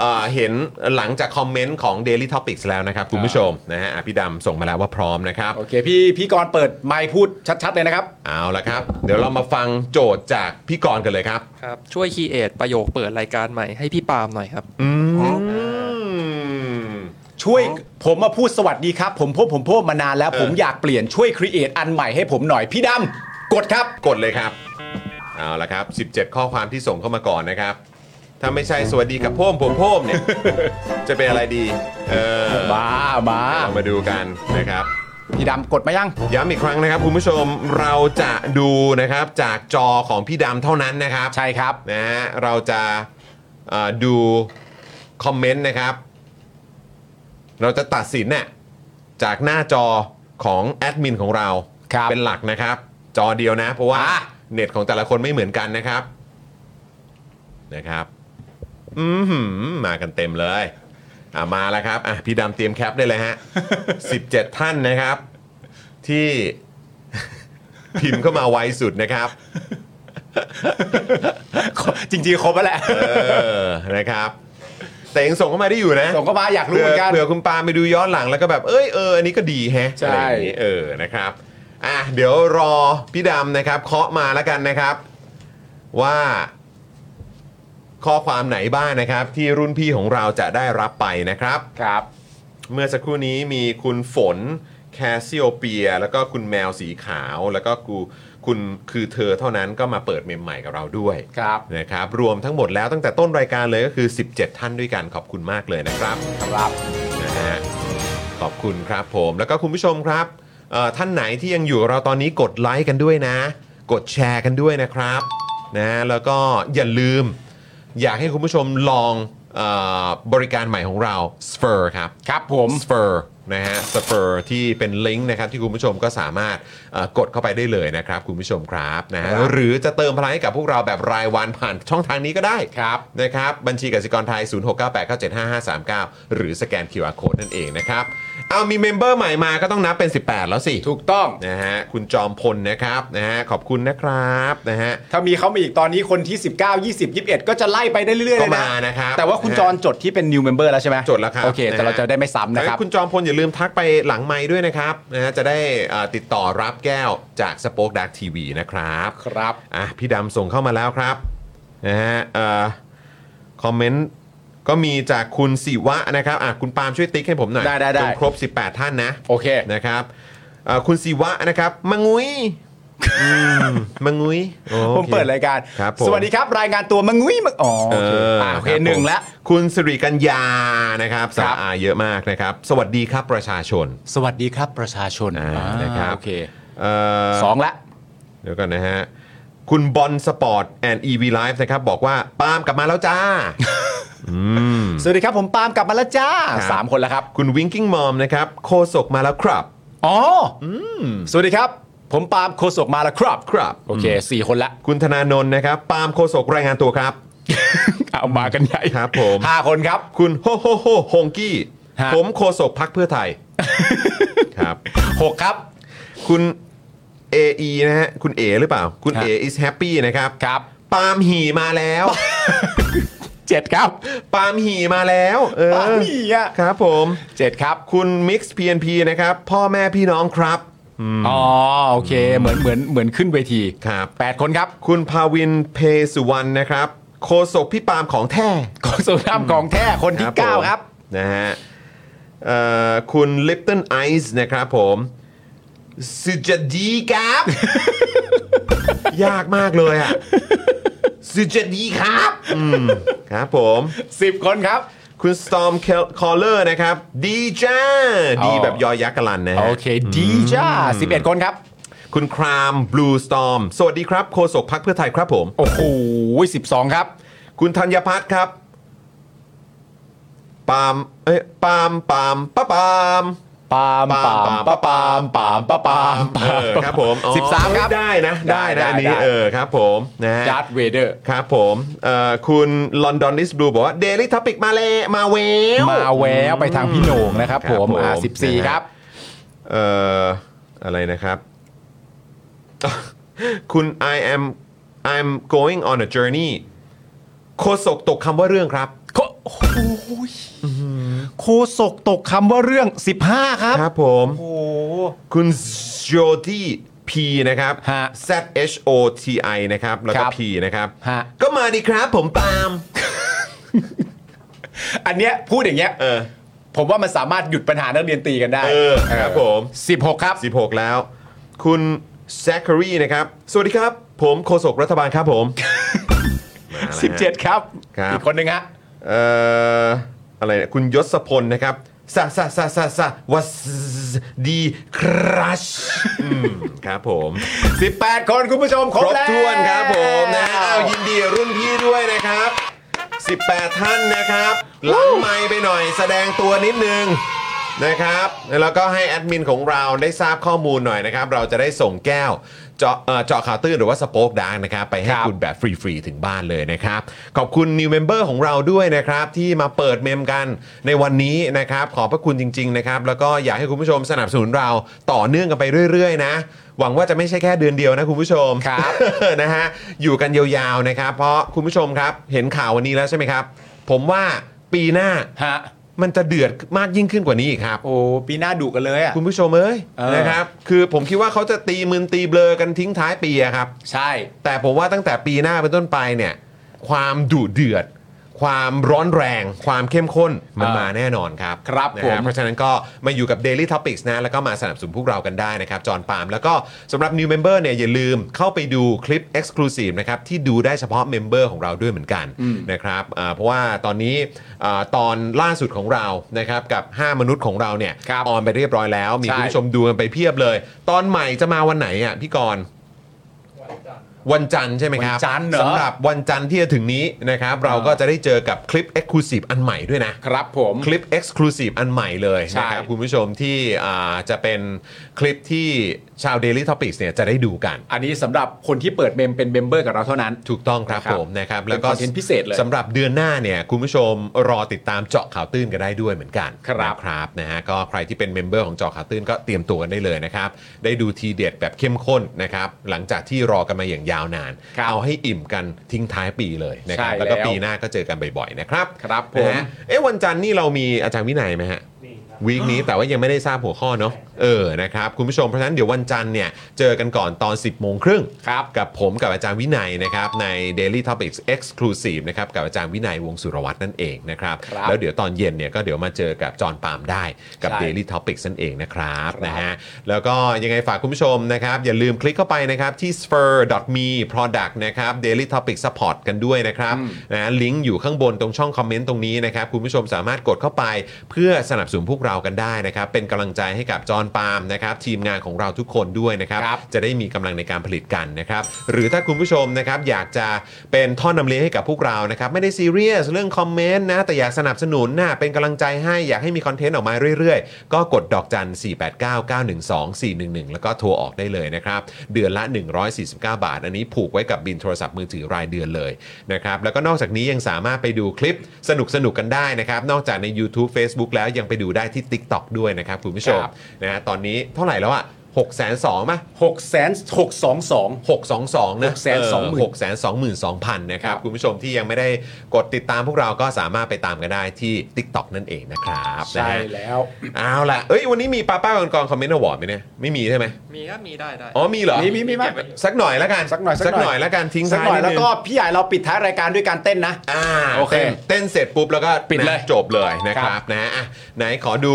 S1: เอ่อเห็นหลังจากคอมเมนต์ของ Daily Topics แล้วนะครับ คุณผู้ชมนะฮะอ่ะพี่ดำส่งมาแล้วว่าพร้อมนะครับ
S2: โอเค พี่พี่กรณ์เปิดไมค์พูดชัด ๆ เลยนะครับ
S1: เอาละครับ เดี๋ยวเรามาฟังโจทย์จากพี่กรณ์กันเลยครับ
S5: ครับ ช่วยคีเอทประโยคเปิดรายการใหม่ให้พี่ปาล์มหน่อยครับ
S1: อืม
S2: ช่วยผมมาพูดสวัสดีครับ ผมพบผมพบมานานแล้ว
S1: เออ
S2: ผมอยากเปลี่ยนช่วยครีเอทอันใหม่ให้ผมหน่อยพี่ดำกดครับ
S1: กดเลยครับ เอาละครับ 17 ข้อความที่ส่งเข้ามาก่อนนะครับ ถ้าไม่ใช่สวัสดีกับโพ่มผมโพ่มเนี่ย จะเป็นอะไรดี เออ
S2: มามา
S1: เรามาดูกันนะครับ
S2: พี่ดำกดมา ยัง
S1: ย้ำอีกครั้งนะครับคุณผู้ชมเราจะดูนะครับจากจอของพี่ดำเท่านั้นนะครับ
S2: ใช่ครับ
S1: นะฮะเราจะเอ่อดูคอมเมนต์นะครับ เราจะตัดสินน่ะจากหน้าจอของแอดมินของเรา
S2: ครับ
S1: เป็นหลักนะครับ จอเดียวนะ เพราะว่า
S2: อ่ะ
S1: เน็ตของแต่ละคนไม่เหมือนกันนะครับนะครับอือหือมากันเต็มเลยอ่ะมาแล้วครับอ่ะพี่ดำเตรียมแคปได้เลย ฮะ 17 ท่านนะครับ ที่ พิมพ์เข้ามาไวสุดนะครับ
S2: จริงๆครบแล้วแห ละ
S1: เออ นะครับแต่ยังส่งเข้ามาได้อยู่นะ
S2: ส่งก็มาอยากรู้
S1: เผื่อ
S2: เหมือนกัน
S1: เผื่อคุณปาไปดูย้อนหลังแล้วก็แบบ เอ้ยเอออันนี้ก็ดีแฮะ
S2: ใช่
S1: อะไรอย่างนี้เออนะครับ อ่ะเดี๋ยวรอพี่ดำนะครับ เคาะมาแล้วกันนะครับ ว่าข้อความไหนบ้างนะครับ ที่รุ่นพี่ของเราจะได้รับไปนะครับ
S2: ครับ
S1: เมื่อสักครู่นี้มีคุณฝนแคสซิโอเปีย แล้วก็คุณแมวสีขาว แล้วก็กูคุณคือเธอเท่านั้นก็มาเปิดเมมใหม่กับเราด้วย
S2: ครับ
S1: นะครับ รวมทั้งหมดแล้วตั้งแต่ต้นรายการเลยก็คือ 17 ท่านด้วยกันขอบคุณมากเลยนะครับ
S2: ครับ
S1: นะฮะขอบคุณครับผมแล้วก็คุณผู้ชมครับเอ่อท่านไหนที่ยังอยู่กับเราตอนนี้กดไลค์กันด้วยนะ กดแชร์กันด้วยนะครับนะแล้วก็อย่าลืม อยากให้คุณผู้ชมลองเออบริการใหม่ของเรา s p h e r ครับ
S2: ครับผม
S1: สเปอร์นะฮะสเปอร์ที่เป็นลิงก์นะครับที่คุณผู้ชมก็สามารถเอ่อกดเข้าไปได้เลยนะครับ คุณผู้ชมครับนะฮะหรือจะเติมพลังให้กับพวกเราแบบรายวันผ่านช่องทางนี้ก็ได้
S2: ครับ
S1: นะครับ บัญชีกสิกรไทย 0698975539 หรือสแกน QR Code นั่นเองนะครับ เอามีเมมเบอร์ใหม่มาก็ต้องนับเป็น 18 แล้วสิ
S2: ถูกต้อง
S1: นะฮะคุณจอมพลนะครับนะฮะขอบคุณนะครับนะฮะ
S2: ถ้ามีเขามาอีกตอนนี้คนที่ 19 20 21 ก็จะไล่ไปได้เรื่อยๆ
S1: ก็
S2: เลยนะ
S1: มานะครับ
S2: แต่ว่าคุณ
S1: นะฮะ
S2: จรจดที่เป็น new member แล้วใช่ไหม
S1: จดแล้วครับ
S2: โอเค แต่เราจะได้ไม่ซ้ำนะค
S1: แล้ว
S2: รับ
S1: คุณจอมพลอย่าลืมทักไปหลังไม้ด้วยนะครับนะฮะจะได้เอ่อติดต่อรับแก้วจากสป็อคดักทีวีนะครับ
S2: ครับ
S1: อ่ะพี่ดำส่งเข้ามาแล้วครับนะฮะเอ่อคอมเมนต์ก็มีจากคุณสิวะนะครับอ่ะคุณปาล์มช่วยติ๊กให้ผมหน่อย
S2: ได้ได้ได้
S1: จนครบ 18 ท่านนะ
S2: โอเค
S1: นะครับเอ่อคุณสิวะนะครับมังุยอืมมังุยโอค
S2: ผมเปิดรายการ
S1: ครับผม
S2: สวัสดีครับ รายงานตัวมังงุ้ยมังอ๋อโอเคอ่ะโอเค
S1: ครับผม
S2: หนึ่งแล้ว
S1: คุณสิริกัญญานะครับ
S2: ครั
S1: สา
S2: บ
S1: อาเยอะมากนะครับ สวัสดีครับประชาชน
S2: สวัสดีครับประชาชน
S1: อ่านะครับ
S2: โอเค
S1: เอ่อ
S2: สองละ
S1: เดี๋ยวกันนะฮะ คุณบอลสปอร์ตแอนด์อีวีไลฟ์นะครับ บอกว่า ปาล์มกลับมาแล้ว จ้า อืม
S2: สวัสดีครับผมปาล์มกลับมาแล้วจ้า
S1: ครับ
S2: สามคนแล้วครับ
S1: คุณวิงกิ้งมอมนะครับโคศกมาแล้วครับ
S2: อ๋ออสวัสดีครับ ผมปาล์มโคศกมาแล้วครับ
S1: ครับ
S2: โอเคสี่คน ละ
S1: คุณธนาโนนนะครับ ปาล์มโคศกรายงานตัวครับ
S2: เอามากันใหญ่
S1: ครับผม
S2: ห้าคนครับ
S1: คุณโฮโฮโฮโฮงกี้
S2: ฮะ
S1: ผมโคศกพักเพื่อไท ย ครับ
S2: หกครับ
S1: คุณ AE นะฮะ คุณเอหรือเปล่า คุณ
S2: ครั
S1: เอบ อิสแฮปปี้นะครับ
S2: ครับ
S1: ปาล์มหีมาแล้ว
S2: เจ็ดครับ
S1: ปาล์มหีมาแล้ว เอ
S2: ปาล์ม
S1: อ
S2: นี่อ่ะ
S1: ครับผม
S2: เจ็ดครับ
S1: คุณ Mix PNP นะครับ พ่อแม่พี่น้องครับอืม
S2: อ๋อโอเค เหมือนเหมือนเหมือนขึ้นเวที
S1: ครับ
S2: แปดคนครับ
S1: คุณภาวินเพสุวรรณนะครับโคศกพี่ปาล์มของแท้
S2: กองสุนทรกองแท้คนที่เก้า
S1: ผม
S2: ครับ
S1: นะฮะเอ่อคุณลิปตันไอซ์นะครับผมสุจดีครับ ยากมากเลยอ่ะสุจดีครับอืมครับผม
S2: สิบคนครับ
S1: คุณ Storm Caller นะครับ ดีจ้า ดี
S2: อ๋อ
S1: แบบยอยักษ์กะลันนะฮะ
S2: โอเคดีจ้าสิบเอ็ดคนครับ
S1: คุณครามบลูสตอมสวัสดีครับโฆษกพักเพื่อไทยครับผม
S2: โอ้โหสิบสองครับ
S1: คุณธัญพัฒน์ครับ ปาล์มเอ้ยปาล์มปาล์มป้าปาล์ม
S2: ปามปามปามปามปามปามปาม
S1: เออครับผมอ๋อ
S2: สิบสามครับ
S1: ได้นะ ได้
S2: ได้
S1: นะอันนี้
S2: ได้
S1: เออครับผมนะฮะ
S2: จาร์ดเวเดอร์
S1: ครับผมเอ่อคุณลอนดอน i ิสบลูบอกว่าเดลิท o ปิกมาเลมาเวล
S2: มาแววไปทางพี่โหน่งนะครับ
S1: ครับ
S2: ผ
S1: ผม
S2: มอ่าสิบสี่
S1: นะฮะ
S2: ครับ
S1: เอ่ออะไรนะครับ คุณ I am I'm going on a journey โคศกตกคำว่าเรื่องครับ
S2: โคโอ้โหโคศกตกคำว่าเรื่อง 15 ครับ
S1: ครับผม
S2: โอ้
S1: คุณโ o ตี้ P นะครับ
S2: ฮะ
S1: Z H O T I นะครับ แล้วก็
S2: ครับ
S1: P นะครับ
S2: ฮะ
S1: ก็มาดีครับผมปาล์ม
S2: อันเนี้ยพูดอย่างเงี้ย
S1: เออ
S2: ผมว่ามันสามารถหยุดปัญหานักเรียนตีกันได้
S1: เออครับผม
S2: 16 ครับ
S1: 16 แล้ว คุณแซคคารีนะครับ สวัสดีครับ ผมโฆษกรัฐบาลครับผม มาแล้วฮะ
S2: 17 ครับ
S1: ครับ
S2: อีกคนหนึ่งฮะ
S1: เอ่ออะไรเนี่ยคุณยศพลนะครับซาซาซาซาซาวัสดีครัชอืมครับผม
S2: 18 คนคุณผู้ชมค
S1: ค
S2: ร
S1: ร
S2: บบ แล้ว
S1: ถ้วนครับผมนะอ้าวยินดีกับรุ่นพี่ด้วยนะครับ 18 ท่านนะครับหลังไมค์ไปหน่อยแสดงตัวนิดนึงนะครับ แล้วก็ให้แอดมินของเราได้ทราบข้อมูลหน่อยนะครับ เราจะได้ส่งแก้วเจาะเอ่อเจาะข่าวตื้นหรือว่าสป็อกดังนะครับ ไปให้คุณแบบฟรี ๆ ถึงบ้านเลยนะครับ ขอบคุณ New Member ของเราด้วยนะครับ ที่มาเปิดเมมกันในวันนี้นะครับ ขอบพระคุณจริง ๆ นะครับ แล้วก็อยากให้คุณผู้ชมสนับสนุนเราต่อเนื่องกันไปเรื่อย ๆ นะ หวังว่าจะไม่ใช่แค่เดือนเดียวนะคุณผู้ชม
S2: ครับ
S1: นะฮะอยู่กันยาวๆนะครับ เพราะคุณผู้ชมครับ เห็นข่าววันนี้แล้วใช่ไหมครับ ผมว่าปีหน้า
S2: ฮะ
S1: มันจะเดือดมากยิ่งขึ้นกว่านี้อีกครับ
S2: โอ้ปีหน้าดุกันเลยอ่ะ
S1: คุณผู้ชมเอ้ย
S2: เออ
S1: นะครับ คือผมคิดว่าเขาจะตีมืนตีเบลอกันทิ้งท้ายปีอะครับ
S2: ใช่
S1: แต่ผมว่าตั้งแต่ปีหน้าเป็นต้นไปเนี่ย ความดุเดือด ความร้อนแรง ความเข้มข้นมัน
S2: อ่าม
S1: มาแน่นอนครับ
S2: ครับ
S1: นะ
S2: ผม
S1: เพราะฉะนั้นก็มาอยู่กับ Daily Topics นะ แล้วก็มาสนับสนุนพวกเรากันได้นะครับ จอห์นปาล์มแล้วก็สำหรับ New Member เนี่ยอย่าลืมเข้าไปดูคลิป Exclusive นะครับ ที่ดูได้เฉพาะ Member ของเราด้วยเหมือนกันนะครับอ่าเพราะว่าตอนนี้อ่าตอนล่าสุดของเรานะครับกับ 5 มนุษย์ของเราเนี่ยออนไปเรียบร้อยแล้ว มีคุณผู้ชมดูกันไปเพียบเลย ตอนใหม่จะมาวันไหนอ่ะพี่กรณ์ วันจันทร์ใช่ไหมครับ
S2: วันจันทร์เหรอ
S1: สำหรับวันจันทร์ที่จะถึงนี้นะครับ เราก็จะได้เจอกับคลิป Exclusive อันใหม่ด้วยนะ
S2: ครับผม
S1: คลิป Exclusive อันใหม่เลย
S2: ใช่
S1: นะครับคุณผู้ชมที่อ่าจะเป็นคลิปที่ชาว Daily Topics เนี่ยจะได้ดูกัน
S2: อันนี้สำหรับคนที่เปิดเมมเป็นเมมเบอร์กับเราเท่านั้น
S1: ถูกต้องครับ
S2: ครับ
S1: ผมนะครับ
S2: เป็น
S1: แล้วก็
S2: คอนเทนต์พิเศษเลย
S1: สำหรับเดือนหน้าเนี่ยคุณผู้ชมรอติดตามเจาะข่าวตื้นกันได้ด้วยเหมือนกัน
S2: ครับ
S1: นะครับนะฮะก็ใครที่เป็นเมมเบอร์ของเจาะข่าวตื้นก็เตรียมตัวกันได้เลยนะครับ ได้ดูทีเด็ดแบบเข้มข้นนะครับหลังจากที่รอกันมาอย่างยาวนาน
S2: ครับ
S1: เอาให้อิ่มกันทิ้งท้ายปีเลยนะครับ
S2: ใช่
S1: แล้วก็
S2: แล้ว
S1: ปีหน้าก็เจอกันบ่อยๆนะครับ
S2: ครับผม
S1: นะฮะเอ๊ะวันจันทร์นี่เรามีอาจารย์วินัยไหมฮะ
S6: มีครับ
S1: วีคนี้แต่ว่ายังไม่ได้ทราบหัวข้อเนาะเออนะครับคุณผู้ชมเพราะฉะนั้นเดี๋ยววันจันทร์เนี่ยเจอกันก่อนตอน 10บโมงครึ่ง
S2: ครับ
S1: กับผมกับอาจารย์วินัยนะครับใน Daily Topics Exclusive นะครับกับอาจารย์วินัยวงศ์สุรวัตรนั่นเองนะครับ
S2: ครับ
S1: แล้วเดี๋ยวตอนเย็นเนี่ยก็เดี๋ยวมาเจอกับจอห์นปาล์มได้กับ
S2: ใช่
S1: Daily Topics นั่นเองนะครับ
S2: ครับ
S1: นะฮะแล้วก็ยังไงฝากคุณผู้ชมนะครับอย่าลืมคลิกเข้าไปนะครับที่ sphere.me product นะครับ Daily Topic Support กันด้วยนะครับ นะฮะลิงก์อยู่ข้างบนตรงช่องคอมเมนต์ตรงนี้นะครับ คุณผู้ชมสามารถกดเข้าไปเพื่อสนับสนุนพวกเรากันได้นะครับ เป็นกำลังใจให้กับจอห์นปาล์มนะครับ ทีมงานของเราทุกคนด้วยนะครับ
S2: ครับ
S1: จะได้มีกำลังในการผลิตกันนะครับ หรือถ้าคุณผู้ชมนะครับอยากจะเป็นท่อนนำเลี้ยงให้กับพวกเรานะครับ ไม่ได้ซีเรียสเรื่องคอมเมนต์นะ แต่อยากสนับสนุนนะเป็นกำลังใจให้อยากให้มีคอนเทนต์ออกมาเรื่อยๆ ก็กดดอกจัน 4 8 9 9 1 2 4 1 1 แล้วก็โทรออกได้เลยนะครับ เดือนละ 149 บาท อันนี้ผูกไว้กับบินโทรศัพท์มือถือรายเดือนเลยนะครับ แล้วก็นอกจากนี้ยังสามารถไปดูคลิปสนุกๆ กันได้นะครับ นอกจากใน YouTube Facebook แล้วยังไปดูได้ที่ TikTok ด้วยนะครับคุณผู้ชม
S2: ครับ
S1: นะฮะตอนนี้เท่าไหร่แล้วอะ6 2 0 0 0ป่ะ
S2: หกแสนหกสองสอง
S1: 622นะ
S2: 620,000
S1: หกแสนสองหมื่นสองพันนะครับ
S2: ครับ
S1: คุณผู้ชมที่ยังไม่ได้กดติดตามพวกเราก็สามารถไปตามกันได้ที่ TikTok นั่นเองนะครับนะ
S2: ใช่
S1: ฮะ
S2: แล้ว
S1: เอาล่ะเอ้ยวันนี้มีป้าป้ากองกองคอมเมนต์อวอร์ดไหมเนี่ยไม่มีใช่ไหม
S5: มีครับมีได้ได้
S1: อ๋อมีเหรอ
S2: มีมีมีมา
S1: สักหน่อยแล้วกัน
S2: สักหน่อยสั
S1: สัก
S2: กหน่
S1: หน่อ
S2: อย
S1: ยแล้วกันทิ้ง
S2: สักหน่อย
S1: ท้าด
S2: แล้ว
S1: ง
S2: ก็พี่ใหญ่เราปิดท้ายรายการด้วยการเต้นนะ
S1: อ่า
S2: โอเค
S1: ต้นเต้นเสร็จปุ๊บ แล้วก็
S2: ปิดเลย
S1: นะจบเลยนะค
S2: ครั
S1: รับบ นะอ่ะไหนขอดู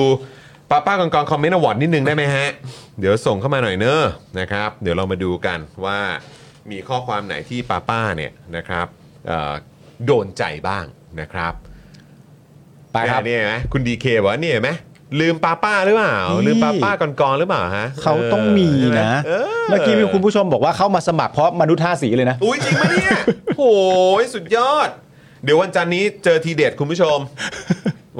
S1: ป้าป้ากองกองคอมเมนต์อวอร์ดนิดนึงได้ไหมฮะ เดี๋ยวส่งเข้ามาหน่อยเนอะนะครับ เดี๋ยวเรามาดูกันว่ามีข้อความไหนที่ป้าป้าเนี่ยนะครับเอ่อโดนใจบ้างนะครับ
S2: ไปครับ
S1: เนี่ยเห็นไหมคุณดีเคบอกว่าเนี่ยเห็นไหมลืมป้าป้าหรือเปล่า
S2: นี่
S1: ลืมป้าป้ากองกองหรือเปล่าฮะ
S2: เขาต้องมี
S1: เใช่ไห
S2: นะ
S1: เออ
S2: เมื่อกี้มีคุณผู้ชมบอกว่าเข้ามาสมัครเพราะมนุษย์ท่าสีเลยนะ
S1: อุ้ยจริงปะเนี่ย โหยสุดยอด เดี๋ยววันจันทร์นี้เจอทีเด็ดคุณผู้ชม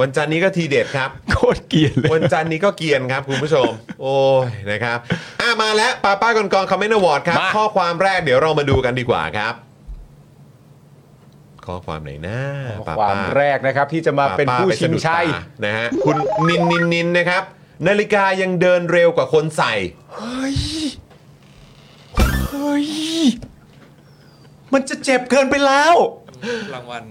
S1: วันจันทร์นี้ก็ทีเด็ดครับ
S2: โคตรเกลียดเลย
S1: วันจันทร์นี้ก็เกรียนครับคุณผู้ชม โอ้ยนะครับ อ่ะมาแล้วป้าป้ากอนกองคอมเมนต์อวอร์ดครับ
S2: มา
S1: ข้อความแรกเดี๋ยวเรามาดูกันดีกว่าครับ ข้อความไหนนะป้า
S2: ควา
S1: ป้า
S2: มแรกนะครับที่จะมาเป็นผู้ชิงชัย
S1: ป้าป้าไปสะดุดตานะฮะคุณนินนินนินนะครับ นาฬิกายังเดินเร็วกว่าคนใส่
S2: เฮ้ย มันจะเจ็บเกินไปแล้ว
S5: รางวัล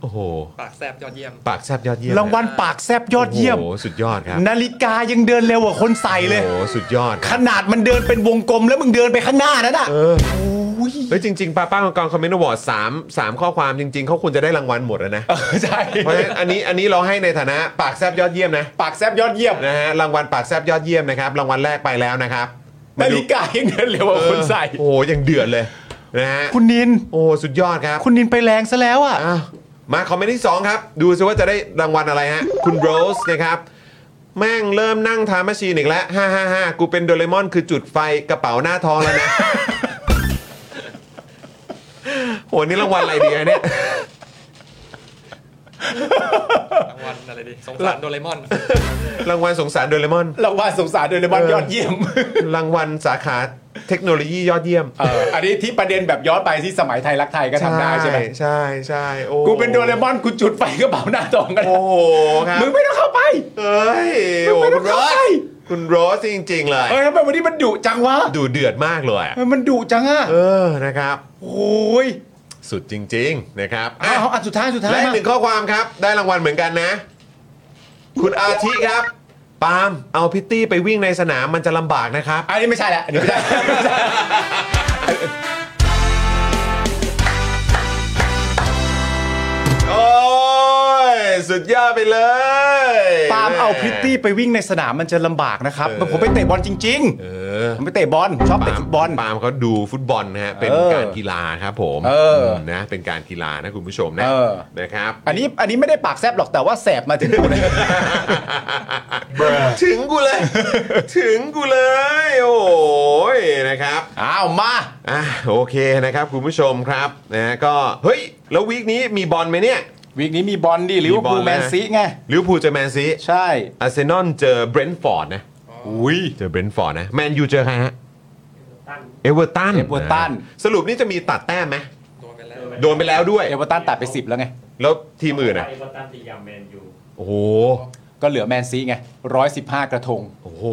S1: โอ้โห
S5: ปากแซบยอดเยี่ยม
S1: ปากแซบยอดเยี่ยม
S2: รางวัลปากแซบยอดเยี่ยม
S1: โอ้โหสุดยอดครับ
S2: นาฬิกายังเดินเร็วกว่าคนใส่เลย
S1: โอ้โหสุดยอดครับ
S2: ขนาดมันเดินเป็นวงกลมแล้วมึงเดินไปข้างหน้านั่นอ่ะ
S1: เออเฮ้ยจริงๆป้าป้ากองกองคอมเมนต์อวอร์ดสามสามข้อความจริง ๆเขาควรจะได้รางวัลหมดแล้วนะ
S2: ใช่
S1: เพราะฉะนั้นอันนี้อันนี้เราให้ในฐานะปากแซบยอดเยี่ยมนะ
S2: ปากแซบยอดเยี่ยม
S1: นะฮะรางวัลปากแซบยอดเยี่ยมนะครับรางวัลแรกไปแล้วนะครับ
S2: นาฬิกายังเดินเร็วกว่าคนใส่
S1: โอ้โหยังเดือดเลยนะฮะ
S2: คุณนิน
S1: โอ้สุดยอดครับ
S2: คุณนินไปแรงซะแล้วอ่ะ
S1: อ้าวมาคอมเมนต์ที่สองครับ ดูซิว่าจะได้รางวัลอะไรฮะ คุณโรสนะครับ แม่งเริ่มนั่งทาแมชชีนอีกแล้วฮ่าฮ่าฮ่ากูเป็นโดเรมอนคือจุดไฟกระเป๋าหน้าท้องแล้วนะ โหนี่รางวัลอะไรดีอะเนี่ย
S5: รางวัลอะไรดี สงสารโดเรมอน
S1: รางวัลสงสารโดเรมอน
S2: รางวัลสงสารโดยเรมอน
S1: เออ
S2: ยอดเยี่ยม
S1: รางวัลสาขาเทคโนโลยียอดเยี่ยม
S2: เอออันนี้ที่ประเด็นแบบย้อนไปที่สมัยไทยรักไทยก็ทำได้ใช่ไหม
S1: ใช่ใช่โอ้
S2: กูเป็นโดเรมอนกูจุดไฟกระเป๋าหน้าตองกัน
S1: โอ้โหครับ
S2: มึงไม่ต้องเข้าไป
S1: เอ้ยโอ้โห
S2: มึงไม่
S1: คุณโร
S2: ต้
S1: ส
S2: องเข้า
S1: คุณโร
S2: ไป
S1: สจริง ๆ เลย
S2: เออทำไมวันนี้มันดุจังวะ
S1: ดูเดือดมากเลยอะ
S2: ทำไมมันดุจังอ่ะ
S1: เออนะครับ
S2: โอ้ย
S1: สุดจริง ๆ นะครับ
S2: เอา
S1: อ่ะ
S2: เอาอันสุดท้ายอันสุดท้าย
S1: และอีก
S2: มา
S1: หนึ่งข้อความครับ ได้รางวัลเหมือนกันนะ คุณอาทิครับปาล์มเอาพิตตี้ไปวิ่งในสนามมันจะลำบากนะครับ
S2: อันนี้ไม่ใช่ละอันนี้ไม่ใช่
S1: โอ้ย สุดยอดไปเลย
S2: ปาล์มเอาพริตตี้ไปวิ่งในสนามมันจะลำบากนะครับ
S1: เออ
S2: ผมไปเตะบอลจริง
S1: เออ
S2: ๆ ผมไปเตะบอลชอบเตะฟุตบอล
S1: ปาล์มเขาดูฟุตบอลนะฮะ เป็น
S2: เออ
S1: การกีฬาครับผม
S2: เออ
S1: มนะ เป็นการกีฬานะคุณผู้ชมนะ
S2: เออ
S1: นะครับ
S2: อันนี้อันนี้ไม่ได้ปากแซบหรอกแต่ว่าแสบมาถึงกูนะ
S1: ถึงกู เลย ถึงกูเลย โอ้ยนะครับ
S2: อ้าวมา
S1: อ่ะโอเคนะครับคุณผู้ชมครับนะฮะก็เฮ้ย แล้ววีคนี้มีบอลไหมเนี่ย
S2: วีคนี้มีบอลดิลิเวอร์พูล
S1: มีบอลนะ
S2: แมนซีไง
S1: ลิเวอร์พูลเจอแมนซี
S2: ใช่
S1: อาร์เซนอลเจอเบรนท์ฟอร์ดนะอุ้ยเจอเบรนท์ฟอร์ดนะแมนยูเจอใครฮะเอเวอร์ตัน
S2: Everton
S1: สรุปนี่จะมีตัดแต้มไหมโดนไปแล้วด้วย
S2: เอเวอร์ตันตัดไป 10 แล้วไง
S1: แล้วทีมอื่นอ่ะ
S6: ไอ้บอลตันตียามแมนยู
S1: โอ้โห
S2: ก็เหลือแมนซีไง 115 กระทง
S1: โอ้โห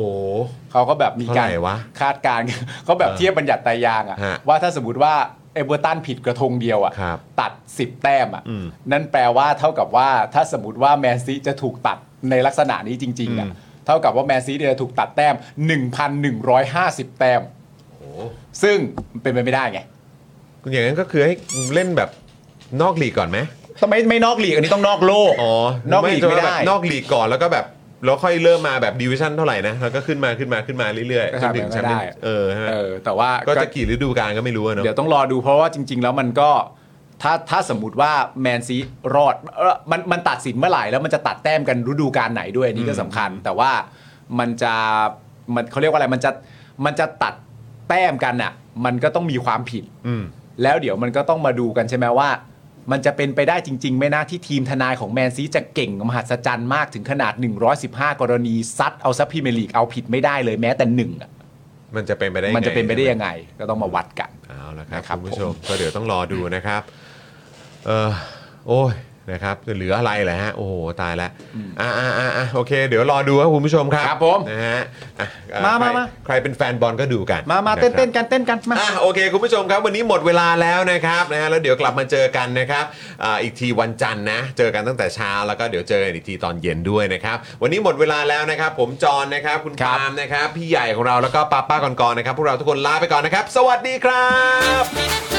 S2: เขาก็แบบมีการ
S1: เท่าไหร่วะ
S2: คาดการณ์ เขาแบบเทียบบัญญัติตายางอะ
S1: ฮะ
S2: ว่าถ้าสมมติว่าเอเวอร์ตันผิดกระทงเดียวอะ
S1: ครับ
S2: ตัด 10 แต้มอะ
S1: อืม
S2: นั่นแปลว่าเท่ากับว่าถ้าสมมติว่าแมนซีจะถูกตัดในลักษณะนี้จริงๆอะ
S1: อืม
S2: เท่ากับว่าแมนซีเนี่ยจะถูกตัดแต้ม 1,150 แต้ม ซึ่งมันเป็นไปไม่ได้ไง
S1: อย่างนั้นก็คือให้เล่นแบบนอกลีกก่อนไหม
S2: ทำไมไม่นอกลีกอันนี้ต้องนอกโลก
S1: อ๋อน
S2: อกลีกไม่
S1: จะ
S2: ได้
S1: แบบนอกลีกก่อนแล้วก็แบบแล้วค่อยเริ่มมาแบบดิวิชั่นเท่าไหร่นะแล้วก็ขึ้นมาขึ้นมาขึ้นมาเรื่อยๆจนถึงแชมเปี้ยน
S2: ไม่ได้
S1: เออใช่ไหม
S2: เออแต่ว่า
S1: ก็จะกี่ฤดูกาลก็ไม่รู้อะเนอะ
S2: เดี๋ยวต้องรอดูเพราะว่าจริง ๆ แล้วมันก็ถ้าถ้าสมมติว่าแมนซีรอดเอ่อมันมันตัดสินเมื่อไหร่แล้วมันจะตัดแต้มกันฤดูกาลไหนด้วยอันนี่ก็สำคัญ แต่ว่ามันจะมันเขาเรียกว่าอะไรมันจะมันจะตัดแต้มกันอ่ะ มันก็ต้องมีความผิด
S1: อืม
S2: แล้วเดี๋ยวมันก็ต้องมาดูกันใช่ไหมว่า มันจะเป็นไปได้จริงๆไหมนะที่ทีมทนายของแมนซีจะเก่งมหัศจรรย์มากถึงขนาด 115 กรณีซัดเอาซัพพรีเมยร์ลีกเอาผิดไม่ได้เลยแม้แต่หนึ่งอะ
S1: มันจะเป็นไปได้ยังง
S2: มันจะเป็นไปได้ยังไง ก็ต้องมาวัดกัน
S1: เอาละครับ
S2: นะครับ
S1: คุณผู้ชมก็เดี๋ยวต้องรอดูนะครับ เออโอ้ยนะครับจะเหลืออะไรแหละฮะ โอ้โหตายแล้วอ่าอ่าอ่าโอเค เดี๋ยวรอดูครับคุณผู้ชมครับ
S2: ครับผม
S1: นะฮะอ่ะเอ่อ
S2: มามา
S1: ใคร
S2: มา
S1: ใครเป็นแฟนบอลก็ดูกัน
S2: มามา
S1: ะค
S2: เต้
S1: รั
S2: น
S1: บ
S2: เต้นกันเต้นกันมา
S1: อ่ะโอเค คุณผู้ชมครับวันนี้หมดเวลาแล้วนะครับนะฮะแล้วเดี๋ยวกลับมาเจอกันนะครับอ่าอีกทีวันจันทร์นะเจอกันตั้งแต่เช้าแล้วก็เดี๋ยวเจอกันอีกทีตอนเย็นด้วยนะครับวันนี้หมดเวลาแล้วนะครับ ผมจอห์นนะครับคุณ
S2: ครับ
S1: ปาล์มนะครับพี่ใหญ่ของเราแล้วก็ป้าป้ากอนกอนนะครับพวกเราทุกคนลาไปก่อนนะครับ สวัสดีครับ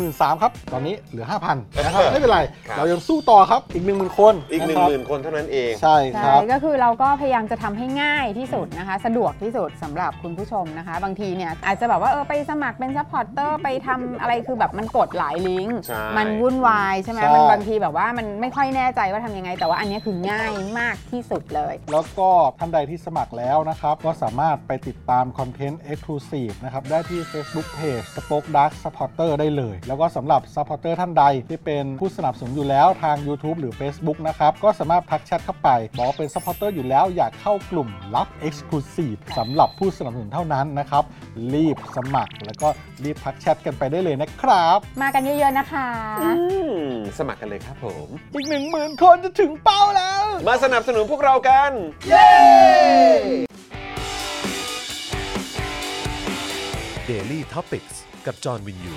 S7: มื่นสามครับ ตอนนี้เหลือ 5,000นะครับ ไม่เป็นไร
S1: ครับ
S7: เรายังสู้ต่อครับ อีก 1 0,000 คน
S1: อีก 1
S7: ะครับ
S1: 0,000 คนเท่านั้นเอง
S7: ใช่ค
S8: ใช่
S7: รับ
S8: ก็คือเราก็พยายามจะทำให้ง่ายที่สุดนะคะ สะดวกที่สุดสำหรับคุณผู้ชมนะคะ บางทีเนี่ยอาจจะแบบว่าเออไปสมัครเป็นซัพพอร์ตเตอร์ไปทำอะไรคือแบบมันกดหลายลิงก์
S1: ใช่
S8: มันวุ่นวายใช่ไหม
S7: ใช่
S8: มันบางทีแบบว่ามันไม่ค่อยแน่ใจว่าทำยังไง แต่ว่าอันเนี้ยคือง่ายมากที่สุดเลย
S7: แล้วก็ท่านใดที่สมัครแล้วนะครับ ก็สามารถไปติดตามคอนเทนต์ Exclusive นะครับ ได้ที่ Facebook Page Spoke Dark Supporter ได้เลย แล้วก็สำหรับ Supporter ท่านใดที่เป็นผู้สนับสนุนอยู่แล้วทาง YouTube หรือ Facebook นะครับ ก็สามารถทักแชทเข้าไป บอกว่าเป็น Supporter อยู่แล้วอยากเข้ากลุ่มลับ Exclusive สำหรับผู้สนับสนุนเท่านั้นนะครับ รีบสมัคร แล้วก็รีบทักแชทกันไปได้เลยนะครับ
S8: มากันเยอะๆนะคะ
S1: สมัครกันเลยครับผม
S7: อีก 1 0,000 คนจะถึงเป้าแล้ว
S1: มาสนับสนุนพวกเรากัน
S4: Daily t o p i c กกับจอห์นวินยู